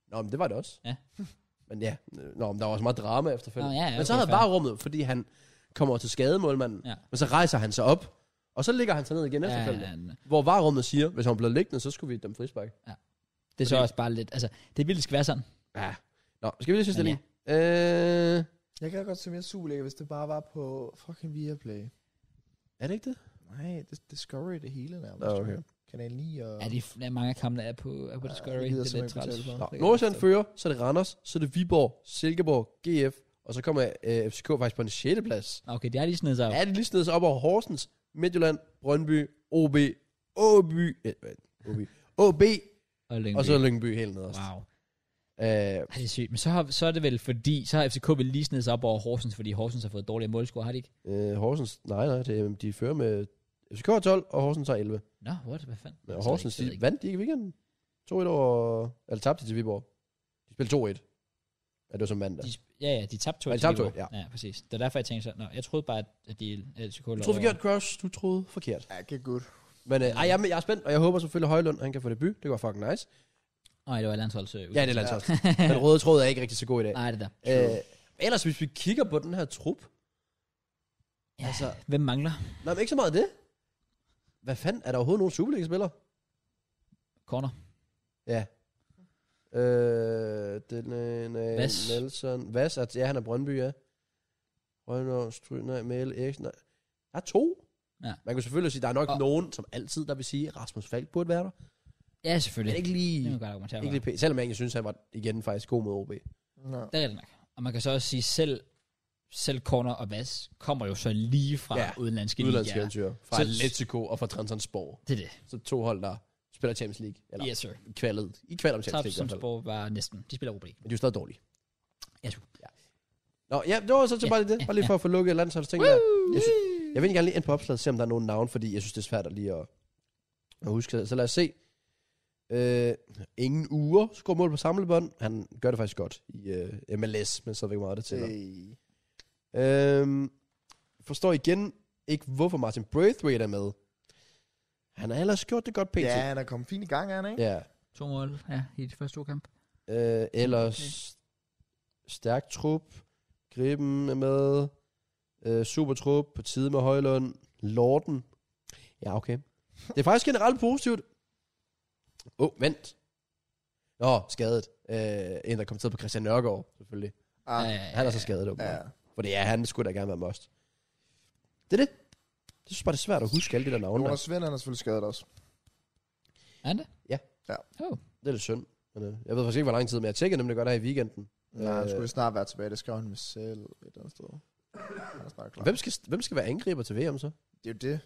Nå, men det var det også.
Ja.
Men ja, øh, nå, men der var også meget drama efterfølgende.
Nå, ja, ja,
men så
okay,
havde
fair.
bare rummet, fordi han kommer til skade, målmanden.
Ja.
Men så rejser han sig op, og Og så ligger han sig ned igen
Ja,
efterfølgende.
ja, ja.
Hvor varerummet siger, hvis han blev liggende, så skulle vi dem frispark.
Det er så
Fordi-
også bare lidt, altså, det er vildt, det skal være sådan.
Ja. Nå, skal vi lige synes det
Men
lige? Øh,
Jeg kan godt se mere Superliga, hvis det bare var på fucking Viaplay.
er det ikke det?
Nej, det Discovery det hele nærmest.
Nå, okay.
Kanal 9 og...
Ja, det er f- der er mange kampe, der er på, er på Discovery.
gider
det er lidt
simpelthen ikke
træls.
betale for.
Nå,
Det kan
Nordsjælland
jeg
fører, så er det Randers, så er det Viborg, Silkeborg, GF, og så kommer øh, FCK faktisk på en 6. plads.
Nå, Okay, det er lige sådan noget, så.
Ja. Er det lige snedet sig op over Horsens, Midtjylland, Brøndby, OB, OB, eh, hvad? OB, OB
Og, Lyngby.
og så Lyngby helt nederst.
Wow.
Øh,
Ej, det er sygt. Men så, har, så er det vel fordi, så har FCK vel lige snedet sig op over Horsens, fordi Horsens har fået dårligere målscore, har de ikke?
øh, Horsens, nej, nej, det, er- de fører med FCK har 12, og Horsens har 11.
Nå, what? Hvad fanden?
Men
Jeg ved
Horsens,
ikke, jeg ved
de
ikke.
vandt de Altså, ikke i weekenden. 2-1 over, eller tabte de til Viborg. De spillede 2-1. Ja, det var som mandag.
De, ja, ja, de tabte to.
Ja, de
til
tabte to,
Viborg. ja. præcis. Det er derfor, jeg tænkte så, nå, jeg troede bare, at de at FCK
Du
lå
troede
over.
forkert, Crush. Du troede forkert.
Ja, det er godt.
Men øh, ej, jeg, er- jeg er spændt, og jeg håber selvfølgelig, at Højlund han kan få debut. Det var fucking nice.
Nej, det var landsholds. øh,
Ja, det er landsholds. Den røde tråd er ikke rigtig så god i dag.
Nej, det der.
Øh, ellers, hvis vi kigger på den her trup.
Ja.
Altså,
Hvem mangler?
nej, men ikke så meget det. Hvad fanden? Er der overhovedet nogen Superliga-spillere?
Corner.
Ja. Øh, den ene,
Vas.
Nelson. Vas, at, ja, han er Brøndby, ja. Rønner, Stryner, Mæle, Eriksen. nej. Der er to.
Ja.
Man kan selvfølgelig sige, at der er nok
Og-
og... nogen, som altid, der vil sige, at Rasmus Falk burde være der.
Ja,
Men
selvfølgelig.
ikke lige,
Det kan man godt argumentere for.
ikke lige pænt. Selvom jeg egentlig synes, han var igen faktisk god mod OB.
Nå.
Det er rigtigt nok. Og man kan så også sige, selv, selv Corner og Vas kommer jo så lige fra ja.
Ja,
udenlandske,
Udlandske
ligaer.
eventyr. Fra
Så-
Atletico og fra Transonsborg.
Det er det.
Så to hold, der spiller Champions League. Eller
Yes, sir.
kvalet. I kvalet om Champions League i hvert fald.
Trabzonspor var næsten. De spiller OB.
Men de er jo stadig dårlige.
Ja, true.
Ja. Nå, ja, det var så til
Ja,
bare lige det. Bare lige for at få lukket landsholdsting der. Jeg, sy- jeg vil egentlig gerne lige ind på opslaget og se, om der er nogen navn, fordi jeg synes, det er svært at lige at, at huske. Så lad os se. Øh, ingen uger scorer mål på samlebånd. Han gør det faktisk godt i øh, MLS, men så ikke meget det til.
Hey.
Øhm, forstår igen ikke, hvorfor Martin Braithwaite er med. Han har ellers gjort det godt, PT.
Ja, han er kommet fint i gang, er han, ikke?
ja.
To mål, ja, i de første to kampe.
Øh, ellers stærk trup. Griben er med. Øh, super trup på tide med Højlund. Lorden. Ja, okay. Det er faktisk generelt positivt. Åh, oh, vent. Nå, skadet. Øh, en, der kom til på Christian Nørgaard, selvfølgelig.
Ah,
Ja,
ja.
ja, ja.
Han er så skadet, åbenbart.
ja.
Ja. For det er han, skulle da gerne være must. Det er det. Jeg synes bare, det er svært at huske alle de der navne. der.
Jonas Svend, han er selvfølgelig skadet også.
Er han det?
Ja.
Ja.
Oh.
Det er lidt synd. Men, øh, jeg ved faktisk ikke, hvor lang tid, men jeg tjekkede nemlig godt her i weekenden.
Nej, han
Øh,
skulle snart være tilbage. Det skrev han med selv et eller andet sted. Han er snart klar.
Hvem skal, hvem skal være angriber til VM så?
Det er jo det.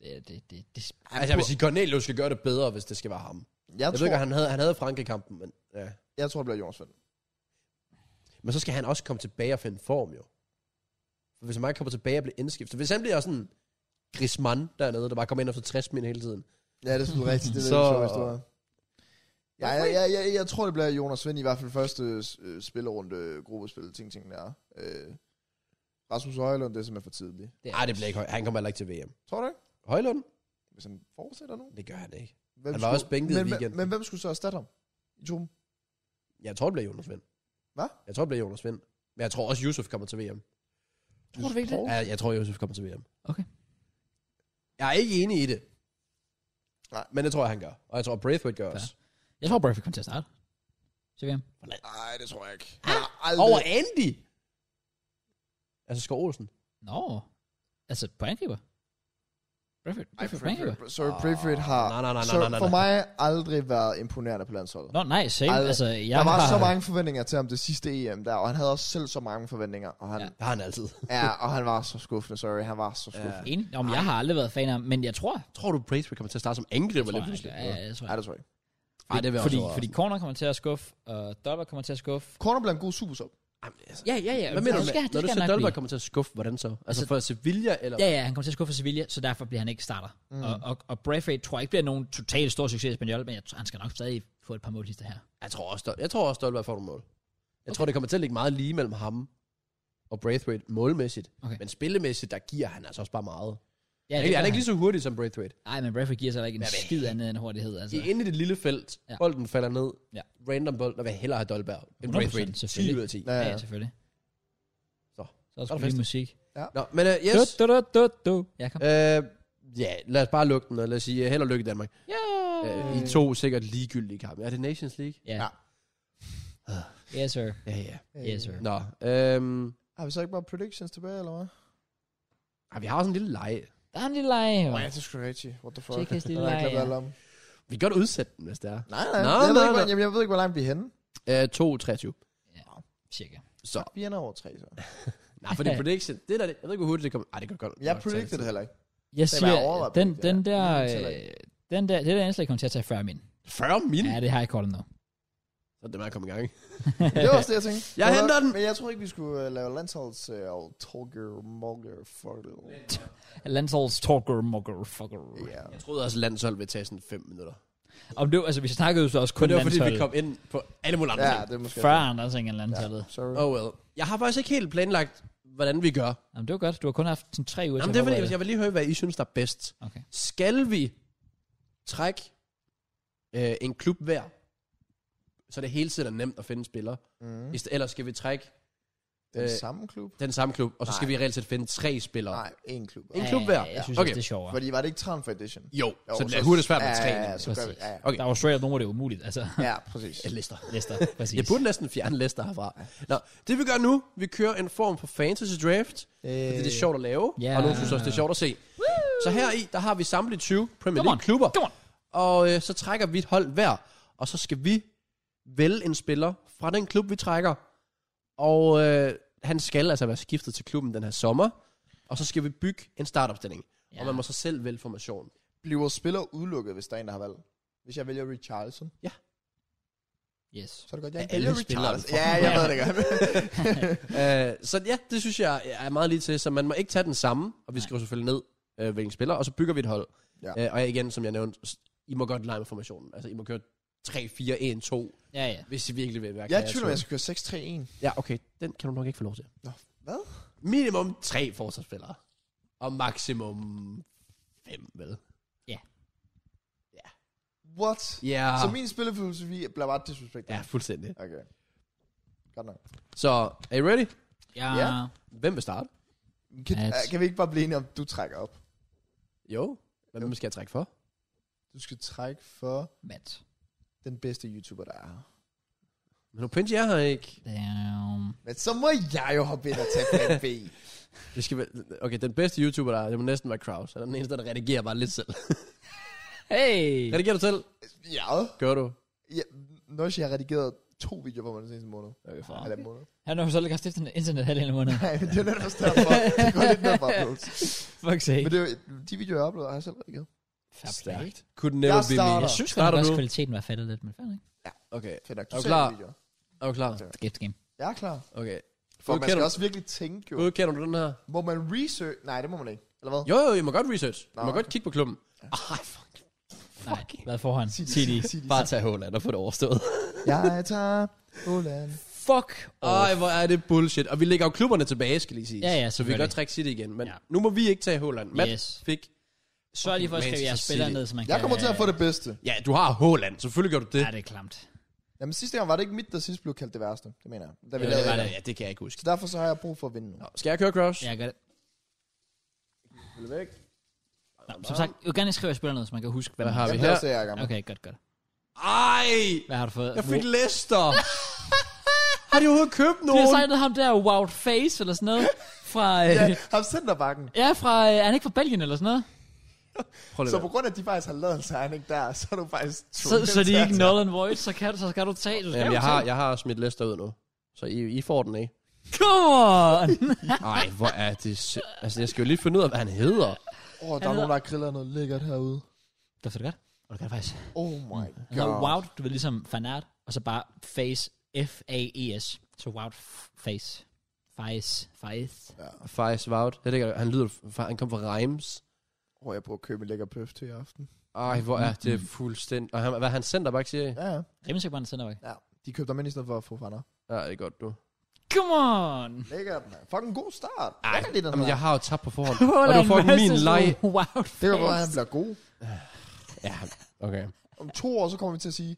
Det, det, det, det,
Altså, jeg vil sige, Cornelius skal gøre det bedre, hvis det skal være ham. Jeg,
Jeg,
jeg
tror,
ved ikke, han havde, han havde Frankrig-kampen, men ja.
jeg tror, det bliver Jonas Svend.
Men så skal han også komme tilbage og finde form, jo. For hvis han bare kommer tilbage og bliver indskiftet. Hvis han bliver sådan Griezmann dernede, der bare kommer ind efter 60 min hele tiden.
Ja, det er selvfølgelig rigtigt. Det er
Så-
så... en sjov historie. Ja, jeg, jeg, jeg, jeg tror, det bliver Jonas Svend i hvert fald første øh, spillerunde, øh, gruppespil, ting, ting der. Øh, Rasmus Højlund, det er simpelthen for tidligt.
det,
Nej, det bliver ikke Høj- Han kommer heller ikke til VM.
Tror du ikke?
Højlund?
Hvis han fortsætter nu?
Det gør han ikke.
Hvem
Han var også bænket i
men,
weekenden.
Men, men hvem skulle så erstatte ham? I truppen?
Jeg tror, det bliver Jonas Vind.
Hvad?
Jeg tror, det bliver Jonas Vind. Men jeg tror også, Yusuf kommer til VM.
Tror du virkelig det?
Poul?
Ja, jeg tror, Josef kommer til VM.
Okay.
Jeg er ikke enig i det.
Nej.
Men det tror jeg, han gør. Og jeg tror, Braithwaite gør
Fair.
også.
Jeg tror, Brøfik kommer til at starte. Så vi ham.
Nej, det tror jeg ikke. Han har
Ah!
aldrig...
Over Andy! Altså, Skov Olsen.
Nå. Altså, på angriber. Brøfik,
Ej,
Brøfik på angriber.
Braithwaite- Sorry, Braithwaite har
Ah. Nej, nej, nej,
så
nej, nej,
for
nej.
mig aldrig været imponerende på landsholdet.
Nå, nej, same.
Ej,
altså, jeg
der var
har...
så mange forventninger til ham det sidste EM der, og han havde også selv så mange forventninger, og han,
Ja.
ja.
Det har han altid.
Ja, og han var så skuffende, sorry. Han var så skuffende. Ja,
Enig. Nå, men jeg har aldrig været fan af ham, men jeg tror...
Tror du, Braithwaite kommer til at starte som angriber
tror
lidt
jeg,
pludselig?
ja, ja, jeg tror,
ja det tror jeg. ikke.
Ej, det vil jeg
fordi,
også
fordi Corner kommer til at skuffe, og Dolber kommer til at skuffe.
Corner blev en god supersub.
Jamen, altså,
Ja, ja, ja.
Hvad mener du
det skal,
med,
det
når du
skal
siger,
han nok
Dolberg
blive.
kommer til at skuffe, hvordan så? Altså, for Sevilla, eller?
Ja, ja, han kommer til at skuffe for Sevilla, så derfor bliver han ikke starter. Mm. Og, og, og Braithwaite tror jeg ikke bliver nogen totalt stor succes i Spaniol, men jeg tror, han skal nok stadig få et par målhister her.
Jeg tror også, Dol- jeg tror også Dolberg får nogle mål. Jeg tror, det kommer til at ligge meget lige mellem ham og Braithwaite målmæssigt.
Okay.
Men spillemæssigt, der giver han altså også bare meget.
Ja,
Ja, han er ikke lige så hurtig som Braithwaite.
Nej, men Brafford giver sig heller ikke en
Hvad ved
skid andet end hurtighed. Altså.
De er inde i det lille felt.
Ja.
Ja. Bolden falder ned.
Ja.
Ja. Random bold. Der vil jeg hellere have Dolberg end
100%
Braithwaite. 10
selvfølgelig.
ud af 10.
Ja,
Ja,
ja.
ja, selvfølgelig.
Så.
Så er der
Så er
sgu
der
lige
fest.
musik.
Nå, men uh, yes.
Du, du, du, du, du. Ja, kom.
Øh, ja, lad os bare lukke den, og lad os sige, øh, held og lykke Danmark. Øh, I to sikkert ligegyldige kampe. Er det Nations League?
Ja. Yes, sir.
Ja, ja.
Yes, sir.
Nå, øhm,
Har vi så ikke bare predictions tilbage, eller hvad?
ah, vi har også en lille leg.
Der er en lille ej.
Nej, det er sgu rigtigt. What the fuck?
Tjekkes lille
Den har jeg ikke
leg,
lavet om.
Vi kan godt udsætte den, hvis det er.
Nej, nej.
Nå,
jeg, ved
nå,
ikke,
nå.
hvor, jamen, jeg ved ikke, hvor langt vi er henne.
Øh, 2-23.
Cirka.
Så,
Vi er over tre, så.
nej, for det er prediction. Det der, det- jeg ved ikke, hvor hurtigt det kommer. Ej, det kan godt.
Jeg
godt tage
predicted
lidt
det heller ikke.
Jeg
var
siger,
jeg overvejet på,
den,
det der.
den der,
Men det tæller
øh, den der, det der indslag kommer til at tage 40 min.
tid. 40 min?
Ja, det har jeg ikke nu.
Så er det med at komme i gang.
Det var også det, jeg tænkte.
Jeg
Men-
henter den.
Men jeg tror ikke, vi skulle øh, lave landsholds... Uh, Tolger, Molger, Fortel.
Landsholds talker, mugger, fucker.
Ja.
Jeg troede også, at landshold ville tage sådan 5 minutter.
Om det, var- altså, vi snakkede jo så også
Men
kun
det var, fordi vi
landsholdet.
kom ind på alle mulige andre
Ja,
ting.
det er måske...
40 andre ting end landsholdet.
Sorry.
Oh well. Jeg har faktisk ikke helt planlagt, hvordan vi gør.
Jamen, det var godt. Du har kun haft sådan tre uger
Jamen,
til
det
at
er fordi,
forberede
jeg vil lige høre, hvad I synes, der er bedst.
det. Okay.
Skal vi trække øh, en klub hver, så det hele tiden er nemt at finde spillere?
Mm.
Mm. Ellers skal vi trække
Den
Øh,
samme klub?
den samme klub, og så
Nej.
skal vi reelt set finde tre spillere.
Nej, en klub.
En klub hver?
Ja, Jeg synes
Okay.
også, det er sjovere.
Fordi var det ikke Transfer Edition?
Jo,
Jo,
så det er hurtigt svært med
ja,
tre.
Ja, ja,
nemlig.
så gør vi. Ja, ja.
Okay.
Der var straight up nogen, hvor det er umuligt. Altså,
ja præcis.
Ja, Lister.
Lester, præcis.
Jeg burde næsten fjerne Lester herfra. Nå, det vi gør nu, vi kører en form for fantasy draft. Øh. Fordi det er sjovt at lave,
Ja.
og nogen synes også, det er sjovt at se. Så her i, der har vi samlet 20 Premier
Come on,
League klubber.
come on.
Og øh, så trækker vi et hold hver, og så skal vi vælge en spiller fra den klub, vi trækker. Og øh, han skal altså være skiftet til klubben den her sommer. Og så skal vi bygge en startopstilling. Ja.
Ja.
Og man må så selv vælge formation.
Bliver spiller udelukket, hvis der er en, der har valgt? Hvis jeg vælger Richarlison,
Yes.
så er det godt, jeg
Ja,
ikke
alle
vælger
spillere
Richarlison.
får-
Ja, jeg ved det godt.
Øh, så ja, det synes jeg er meget lige til. Så man må ikke tage den samme, og vi skriver selvfølgelig ned, øh, hvilken spiller, og så bygger vi et hold.
Ja.
Øh, og igen, som jeg nævnte, s- I må godt lege med formationen. Altså, I må køre 3, 4, 1, 2,
Ja, ja.
hvis I virkelig vil være
Jeg er i
kreative.
tvivl om, jeg skal køre 6-3-1.
Ja, okay, den kan du nok ikke få lov til.
Nå, hvad?
Minimum 3 forsvarsspillere. Og maksimum 5, vel?
What?
Ja,
Så min spillefilosofi bliver bare disrespekt.
ja fuldstændig.
Okay. Godt nok.
Så, er I ready?
Ja.
Ja.
Hvem vil starte?
Kan,
At-
øh, kan vi ikke bare blive enige om, du trækker op?
Jo. Hvem skal jeg trække for?
Du skal trække for
Matt.
den bedste YouTuber, der er.
Men nu pinch jeg her ikke.
Damn.
Men så må jeg jo hoppe ind og tage plan B.
Det skal vel- okay, den bedste YouTuber, der er, det må næsten være Kraus. Han er den eneste, der redigerer bare lidt selv.
Hey!
redigerer du selv?
ja.
Gør du?
ja. Nøjse, jeg har redigeret to videoer for mig den seneste måned.
Okay,
Ja.
far.
Eller måned.
Han har jo så lagt stiftet internet halvdelen af måneden.
Nej, men det er jo netop også derfor. Det går lidt mere på uploads.
Fuck sake.
Men det er jo, de videoer, jeg uploader, har jeg selv redigeret.
Fair play.
Stærkt. Could never
Jeg
be me.
starter.
Jeg synes godt
starter
nok også,
nu.
kvaliteten var faldet lidt, men fair ikke?
Okay,
Fedt nok. Du
Er du
ser
klar?
de videoer.
er du klar?
Ja.
Gift game.
Jeg er klar.
Okay.
For man
Godkender
skal
du-
også virkelig tænke jo.
Godkender du den her?
Må man research? Nej, det må man ikke. Eller hvad?
Jo, jo, I må godt research. I
Nå,
må
okay.
godt kigge på klubben. Ej, fuck.
Nej, hvad forhånd?
Sig det,
Sig det.
sig det.
Bare tag Håland og få det overstået.
Jeg tager Holland.
Fuck off.
Ej, hvor er det bullshit. Og vi lægger jo klubberne tilbage, skal lige sige.
Ja, ja,
Så vi kan
selvfølgelig.
godt trække City igen. Men
Ja.
nu må vi ikke tage Håland. Matt
Yes.
fik...
Sørg lige for at skrive
Manchester
jeres spillere
City.
ned, så man kan...
Jeg kommer til at få det bedste.
Ja, du har Håland. Selvfølgelig gør du det.
Ja, det er klamt.
Jamen sidste gang var det ikke mit, der sidst blev kaldt det værste. Det mener jeg. Da vi
Jo,
lavede
det var
det.
Ja, det kan jeg ikke huske.
Så derfor så har jeg brug for at vinde nu.
Nå, Skal jeg køre cross?
Ja, jeg gør det.
Vil væk?
Nå, som sagt, jeg vil gerne skrive jeres spillere ned, så man kan huske, hvad
Hvad
man
har
Jamen,
vi
der
her?
ser jeg gammel.
Okay, godt, godt.
Ej!
Hvad har du fået?
Jeg fik Leicester. har de overhovedet købt
Du har
nogen?
signet ham der, Wout Face, eller sådan noget, fra... øh,
Ja, ham centerbakken.
Ja, fra... øh, Er han ikke fra Belgien, eller sådan noget?
Prøv lige
Så
at
på grund af, at de faktisk har lavet en tegning der, så er du faktisk
Så, så de er ikke null and void, så, kan, du- så skal du tage... Du skal
Jamen,
jo
jeg har,
tage.
jeg har smidt Lester ud nu. Så I, I får den ikke.
Come on!
Nej, hvor er det... sø- Altså, jeg skal jo lige finde ud af, hvad han hedder.
Åh, oh, der er nogen, der griller noget lækkert herude.
Det var det godt. Og det gør faktisk.
Oh my
Han
god.
hedder Wout, du ved ligesom fanart, og så bare face, F-A-E-S. Så Wout f- face. Face. Face.
Fejs Vaut. Det ligger, han lyder... fra- Han kom fra Reims.
Åh, oh, jeg prøver at købe en lækker bøf til i aften.
Ej, hvor er det fuldstændig... Og han, hvad er han sender bare siger? I?
Ja, ja.
Rimelig sikker på, han sender væk.
ja. De købte ham ind i stedet for at få fanden.
Ja, det er godt, du.
Come on!
Lækkert, man. Fucking god start.
Ej,
Ej, det, den
Jamen,
her.
jeg har jo tabt på forhånd. og det var fucking min leg.
Wow.
det kan godt være, at han bliver god.
Ja, okay.
Om to år, så kommer vi til at sige,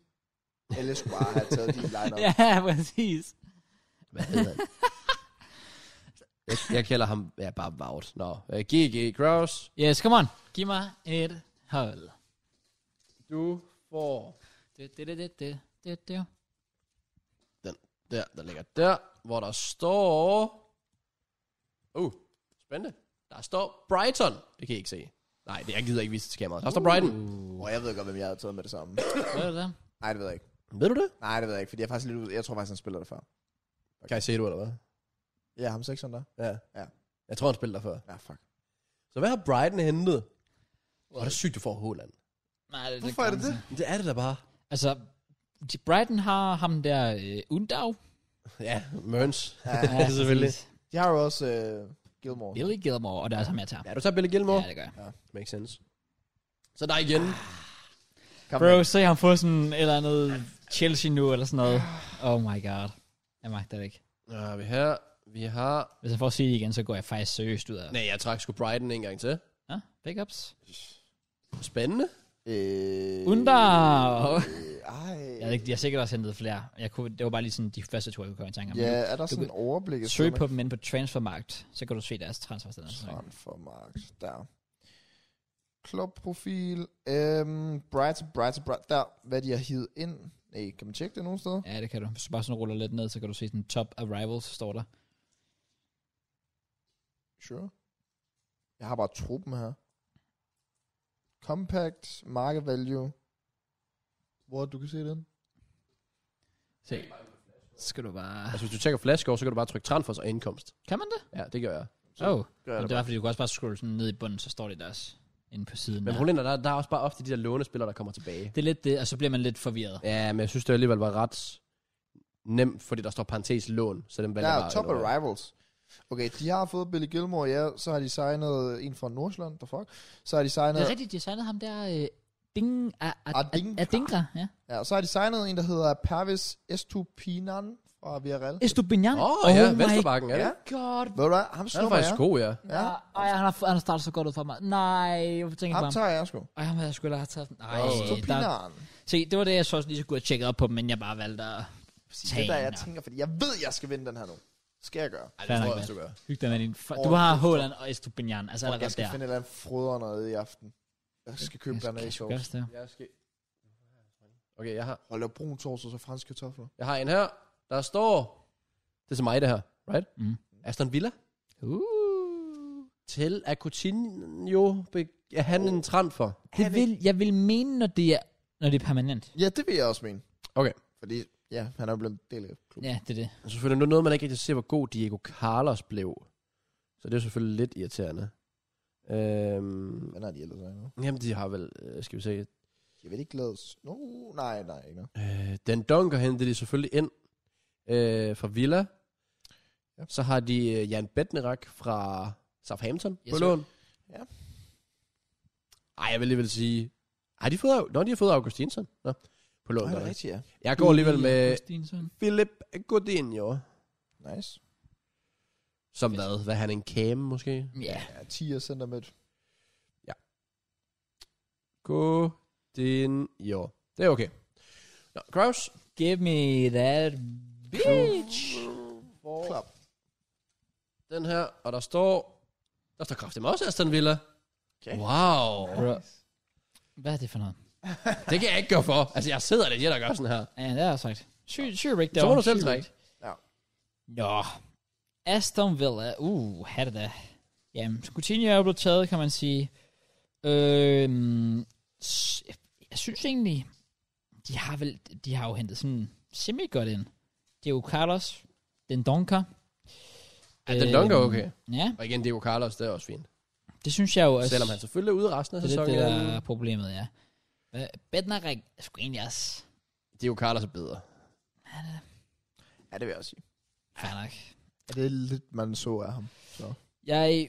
alle skulle bare have taget de line
Ja, præcis.
Hvad hedder han?
Jeg, jeg kalder ham ja, bare Vaut. Nå, øh, GG Kraus,
Yes, come on. Giv mig et hold.
du får
Det, det, det, det, det, det, det.
den der, der ligger der, hvor der står... Uh, spændende. Der står Brighton. Det kan I ikke se. Nej, det jeg gider ikke vise til kameraet. Der står Brighton.
Og jeg ved godt, hvem jeg havde taget med det samme.
Hvad er det?
Nej, det ved jeg ikke.
Ved du det?
Nej, det ved jeg ikke, fordi jeg er faktisk lidt ud... Jeg tror faktisk, han spiller det før.
Kan jeg se du, eller hvad?
Ja, ham sekseren der.
Ja.
Ja.
Jeg tror, han spillede der før.
Ja, fuck.
Så hvad har Brighton hentet? Hvor er det sygt, du får Håland.
Nej, det,
Hvorfor er det det?
Det er det da bare.
Altså, de- Brighton har ham der øh, Undav.
Ja, Mørns. Ja, selvfølgelig.
præcis.
De har jo også øh, Gilmore.
Billy Gilmore, og der er også ham, jeg tager.
Ja, du tager Billy Gilmore.
Ja, det gør jeg.
Makes sense. Så der igen.
Kom
Bro, se ham få sådan et eller andet Chelsea nu, eller sådan noget. Oh my god. Jeg magter det ikke.
Nu har vi her. Vi har...
Hvis jeg får sige det igen, så går jeg faktisk seriøst ud af
Nej, jeg trak sgu Brighton en gang til.
Ja, pickups.
Spændende.
Øh,
Undav.
øh, Ej.
Jeg, ved ikke, de har sikkert også hentet flere. Jeg kunne, det var bare lige sådan de første to, jeg kunne komme i tanke om.
Ja,
Nu
er der sådan en overblik? et
Søg
sted,
på altså.
man
dem inde på Transfermarkt, så kan du se deres transfersteder.
kan- Transfermarkt. Der. Klubprofil. Øhm, Brighton, Brighton, Brighton. Der, hvad de har hivet ind. Nej, kan man tjekke det nogen steder?
Ja, det kan du. Hvis du bare sådan ruller lidt ned, så kan du se sådan top arrivals, står der.
Sure. Jeg har bare truppen her. Compact, market value. Hvor du kan se den?
Se. Skal du bare...
Altså, hvis du tjekker flash så kan du bare trykke transfers og indkomst.
Kan man det?
Ja, det gør jeg.
Oh.
Gør
Men det var, fordi du kan også bare scrolle sådan ned i bunden, så står det deres inde på siden.
Men
der.
problemet er, der, der er også bare ofte de der lånespillere, der kommer tilbage.
Det er lidt det, og så bliver man lidt forvirret.
Ja, men jeg synes, det alligevel var ret nemt, fordi der står parentes lån, så den valgte
Der
jeg
er
bare.
top
eller hvad.
arrivals. Okay, de har fået Billy Gilmore, ja. Så har de signet en fra Nordsjælland, der fuck. Så har de
Det er
signet...
rigtigt, de signede ham der... Øh, Ding... A, a,
Adingra.
a, Adingra, ja.
Ja, så har de signet en, der hedder Pervis Estupinan fra Villarreal.
Estupinian.
Åh, oh, ja, venstrebakken, er det?
Ja.
Ja,
god.
Ved du hvad? Ham
han er
snupper
faktisk
jeg.
god, ja.
Ja.
Ja. Ej, han har, han har startet så godt ud for mig. Nej, hvorfor tænker jeg
Ham
ikke på
tager
ham?
jeg sgu.
Ej, ham havde jeg skulle have taget. Nej, der,
Estupinan.
se, det var det, jeg så også lige skulle have tjekket op på, men jeg bare valgte at tage
Det er der, jeg
en, og-
tænker, fordi jeg ved, jeg skal vinde den her nu. Skal jeg gøre?
Ej, det
Fair
tror
nok,
jeg også,
mand.
du gør.
Hyg dig med din... F-
Åh,
du har
det er
Håland og Estupinian, altså
Jeg
allerede
skal
der.
finde et eller andet froder noget i aften. Jeg skal købe blandt andet i
Jeg skal det.
Jeg skal... Okay, jeg har,
Hold da brun sovs og så franske kartofler.
jeg har en her. Der står... Det er til mig, det her. Right?
Mm.
Aston Villa.
Uh.
Til er Coutinho... Be- er han en transfer?
Det vil, jeg vil mene, når det er, når det er permanent.
Ja, det vil jeg også mene.
Okay.
Fordi, ja, han er jo blevet en del af klubben.
Ja, det er det.
Og Altså, selvfølgelig nu noget, man ikke rigtig ser, hvor god Diego Carlos blev. Så det er jo selvfølgelig lidt irriterende. Øhm,
Hvad har de ellers nu?
jamen, de har vel... Øh, skal vi se...
Jeg vil ikke lade... s- No, nej, nej, ikke noget.
Øh, den Dunker hentede de selvfølgelig ind øh, fra Villa.
Ja.
Så har de øh, Jan Bednerak fra Southampton
Yes,
på
sir.
lån.
Ja.
Ej, jeg vil alligevel sige... Ej, de har fået, Nå, de har fået Augustinsson. Nå, på lån.
Nej, det
der.
er rigtigt, ja.
Jeg går alligevel med
Augustinsson.
Philip Godinho.
Nice.
Som hvad? Hvad er han? En cam måske?
Ja.
Ja, 10 er center midt.
Godinho. Det er okay. Nå, Kraus.
Give me that bitch.
Klap.
Den her. Og der står... Der står kraftigt også Aston Villa.
Okay.
Wow.
Bro. Hvad er det for noget?
Det kan jeg ikke gøre for. Altså, jeg sidder lidt, jeg der gør sådan her.
Ja, det har jeg sagt. Syg, syg rig
Så må
derovre.
du selv
Syg
trække.
Ja.
Nå. Aston Villa. Uh, her det da. Jamen, Coutinho er jo blevet taget, kan man sige. Øhm, s- jeg synes egentlig, de har, vel, de har jo hentet sådan semi godt ind. Det er jo Carlos, den dunker.
Ja, den dunker
Øh,
er okay.
Ja,
Og igen, Diego Carlos, det er også fint.
det synes jeg jo også.
Også. Selvom han selvfølgelig er ude resten af
det er lidt
sæsonen.
det, der er problemet, ja. Øh, Bednarik er sgu egentlig også
Diego Carlos er bedre.
Ja, det vil jeg også sige.
fair nok.
Ja, det er lidt, man så af ham. Så.
Jeg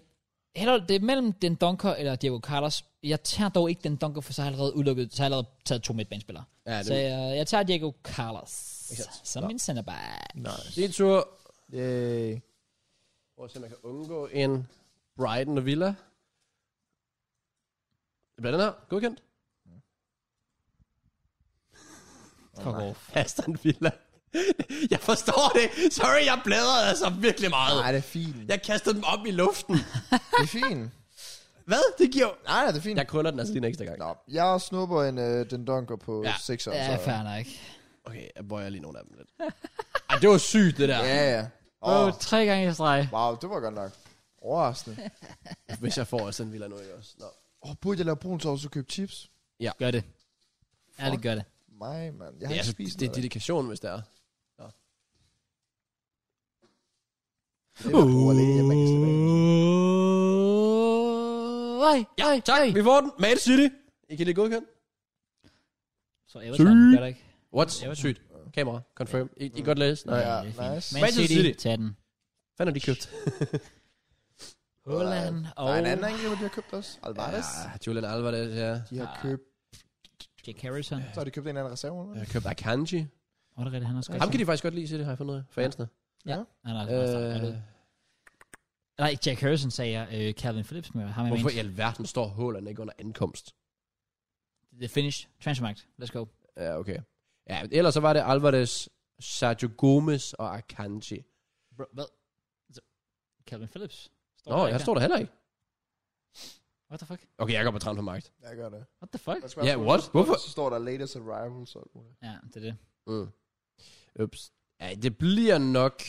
heller det er mellem den dunker eller Diego Carlos. Jeg tager dog ikke den dunker, for så har jeg allerede udelukket, så har jeg allerede taget to midtbanespillere.
Ja,
Ja,
det,
så jeg, jeg tager Diego Carlos
Exakt.
som min centerback.
Nice.
det er tur.
Yay.
Prøv at se, om jeg kan undgå en Brighton og Villa. Det bliver den her. Godkendt.
Fuck off.
Aston Villa. Jeg forstår det. Sorry, jeg bladrede altså virkelig meget.
Nej, det er fint.
Jeg kastede dem op i luften.
Det er fint.
Hvad? Det giver...
Nej, nej, det er fint.
Jeg krøller den altså lige en ekstra gang.
Nå, jeg snupper en øh, den dunker på
Ja.
ja. 6 så.
Ja, fair nok.
Okay, jeg bøjer lige nogle af dem lidt. Ej, det var sygt, det der.
Ja, ja.
Åh,
Åh,
oh, tre gange i streg.
wow, det var godt nok. Overraskende.
Hvis jeg får sådan en villa nu, ikke også? Nå.
Åh, oh, burde jeg lave brun sovs og købe chips?
Gør det. Ja, det gør det.
Nej, mand. Jeg har
Det er,
ikke
altså,
spist
det er
noget.
dedikation, hvis det er.
Det er der bruger lidt, jeg man kan slippe af.
Ej, ej, tak.
Vi får den. Man City. I kan lige godkendt.
Så Everton gør det ikke.
What?
Jeg ved det.
Sygt. Kamera. Confirm. I, I kan godt læse. Nej.
Ja,
det er fint.
nice.
Man
Manchester
City,
City.
tag den.
Hvad har de købt?
Holland og...
Der er en anden angriber, de har købt også. Alvarez. Ja.
Ja, Julian Alvarez, ja.
De har købt...
Jack Harrison.
Så har de købt en eller anden reserve.
Jeg
eller?
har købt Akanji.
Var det rigtigt, han også
Ham kan de faktisk godt lide, siger det, har jeg fundet ud af. Fansene.
Ja. Han er
Øh,
Nej, Jack Harrison sagde jeg. Øh, Calvin Phillips med ham, jeg
hvorfor
mente.
i alverden står Håland ikke under ankomst?
The finish. Transfermarkt. Let's go.
Ja, okay. Ja, ellers så var det Alvarez, Sergio Gomez og Akanji.
Bro, hvad? Så- Calvin Phillips? Står
Nå,
der
jeg
ikke
står der heller ikke.
der? What the fuck?
Okay, jeg går på transfermarkt.
Jeg gør det.
What the fuck?
Der skal være
Ja,
sådan-
what? Hvorfor?
Så står der latest uh, arrivals. og alt muligt.
Ja, det er det.
Mm. Ups. Ja, det bliver nok...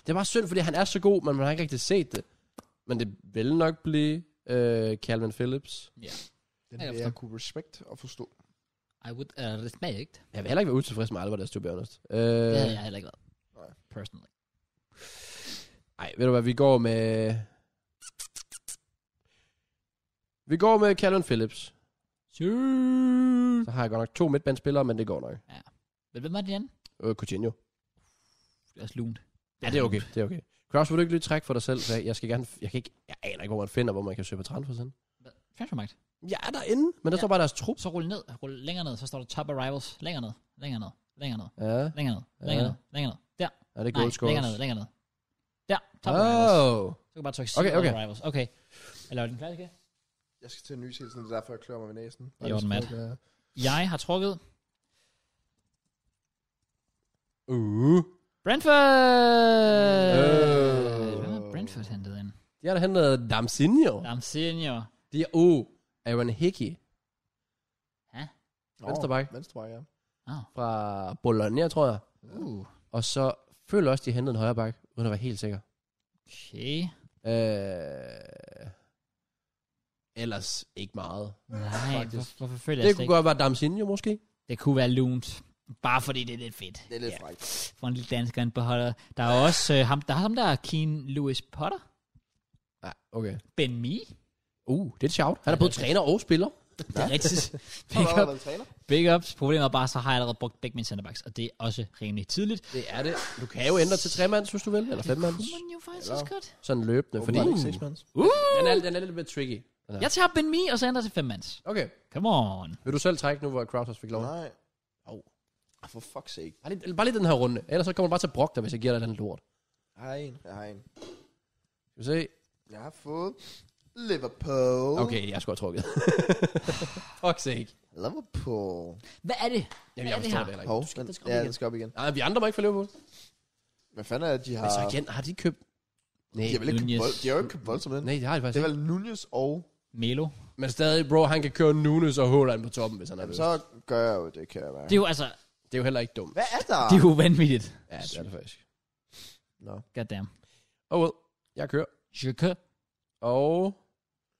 Det er bare synd, fordi han er så god, men man har ikke rigtig set det. Men det vil nok blive øh, Calvin Phillips.
Den
Ja, jeg
vil
forstår.
jeg kunne respekt og forstå.
I would uh, respect.
Jeg vil heller ikke være utilfreds med Alvarez, to be honest. Øh,
Det havde
ja,
jeg heller ikke været.
Nej.
Personally.
Ej, ved du hvad, vi går med... Vi går med Calvin Phillips. Så har jeg godt nok to midtbandspillere, men det går nok.
Men hvem var det igen?
Øh, Coutinho.
Det er også lunt.
Ja, det er okay. Det er okay. Kraus, vil du ikke lige trække for dig selv? For jeg- Jeg, skal gerne, jeg, kan ikke, jeg aner ikke, hvor man finder, hvor man kan søge på transfer sådan.
Hvad? Transfermarkt.
Jeg er derinde, men der
Ja.
står bare deres trup.
Så rulle ned. Rulle længere ned. Så står der top arrivals. Længere ned. Længere ned. Længere ned.
Ja,
Længere ned.
Ja.
Længere ned. Længere ned. Der.
er det
Nej,
goal scores?
længere ned. Længere ned. Der. Top arrivals.
Oh.
Så kan du bare trykke
Okay,
okay,
okay.
okay. arrivals. Okay. Jeg laver den klassiske.
Jeg skal til en ny hele tiden, det er derfor, jeg klør mig ved næsen.
I orden, Matt. Jeg har trukket
Uh.
Brentford!
Øh.
Hvad har Brentford hentet ind?
De har da hentet Damsinho.
Dam Senior.
De er, uh, Aaron Hickey Venstreback.
Venstreback, ja.
Oh.
fra Bologna, tror jeg.
Uh.
Og så føler jeg også, de hentede en højre bak, uden at være helt sikker.
Okay.
Øh, ellers ikke meget.
Nej,
Faktisk.
hvor, hvorfor føler jeg
Det
slet
kunne
ikke?
godt være Damsinho måske.
Det kunne være lunt. Bare fordi det er lidt fedt.
Det er lidt frækt.
For en lille dansker, han beholder. Der er også øh, ham, der er ham der er Keen Lewis Potter.
Ja, Ah, okay.
Ben Me.
Uh, det er et shout. Han er både træner og spiller.
Det er rigtigt.
Har
Big,
du
up,
været træner?
big ups. Problemet er bare, så har jeg allerede brugt begge mine centerbacks. Og det er også rimelig tidligt.
Det er det. Du kan jo ændre til tremands, hvis du vil, eller femmands.
Kunne man jo faktisk
Eller-
også godt.
Sådan løbende, fordi Uh.
Åbenbart ikke seksmands.
den, er, den er lidt mere tricky. Den her.
Jeg tager Ben Me, og så ændrer til fem mands.
Okay.
Come on.
Vil du selv trække nu, hvor Crowdhouse fik lov?
Nej.
Au.
Ah, For fuck's sake.
Bare lige, bare lige den her runde. Ellers så kommer du bare til at brokke dig, hvis jeg giver dig den lort.
Jeg har en. Jeg har en.
Skal vi se?
Jeg har fået Liverpool.
Okay, jeg skulle have trukket. Fuck sake.
Liverpool.
Hvad er det?
Jamen,
Hvad
jeg
er det
forstår
her?
det heller
Hov,
ikke. Du skal,
den,
den skal
ja,
op
den
igen.
skal op igen.
Nej, vi andre må ikke få Liverpool.
Hvad fanden er det, de har...
Men så igen, har de købt... Nej,
De har vel ikke købt
Nunez.
vold. De har jo ikke købt vold som den.
nej det har de
Det
faktisk
er
ikke.
vel Nunez og...
Melo.
Men stadig, bro, han kan køre Nunes og Holland på toppen, hvis han har
Jamen,
lyst.
så gør jeg jo det, kan jeg være.
Det er jo altså,
Øh. Det er jo heller ikke dumt.
Hvad er der?
det er jo vanvittigt.
Ja, det er det faktisk.
Goddamn.
Oh well, jeg kører.
Jøkke.
Og...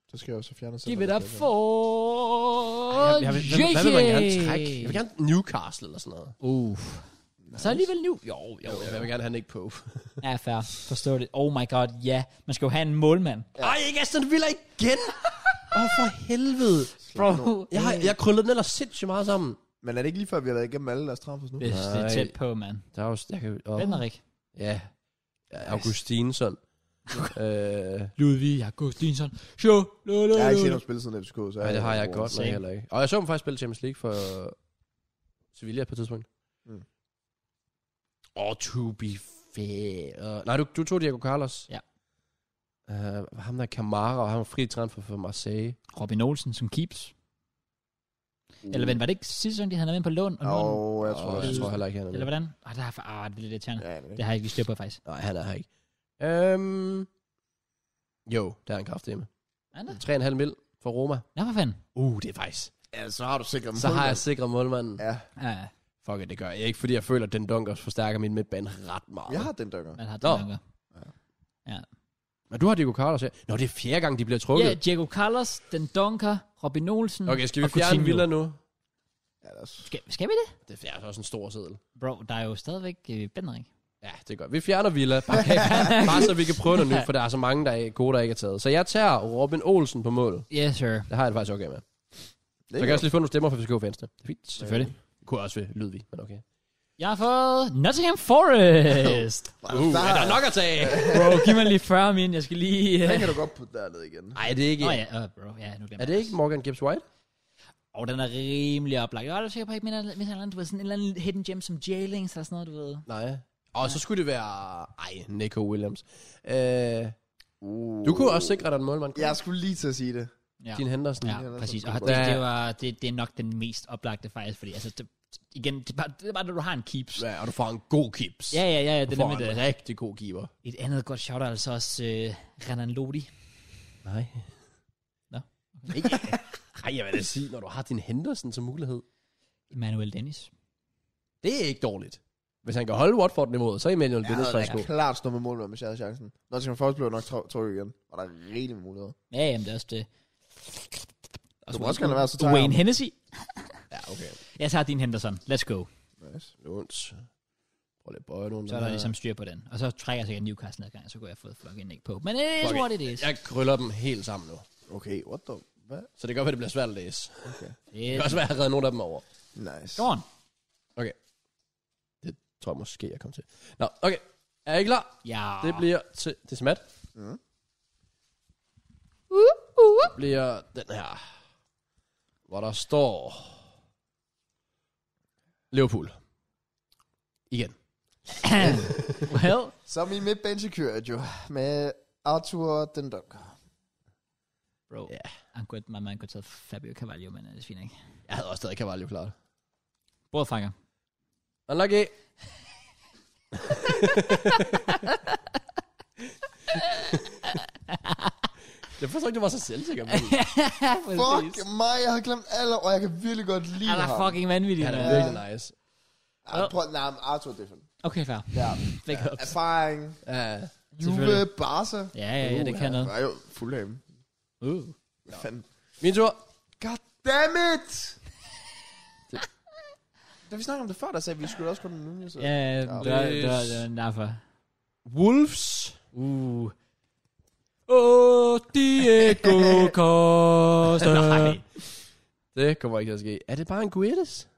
Så skal jeg jo så fjerne
Give it up for...
jeg, jeg, vil, hvad, hvad vil man gerne trække? Jeg vil gerne Newcastle eller sådan noget.
Uh. Så alligevel nu. Jo, jo.
Jo, jeg vil gerne have Nick Pope.
Ja, fair. Forstår det. Oh my god, ja. Man skal jo have en målmand.
Ja. Ej, ikke Aston Villa igen! Åh, oh, for helvede.
Bro.
Jeg, har, jeg krøllede den ellers sindssygt meget sammen.
Men er det ikke lige før, vi har været igennem alle deres transfers nu?
Det, det er
Nej.
tæt på, mand.
Der er jo stærke... Og,
Henrik.
ja. ja, Augustinsson. øh,
Ludvig Augustinsson. Show. Lo, lo,
Jeg har ikke set
lo.
ham spille siden FCK, så...
ja, det har jeg godt nok
Same.
heller ikke. Og jeg så dem faktisk spille Champions League for Sevilla på et tidspunkt. Åh,
Mm.
oh, to be fair. Uh, nej, du, du tog Diego Carlos.
Ja.
Uh, ham der Camara, og han var fri transfer for Marseille.
Robin Olsen som keeps. Eller hvad, var det ikke sidste sæson, de havde ham ind på lån? Og nu er han-
Og jeg tror,
Og jeg
jeg
tror heller ikke, han er
Eller
med.
hvordan? Ah, der er for, ah, det er lidt irriterende.
Ja, jeg ved
Det
ikke.
har jeg ikke lige styr på, faktisk.
Nej, han er her ikke. Øhm, jo, der er en kraft hjemme.
Er der?
3,5 mil for Roma.
Nå, for fanden.
Uh, det er faktisk.
Ja, så har du sikkert
Så har jeg sikret målmanden.
Ja,
Ja, ja.
Fuck it, det gør jeg ikke, fordi jeg føler, at den dunk også forstærker min midtbane ret meget.
jeg har den dykker.
man har
Nå.
tanker.
Men du har Diego Carlos her. Nå, det er fjerde gang, de bliver trukket.
Ja, Diego Carlos, Den Dunker, Robin Olsen
Okay, skal vi
og
fjerne
Coutinho.
Villa nu?
Ja, det er også-
Skal, skal vi det?
Det er fjerde også en stor seddel.
Bro, der er jo stadigvæk øh, Bendring.
Ja, det gør vi. fjerner Villa, bare, bare, bare så vi kan prøve noget nyt, for der er så mange, der er gode, der ikke er taget. Så jeg tager Robin Olsen på mål.
Yes, sir.
Det har jeg det faktisk okay med. Så
Det
kan jeg også lige få nogle stemmer fra FCK Venstre. Det er fint. Øh,
Selvfølgelig.
Kunne også være Lydvig, men okay.
Jeg har fået Nottingham Forest.
Uh,
der,
er der nok at tage?
Bro, giv mig lige 40 min. Jeg skal lige... Øh...
Den kan du godt putte derned igen.
Nej, det er ikke...
Nå ja, øh, bro. Ja, nu glemmer
Er det ikke Morgan Gibbs White?
Og den er rimelig oplagt. Jeg er sikker på, at jeg ikke mener, hvis han er du ved, sådan en eller anden hidden gem som Jailings eller sådan noget, du ved.
Nej. Og så skulle det være... Ej, Nico Williams. Øh,
Uh.
du kunne også sikre dig en målmand.
Jeg skulle lige til at sige det.
Ja,
Din Henderson.
ja
Ja.
præcis. Og det,
Ja.
det, var, det, det er nok den mest oplagte faktisk, fordi altså, det, igen, det er, bare, det er bare, når du har en keeps. Ja,
ja. Og du får en god keeps.
ja, ja, ja
Du
det er
får
nemlig
en
det.
rigtig god keeper.
Et andet godt shout er altså også øh, Renan Lodi.
Nej.
Nå.
Ikke. Ej, jeg vil da sige, når du har din Henderson som mulighed.
Manuel Dennis.
Det er ikke dårligt. Hvis han kan holde Watford-niveauet, så er Emmanuel
Jeg
Dennis
havde
faktisk
da
god.
klart stået med målmand, hvis jeg havde chancen. Nottingham Forest blev nok tr- trykket igen, og der er rigelig med muligheder.
Ja, jamen det er også det. Og
Du må også gerne lade være, så tager
Wayne
jeg
Hennessy.
Ja, okay.
Jeg tager din Henderson. Let's go.
Nice.
Lunds. Prøv lige at bøje nogen.
Så er der ligesom styr på den. Og så trækker jeg sikkert Newcastle adgang, så kunne jeg få et fucking ikke på. Men det
Fuck
er
it.
what it is.
Jeg krøller dem helt sammen nu.
Okay, what the... Hvad?
Så det kan godt være, det bliver svært at læse. Det
Yes.
kan også være, at jeg redder nogle af dem over.
Nice.
Go on.
Okay. Det tror jeg måske, jeg kommer til. Nå, okay. Er I klar?
Ja.
Det bliver til, det er til Matt. Det bliver den her, hvor der står Liverpool. Igen.
well,
Som i midtbanekøret jo, med Arthur den Dunker.
bro.
Ja.
Han kunne, man, man kunne tage Fabio Carvalho, men øh, det er fint, ikke?
Jeg havde også stadig Cavallo klart.
Brødfanger.
Unlucky. jeg forstår ikke, du var så selvsikker på det.
Fuck mig, jeg havde glemt alle, og jeg kan virkelig godt lide
Han er
ham.
fucking vanvittig.
Han
mand.
er virkelig nice.
Ej, prøv, nej, men Arthur er different.
Okay, fair.
Ja.
Big ups.
Erfaring.
Uh,
Juve,
Selvfølgelig.
Barca.
Ja, ja, ja, det kan noget.
Nej, jo, Fulham.
Uh.
Hvad fanden?
min tur.
God damn it! Da vi snakkede om det før, der sagde vi, vi skulle også komme den nu. altså. Så.
Ja, ja, det var- det var- det var derfor.
Wolves.
Uh.
Oh, Diego Costa.
Nej.
Det kommer ikke til at ske. Er det bare en Guedes?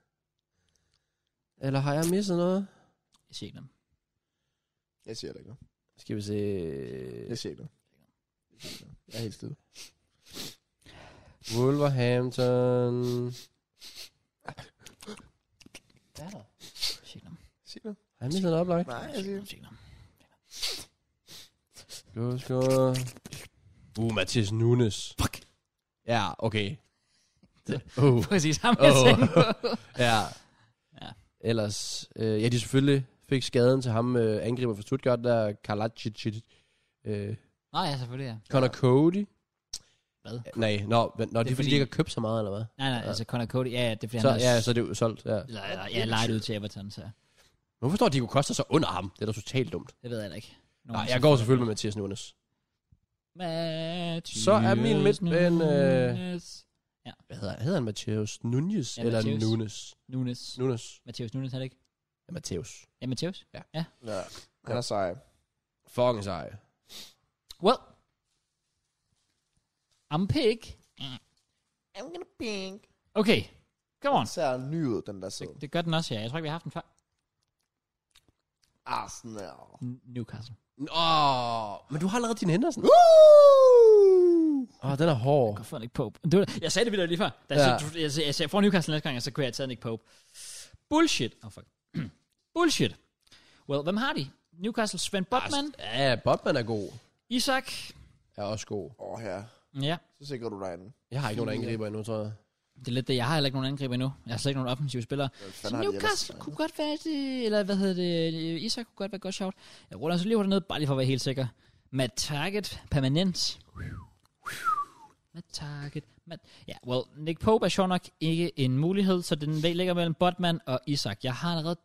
Eller har jeg misset noget?
Jeg ser ikke dem.
Jeg siger det ikke. noget.
Skal vi se...
Jeg siger ikke noget. Jeg siger ikke noget. Jeg er helt stille.
Wolverhampton.
Jeg ser ikke dem.
Sig noget.
Har jeg misset noget oplag?
Nej,
Jeg
jeg
ser
siger
ikke dem.
det.
Jeg ser ikke dem.
Gå, gå. Uh, Mathias Nunes. Fuck. Ja, okay. Uh,
Præcis, ham jeg
Åh.
tænkte på.
ja.
Ja.
Ellers, øh, ja, de selvfølgelig fik skaden til ham, øh, angriber fra Stuttgart, der Karlacic, øh,
Nå ja, selvfølgelig, ja.
Connor Cody. Øh,
Hvad?
Nej, nå, no, no, det er fordi,
fordi-
de ikke har købt så meget, eller hvad?
Nej, nej,
Ja.
altså Connor Cody, ja, ja, det er fordi,
Så,
han
ja, så er det jo solgt, ja.
Eller, eller, ja, lejet ud til Everton, så
Men hvorfor står Diego Costa så under ham? Det er da totalt dumt.
det ved jeg da ikke. Nogen
Nej, jeg går selvfølgelig med Mathias Nunes.
Mathias
Så er min midtbane, øh,
Nunes.
Hvad hedder han? Hedder han Mathias Nunes?
Ja,
Ja, eller
Mathias.
Nunes?
Nunes.
Nunes.
Mathias Nunes, er det ikke?
Ja, Mathias.
Ja, Mathias.
Ja. Han er sej.
Fucking sej.
Well. I'm pig.
I'm gonna pink.
Okay, come on.
Den ser ny ud, den der side.
Det gør den også, ja. Jeg tror ikke, vi har haft den før.
Arsenal.
N- Newcastle.
Åh, men du har allerede din Henderson. Åh,
Woo!
oh, den er hård.
Hvorfor Nick Pope? Det var, jeg sagde det vildt lige før. Da jeg,
Ja.
ja. jeg, sagde, jeg sagde, for Newcastle næste gang, og så kunne jeg have taget Nick Pope. Bullshit. Oh, fuck. Bullshit. Well, hvem har de? Newcastle, Sven Botman,
Ja, Botman er god.
Isak.
Er også god.
Åh, oh, ja.
Ja.
Så sikrer du dig en.
Jeg har ikke nogen angriber endnu, tror jeg.
Det er lidt det. Jeg har heller ikke nogen angriber endnu. Jeg har slet ikke nogen offensive spillere.
fanden
Så
har de
Newcastle
ellers?
kunne godt være det, eller hvad hedder det, Isak kunne godt være et godt shout. Jeg ruller altså lige hurtigt ned, bare lige for at være helt sikker. Matt Target, permanent. Matt Target, Matt. Ja, well, Nick Pope er sjov nok ikke en mulighed, så den væg ligger mellem Botman og Isak. Jeg har allerede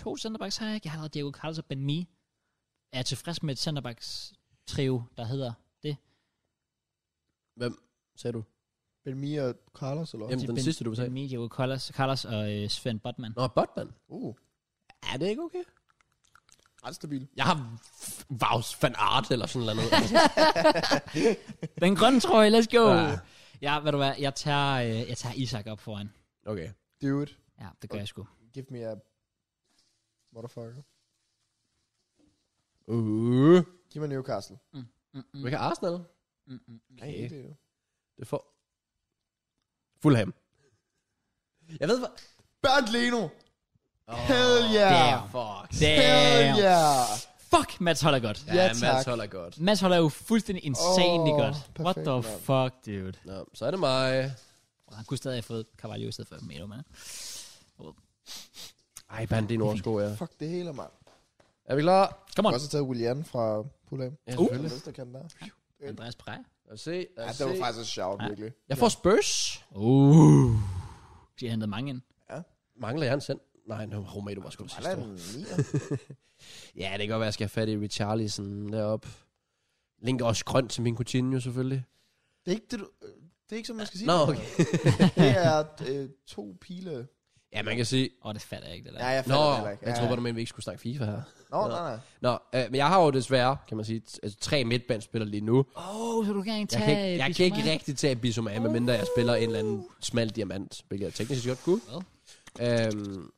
to centerbacks, har jeg ikke? Jeg har allerede Diego Carlos og Ben Mi. Jeg er tilfreds med et centerbacks trio, der hedder det.
Hvem sagde du?
Benmi og Carlos, eller hvad?
Jamen, den
Ben-
sidste, du sagde.
Ben Mi, Diego Carlos, Carlos og øh, Sven Botman.
Nå, Botman.
Uh,
Er det ikke okay?
ret stabil.
Jeg har f- Vaus van Art eller sådan noget.
Den grønne trøje, let's go.
Ja.
Ja, ja ved du hvad, jeg tager, øh, jeg tager Isak op foran.
okay.
Do it.
Ja, det gør jeg sgu.
Give me a... uh, Motherfucker.
Uh.
Giv mig Newcastle.
Mm. Hvad kan Arsenal?
Mm-mm.
Nej,
Det er jo-
det får... Fulham. Jeg ved, hvad...
Bernd Leno! Hell yeah!
Damn.
Fuck.
Hell
Damn.
yeah!
Fuck, Mads holder godt.
Ja,
Ja, Mads
tak.
holder godt.
Mads holder jo fuldstændig insanely
Åh,
godt. What
perfekt,
the
mand.
fuck, dude.
Nå, så er det mig.
Han kunne stadig have fået Carvalho i stedet for Melo, man.
Ej, band, det er en oversko, ja.
Fuck det hele, mand.
Er vi klar?
Come
Jeg
on.
har også taget William fra Fulham.
Ja,
Uh. Den
selvfølgelig.
næste kan der.
Andreas Preyer.
Lad os se. Lad
Ja,
os
det var
se.
faktisk et shout, virkelig.
Jeg får Spurs.
Uh. De har hentet mange ind.
Mangler jeg en send? Nej, nu var Romero var sgu det
Eller
sidste år.
en nier.
Ja, det kan godt være, at jeg skal have fat i Richarlison deroppe. Linker også grønt til min Coutinho, selvfølgelig.
Det er ikke det, du... øh, Det er ikke, som man skal sige.
Nå,
det.
okay.
Det er øh, to pile.
Ja, man kan sige...
Åh, oh, det fatter jeg ikke, det der.
Ja, jeg
Nå,
fatter det heller ikke.
jeg
Ja,
tror
ja.
bare, du mente, vi ikke skulle snakke FIFA her.
Nå, nej, nej.
Nå, øh, men jeg har jo desværre, kan man sige, t- altså, tre midtbandspillere lige nu.
Åh, oh, så du kan ikke
Jeg
tage...
kan ikke, jeg kan ikke
Bissouma?
rigtig tage Bissouma, medmindre jeg spiller en eller anden smal diamant, hvilket jeg teknisk godt kunne.
Hvad?
Øhm,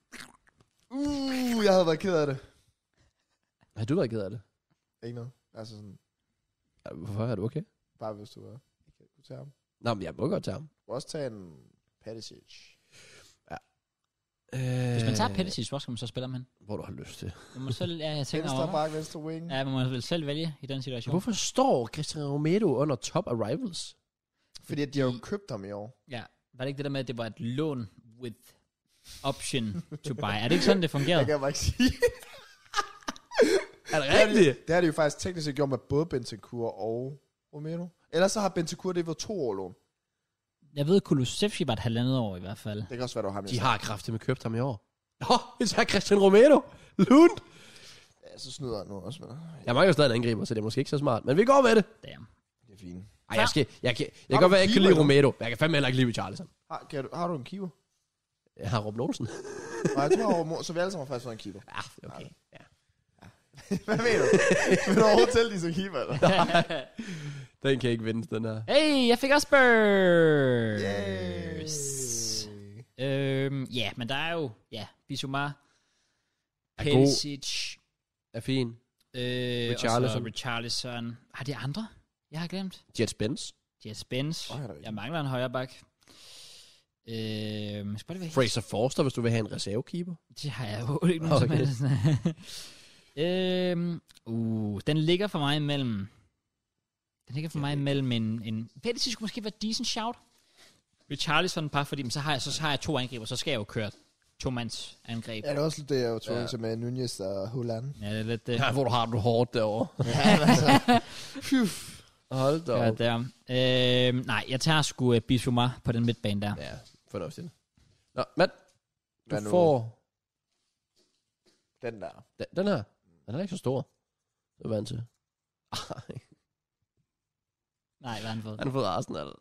Uh, jeg havde været ked af det.
har du været ked af det?
Ikke noget. Altså sådan,
Ja, Hvorfor er du okay?
bare hvis du var. Ikke kunne tage ham.
Nå, men jeg må godt tage ham.
Du kan også tage en Perisic.
Øh,
Hvis man tager Pelletics, hvor skal man så spille om han?
Hvor du har lyst til.
Man må selv, ja, jeg tænker
Venstre
over.
bak, venstre wing.
Ja, man må vel selv vælge i den situation.
Hvorfor står Christian Romero under top arrivals?
Fordi at de har jo købt ham i år.
Ja, var det ikke det der med, at det var et lån with option to buy? Er det ikke sådan, det fungerede?
Det kan jeg bare ikke sige.
Er det
Det har de- Det har de jo faktisk teknisk set gjort med både Bentancur og Romero. Ellers så har Bentancur det været to år lån.
Jeg ved, Kulusevski var et halvandet år i hvert fald.
Det kan også være, du har ham.
De har kraftigt med købt ham i år. Nå, vi tager Christian Romero. Lund.
Ja, så snyder han nu også med dig.
Jeg mangler jo stadig en angriber, så det er måske ikke så smart. Men vi går med det.
Damn.
Det er fint.
Ej, jeg, skal, jeg, kan, jeg
Har
kan godt
du
være, jeg ikke kan lide
keeper
Romero. men Jeg kan fandme heller ikke lide Charleston.
Har, kan du, har du en keeper?
Jeg har Robin Olsen.
Nej, jeg tror, over, så vi alle sammen har faktisk været en keeper.
Ja, okay. Ja.
Hvad mener du? Vil du overhovedet tælle de som keeper? Eller?
Den kan jeg ikke vinde, den her.
Hey, jeg fik også Spurs!
Yay.
Øhm, ja, men der er jo, ja, Bissouma,
Er god.
Pellisic,
Er fin.
øh,
Richarlison.
og så Richarlison. Har de andre? Jeg har glemt.
Jet Spence.
Jess Spence.
Åh, ja, der er ikke.
jeg mangler en højre bak. Øhm, skal bare det være
Fraser Forster, hvis du vil have en reservekeeper.
Det har jeg jo ikke nogen
Okay.
okay. som helst. øhm, uh, den ligger for mig imellem... Den ligger for mig imellem en... en Pedersen skulle måske være decent shout. Richarlison par, fordi men så har, jeg, så har jeg to angriber, så skal jeg jo køre to mands angreb.
Ja, det er også lidt det, jeg jo tog til med Nunez og Holland.
Ja, det er lidt det.
Ja, hvor du har du hårdt derovre.
Phew.
Hold da
Ja,
op.
der. Øhm, nej, jeg tager sgu uh, Bissouma på den midtbane der.
Ja, fornuftigt. Nå, mand. Du
Hvad nu?
får
Den der.
den, den her. Den er ikke så stor. Det er vant til. Ej,
Nej, hvad har han fået?
han har fået Arsenal.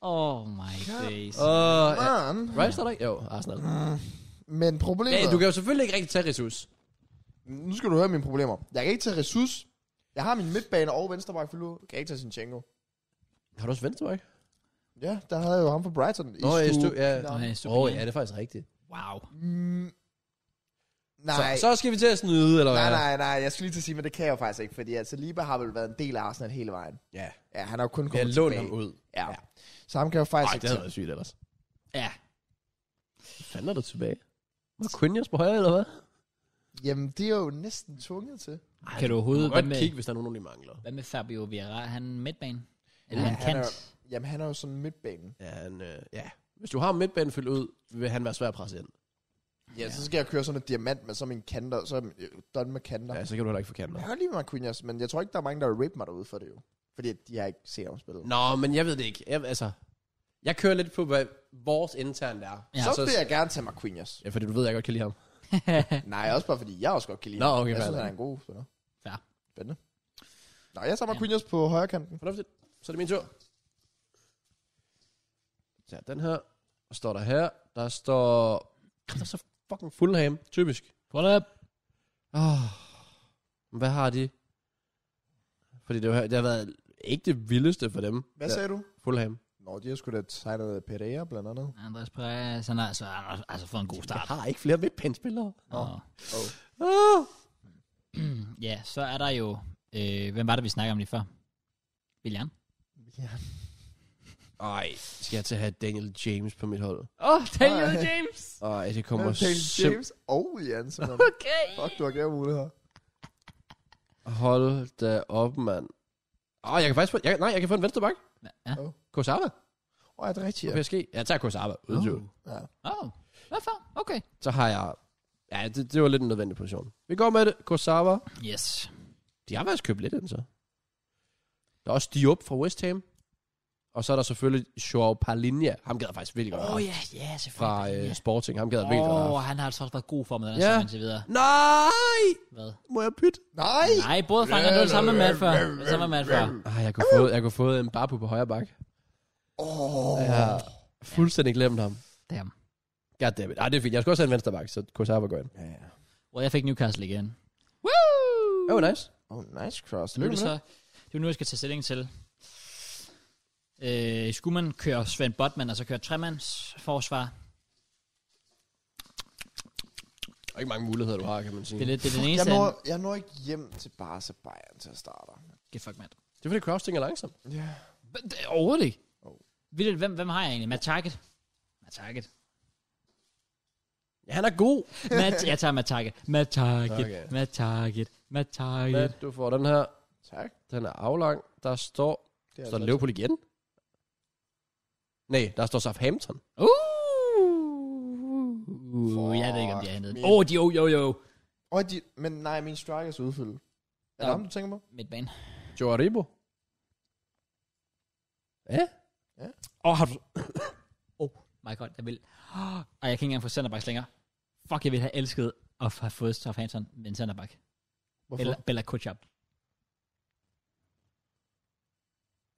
Oh my days.
Åh, oh, ja.
Man.
Rice er der ikke? Jo, Arsenal.
Men
Ja,
problemet...
du kan jo selvfølgelig ikke rigtig tage Risus.
Nu skal du høre mine problemer. Jeg kan ikke tage Ressus. Jeg har min midtbane og venstreback for nu. Jeg kan ikke tage Sinchenko.
Har du også Venstrebæk?
Ja, der havde jeg jo ham fra Brighton. I
Nå, ja,
stue.
du, ja.
Nå.
Okay,
Åh,
super.
oh, ja, det er faktisk rigtigt.
Wow.
Mm,
Så,
nej,
så skal vi til at snyde, eller hvad?
nej, nej, nej, jeg skulle lige til at sige, men det kan jeg jo faktisk ikke, fordi altså, Liba har vel været en del af Arsenal hele vejen.
Ja,
Ja, han har jo kun
vi har
kommet
lånt
tilbage.
ham ud.
Ja. Så ham kan jeg jo faktisk
Ej,
ikke
det havde
tage.
været sygt ellers.
Ja,
fanden er der tilbage? Marquinhos på højre, eller hvad?
Jamen, det er jo næsten tvunget til.
kan du overhovedet... Hvad
godt
med,
kigge, hvis der er nogen, der lige mangler.
hvad med Fabio Vieira? Er han midtbane? Eller
Ja,
han
han
kant?
er- Jamen, han er jo sådan midtbanen.
Ja, han, øh, ja. Hvis du har midtbanen fyldt ud, vil han være svær at presse ind.
Ja, så skal jeg køre sådan en diamant med sådan en kanter, så er den- øh, done med kanter.
Ja,
Ja.
så kan du heller ikke få kanter.
Jeg kan godt lide Marquinhos, men jeg tror ikke, der er mange, der vil rape mig derude for det jo. Fordi de har ikke set om spillet.
Nå, men jeg ved det ikke. Jeg, altså, jeg kører lidt på, hvad vores interne er.
Ja.
så vil jeg gerne tage Marquinhos.
Ja, fordi du ved, jeg godt kan lide ham.
Nej, også bare fordi jeg også godt kan lide
Nå,
ham.
okay,
Jeg
fair
synes, han
nok.
er en god spiller.
Fair.
Spændende. Nå, jeg tager Marquinhos på højre kanten.
Fornuftigt. Så er det min tur. Så den her. Hvad står der her? Der står... Kom, der står fucking Fulham. Typisk.
Hold up.
Oh, hvad har de? Fordi det, var, det har været ikke det vildeste for dem.
Hvad
Ja,
sagde du?
Fulham.
Nå, de har sgu da tegnet Pereira blandt andet.
Andres Perez, han har altså, han har altså fået en god start.
har ikke flere midtbanespillere.
Og,
Oh.
Ah.
ja, så er der jo... Øh, hvem var det, vi snakkede om lige før? William.
Ja.
Ej, skal jeg til at have Daniel James på mit hold?
Åh, oh,
Daniel Ej.
James!
Ej, det
Kommer
kommer
Daniel
simpelthen...
James og William, simpelthen.
Okay.
Fuck, du har gævet muligheder.
Hold da op, mand. Åh, jeg kan faktisk få... Jeg, nej, jeg kan få en venstre bak.
Ja.
Korsava
Åh, er det rigtigt?
på
Ja.
PSG. Jeg tager Korsava. Uden tvivl.
Ja.
Åh, oh. hvorfor? Okay.
Så har jeg... Ja, det, det var lidt en nødvendig position. Vi går med det. Korsava.
Yes.
De har faktisk købt lidt ind, så. Der er også Diop fra West Ham. Og så er der selvfølgelig Joao Palinha. Ham gad jeg faktisk virkelig godt.
Åh
have haft.
ja, ja, selvfølgelig.
Fra øh,
Ja.
Sporting. Ham gad jeg virkelig godt.
Åh,
have
oh,
haft.
han har altså også været god for med den
Ja.
her yeah. indtil videre.
Nej!
Hvad?
Må jeg pytte?
Nej!
Nej, både fra han og samme mand før. Samme mand før.
Ah, jeg kunne få, jeg kunne få en Babu på højre bak.
Åh,
Jeg har fuldstændig glemt ham.
Damn.
Goddammit. Ah, det er fint. Jeg skulle også have en venstre bak, så Korsava går ind.
Well, jeg fik Newcastle igen.
Åh, oh, nice.
oh, nice cross.
Nu er
Lykke
det
med
så,
det.
det er nu, jeg skal tage stilling til. Øh, skulle man køre Svend Botman, og så køre tremands forsvar?
Der er ikke mange muligheder, du har, kan man sige.
Det er, lidt, det er den
Jeg
eneste,
når,
han-
jeg når ikke hjem til Barca Bayern til at starte.
Get fuck, mand.
Det er fordi Crafting er langsom.
Ja.
Hva- det er Overhovedet ikke.
Oh.
Vildt, Hvem, hvem har jeg egentlig? Matt Target? Matt Target.
Ja, han er god.
Matt, jeg tager Matt Target. Matt Target.
Okay.
Matt Target. Matt Target.
Matt, du får den her.
Tak.
Den er aflang. Der står...
Det altså
står Liverpool igen? Nej, der står Southampton.
Uh! Uh, jeg ved ikke, om de er hentet.
Fuck,
Åh, oh, de jo, jo, jo.
Og de, men nej, min strike er så udfyldt. Er det
Nå.
ham, du tænker på?
Midtbane.
Joe Aribo. Ja?
Åh, oh, har du... oh my god, jeg vil... Åh, Ej, jeg kan ikke engang få centerbacks længere. Fuck, jeg ville have elsket at have fået Southampton med en centerback.
Hvorfor?
Eller Bella Kutschab.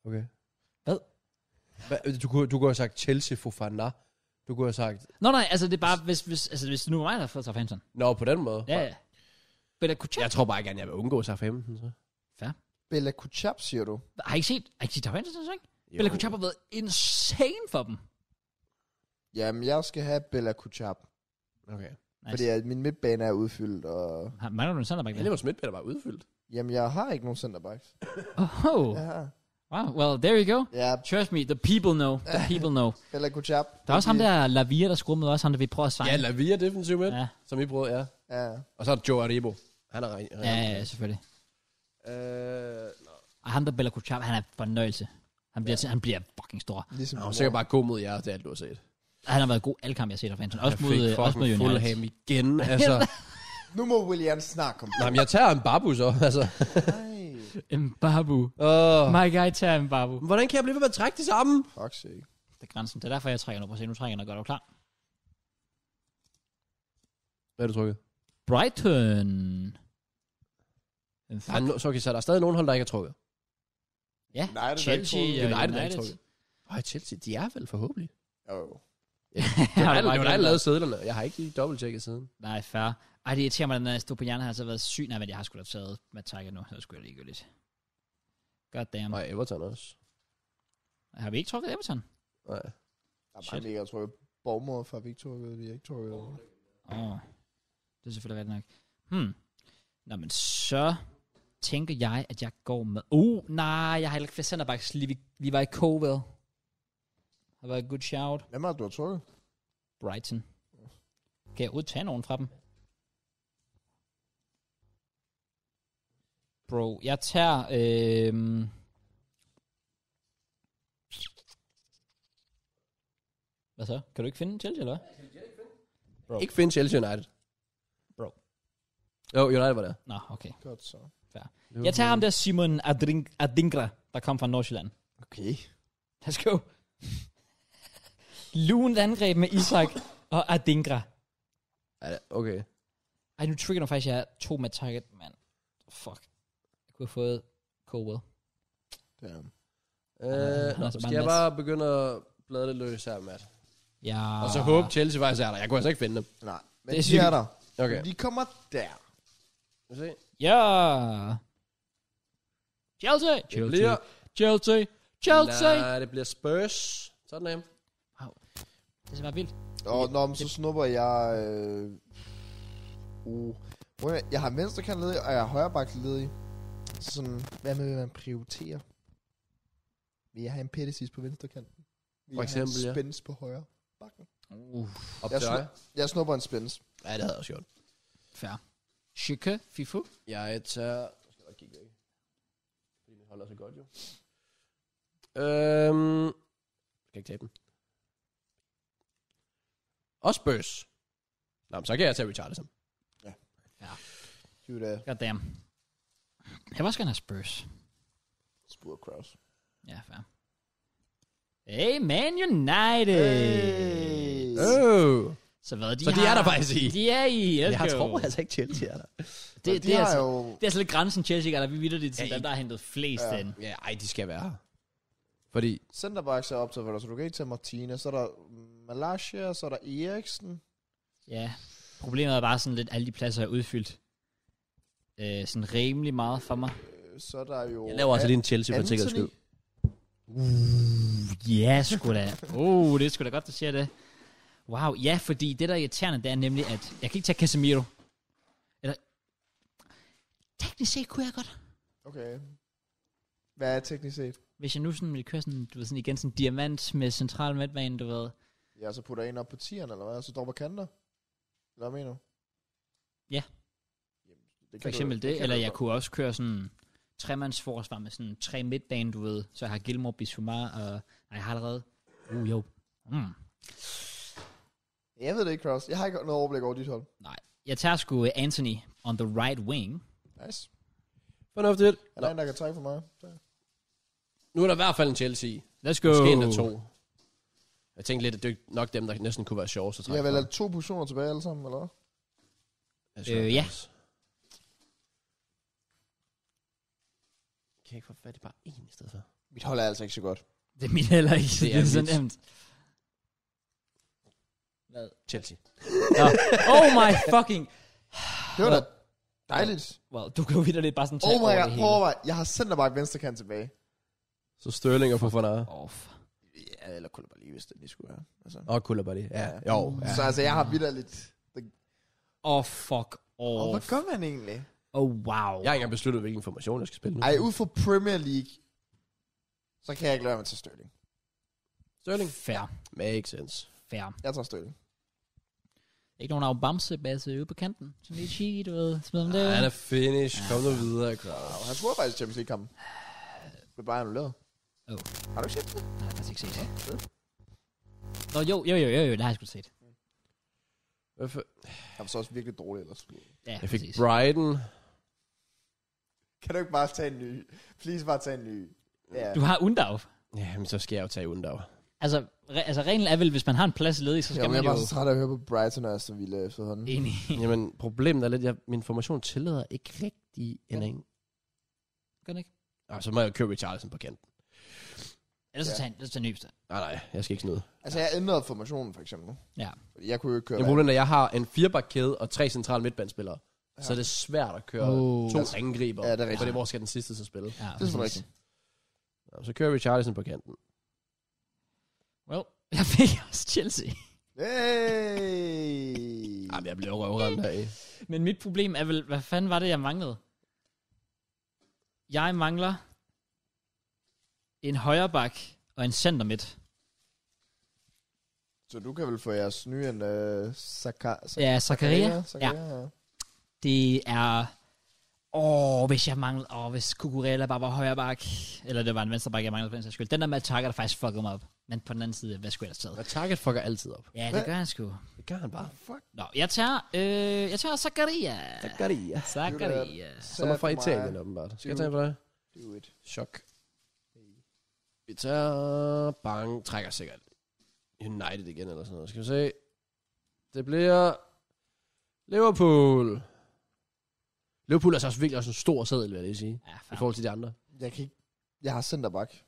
Okay. Hvad? Du, kunne, du kunne have sagt Chelsea Fofana. Du kunne have sagt...
Nå nej, altså det er bare, hvis, hvis, altså, hvis det nu var mig, der havde fået Southampton.
Nå, på den måde.
Ja, ja. Bella Kutschab.
Jeg tror bare ikke, at jeg vil undgå Southampton, så.
Bella Kuchap, siger du?
Har I ikke set, har I ikke set Southampton sæson? Bella Kutschab har været insane for dem.
Jamen, jeg skal have Bella Kuchap.
Okay.
Nice.
Fordi at min midtbane er udfyldt, og...
Har- Mangler du en centerback
Ja,
der?
det var Smith, der var udfyldt.
Jamen, jeg har ikke nogen centerbacks.
Oh,
Jeg har.
wow, well, there you go.
Ja,
Trust me, the people know. The people know.
Bella Kuchap.
Der er også ham der, Lavia, der skrummede også ham, der vi prøver at svare.
Ja, Lavia defensiv midt,
Ja.
ja. som I prøvede, ja.
Ja.
Og så er der Joe Aribo. Han er rigtig.
ja, ja, selvfølgelig.
Øh,
Og ham der, Bella Kuchab, han er fornøjelse. Han bliver, ja. han bliver fucking stor.
Ligesom
han
min
var
mor.
sikkert bare god mod jer, det er alt, du har set.
Og Han har været god alle kampe, jeg har set af Fanton. Også
Jeg
mod,
fik
øh, også mod
fucking
United.
Fulham igen, altså.
Nu må William snart komme på.
Nej, men jeg tager en babu så, altså.
Nej.
Mbabu.
Oh.
My guy tager Mbabu.
Hvordan kan jeg blive ved med at trække det samme?
Fuck sake.
Det er grænsen. Det er derfor, jeg trækker nu. Prøv at se, nu trækker jeg noget godt. Er du klar?
Hvad er du trukket?
Brighton. Hvem
Der er
fuck?
no, så, okay, så er der stadig nogen hold, der ikke er trukket.
Ja,
United er ikke
Chelsea
trukket.
og
United er
United.
ikke trukket. Øj, Chelsea, de er vel forhåbentlig.
Oh.
Det var
det
dig,
var
det var dig, der
godt.
lavede sedlerne. Jeg har ikke lige dobbelttjekket siden.
Nej, fair. Ej, det irriterer mig, at den der Stupinian har så været syg. Nej, men jeg har sgu da taget med Tiger nu. Det skulle jeg ligegyldigt. God damn.
Og Everton også.
Har vi ikke trukket Everton?
Nej.
Der er mange, der ikke har trukket. Borgmor fra Victoria, vi har ikke trukket.
Åh, oh, det er selvfølgelig rigtigt nok. Hmm. Nå, men så tænker jeg, at jeg går med... Uh, nej, jeg har heller ikke flere centerbacks. Levi, Levi Cowell. Har været et good shout.
Hvem har du har trukket?
Brighton. Kan jeg overhovedet tage nogen fra dem? Bro, jeg tager... Øh... Hvad så? Kan du ikke finde Chelsea, eller hvad?
Oh. Ikke finde Chelsea United.
Bro.
Jo, United var der.
Nå, okay.
Godt så.
Jeg tager ham der Simon Adring- Adingra, der kom fra Nordsjælland.
Okay.
Let's go. Lunt angreb med Isak og Adingra.
Ja, okay.
Ej, nu trigger du faktisk, jeg er to med target, mand. Fuck. Jeg kunne have fået Cowell.
Damn.
Øh,
han er
nå,
altså bare
skal jeg
en
bare begynde at blade lidt løs her, Matt?
Ja.
Og så håbe Chelsea faktisk er der. Jeg kunne altså ikke finde dem.
Nej, men
Det
det
er
er de
sygt.
er der.
Okay.
De kommer der.
Lad os se.
Ja. Chelsea.
Det bliver...
Chelsea. Chelsea.
Nej, det bliver Spurs. Tottenham.
Det var vildt.
Og når så snupper jeg... Øh, uh. Prøv at- Jeg har venstre kant ledig, og jeg har højre bak ledig. Så sådan, hvad med, hvad man prioriterer? Vil jeg have en Pettis på venstre kanten? Vil
For
jeg have
eksempel, ja.
en spænds på højre bakken?
Uh,
Op
Jeg
til dig.
Jeg snupper en spænds.
Ja, det havde jeg også gjort.
fair. Chikke, Fifu.
Jeg tager... Nu skal jeg kigge væk. Fordi min holder så godt, jo. Øhm... Jeg kan ikke tage den. Og Spurs. Nå, men så kan jeg tage Richarlison.
Judah,
Goddamn. Jeg var også gerne have Spurs.
Spur Kraus.
Ja, fair. Hey, Man United.
Hey.
Oh.
Så hvad, de
Så de
har,
er der faktisk i.
De er i. Let's
Jeg
go.
tror altså ikke Chelsea er der.
det,
Det,
det, er
har
altså,
jo...
det er altså lidt grænsen, Chelsea, der vi vidder det til,
Ja,
dem, der har hentet flest ja.
Ja.
ind.
Ja, ej, de skal være her. Fordi...
Centerbacks er optaget, så du kan ikke tage Martinez, så er der Malaysia, så er der Eriksen.
Ja. Problemet er bare sådan lidt, alle de pladser er udfyldt. Øh, sådan rimelig meget for mig.
Øh, Så er der jo...
Jeg laver altså lige en Chelsea for
Anthony.
sikkerheds skyld.
Ja, sgu da. Uh, det er sgu da godt, du siger det. Wow, ja, fordi det, der er irriterende, det er nemlig, at jeg kan ikke tage Casemiro. Eller... Teknisk set kunne jeg godt.
Okay. Hvad er teknisk set?
Hvis jeg nu sådan ville køre sådan, du ved, sådan igen, sådan en diamant med central midtbane, du ved.
Ja, så putter jeg en op på tieren, eller hvad? Og så dropper kanter? Eller hvad mener du?
Ja.
Jamen, det
For
kan
eksempel
du,
det,
kan
eller
du
jeg
godt.
kunne også køre sådan tremandsforsvar med sådan tre midtbane, du ved. Så jeg har Gilmore, Bissouma og... Nej, jeg har allerede... Uh, jo. Mm.
Jeg ved det ikke, Kraus. Jeg har ikke noget overblik over dit hold.
Nej. Jeg tager sgu øh, Anthony on the right wing.
Nice.
Fornuftigt.
Er der en, der kan trække for mig? Der.
Nu er der i hvert fald en Chelsea.
Let's
Måske endda to. Jeg tænkte lidt, at det er ikke nok dem, der næsten kunne være sjovest at
Jeg
trække.
vil
fra.
have to positioner tilbage alle sammen, eller hvad?
Jeg skal
Øh,
nok
ja.
også. Kan jeg ikke få fat i bare en i stedet for?
Mit hold er altså ikke så godt.
Det er mit heller ikke. Det
Det
er,
er
det er så
mit.
nemt.
Chelsea.
Nå. Oh my fucking...
Det var da dejligt.
Well, du kan jo vidt lidt bare sådan tage
Oh my
over
god,
det
prøv
hele.
at overvej. Jeg har centerback venstre kant tilbage.
Så Sterling og Fofana.
Off.
Ja, eller kunne bare lige, hvis det lige skulle være. Altså.
Og Kulabadi. Ja, jo. Ja.
Så altså, jeg har vidderligt...
Oh fuck
Og
off.
hvad gør man egentlig?
Oh wow.
Jeg har ikke engang besluttet, hvilken formation jeg skal spille nu.
Ej, ud fra Premier League, så kan jeg ikke lade være med at tage Sterling.
Sterling.
Fair.
Make sense.
Fair.
Jeg tager Sterling.
Ikke nogen afbamse basse ude på kanten. Sådan lidt cheat, du ved. Smid dem der.
Han er finish. Kom nu videre, Krav.
Og han scorede faktisk i Champions League-kampen. Det blev bare annulleret.
Oh.
Har du ikke set det?
Nej, det har jeg ikke set. Nå, jo, jo, jo, jo, jo, det har jeg sgu set.
Han var så også virkelig dårlig ellers.
Ja,
Jeg fik
præcis.
Brighton.
Kan du ikke bare tage en ny? Please bare tage en ny. Ja.
Du har Undav.
Ja, men så skal jeg jo tage Undav.
Altså, re- altså reglen er vel, hvis man har en plads ledig, så skal
Jamen,
man
jeg
jo...
var så træt af at høre på Brighton og Aston Villa efterhånden.
Enig.
Jamen, problemet er lidt, at min formation tillader ikke rigtig ændring.
Gør det ikke?
Ja. Så må jeg jo købe Richarlison på kanten.
Ellers så
Ja.
tager han, ellers tager Nybster.
Nej, nej, jeg skal ikke snyde.
Altså, jeg ændrede formationen for eksempel.
Ja.
Fordi jeg kunne jo ikke køre
Men problemet er, at jeg har en firebakkæde og tre centrale midtbandspillere. Ja. Så er det svært at køre
Oh.
oh. to angriber.
Uh. Ja, det er rigtigt.
Fordi hvor skal den sidste så spille?
Ja,
Det er sådan
præcis.
rigtigt.
Nå, Så kører Richarlison på kanten.
Well, jeg fik også Chelsea.
Hey!
Jamen, jeg blev røvrendt af.
Men mit problem er vel, hvad fanden var det, jeg manglede? Jeg mangler en højre bak og en center midt.
Så du kan vel få jeres nye en uh, Saka...
Ja, Zakaria.
Zakaria, ja.
Det er Åh, oh, hvis jeg manglede... Åh, oh, hvis Kukurella bare var højre bak. Eller det var en venstre bak, jeg manglede på den sags skyld. Den der med attacker, der faktisk fuckede mig op. Men på den anden side, hvad skulle jeg ellers tage?
Og target fucker altid op.
Ja, det gør han sgu.
Det gør han bare.
Fuck.
Nå, jeg tager... Øh, jeg tager Zakaria.
Det gør det, ja.
Zakaria.
Som er fra Italien, åbenbart. Skal jeg tage en for dig?
Do it.
Chok. Vi tager... Bang. Trækker sikkert United igen eller sådan noget. Skal vi se. Det bliver... Liverpool. Liverpool er så også virkelig også en stor sædel, vil jeg lige sige.
Ja,
I
fair.
forhold til de andre.
Jeg kan ikke... Jeg har centerback.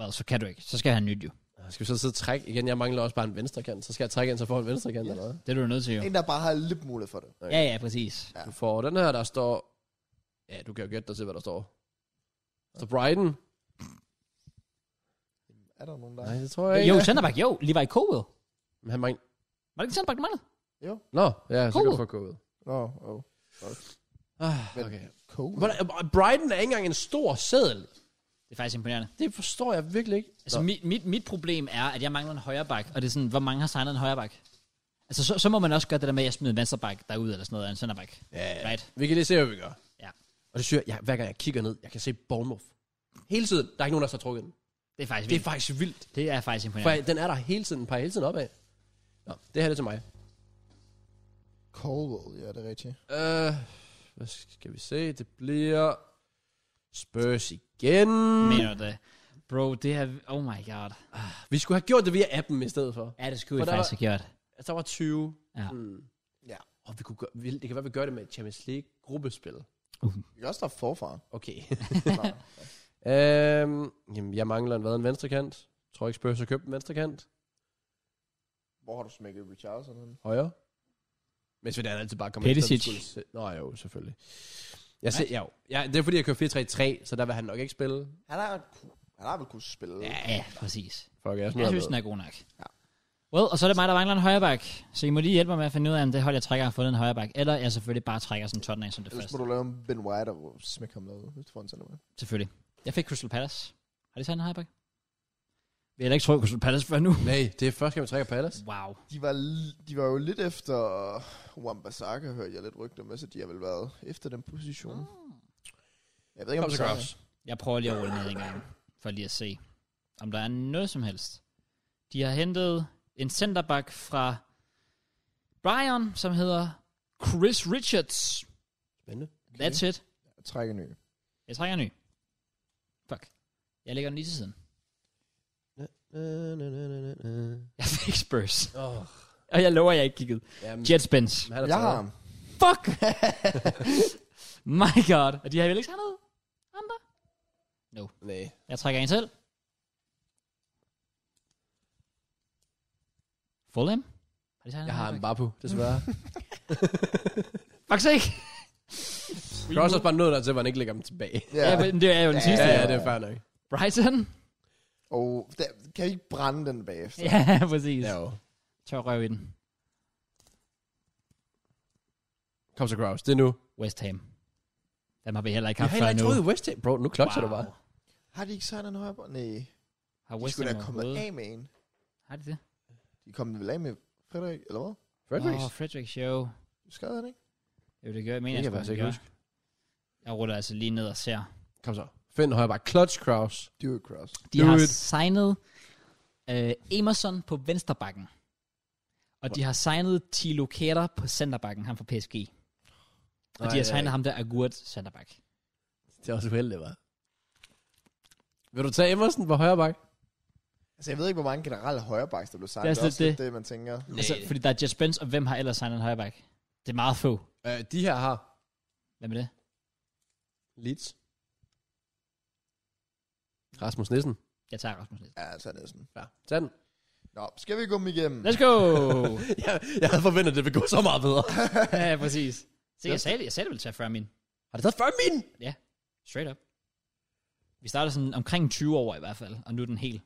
Well, så kan du ikke. Så skal han nyt jo.
Skal vi så sidde og trække igen? Jeg mangler også bare en venstre kant. Så skal jeg trække ind, så får jeg en venstre kant eller hvad?
Det er du nødt til jo.
En, der bare har lidt mulighed for det.
Ja, ja, præcis.
Du får den her, der står... Ja, du kan jo gætte dig til, hvad der står. Der står Brighton.
Er der nogen, der...
Nej, det tror jeg ikke.
Jo, centerback, jo. Levi Cowell.
Men han mangler...
Var det ikke centerback, du manglede?
Nå, ja, så kan du
Cool.
få gå ud.
Nå, oh.
Ah,
Men-
okay.
Cool.
Hvordan, og Brighton er ikke engang en stor sædel.
Det er faktisk imponerende.
Det forstår jeg virkelig ikke.
Altså, mit, mit, mit problem er, at jeg mangler en højre bak, og det er sådan, hvor mange har signet en højre bak? Altså, så, så må man også gøre det der med, at jeg smider en venstre bak derud, eller sådan noget, af en center bak.
ja,
Right?
vi kan lige se, hvad vi gør.
Ja.
Og det synes jeg, jeg, hver gang jeg kigger ned, jeg kan se Bournemouth. Hele tiden. Der er ikke nogen, der har trukket den.
Det er faktisk
Det er
vildt.
faktisk vildt.
Det er faktisk
For
imponerende.
ja. den er der hele tiden. Den peger hele tiden opad. Nå, det her det er til mig.
Colwell, ja, det er rigtigt.
Øh, hvad skal vi se? Det bliver... Spurs igen.
Mener du det? Bro, det er... Oh my god.
Vi skulle have gjort det via appen i stedet for.
Ja, det skulle
For
vi
der
faktisk
var-
have gjort.
Altså, der var 20.
Ja.
Mm.
Ja.
Og vi kunne gøre, vi, det kan være, vi gør det med Champions League gruppespil.
Vi kan også starte forfra.
Okay.
Nå.
øhm, jamen, jeg mangler en, hvad, en venstrekant. Tror ikke Spurs har købt en venstrekant.
Hvor har du smækket Richardson hen?
Højre. Men Svend er altid bare kommet
Perisic.
efter, skulle se- Nå jo, selvfølgelig. Jeg ser, ja, jo. ja, det er fordi, jeg kører 4-3-3, så der vil han nok ikke spille.
Han har, han har vel kunnet spille.
Ja, ja, præcis.
Fuck, jeg
Jeg
smider
synes,
noget.
den er god nok. Well, og så er det mig, der mangler en højre bak. Så I må lige hjælpe mig med at finde ud af, om det hold, jeg trækker, har fundet en højre bak. Eller jeg selvfølgelig bare trækker sådan Tottenham som det
Ellers
første.
må du lave en Ben White og smække ham ned, hvis du får en centerback.
Selvfølgelig. Jeg fik Crystal Palace. Har de taget en højre bak? Vi har heller ikke trukket Crystal Palace før nu.
Nej, det er første gang, vi trækker Palace.
Wow.
De var, l- de var jo lidt efter Wambasaka, hørte jeg lidt rygter med, så de har vel været efter den position. Jeg ved ikke, om
Kom
det
så,
er
Kraus.
Jeg prøver lige at rulle ned en gang, for lige at se, om der er noget som helst. De har hentet en centerback fra Brian, som hedder Chris Richards.
Spændende.
Okay. That's it.
Træk en ny.
Jeg trækker en ny. Fuck. Jeg lægger den lige til siden. Jeg fik Spurs.
Åh,
Og jeg lover, jeg ikke kiggede.
jamen,
Jet Spence.
han er
Jeg har
træner.
ham.
Fuck! My god. Og de har vel ikke sagt noget? Andre?
Nej.
Jeg trækker en selv. Fulham? Har de sagt
Jeg har
noget?
en Bapu, desværre.
Fuck sake!
Jeg har også bare nået der til, at man ikke lægger dem tilbage.
Ja, men det er jo den
Ja.
sidste.
Ja, ja, det er fair nok.
Brighton?
Og der, kan I ikke brænde den bagefter?
Ja, præcis.
Ja,
Ja.
jo.
Tør røv i den.
Kom så, Kraus. Det er nu.
West Ham. Dem har vi heller ikke
Jeg
haft
har
før
heller ikke
nu.
troet West Ham. Bro, nu klokser du bare.
Har de ikke signet en højre bold? Nej.
Har
De
West
skulle da
Ham
have kommet
overhovedet-
af med en.
Har de det?
De kom vel af med Frederik, eller hvad?
Fredericks.
Åh, Fredericks show.
Skade han ikke?
Jo, det gør jeg. Mener,
Det kan jeg
sgu,
faktisk
han
ikke
gør.
huske.
Jeg ruller altså lige ned og ser.
Kom så. Find højre bare. Clutch, Kraus.
Det var Cross.
De
Do
har
it.
signet øh, Emerson på vensterbakken. Og de har signet Thilo Kæder på centerbakken, ham fra PSG. Og
Nej,
de har
det er
signet
ikke.
ham der Agurt centerback.
Det er også uheldigt, hva'? Vil du tage Emerson på højre bak?
Altså, jeg ved ikke, hvor mange generelle højrebacks, der blev signet.
Det er
Det er også
slet
lidt det, man tænker.
Altså, fordi der er Jet Spence, og hvem har ellers signet en højreback? Det er meget få.
Øh, de her har
Hvem er det?
Leeds. Rasmus Nissen.
Jeg tager Rasmus Nielsen.
Ja, så er det sådan.
Ja, tag den.
Nå, skal vi gå dem igennem?
Let's go!
jeg, jeg havde forventet, at det ville gå så meget bedre.
ja, præcis. Se, jeg sagde det, jeg sagde det ville tage 40 min.
har det taget 40 min?
Ja, straight up. Vi starter sådan omkring 20 år i hvert fald, og nu er den helt.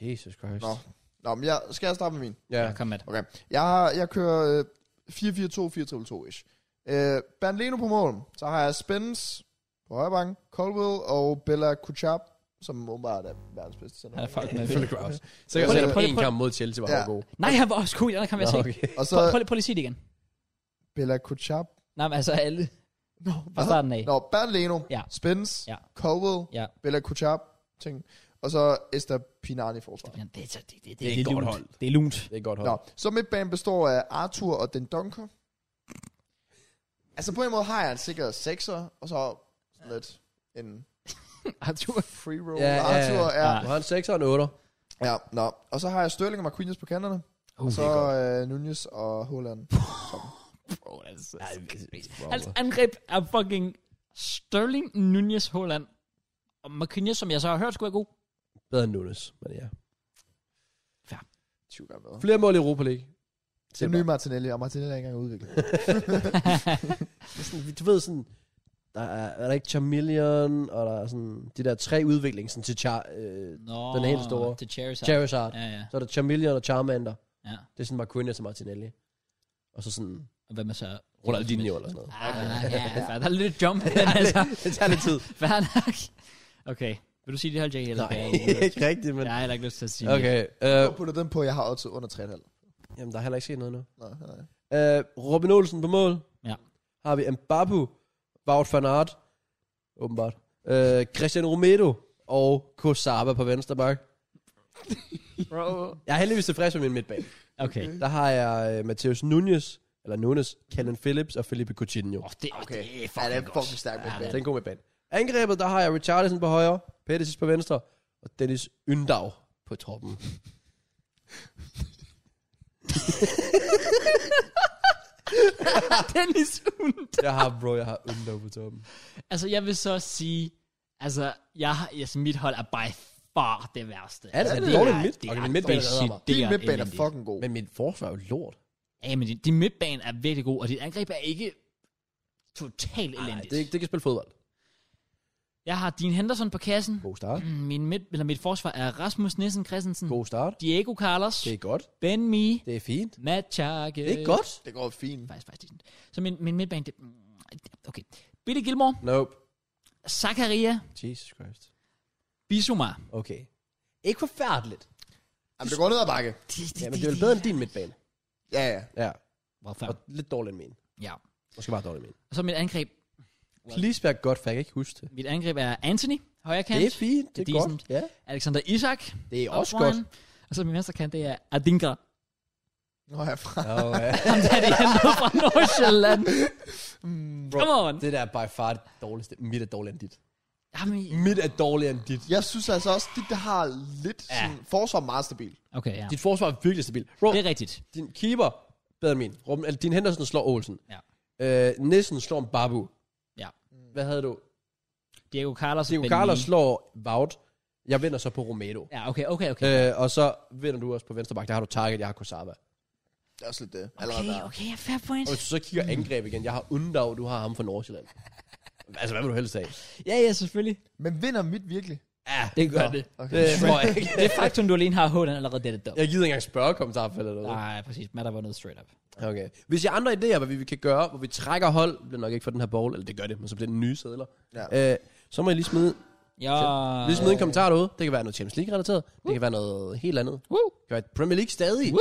Jesus Christ.
Nå. Nå, men jeg, skal jeg starte med min?
Ja.
Ja. Kom med det.
Okay. Jeg, har, jeg kører øh, 4-4-2-4-2-2-ish. Øh, Bernd Leno på mål. Så har jeg Spence på højre bank, Colwell og Bella Kuchab, som åbenbart er verdens bedste center.
Han er fucking med.
Selvfølgelig Kraus. Så
Prøv
jeg
lige-
sætter
prøv lige-
en
prøv-
kamp mod Chelsea, var
Ja.
ja. god.
Nej, han var også god i den her kamp, jeg
Nå,
se.
okay.
Og
Prøv, prøv,
så
lige- prøv lige at sige det igen.
Bella Kuchab.
Nej, men altså alle.
Nå,
Fra starten af.
Nå, Bertolino,
Ja.
ja. Spence,
Ja.
ja. Colwell,
Ja.
ja. Bella Kuchab, ting. Og så Esther Pinani i forsvaret.
Men det, er- det, det, det,
er
det,
et
det, er
godt
lunt.
hold.
Det er lunt.
Det er et godt hold.
Nå, så midtbanen består af Arthur og den Dunker. Altså på en måde har jeg en sikkert sekser, og så sådan lidt en
Arthur.
free roll. Ja, Arthur ja, ja.
Ah.
Du har en 6 og en 8.
ja. ja nå. Og så har jeg Sterling og Marquinhos på kanterne.
Uh,
og
det er
så øh, Nunez og Holland.
Bro, det er så
Ej, Altså,
Hans angreb er fucking Sterling, Nunez, Holland. Og Marquinhos, som jeg så har hørt, skulle være god.
Bedre end Nunes, men ja.
20 gange bedre.
Flere mål i Europa League.
Det er nye Martinelli, og Martinelli er ikke engang udviklet.
Øh.
Det er sådan, du ved sådan, der er, er der ikke Chameleon, og der er sådan de der tre udviklinger sådan til Char, øh,
Nå,
Den helt store.
Til Charizard.
Charizard.
Ja, ja,
Så er der Chameleon og Charmander.
ja.
Det er sådan Marquinhos og Martinelli. Og så sådan
Og hvad med så?
Ronaldinho eller sådan noget.
Ah, ja, fair. der er lidt jump. Men altså,
det tager lidt tid.
fair nok. Okay, vil du sige det her, Jake? Eller
Nej,
hvad? Jeg
ikke rigtigt, men...
har heller ikke lyst til at sige det.
Okay, øh,
Jeg putter den på, jeg har også under 3,5.
jamen der er heller ikke sket noget nu.
Nå, nej.
Øh, Robin Olsen på mål.
Ja.
Har vi Mbappé, Wout van Aert, åbenbart. Øh, Christian Romero og Kosaba på venstre bak.
Bro.
Jeg er heldigvis tilfreds med min midtbane.
Okay.
Der har jeg øh, Matheus Nunez, eller Nunes, Callum Phillips og Felipe Coutinho.
Oh, det, okay.
Okay.
det er
Ja, det
fucking
er
godt.
fucking stærk
Ja,
midtbane.
Det er en god midtbane. Angrebet, der har jeg Richarlison på højre, Pettis på venstre, og Dennis Yndav på toppen.
Dennis Hund.
Jeg har, bro, jeg har Yndav på toppen.
Altså, jeg vil så sige, altså, jeg, har- altså mit hold er by far det værste.
Er det-
altså,
er det dårligt midt? Okay, min midtbane redder mig.
Din
decideret
midtbane er
elendigt.
fucking god.
Men mit forsvar er jo lort.
Ja, men din, din midtbane er virkelig god, og dit angreb er ikke totalt
Nej,
elendigt.
det, det kan spille fodbold.
Jeg har din Henderson på kassen.
God start.
Mm, Min midt, eller mit forsvar er Rasmus Nissen Christensen.
God start.
Diego Carlos.
Det er godt.
Ben Mi.
Det er fint.
Matt Charke.
Det er godt.
Det går fint.
Faktisk, faktisk. decent. Så min, min midtbane, det, mm, okay. Billy Gilmore.
Nope.
Zakaria.
Jesus Christ.
Bisumar.
Okay. Ikke forfærdeligt.
Jamen, det går ned ad bakke.
Ja, men det er vel bedre end din midtbane.
Ja, ja.
Ja.
Well, fair.
Og lidt dårligt end min.
Ja.
Måske bare dårligt end min.
Og så mit angreb.
Klisberg godt, for jeg kan ikke huske det.
Mit angreb er Anthony, højre kant.
Det er fint. Det
Det
er,
er
godt.
decent.
Ja.
Alexander Isak.
Det er også
Opvejen.
godt.
Og så min venstre kant, det er Adingra.
Nå, herfra.
Oh, ja.
Ham der, de hentede fra Nordsjælland.
Mm,
Come on.
Det der er by far det dårligste. Mit er dårligere end dit.
Jamen,
Mit er dårligere end dit.
Jeg synes altså også, det der har lidt ja. sådan, forsvar er meget stabilt.
okay, ja.
Dit forsvar er virkelig stabilt. Bro,
Det er rigtigt.
din keeper, bedre end min. Ruben, eller din Henderson slår Olsen.
Ja.
Øh, Nissen slår en Babu.
Ja.
Hvad havde du?
Diego Carlos. og
Diego
Ben
Carlos
Mee.
slår Vaut. Jeg vinder så på Romero.
Ja, okay, okay, okay.
Øh, og så vinder du også på venstre bak. Der har du Target, jeg har Kosaba.
Det er også lidt det. Allerede
Okay,
der.
okay, fair point.
Og hvis du så kigger angreb igen, jeg har Undav, du har ham fra Nordsjælland. altså, hvad vil du helst have?
Ja, ja, selvfølgelig.
Men vinder mit virkelig?
Ja,
Det gør det.
Okay.
det tror jeg ikke.
Det faktum, du alene har Håland allerede, det er det dumt.
Jeg gider ikke engang spørge kommentarfeltet eller noget.
Nej, præcis. Matt var noget straight up.
Okay. Hvis I har andre idéer, hvad vi kan gøre, hvor vi trækker hold, det bliver nok ikke for den her bowl, eller det gør det, men så bliver det nye sædler. Ja. Øh, så må I lige smide,
Ja.
lige smide en kommentar derude. Det kan være noget Champions League-relateret. Det kan være noget helt andet.
Woo.
Det kan være Premier League stadig.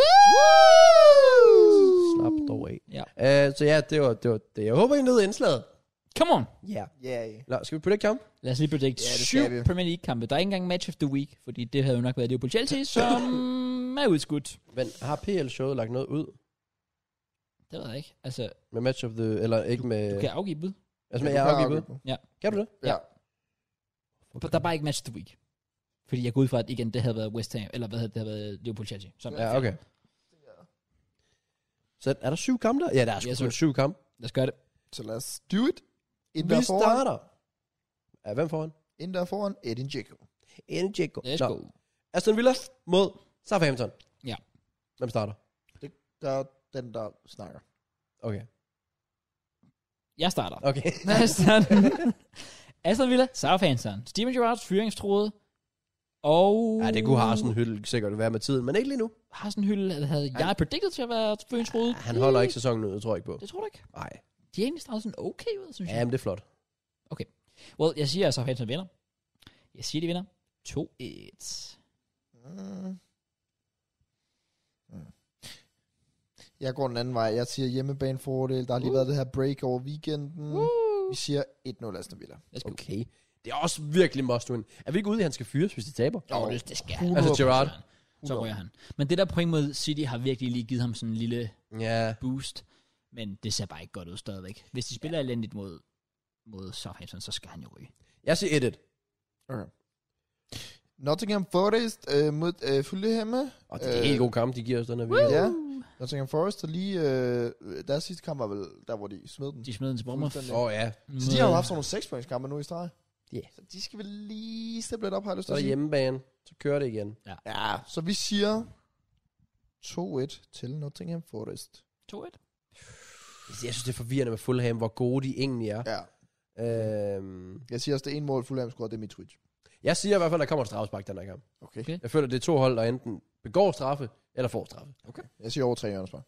Slap dog af.
Ja.
Øh, så ja, det var, det var det. Jeg håber, I nød indslaget.
Come on.
Ja. Yeah.
Ja, ja.
Nå, skal vi predict kamp?
Lad os lige predict
Ja, det skal
syv
vi.
Premier League-kampe. Der er ikke engang match of the week, fordi det havde jo nok været Liverpool Chelsea, som er udskudt.
Men har PL-showet lagt noget ud
Det ved jeg ikke. Altså,
med Match of the... Eller ikke med...
du kan afgive bud.
altså med
Du
jeg
kan
afgivet?
afgive den.
Kan du det?
Ja.
Okay. Der er bare ikke match of the week. Fordi jeg går ud fra, at igen, det havde været West Ham, eller hvad havde det, havde været Liverpool Chelsea. Som
Ja, okay. Så er der syv kampe der? Ja, der er sgu
Yes,
yes, syv kampe.
Lad os gøre det.
Så lad os do it. En
Vi
der foran.
starter. Ja, hvem foran?
En der foran. Edin Dzeko.
En Jacob.
Let's
Nå.
go.
Aston Villa mod Southampton.
Ja.
Hvem starter?
Det gør den, der snakker.
Okay.
Jeg starter.
Okay.
Aston. Aston Villa, Southampton. Steven Gerrard, fyringstroet. Og...
ja, det kunne Harsen Hyttel sikkert være med tiden, men ikke lige nu.
Harsen Hylde havde jeg predicted til at være fyringstroet.
Han holder ikke sæsonen ud, det tror jeg ikke på.
Det tror du ikke.
Nej.
De er egentlig startet sådan okay ud, synes jeg.
Jamen, det er flot.
Well, jeg siger, at Southampton vinder. Jeg siger, de vinder. 2-1.
Mm. Mm. Jeg går den anden vej. Jeg siger hjemmebane fordel. Der har lige været det her break over weekenden. Vi siger 1-0 Aston Villa.
Let's go.
Okay. Det er også virkelig must win. Er vi ikke ude i, at han skal fyres, hvis de taber?
Jo, det, det skal han.
100%.
Altså Gerrard.
Så rører han. Men det der point mod City har virkelig lige givet ham sådan en lille
Ja.
boost. Men det ser bare ikke godt ud stadigvæk. Hvis de spiller elendigt mod, mod Southampton, så skal han jo ryge.
Jeg siger 1-1.
Okay. Nottingham Forest øh, mod øh, Fulham.
Og det er en helt god kamp, de giver os den her video.
Ja. Nottingham Forest, der lige... Øh, deres sidste kamp var vel der, hvor de smed den.
De smed den til Bournemouth.
Fuldstændig.
Åh oh, ja.
Så de har jo haft sådan nogle 6 points kampe nu i streg.
Ja.
Så de skal vel lige steppe lidt op, har jeg lyst til
Så er
at
der
sige.
hjemmebane. Så kører det igen.
Ja, så vi siger 2-1 til Nottingham Forest.
2-1.
Jeg synes, det er forvirrende med Fulham, hvor gode de egentlig er.
Ja.
Øhm,
Jeg siger også, det ene mål Fulham scorer, det er Mitrovic.
jeg siger i hvert fald, der kommer et straffespark den her kamp.
Okay.
Okay.
Jeg føler, det er to hold, der enten begår straffe, eller får straffe.
Jeg siger over 3 hjørnespark.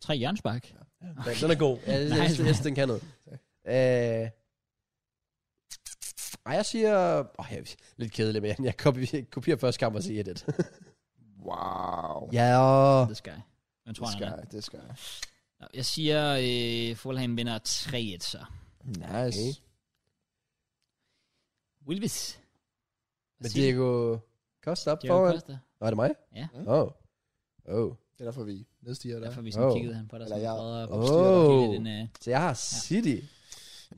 3 hjørnspark.
Den, den er god. Ja, jeg, jeg,
Nice,
jeg, synes, den kan noget. Øh, ej, jeg siger... Åh, jeg er lidt kedelig, men jeg- jeg kopierer, kopierer første kamp og siger 1-1.
Wow.
ja,
Det skal jeg. Jeg tror,
Det
han
skal
er.
jeg, det skal jeg.
Nå, Jeg siger, øh, Fulham vinder 3-1, så.
Nice.
Okay.
Wilvis.
men Diego Costa op
Det er jo
foran.
Costa.
Nå, er det mig?
Ja.
Åh. Oh. Oh.
Det er derfor, vi nedstiger der.
Derfor vi sådan
Åh.
oh. kiggede han på dig.
Eller
Sådan,
jeg-
Åh.
jeg, den, øh,
Så jeg har City.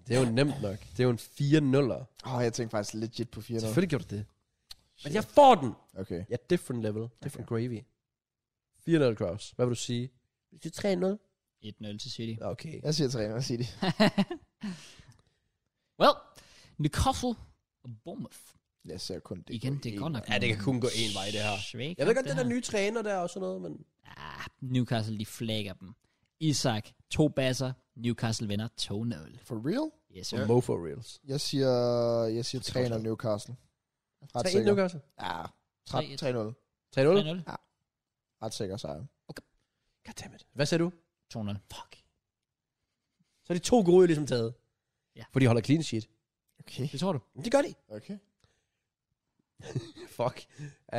Det er jo nemt nok. Det er jo en 4-0'er.
Åh, oh, jeg tænkte faktisk legit på 4
Selvfølgelig gjorde du det. Men jeg får den.
Okay.
Ja, different level. Different gravy. 4-0, Kraus. Hvad vil du sige? Du siger 3-0.
1-0 til City.
Okay.
Jeg siger 3, jeg siger det.
Well, Newcastle og Bournemouth.
Jeg ser kun det.
Igen, det er godt nok.
Ja, det kan kun gå én vej, det her.
Svag
Jeg ved
kamp,
godt, den der
her.
nye træner der og sådan noget, men...
Ah, Newcastle, de flækker dem. Isak, to basser. Newcastle vinder 2-0.
For real?
Yes,
Yeah.
sir.
Mo for reals.
Jeg siger, jeg siger 3-0 Newcastle. Ret
3-1
sikker.
Newcastle.
Ja,
3-1.
3-0.
3-0.
3-0.
Ret sikker sejr.
Goddammit. Hvad sagde du?
2-0. Fuck.
Så er de to gode ligesom taget.
Ja.
For de holder clean sheet.
Okay.
Det tror du?
Men det gør de.
Okay.
Fuck. Uh,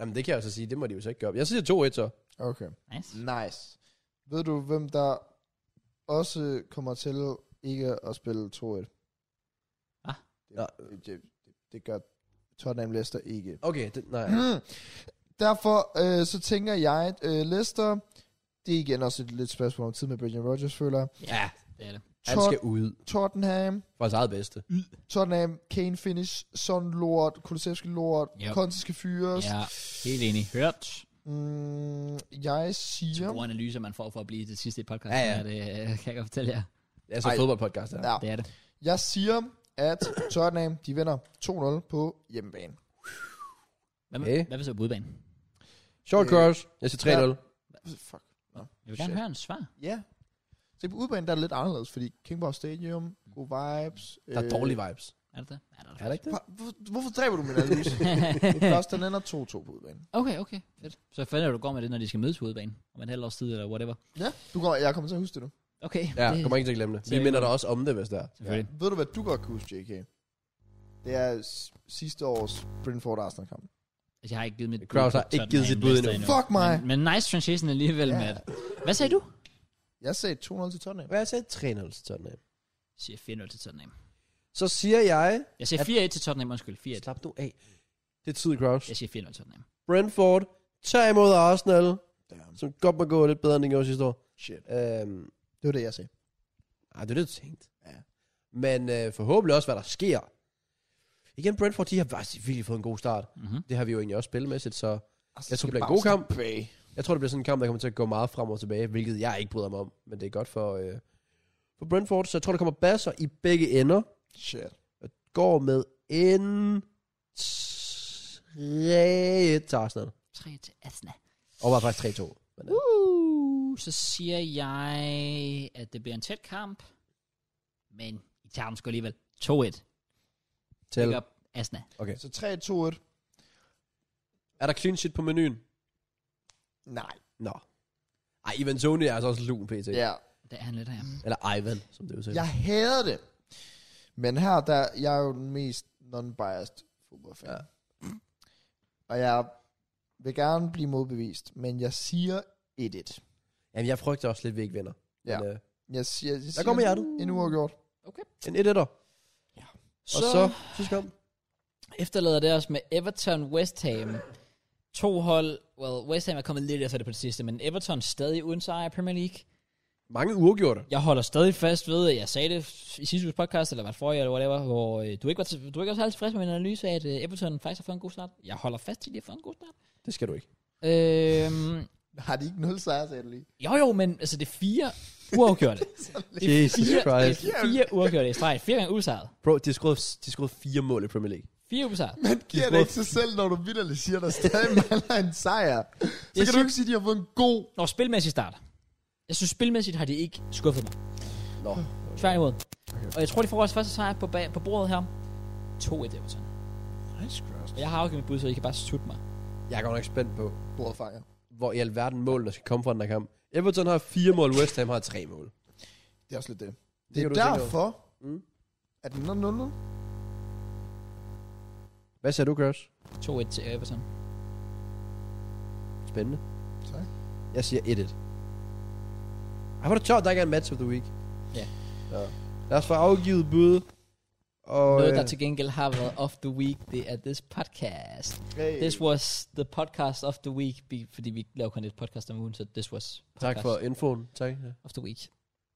jamen, det kan jeg jo så sige. Det må de jo så ikke gøre. Jeg siger 2-1 så.
Okay.
Nice.
Nice. Ved du, hvem der også kommer til ikke at spille 2-1?
Hvad?
Det, øh, det, det, det gør Tottenham Leicester ikke.
Okay, det, nej.
Mm. Derfor øh, så tænker jeg, at øh, Leicester, det er igen også et lidt spørgsmål om tid med Brendan Rodgers, føler jeg.
Ja, det er det.
Han skal ud.
Tottenham,
For hans eget bedste.
Tottenham, Kane finish, sådan lort, Kulusevski lort,
Yep.
yep. Conte skal fyres.
Ja, helt enig. Hørt.
Mm, jeg
Så
siger...
gode analyser, man får for at blive det sidste i podcasten.
Ja, ja.
her, Det øh, kan jeg godt fortælle jer.
Det er så
Ej.
fodboldpodcast der.
Ja,
Det er det.
jeg siger, at Tottenham, de vinder 2-0 på hjemmebane.
Hvad, med,
Okay.
hvad vil så udbanen?
Short
Øh,
Cross. Jeg siger 3-0.
Fuck.
Jeg vil gerne
Shit.
høre en svar.
Ja. Så på udbanen, der er det lidt anderledes, fordi King Power Stadium, gode vibes.
Der er dårlige vibes.
Er det det? Ja, det er det.
Er det ikke det?
Hva- hvor- Hvorfor dræber du min analyse? det er først, den ender 2-2 på udbanen.
Okay, okay. Fedt. Så finder du, du går med det, når de skal mødes på udbanen. Om en halv års tid, eller whatever.
Ja, du går, jeg kommer til at huske det nu.
Okay.
Ja,
det,
kommer ikke til at glemme det. Vi
Seriøst.
minder dig også om det, hvis det er.
Selvfølgelig.
Ved du, hvad du godt kan huske, JK? Det er s- sidste års Brentford Arsenal kamp.
Altså, jeg har ikke givet mit
Kraus har
på
ikke givet sit
Tottenham
bud
Leicester
endnu.
Fuck mig!
Men, men nice transition alligevel,
Ja.
ja. Matt. Hvad sagde du?
Jeg sagde 2-0 til Tottenham.
Hvad sagde 3-0 til Tottenham?
Jeg siger 4-0 til Tottenham.
Så siger jeg...
Jeg siger
At-
4-1 til Tottenham, undskyld. 4-1.
Slap nu af. Det er tid, Kraus.
Jeg siger 4-0 til Tottenham.
Brentford tager imod Arsenal,
Damn.
som godt må gå lidt bedre, end det gjorde sidste år.
Shit.
Øhm,
Det var det, jeg sagde.
ej, det er det, du tænkte.
Ja.
Men øh, forhåbentlig også, hvad der sker. Igen, Brentford, de har faktisk virkelig fået en god start.
Mm-hmm.
Det har vi jo egentlig også spillemæssigt, så
Arsenal
Jeg tror, det
Mhm. skal
bliver en god
bounce
kamp.
tilbage.
jeg tror, det bliver sådan en kamp, der kommer til at gå meget frem og tilbage, hvilket jeg ikke bryder mig om, men det er godt for, øh, for Brentford. Så jeg tror, der kommer basser i begge ender.
Shit.
Går med en 3 til Arsenal.
3 til Asna.
Og var faktisk 3-2. Men, øh,
Uh, så siger jeg, at det bliver en tæt kamp. Men I tager den sgu alligevel. 2-1.
til.
Pick up Asna.
Så 3-2-1.
Er der clean shit på menuen?
Nej.
Nå. Ej, Ivan Tony er altså også lun pt.
Ja.
Det er han lidt her.
Eller Ivan, som det jo siger.
Jeg hader det. Men her, der, jeg er jo den mest non-biased fodboldfan.
Ja.
Ja. Og jeg vil gerne blive modbevist, men jeg siger 1-1.
Jamen, jeg frygter også lidt, at vi ikke vinder.
Ja.
Men, øh,
Jeg siger, jeg siger
kommer hjertet.
En uge gjort.
En 1 etter.
Så,
Og så, sidste kamp.
efterlader det os med Everton West Ham. To hold. Well, West Ham er kommet lidt efter det på det sidste, men Everton stadig uden sejr i Premier League.
Mange uafgjorte.
Jeg holder stadig fast ved, at jeg sagde det i sidste uges podcast, eller var det forrige, eller whatever, hvor øh, du ikke var, til- du ikke var så helt tilfreds med min analyse af, at øh, Everton faktisk har fået en god start. Jeg holder fast i, at de har fået en god start.
Det skal du ikke.
Øhm,
Har de ikke 0 sejre, sagde du lige?
jo jo, men altså det er fire uafgjorte.
Jesus
fire, det
Christ.
er fire uafgjorte i streg. Fire gange usejret.
Bro, de har skruet, de har skruet fire mål i Premier League.
Fire ubesejret.
Men giver det
spurgte-
ikke sig selv, når du vidderligt siger, der stadig mangler en sejr? Så kan du
siger-
ikke sige, at de har fået en god...
Når spilmæssigt starter. Jeg synes, spilmæssigt har de ikke skuffet mig.
Nå.
Tværtimod. Og jeg tror, de får vores første sejr på, bag, på bordet her. 2-1 Everton.
Nice, Christ.
Og jeg har afgivet mit bud, så I kan bare sutte mig.
Jeg er godt nok spændt på,
Bordfanger.
hvor i alverden målene skal komme fra den her kamp. Everton har fire mål, West Ham har tre mål.
Det er også lidt det. Det
kan
er
du tænke over.
derfor,
Mm.
at den er 0
Hvad siger du, Crash?
2-1 til Everton.
Spændende.
Tak.
Jeg siger 1-1. Ej, hvor er det sjovt, der ikke er en match of the week.
Ja.
ja. Lad os få afgivet bud. Og,
Noget,
øh,
der til gengæld har været off the week, det er this
Øh.
podcast.
Hey.
This was the podcast of the week, be- fordi vi laver kun et podcast om ugen, så this was podcast
tak for infoen. Tak. Ja.
of the week.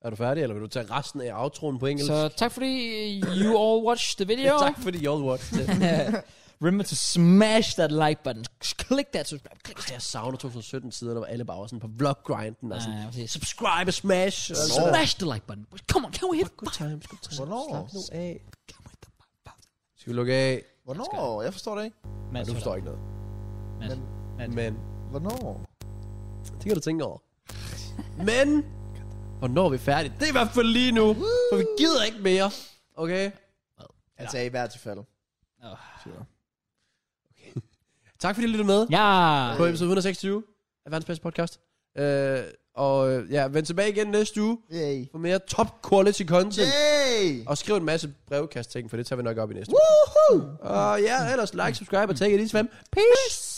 Er du færdig, eller vil du tage resten af outroen på engelsk?
Så tak fordi you all watched the video.
tak fordi y'all watched det.
Remember to smash that like button. Click that subscribe. Click
Ej, jeg savner 2017 sider, der var alle bare var sådan på vloggrinden og sådan.
Ja, ja, præcis.
subscribe og smash. Og alt det der.
Smash the like button. Come on, can we hit
Good times, good times.
Hvornår?
Slap nu af. Skal vi lukke af?
Hvornår? Jeg forstår det ikke.
Nej, du forstår ikke noget.
Mads.
Men,
Hvornår?
det kan du tænke over. Men, hvornår er vi færdige? Det er i hvert fald lige nu, for vi gider ikke mere. Okay?
Altså, i hvert fald.
Tak fordi I lyttede med
Ja.
på episode 126 af verdens bedste podcast. Øh, og øh, ja, vend tilbage igen næste uge
Yay.
for mere top quality content.
Yay!
Og skriv en masse brevkast ting, for det tager vi nok op i næste uge. Og ja, ellers like, subscribe og tag i de fem. Peace!